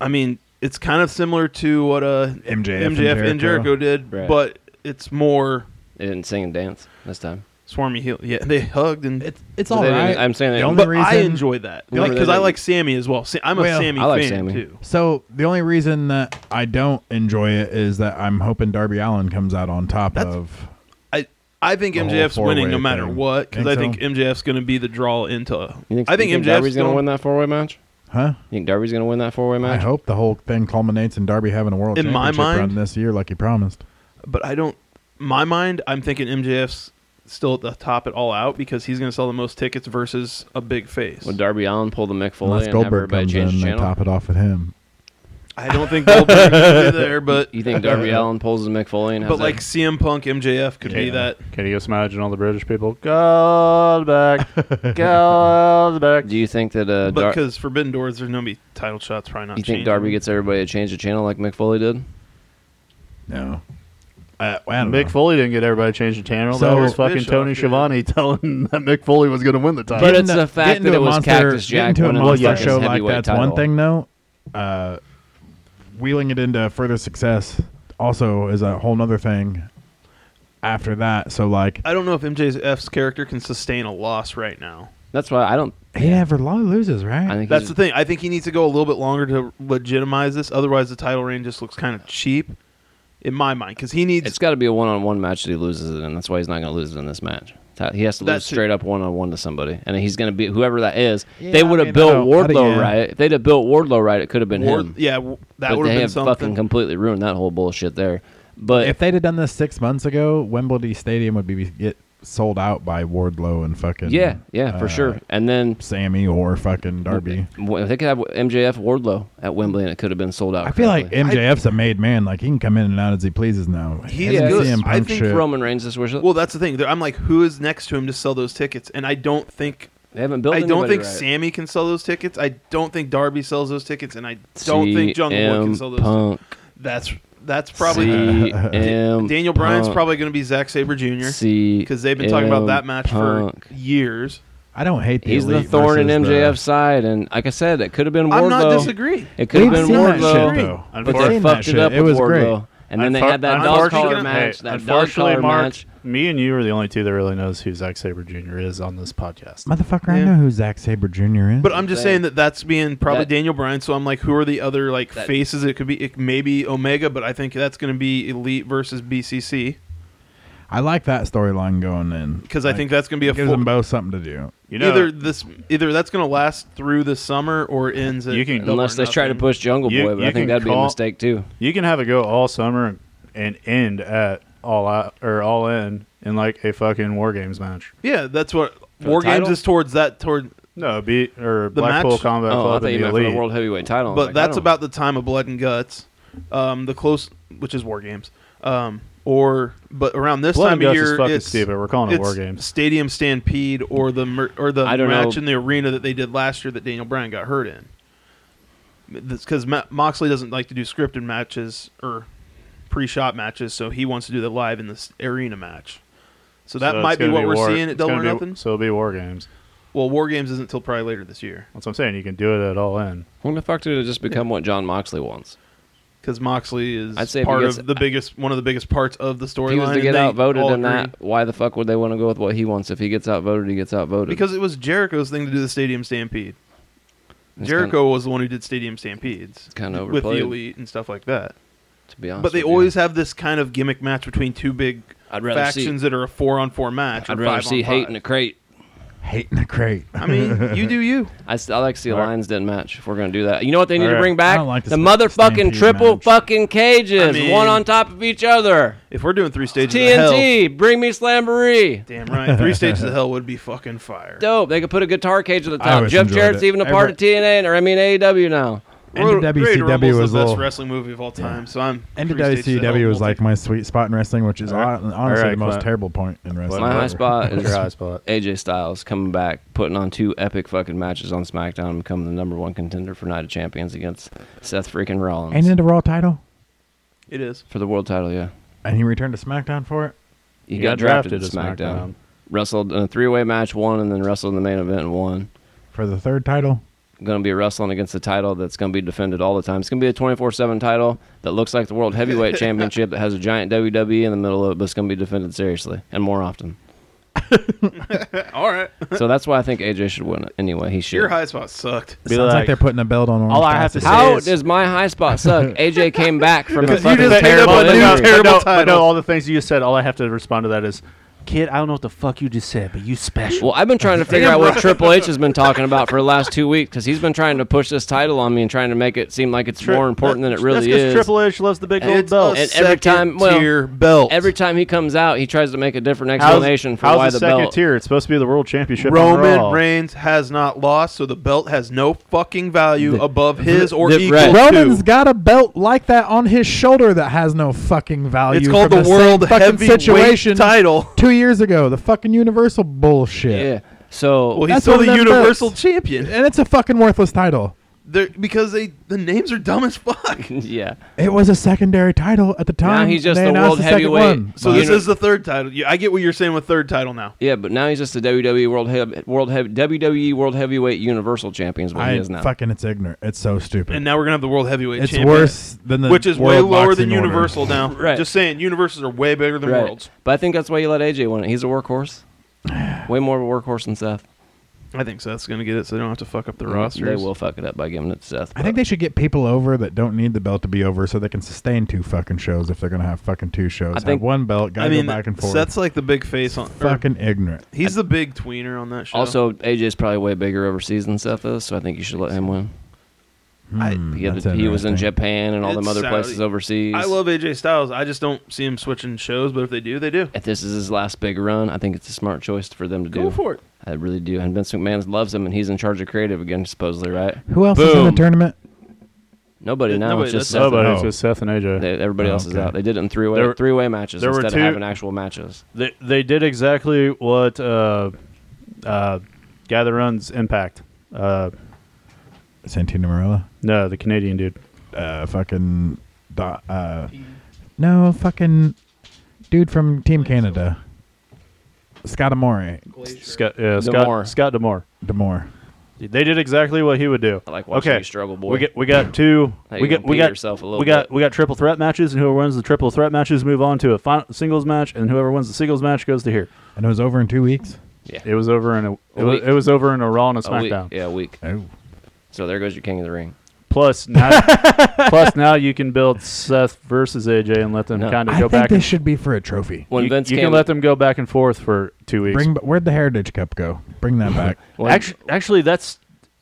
[SPEAKER 5] I mean, it's kind of similar to what uh
[SPEAKER 6] MJF and
[SPEAKER 5] MJF and Jericho
[SPEAKER 6] Jericho.
[SPEAKER 5] did,
[SPEAKER 3] Right.
[SPEAKER 5] but it's more
[SPEAKER 3] They didn't sing and dance this time.
[SPEAKER 5] swarmy heel. Yeah, they hugged and
[SPEAKER 6] It's it's
[SPEAKER 3] So
[SPEAKER 6] all
[SPEAKER 3] they didn't-
[SPEAKER 6] right.
[SPEAKER 3] I'm saying they
[SPEAKER 6] The
[SPEAKER 3] didn't-
[SPEAKER 6] only
[SPEAKER 5] But I
[SPEAKER 6] reason-
[SPEAKER 5] enjoy that
[SPEAKER 3] The only
[SPEAKER 5] because I
[SPEAKER 3] reason-
[SPEAKER 5] like Sammy as well. Sa- I'm a
[SPEAKER 6] Well,
[SPEAKER 5] Sammy
[SPEAKER 3] I like
[SPEAKER 5] fan
[SPEAKER 3] Sammy.
[SPEAKER 5] too.
[SPEAKER 6] So the only reason that I don't enjoy it is that I'm hoping Darby Allen comes out on top of.
[SPEAKER 5] I I think
[SPEAKER 6] The whole
[SPEAKER 5] MJF's winning no
[SPEAKER 6] four-way
[SPEAKER 5] matter
[SPEAKER 6] thing.
[SPEAKER 5] what because
[SPEAKER 6] Think
[SPEAKER 5] I
[SPEAKER 6] so?
[SPEAKER 5] think MJF's going to be the draw into.
[SPEAKER 3] You think,
[SPEAKER 5] I think,
[SPEAKER 3] you think
[SPEAKER 5] MJF's
[SPEAKER 3] Darby's going to win that four way match?
[SPEAKER 6] Huh?
[SPEAKER 3] You think Darby's going to win that four way
[SPEAKER 6] I
[SPEAKER 3] match?
[SPEAKER 6] hope the whole thing culminates in Darby having a world
[SPEAKER 5] In my
[SPEAKER 6] championship
[SPEAKER 5] mind-
[SPEAKER 6] run this year, like he promised.
[SPEAKER 5] But I don't. My mind, I'm thinking MJF's still at the top at all out because he's going to sell the most tickets versus a big face.
[SPEAKER 3] Would Darby Allen pull the Mick Foley
[SPEAKER 6] Unless
[SPEAKER 3] and have
[SPEAKER 6] Goldberg
[SPEAKER 3] everybody
[SPEAKER 6] comes
[SPEAKER 3] change
[SPEAKER 6] in,
[SPEAKER 3] the
[SPEAKER 6] they
[SPEAKER 3] channel?
[SPEAKER 6] top it off with him.
[SPEAKER 5] I don't think Goldberg's gonna be there, but
[SPEAKER 3] You think
[SPEAKER 5] [laughs]
[SPEAKER 3] Darby Allen pulls the Mick Foley and has
[SPEAKER 5] but like CM Punk, MJF could be
[SPEAKER 2] Yeah.
[SPEAKER 5] that.
[SPEAKER 2] Can you just imagine all the British people?
[SPEAKER 5] [laughs]
[SPEAKER 2] Goldberg,
[SPEAKER 3] that?
[SPEAKER 2] Goldberg.
[SPEAKER 3] Do you think that uh, Dar-
[SPEAKER 5] But because Forbidden Doors, there's gonna be title shots. Probably not.
[SPEAKER 3] you think
[SPEAKER 5] changing.
[SPEAKER 3] Darby gets everybody to change the channel like Mick Foley did?
[SPEAKER 6] No. Uh, well, I don't
[SPEAKER 2] Mick
[SPEAKER 6] know.
[SPEAKER 2] Foley didn't get everybody to change the channel.
[SPEAKER 6] So-
[SPEAKER 2] that was fucking
[SPEAKER 5] Bischoff,
[SPEAKER 2] Tony
[SPEAKER 5] yeah.
[SPEAKER 2] Schiavone telling that Mick Foley was going to win the title.
[SPEAKER 3] But
[SPEAKER 6] Uh, Getting
[SPEAKER 3] it's
[SPEAKER 6] the-
[SPEAKER 3] the fact
[SPEAKER 6] getting
[SPEAKER 3] that
[SPEAKER 6] to
[SPEAKER 3] it
[SPEAKER 6] a
[SPEAKER 3] was
[SPEAKER 6] monster,
[SPEAKER 3] Cactus Jack
[SPEAKER 6] Getting to a
[SPEAKER 3] winning the
[SPEAKER 6] monster
[SPEAKER 3] fucking
[SPEAKER 6] show like
[SPEAKER 3] heavyweight
[SPEAKER 6] that's
[SPEAKER 3] title.
[SPEAKER 6] one thing, though. Uh, wheeling it into further success also is a whole nother thing after that. So, like,
[SPEAKER 5] I don't know if MJF's character can sustain a loss right now.
[SPEAKER 3] That's why I don't.
[SPEAKER 6] he never lo- loses,
[SPEAKER 3] I
[SPEAKER 6] right?
[SPEAKER 3] think
[SPEAKER 5] That's
[SPEAKER 3] he's-
[SPEAKER 5] the thing. I think he needs to go a little bit longer to legitimize this. Otherwise, the title reign just looks kind of cheap, in my mind. Because he needs.
[SPEAKER 3] It's got to be a one-on-one match that he loses it in. That's why he's not going to lose it in this match. That- He has to lose
[SPEAKER 5] That's-
[SPEAKER 3] straight up one-on-one to somebody, and he's going to be whoever that is. they
[SPEAKER 6] I
[SPEAKER 3] would have
[SPEAKER 6] mean, I
[SPEAKER 3] built
[SPEAKER 6] don't- I don't-
[SPEAKER 3] Wardlow
[SPEAKER 6] yeah.
[SPEAKER 3] right. If they'd have built Wardlow right, it could have been
[SPEAKER 5] Ward-
[SPEAKER 3] him.
[SPEAKER 5] yeah, w- that
[SPEAKER 3] but
[SPEAKER 5] would
[SPEAKER 3] they
[SPEAKER 5] have been
[SPEAKER 3] have fucking
[SPEAKER 5] something.
[SPEAKER 3] completely ruined that whole bullshit there. But
[SPEAKER 6] if they'd have done this six months ago, Wembley Stadium would be get sold out by Wardlow and fucking
[SPEAKER 3] yeah, yeah, for
[SPEAKER 6] uh,
[SPEAKER 3] sure. And then
[SPEAKER 6] Sammy or fucking Darby.
[SPEAKER 3] w- if they could have MJF Wardlow at Wembley, and it could have been sold out.
[SPEAKER 6] I feel like
[SPEAKER 3] correctly.
[SPEAKER 6] MJF's a made man. Like he can come in and out as he pleases now.
[SPEAKER 5] He's
[SPEAKER 6] Him and
[SPEAKER 5] good.
[SPEAKER 6] CM
[SPEAKER 5] I
[SPEAKER 6] Punk
[SPEAKER 5] think
[SPEAKER 6] shit.
[SPEAKER 3] Roman Reigns this wish.
[SPEAKER 5] well, that's the thing. There- I'm like, who is next to him to sell those tickets? And I don't think.
[SPEAKER 3] they haven't built.
[SPEAKER 5] I don't
[SPEAKER 3] anybody
[SPEAKER 5] think
[SPEAKER 3] right.
[SPEAKER 5] Sammy can sell those tickets. I don't think Darby sells those tickets, and I don't think Jungle Boy can
[SPEAKER 3] CM
[SPEAKER 5] sell those.
[SPEAKER 3] Punk.
[SPEAKER 5] That's that's probably
[SPEAKER 3] CM
[SPEAKER 5] [laughs] Daniel Bryan's
[SPEAKER 3] Punk.
[SPEAKER 5] probably going to be Zack Saber Jr. because they've been talking about that match for years.
[SPEAKER 6] I don't hate the
[SPEAKER 3] He's the
[SPEAKER 6] elite
[SPEAKER 3] thorn in
[SPEAKER 6] versus the-
[SPEAKER 3] MJF's side, and like I said, it could have been Wardlow.
[SPEAKER 5] I'm not disagreeing.
[SPEAKER 3] It could have
[SPEAKER 6] We've
[SPEAKER 3] been
[SPEAKER 6] seen that
[SPEAKER 3] Wardlow,
[SPEAKER 6] shit, though.
[SPEAKER 3] but
[SPEAKER 6] We've
[SPEAKER 3] they
[SPEAKER 6] seen that
[SPEAKER 3] fucked
[SPEAKER 6] shit.
[SPEAKER 3] it up
[SPEAKER 6] It
[SPEAKER 3] with
[SPEAKER 6] was great.
[SPEAKER 3] Wardlow, and then they
[SPEAKER 2] Unfor-
[SPEAKER 3] had that dog collar
[SPEAKER 5] unfortunately-
[SPEAKER 3] match.
[SPEAKER 2] hey,
[SPEAKER 3] that dog
[SPEAKER 2] unfortunately,
[SPEAKER 3] collar
[SPEAKER 2] Mark,
[SPEAKER 3] match.
[SPEAKER 2] me and you are the only two that really knows who Zack Saber Jr. is on this podcast.
[SPEAKER 6] Motherfucker, I
[SPEAKER 5] Yeah.
[SPEAKER 6] know who Zack Saber Jr. is.
[SPEAKER 5] But I'm just
[SPEAKER 3] Saying.
[SPEAKER 5] saying that that's being probably
[SPEAKER 3] That-
[SPEAKER 5] Daniel Bryan. So I'm like, who are the other like
[SPEAKER 3] That-
[SPEAKER 5] faces? It could be it maybe Omega, but I think that's going to be Elite versus BCC
[SPEAKER 6] I like that storyline going in
[SPEAKER 5] because I think that's going to be a
[SPEAKER 6] gives
[SPEAKER 5] full,
[SPEAKER 6] them both something to do.
[SPEAKER 2] You know,
[SPEAKER 5] either this either that's going to last through the summer or ends. At
[SPEAKER 2] You can-
[SPEAKER 5] double
[SPEAKER 3] Unless
[SPEAKER 5] or
[SPEAKER 3] they try to
[SPEAKER 5] nothing.
[SPEAKER 3] push Jungle
[SPEAKER 2] You-
[SPEAKER 3] Boy, but
[SPEAKER 2] you
[SPEAKER 3] I think
[SPEAKER 2] can
[SPEAKER 3] that'd be a
[SPEAKER 2] call-
[SPEAKER 3] mistake too.
[SPEAKER 2] you can have it go all summer and end at all out or all in in like a fucking war games match.
[SPEAKER 5] Yeah, that's what
[SPEAKER 3] the
[SPEAKER 5] War Games
[SPEAKER 3] title?
[SPEAKER 5] is towards that toward.
[SPEAKER 2] No, beat or
[SPEAKER 5] The
[SPEAKER 2] Blackpool
[SPEAKER 5] match?
[SPEAKER 2] Combat
[SPEAKER 3] Oh, I
[SPEAKER 2] Club
[SPEAKER 3] thought you
[SPEAKER 2] and the
[SPEAKER 3] meant for the
[SPEAKER 2] Elite.
[SPEAKER 3] world heavyweight
[SPEAKER 2] Oh,
[SPEAKER 3] title. I was
[SPEAKER 5] But
[SPEAKER 3] like, I
[SPEAKER 5] that's
[SPEAKER 3] don't-
[SPEAKER 5] about the time of Blood and Guts. Um, the close, which is War Games. Um, or but around this
[SPEAKER 2] Blood
[SPEAKER 5] time
[SPEAKER 2] and
[SPEAKER 5] of
[SPEAKER 2] Guts
[SPEAKER 5] year,
[SPEAKER 2] is fucking
[SPEAKER 5] it's
[SPEAKER 2] stupid. We're calling it
[SPEAKER 5] it's
[SPEAKER 2] War Games.
[SPEAKER 5] Stadium Stampede or the mer- or the
[SPEAKER 3] I don't
[SPEAKER 5] match
[SPEAKER 3] know.
[SPEAKER 5] in the arena that they did last year that Daniel Bryan got hurt in. Because Moxley doesn't like to do scripted matches or pre-shot matches, so he wants to do the live in this arena match. So that
[SPEAKER 2] So it's
[SPEAKER 5] might be
[SPEAKER 2] gonna
[SPEAKER 5] what we're
[SPEAKER 2] war-
[SPEAKER 5] seeing at
[SPEAKER 2] it's
[SPEAKER 5] Double or
[SPEAKER 2] gonna be-
[SPEAKER 5] Nothing.
[SPEAKER 2] So it'll be War Games.
[SPEAKER 5] Well, War Games isn't until probably later this year.
[SPEAKER 2] That's what I'm saying. You can do it at all in.
[SPEAKER 3] When the fuck did it just become what John Moxley wants?
[SPEAKER 5] because Moxley is
[SPEAKER 3] I'd say if he
[SPEAKER 5] part
[SPEAKER 3] gets-
[SPEAKER 5] of the biggest, one of the biggest parts of the storyline.
[SPEAKER 3] If he was to
[SPEAKER 5] and
[SPEAKER 3] get
[SPEAKER 5] they
[SPEAKER 3] outvoted
[SPEAKER 5] all
[SPEAKER 3] in
[SPEAKER 5] agree.
[SPEAKER 3] that, why the fuck would they want to go with what he wants? If he gets outvoted, he gets outvoted.
[SPEAKER 5] because it was Jericho's thing to do the Stadium Stampede.
[SPEAKER 3] It's
[SPEAKER 5] Jericho was the one who did Stadium Stampedes
[SPEAKER 3] kind of
[SPEAKER 5] with the
[SPEAKER 3] overplayed,
[SPEAKER 5] Elite and stuff like that.
[SPEAKER 3] to be honest.
[SPEAKER 5] But they
[SPEAKER 3] with you.
[SPEAKER 5] always have this kind of gimmick match between two big
[SPEAKER 3] I'd rather
[SPEAKER 5] factions
[SPEAKER 3] see.
[SPEAKER 5] that are a four on four match.
[SPEAKER 3] I'd
[SPEAKER 5] or
[SPEAKER 3] rather
[SPEAKER 5] five
[SPEAKER 3] see
[SPEAKER 5] on
[SPEAKER 3] hate
[SPEAKER 5] five.
[SPEAKER 3] in a crate.
[SPEAKER 6] Hating
[SPEAKER 5] [laughs]
[SPEAKER 6] a crate.
[SPEAKER 3] [laughs]
[SPEAKER 5] I mean, you do you.
[SPEAKER 3] I, s- I like to see
[SPEAKER 2] All right.
[SPEAKER 3] lines didn't match. If we're gonna do that, you know what they need
[SPEAKER 2] All
[SPEAKER 3] to
[SPEAKER 2] right.
[SPEAKER 3] bring
[SPEAKER 6] I
[SPEAKER 3] back?
[SPEAKER 6] don't like this
[SPEAKER 3] the
[SPEAKER 6] match.
[SPEAKER 3] motherfucking
[SPEAKER 6] Stampede
[SPEAKER 3] triple
[SPEAKER 6] match.
[SPEAKER 3] fucking cages,
[SPEAKER 5] I mean-
[SPEAKER 3] one on top of each other.
[SPEAKER 5] If we're doing three stages of hell,
[SPEAKER 3] TNT, bring me Slamboree.
[SPEAKER 5] damn right, three stages of hell would be fucking fire.
[SPEAKER 3] Dope. They could put a guitar cage at the
[SPEAKER 6] I
[SPEAKER 3] top.
[SPEAKER 6] always
[SPEAKER 3] Jeff
[SPEAKER 6] enjoyed
[SPEAKER 3] Jarrett's
[SPEAKER 6] it.
[SPEAKER 3] even a part of TNA, or I mean AEW now.
[SPEAKER 5] Ro- Royal Rumble's
[SPEAKER 6] NWCW
[SPEAKER 5] the
[SPEAKER 6] was a
[SPEAKER 5] best
[SPEAKER 6] little.
[SPEAKER 5] wrestling movie of all time, so I'm three stages of hell
[SPEAKER 6] NWCW was like
[SPEAKER 5] multi-
[SPEAKER 6] my sweet spot in wrestling, which is
[SPEAKER 2] All right.
[SPEAKER 6] hon-
[SPEAKER 2] All
[SPEAKER 6] honestly
[SPEAKER 2] right,
[SPEAKER 6] the most
[SPEAKER 2] Clint.
[SPEAKER 6] terrible point in wrestling.
[SPEAKER 3] My high
[SPEAKER 6] ever.
[SPEAKER 2] [laughs]
[SPEAKER 3] spot
[SPEAKER 2] What's
[SPEAKER 3] is
[SPEAKER 2] your high spot?
[SPEAKER 3] AJ Styles coming back, putting on two epic fucking matches on SmackDown, and becoming the number one contender for Night of Champions against Seth freaking Rollins
[SPEAKER 6] Ain't it a Raw title?
[SPEAKER 5] it is.
[SPEAKER 3] for the world title. Yeah,
[SPEAKER 6] And he returned to SmackDown for it.
[SPEAKER 3] he, got, drafted, to SmackDown. Wrestled in a three-way match, won, and then wrestled in the main event and won.
[SPEAKER 6] For the third title.
[SPEAKER 3] Going to be wrestling against a title that's going to be defended all the time. It's going to be a 24/7 title that looks like the World Heavyweight
[SPEAKER 6] [laughs]
[SPEAKER 3] Championship that has a giant WWE in the middle of it, but it's going to be defended seriously and more often.
[SPEAKER 5] All right,
[SPEAKER 3] So that's why I think AJ should win it anyway. He should.
[SPEAKER 5] your high spot sucked.
[SPEAKER 2] Be
[SPEAKER 6] Sounds like,
[SPEAKER 2] like-
[SPEAKER 6] they're putting a belt on.
[SPEAKER 2] All I have to
[SPEAKER 6] Cassidy.
[SPEAKER 2] say-
[SPEAKER 3] How
[SPEAKER 2] is-
[SPEAKER 3] does my high
[SPEAKER 2] [laughs]
[SPEAKER 3] spot suck? AJ came back from a
[SPEAKER 5] Because you
[SPEAKER 3] fucking
[SPEAKER 5] just made up
[SPEAKER 3] terrible
[SPEAKER 5] a new
[SPEAKER 3] injury.
[SPEAKER 5] terrible
[SPEAKER 2] but no,
[SPEAKER 5] title.
[SPEAKER 2] But no, all the things you just said, all I have to respond to that is, kid, I don't know what the fuck you just said, but you special.
[SPEAKER 3] Well, I've been trying to figure out what
[SPEAKER 5] [laughs]
[SPEAKER 3] Triple H has been talking about for the last two weeks because he's been trying to push this title on me and trying to make it seem like it's more important than it
[SPEAKER 2] That's
[SPEAKER 3] really
[SPEAKER 2] 'cause
[SPEAKER 3] is.
[SPEAKER 2] Triple H loves the big old
[SPEAKER 5] It's
[SPEAKER 2] belt.
[SPEAKER 5] a
[SPEAKER 3] And every time- well,
[SPEAKER 5] second-tier belt.
[SPEAKER 3] Every time he comes out, he tries to make a different
[SPEAKER 2] How's-
[SPEAKER 3] explanation for
[SPEAKER 2] how's
[SPEAKER 3] why
[SPEAKER 2] the,
[SPEAKER 3] the,
[SPEAKER 2] second
[SPEAKER 3] belt.
[SPEAKER 2] tier? It's supposed to be the world championship. on Raw.
[SPEAKER 5] Roman Reigns has not lost, so the belt has no fucking value above his or
[SPEAKER 3] the-
[SPEAKER 5] equal
[SPEAKER 3] right.
[SPEAKER 5] to.
[SPEAKER 6] Roman's got a belt like that on his shoulder that has no fucking value.
[SPEAKER 5] it's called
[SPEAKER 6] from
[SPEAKER 5] the, world
[SPEAKER 6] same fucking
[SPEAKER 5] heavyweight
[SPEAKER 6] situation
[SPEAKER 5] title. [laughs]
[SPEAKER 6] two years ago. The fucking Universal bullshit.
[SPEAKER 3] Yeah. So
[SPEAKER 5] Well, he's
[SPEAKER 6] That's
[SPEAKER 5] still
[SPEAKER 6] one
[SPEAKER 5] the
[SPEAKER 6] of them
[SPEAKER 5] universal
[SPEAKER 6] belts.
[SPEAKER 5] champion
[SPEAKER 6] And it's a fucking worthless title.
[SPEAKER 5] They're- because they the names are dumb as fuck.
[SPEAKER 3] [laughs] yeah.
[SPEAKER 6] It was a secondary title at the time.
[SPEAKER 3] he's
[SPEAKER 6] and
[SPEAKER 3] just
[SPEAKER 6] they
[SPEAKER 3] the
[SPEAKER 6] announced
[SPEAKER 3] world
[SPEAKER 6] the second
[SPEAKER 3] heavyweight.
[SPEAKER 6] one.
[SPEAKER 5] So
[SPEAKER 3] But-
[SPEAKER 5] this
[SPEAKER 3] You know-
[SPEAKER 5] is the third title. Yeah, I get what you're saying with third title now.
[SPEAKER 3] Yeah, but now he's just the WWE E World Heav World Heav WWE E World Heavyweight Universal Champions. What
[SPEAKER 6] I
[SPEAKER 3] he is now.
[SPEAKER 6] fucking it's ignorant. It's so stupid.
[SPEAKER 5] And now we're gonna have the world heavyweight
[SPEAKER 6] it's
[SPEAKER 5] champion,
[SPEAKER 6] worse than the
[SPEAKER 5] which is way
[SPEAKER 6] world
[SPEAKER 5] lower than
[SPEAKER 6] boxing order. [laughs]
[SPEAKER 5] universal now.
[SPEAKER 3] Right.
[SPEAKER 5] Just saying, universals are way bigger than
[SPEAKER 3] Right.
[SPEAKER 5] worlds.
[SPEAKER 3] But I think that's why you let AJ win it. He's
[SPEAKER 2] [sighs]
[SPEAKER 3] a workhorse. Way more of a workhorse than Seth.
[SPEAKER 5] I think Seth's gonna get it, so they don't have to fuck up the rosters.
[SPEAKER 3] They will fuck it up by giving it to Seth.
[SPEAKER 6] I think they should get people over that don't need the belt to be over, so they can sustain two fucking shows if they're gonna have fucking two shows.
[SPEAKER 3] I think-
[SPEAKER 6] have one belt, gotta
[SPEAKER 5] I mean,
[SPEAKER 6] go back and forth.
[SPEAKER 5] Seth's like the big face on. or
[SPEAKER 6] fucking ignorant.
[SPEAKER 5] He's the big tweener on that show.
[SPEAKER 3] Also, AJ's probably way bigger overseas than Seth is, so I think you should let him win.
[SPEAKER 5] I-
[SPEAKER 6] Hmm,
[SPEAKER 2] Mm,
[SPEAKER 3] He, had-
[SPEAKER 6] that's
[SPEAKER 3] he was in
[SPEAKER 6] interesting.
[SPEAKER 3] Japan and all them
[SPEAKER 5] It's
[SPEAKER 3] other
[SPEAKER 5] Saudi.
[SPEAKER 3] places overseas.
[SPEAKER 5] I love AJ Styles. I just don't see him switching shows, but if they do, they do.
[SPEAKER 3] If this is his last big run, I think it's a smart choice for them to do.
[SPEAKER 5] Go for it.
[SPEAKER 3] I really do. And Vince McMahon loves him, and he's in charge of creative again, supposedly, right?
[SPEAKER 6] Who else is in the
[SPEAKER 3] Boom.
[SPEAKER 6] tournament?
[SPEAKER 3] Nobody
[SPEAKER 5] Uh,
[SPEAKER 3] now.
[SPEAKER 5] nobody,
[SPEAKER 3] it's just
[SPEAKER 5] that's
[SPEAKER 3] Seth.
[SPEAKER 2] Nobody,
[SPEAKER 3] and-
[SPEAKER 2] it's just Seth and AJ.
[SPEAKER 3] they- everybody
[SPEAKER 6] Oh,
[SPEAKER 3] else is
[SPEAKER 6] okay.
[SPEAKER 3] out. They did it in three way
[SPEAKER 2] There-
[SPEAKER 3] three way matches
[SPEAKER 2] there were
[SPEAKER 3] instead
[SPEAKER 2] two-
[SPEAKER 3] of having actual matches.
[SPEAKER 2] They, they did exactly what uh, uh, guy that runs Impact. Uh,
[SPEAKER 6] Santino Marella.
[SPEAKER 2] no, the Canadian dude.
[SPEAKER 6] Uh, fucking. Do- uh, no, fucking dude from Team Canada. Scott Amore.
[SPEAKER 2] Scott uh, Scott
[SPEAKER 3] Damore.
[SPEAKER 2] Scott Demore.
[SPEAKER 6] Demore.
[SPEAKER 2] They did exactly what he would do.
[SPEAKER 3] I like watching
[SPEAKER 2] okay.
[SPEAKER 3] you struggle, boy.
[SPEAKER 2] We got we got two.
[SPEAKER 3] Hey,
[SPEAKER 2] we
[SPEAKER 3] you
[SPEAKER 2] got we
[SPEAKER 3] compete
[SPEAKER 2] got
[SPEAKER 3] yourself a little
[SPEAKER 2] we got
[SPEAKER 3] bit.
[SPEAKER 2] we got triple threat matches, and whoever wins the triple threat matches move on to a final, singles match, and whoever wins the singles match goes to here.
[SPEAKER 6] And it was over in two weeks.
[SPEAKER 2] It was over in a, it,
[SPEAKER 3] A
[SPEAKER 2] was,
[SPEAKER 3] week.
[SPEAKER 2] it was over in a Raw and a
[SPEAKER 3] A week.
[SPEAKER 2] SmackDown.
[SPEAKER 3] Yeah, a week.
[SPEAKER 6] Oh.
[SPEAKER 3] So there goes your King of the Ring.
[SPEAKER 2] Plus now,
[SPEAKER 3] [laughs]
[SPEAKER 2] plus now you can build Seth versus AJ and let them
[SPEAKER 3] No.
[SPEAKER 2] kind of
[SPEAKER 6] I
[SPEAKER 2] go
[SPEAKER 6] think
[SPEAKER 2] back.
[SPEAKER 6] this
[SPEAKER 2] And,
[SPEAKER 6] should be for a trophy.
[SPEAKER 3] When
[SPEAKER 2] you
[SPEAKER 3] Vince
[SPEAKER 2] you
[SPEAKER 3] came,
[SPEAKER 2] can let them go back and forth for two weeks.
[SPEAKER 6] Bring where'd the Heritage Cup go? Bring that back.
[SPEAKER 3] when-
[SPEAKER 2] actually, actually, that's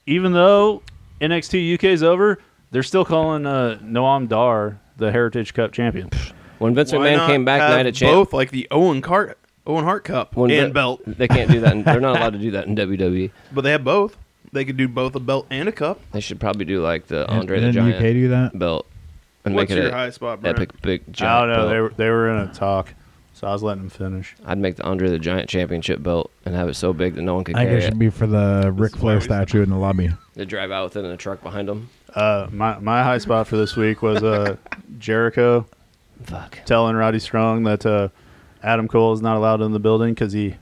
[SPEAKER 2] even though NXT UK is over, they're still calling uh, Noam Dar the Heritage Cup champion.
[SPEAKER 3] when Vince
[SPEAKER 5] Why
[SPEAKER 3] McMahon
[SPEAKER 5] not
[SPEAKER 3] came back,
[SPEAKER 5] have
[SPEAKER 3] Night of Champions.
[SPEAKER 5] both like the Owen Hart, Owen Hart Cup and belt,
[SPEAKER 3] They can't do that. In, they're
[SPEAKER 5] [laughs]
[SPEAKER 3] not allowed to do that in WWE.
[SPEAKER 5] but they have both. They could do both a belt and a cup.
[SPEAKER 3] They should probably do like the [laughs]
[SPEAKER 6] And-
[SPEAKER 3] Andre
[SPEAKER 6] and
[SPEAKER 3] the
[SPEAKER 6] didn't
[SPEAKER 3] Giant
[SPEAKER 6] UK do that?
[SPEAKER 3] belt and
[SPEAKER 5] What's
[SPEAKER 3] make it
[SPEAKER 5] your
[SPEAKER 3] a
[SPEAKER 5] high spot, Brent?
[SPEAKER 3] epic big
[SPEAKER 2] I
[SPEAKER 3] giant.
[SPEAKER 2] don't know.
[SPEAKER 3] belt.
[SPEAKER 2] They were they were in a talk, so I was letting them finish.
[SPEAKER 3] I'd make the Andre the Giant championship belt and have it so big that no one could
[SPEAKER 6] I think
[SPEAKER 3] carry
[SPEAKER 6] it
[SPEAKER 3] it.
[SPEAKER 6] should be for the Ric
[SPEAKER 5] is why we
[SPEAKER 6] Flair statue in
[SPEAKER 3] [laughs]
[SPEAKER 6] the lobby.
[SPEAKER 3] They drive out with it in a truck behind them.
[SPEAKER 2] Uh, my my high spot for this week was uh, [laughs] Jericho
[SPEAKER 3] Fuck.
[SPEAKER 2] telling Roddy Strong that uh, Adam Cole is not allowed in the building because he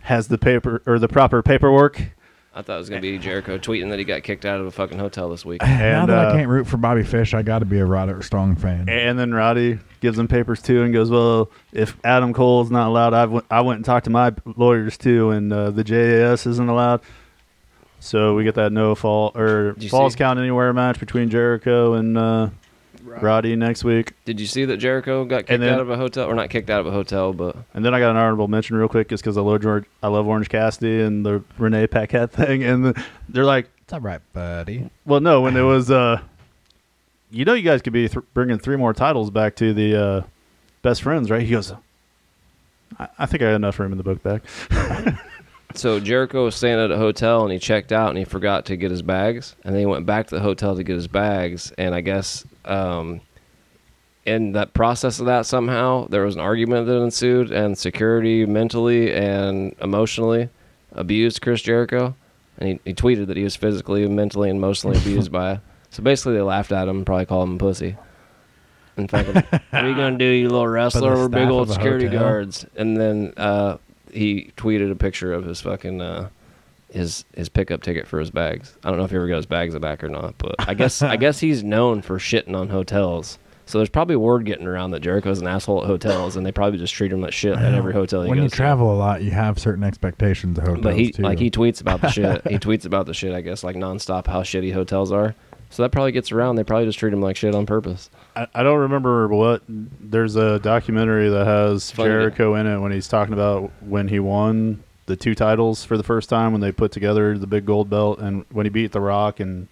[SPEAKER 2] has the paper or the proper paperwork
[SPEAKER 3] I thought it was gonna be Jericho tweeting that he got kicked out of a fucking hotel this week.
[SPEAKER 6] now
[SPEAKER 2] And,
[SPEAKER 6] that I
[SPEAKER 2] uh,
[SPEAKER 6] can't root for Bobby Fish, I got to be a Roderick Strong fan.
[SPEAKER 3] Eh.
[SPEAKER 2] And then Roddy gives him papers too and goes, "Well, if Adam Cole's not allowed, I've went, I went and talked to my lawyers too, and uh, the JAS isn't allowed." So we get that no fall or
[SPEAKER 3] Did you
[SPEAKER 2] falls
[SPEAKER 3] see-
[SPEAKER 2] count anywhere match between Jericho and uh, Roddy next week,
[SPEAKER 3] Did you see that Jericho got kicked
[SPEAKER 2] And then-
[SPEAKER 3] out of a hotel, or not kicked out of a hotel, but
[SPEAKER 2] and then I got an honorable mention real quick just because I love George, I love Orange Cassidy and the Renee Paquette [laughs] thing, and the, they're like,
[SPEAKER 6] It's all right, buddy.
[SPEAKER 2] Well, no, when it was, uh, you know, you guys could be th- bringing three more titles back to the uh, best friends, right? He goes, I-, I think I had enough room in the book back. [laughs]
[SPEAKER 3] so Jericho was staying at a hotel and he checked out and he forgot to get his bags, and then he went back to the hotel to get his bags, and I guess um, in that process of that somehow there was an argument that ensued, and security mentally and emotionally abused Chris Jericho, and he, he tweeted that he was physically, mentally, and emotionally abused by.
[SPEAKER 6] [laughs]
[SPEAKER 3] So basically, they laughed at him, and probably called him a pussy. And
[SPEAKER 6] [laughs]
[SPEAKER 3] fucking, what are you gonna do, you little wrestler?
[SPEAKER 6] the
[SPEAKER 3] We're big
[SPEAKER 6] staff
[SPEAKER 3] old
[SPEAKER 6] of a
[SPEAKER 3] security
[SPEAKER 6] hotel?
[SPEAKER 3] guards. And then uh, he tweeted a picture of his fucking uh, his his pickup ticket for his bags. I don't know if he ever got his bags back or not, but I guess I guess he's known for shitting on hotels. So there's probably word getting around that Jericho's an asshole at hotels, and they probably just treat him like shit at every hotel he
[SPEAKER 6] when you
[SPEAKER 3] goes. to.
[SPEAKER 6] travel a lot, you have certain expectations of hotels
[SPEAKER 3] But he
[SPEAKER 6] too.
[SPEAKER 3] like he tweets about the shit.
[SPEAKER 6] [laughs]
[SPEAKER 3] he tweets about the shit. I guess like nonstop how shitty hotels are. So that probably gets around. They probably just treat him like shit on purpose.
[SPEAKER 2] I, I don't remember what. There's a documentary that has
[SPEAKER 3] Funny.
[SPEAKER 2] Jericho in it when he's talking about when he won the two titles for the first time when they put together the big gold belt and when he beat The Rock and.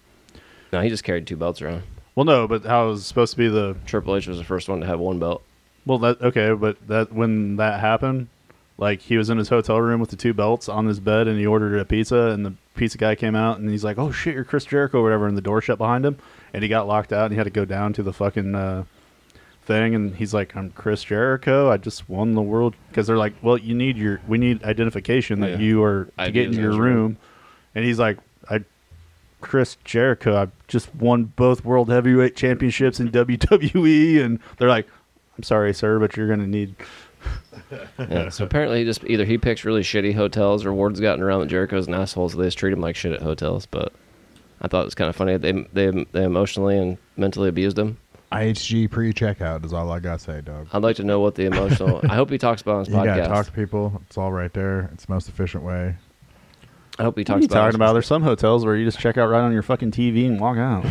[SPEAKER 3] No, he just carried two belts around.
[SPEAKER 2] Well, no, but how it was supposed to be the
[SPEAKER 3] Triple H was the first one to have one belt.
[SPEAKER 2] Well, that okay, but that when that happened, like he was in his hotel room with the two belts on his bed, and he ordered a pizza, and the pizza guy came out, and he's like, "Oh shit, you're Chris Jericho, or whatever," and the door shut behind him, and he got locked out, and he had to go down to the fucking uh, thing, and he's like, "I'm Chris Jericho, I just won the world," because they're like, "Well, you need your, we need identification that
[SPEAKER 3] Yeah.
[SPEAKER 2] you are to
[SPEAKER 3] ID
[SPEAKER 2] get into
[SPEAKER 3] is
[SPEAKER 2] your
[SPEAKER 3] in
[SPEAKER 2] room.
[SPEAKER 3] his room.
[SPEAKER 2] and he's like, "I." Chris Jericho, I just won both world heavyweight championships
[SPEAKER 3] [laughs]
[SPEAKER 2] in WWE, and they're like, "I'm sorry, sir, but you're gonna need
[SPEAKER 3] Yeah, Uh, so apparently he just either he picks really shitty hotels or word's gotten around that Jericho's an asshole, so they just treat him like shit at hotels. But I thought it was kind of funny. They they they emotionally and mentally abused him.
[SPEAKER 6] IHG pre-checkout is all I gotta say, dog.
[SPEAKER 3] I'd like to know what
[SPEAKER 2] [laughs]
[SPEAKER 3] the emotional. I hope he talks about it on his
[SPEAKER 6] You gotta
[SPEAKER 3] podcast.
[SPEAKER 6] talk to people. It's all right there. It's the most efficient way.
[SPEAKER 3] I hope he
[SPEAKER 2] What are
[SPEAKER 3] talks
[SPEAKER 2] you
[SPEAKER 3] about it
[SPEAKER 2] talking
[SPEAKER 3] on
[SPEAKER 2] about? There's some hotels where you just check out right on your fucking TV and walk
[SPEAKER 3] [laughs]
[SPEAKER 2] out.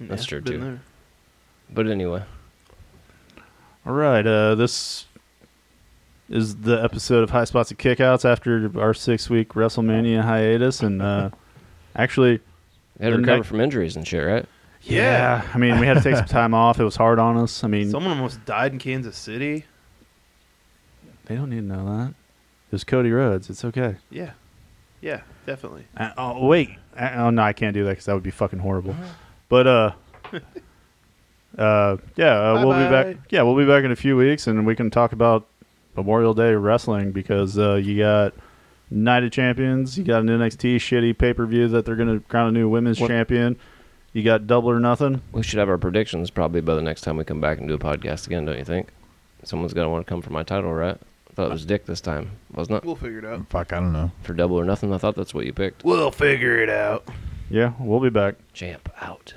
[SPEAKER 3] That's true,
[SPEAKER 5] been
[SPEAKER 3] too.
[SPEAKER 5] there.
[SPEAKER 3] But anyway,
[SPEAKER 2] All right, uh, this is the episode of High Spots and Kickouts after our six week WrestleMania hiatus, and uh, actually,
[SPEAKER 3] he had
[SPEAKER 2] The
[SPEAKER 3] to recover
[SPEAKER 2] next-
[SPEAKER 3] from injuries and shit, right?
[SPEAKER 5] Yeah.
[SPEAKER 2] I mean, we had to take
[SPEAKER 3] [laughs]
[SPEAKER 2] some time off. It was hard on us. I mean,
[SPEAKER 5] Someone almost died in Kansas City.
[SPEAKER 2] they don't need to know that. It was Cody Rhodes. It's okay.
[SPEAKER 5] Yeah. Yeah, definitely.
[SPEAKER 2] Uh, oh wait, uh, oh no, I can't do that because that would be fucking horrible. But uh, uh, yeah, uh, we'll be
[SPEAKER 5] Bye-bye.
[SPEAKER 2] back. Yeah, we'll be back in a few weeks, and we can talk about Memorial Day wrestling because uh, you got Night of Champions, you got an NXT shitty pay per view that they're gonna crown a new women's
[SPEAKER 3] What-
[SPEAKER 2] champion. You got Double or Nothing.
[SPEAKER 3] We should have our predictions probably by the next time we come back and do a podcast again, don't you think? Someone's gonna want to come for my title, right? I thought it was Dick this time, wasn't it?
[SPEAKER 5] We'll figure it out.
[SPEAKER 6] Fuck, I don't know.
[SPEAKER 3] For double or nothing, I thought that's what you picked.
[SPEAKER 5] We'll figure it out.
[SPEAKER 2] Yeah, we'll be back.
[SPEAKER 3] Champ out.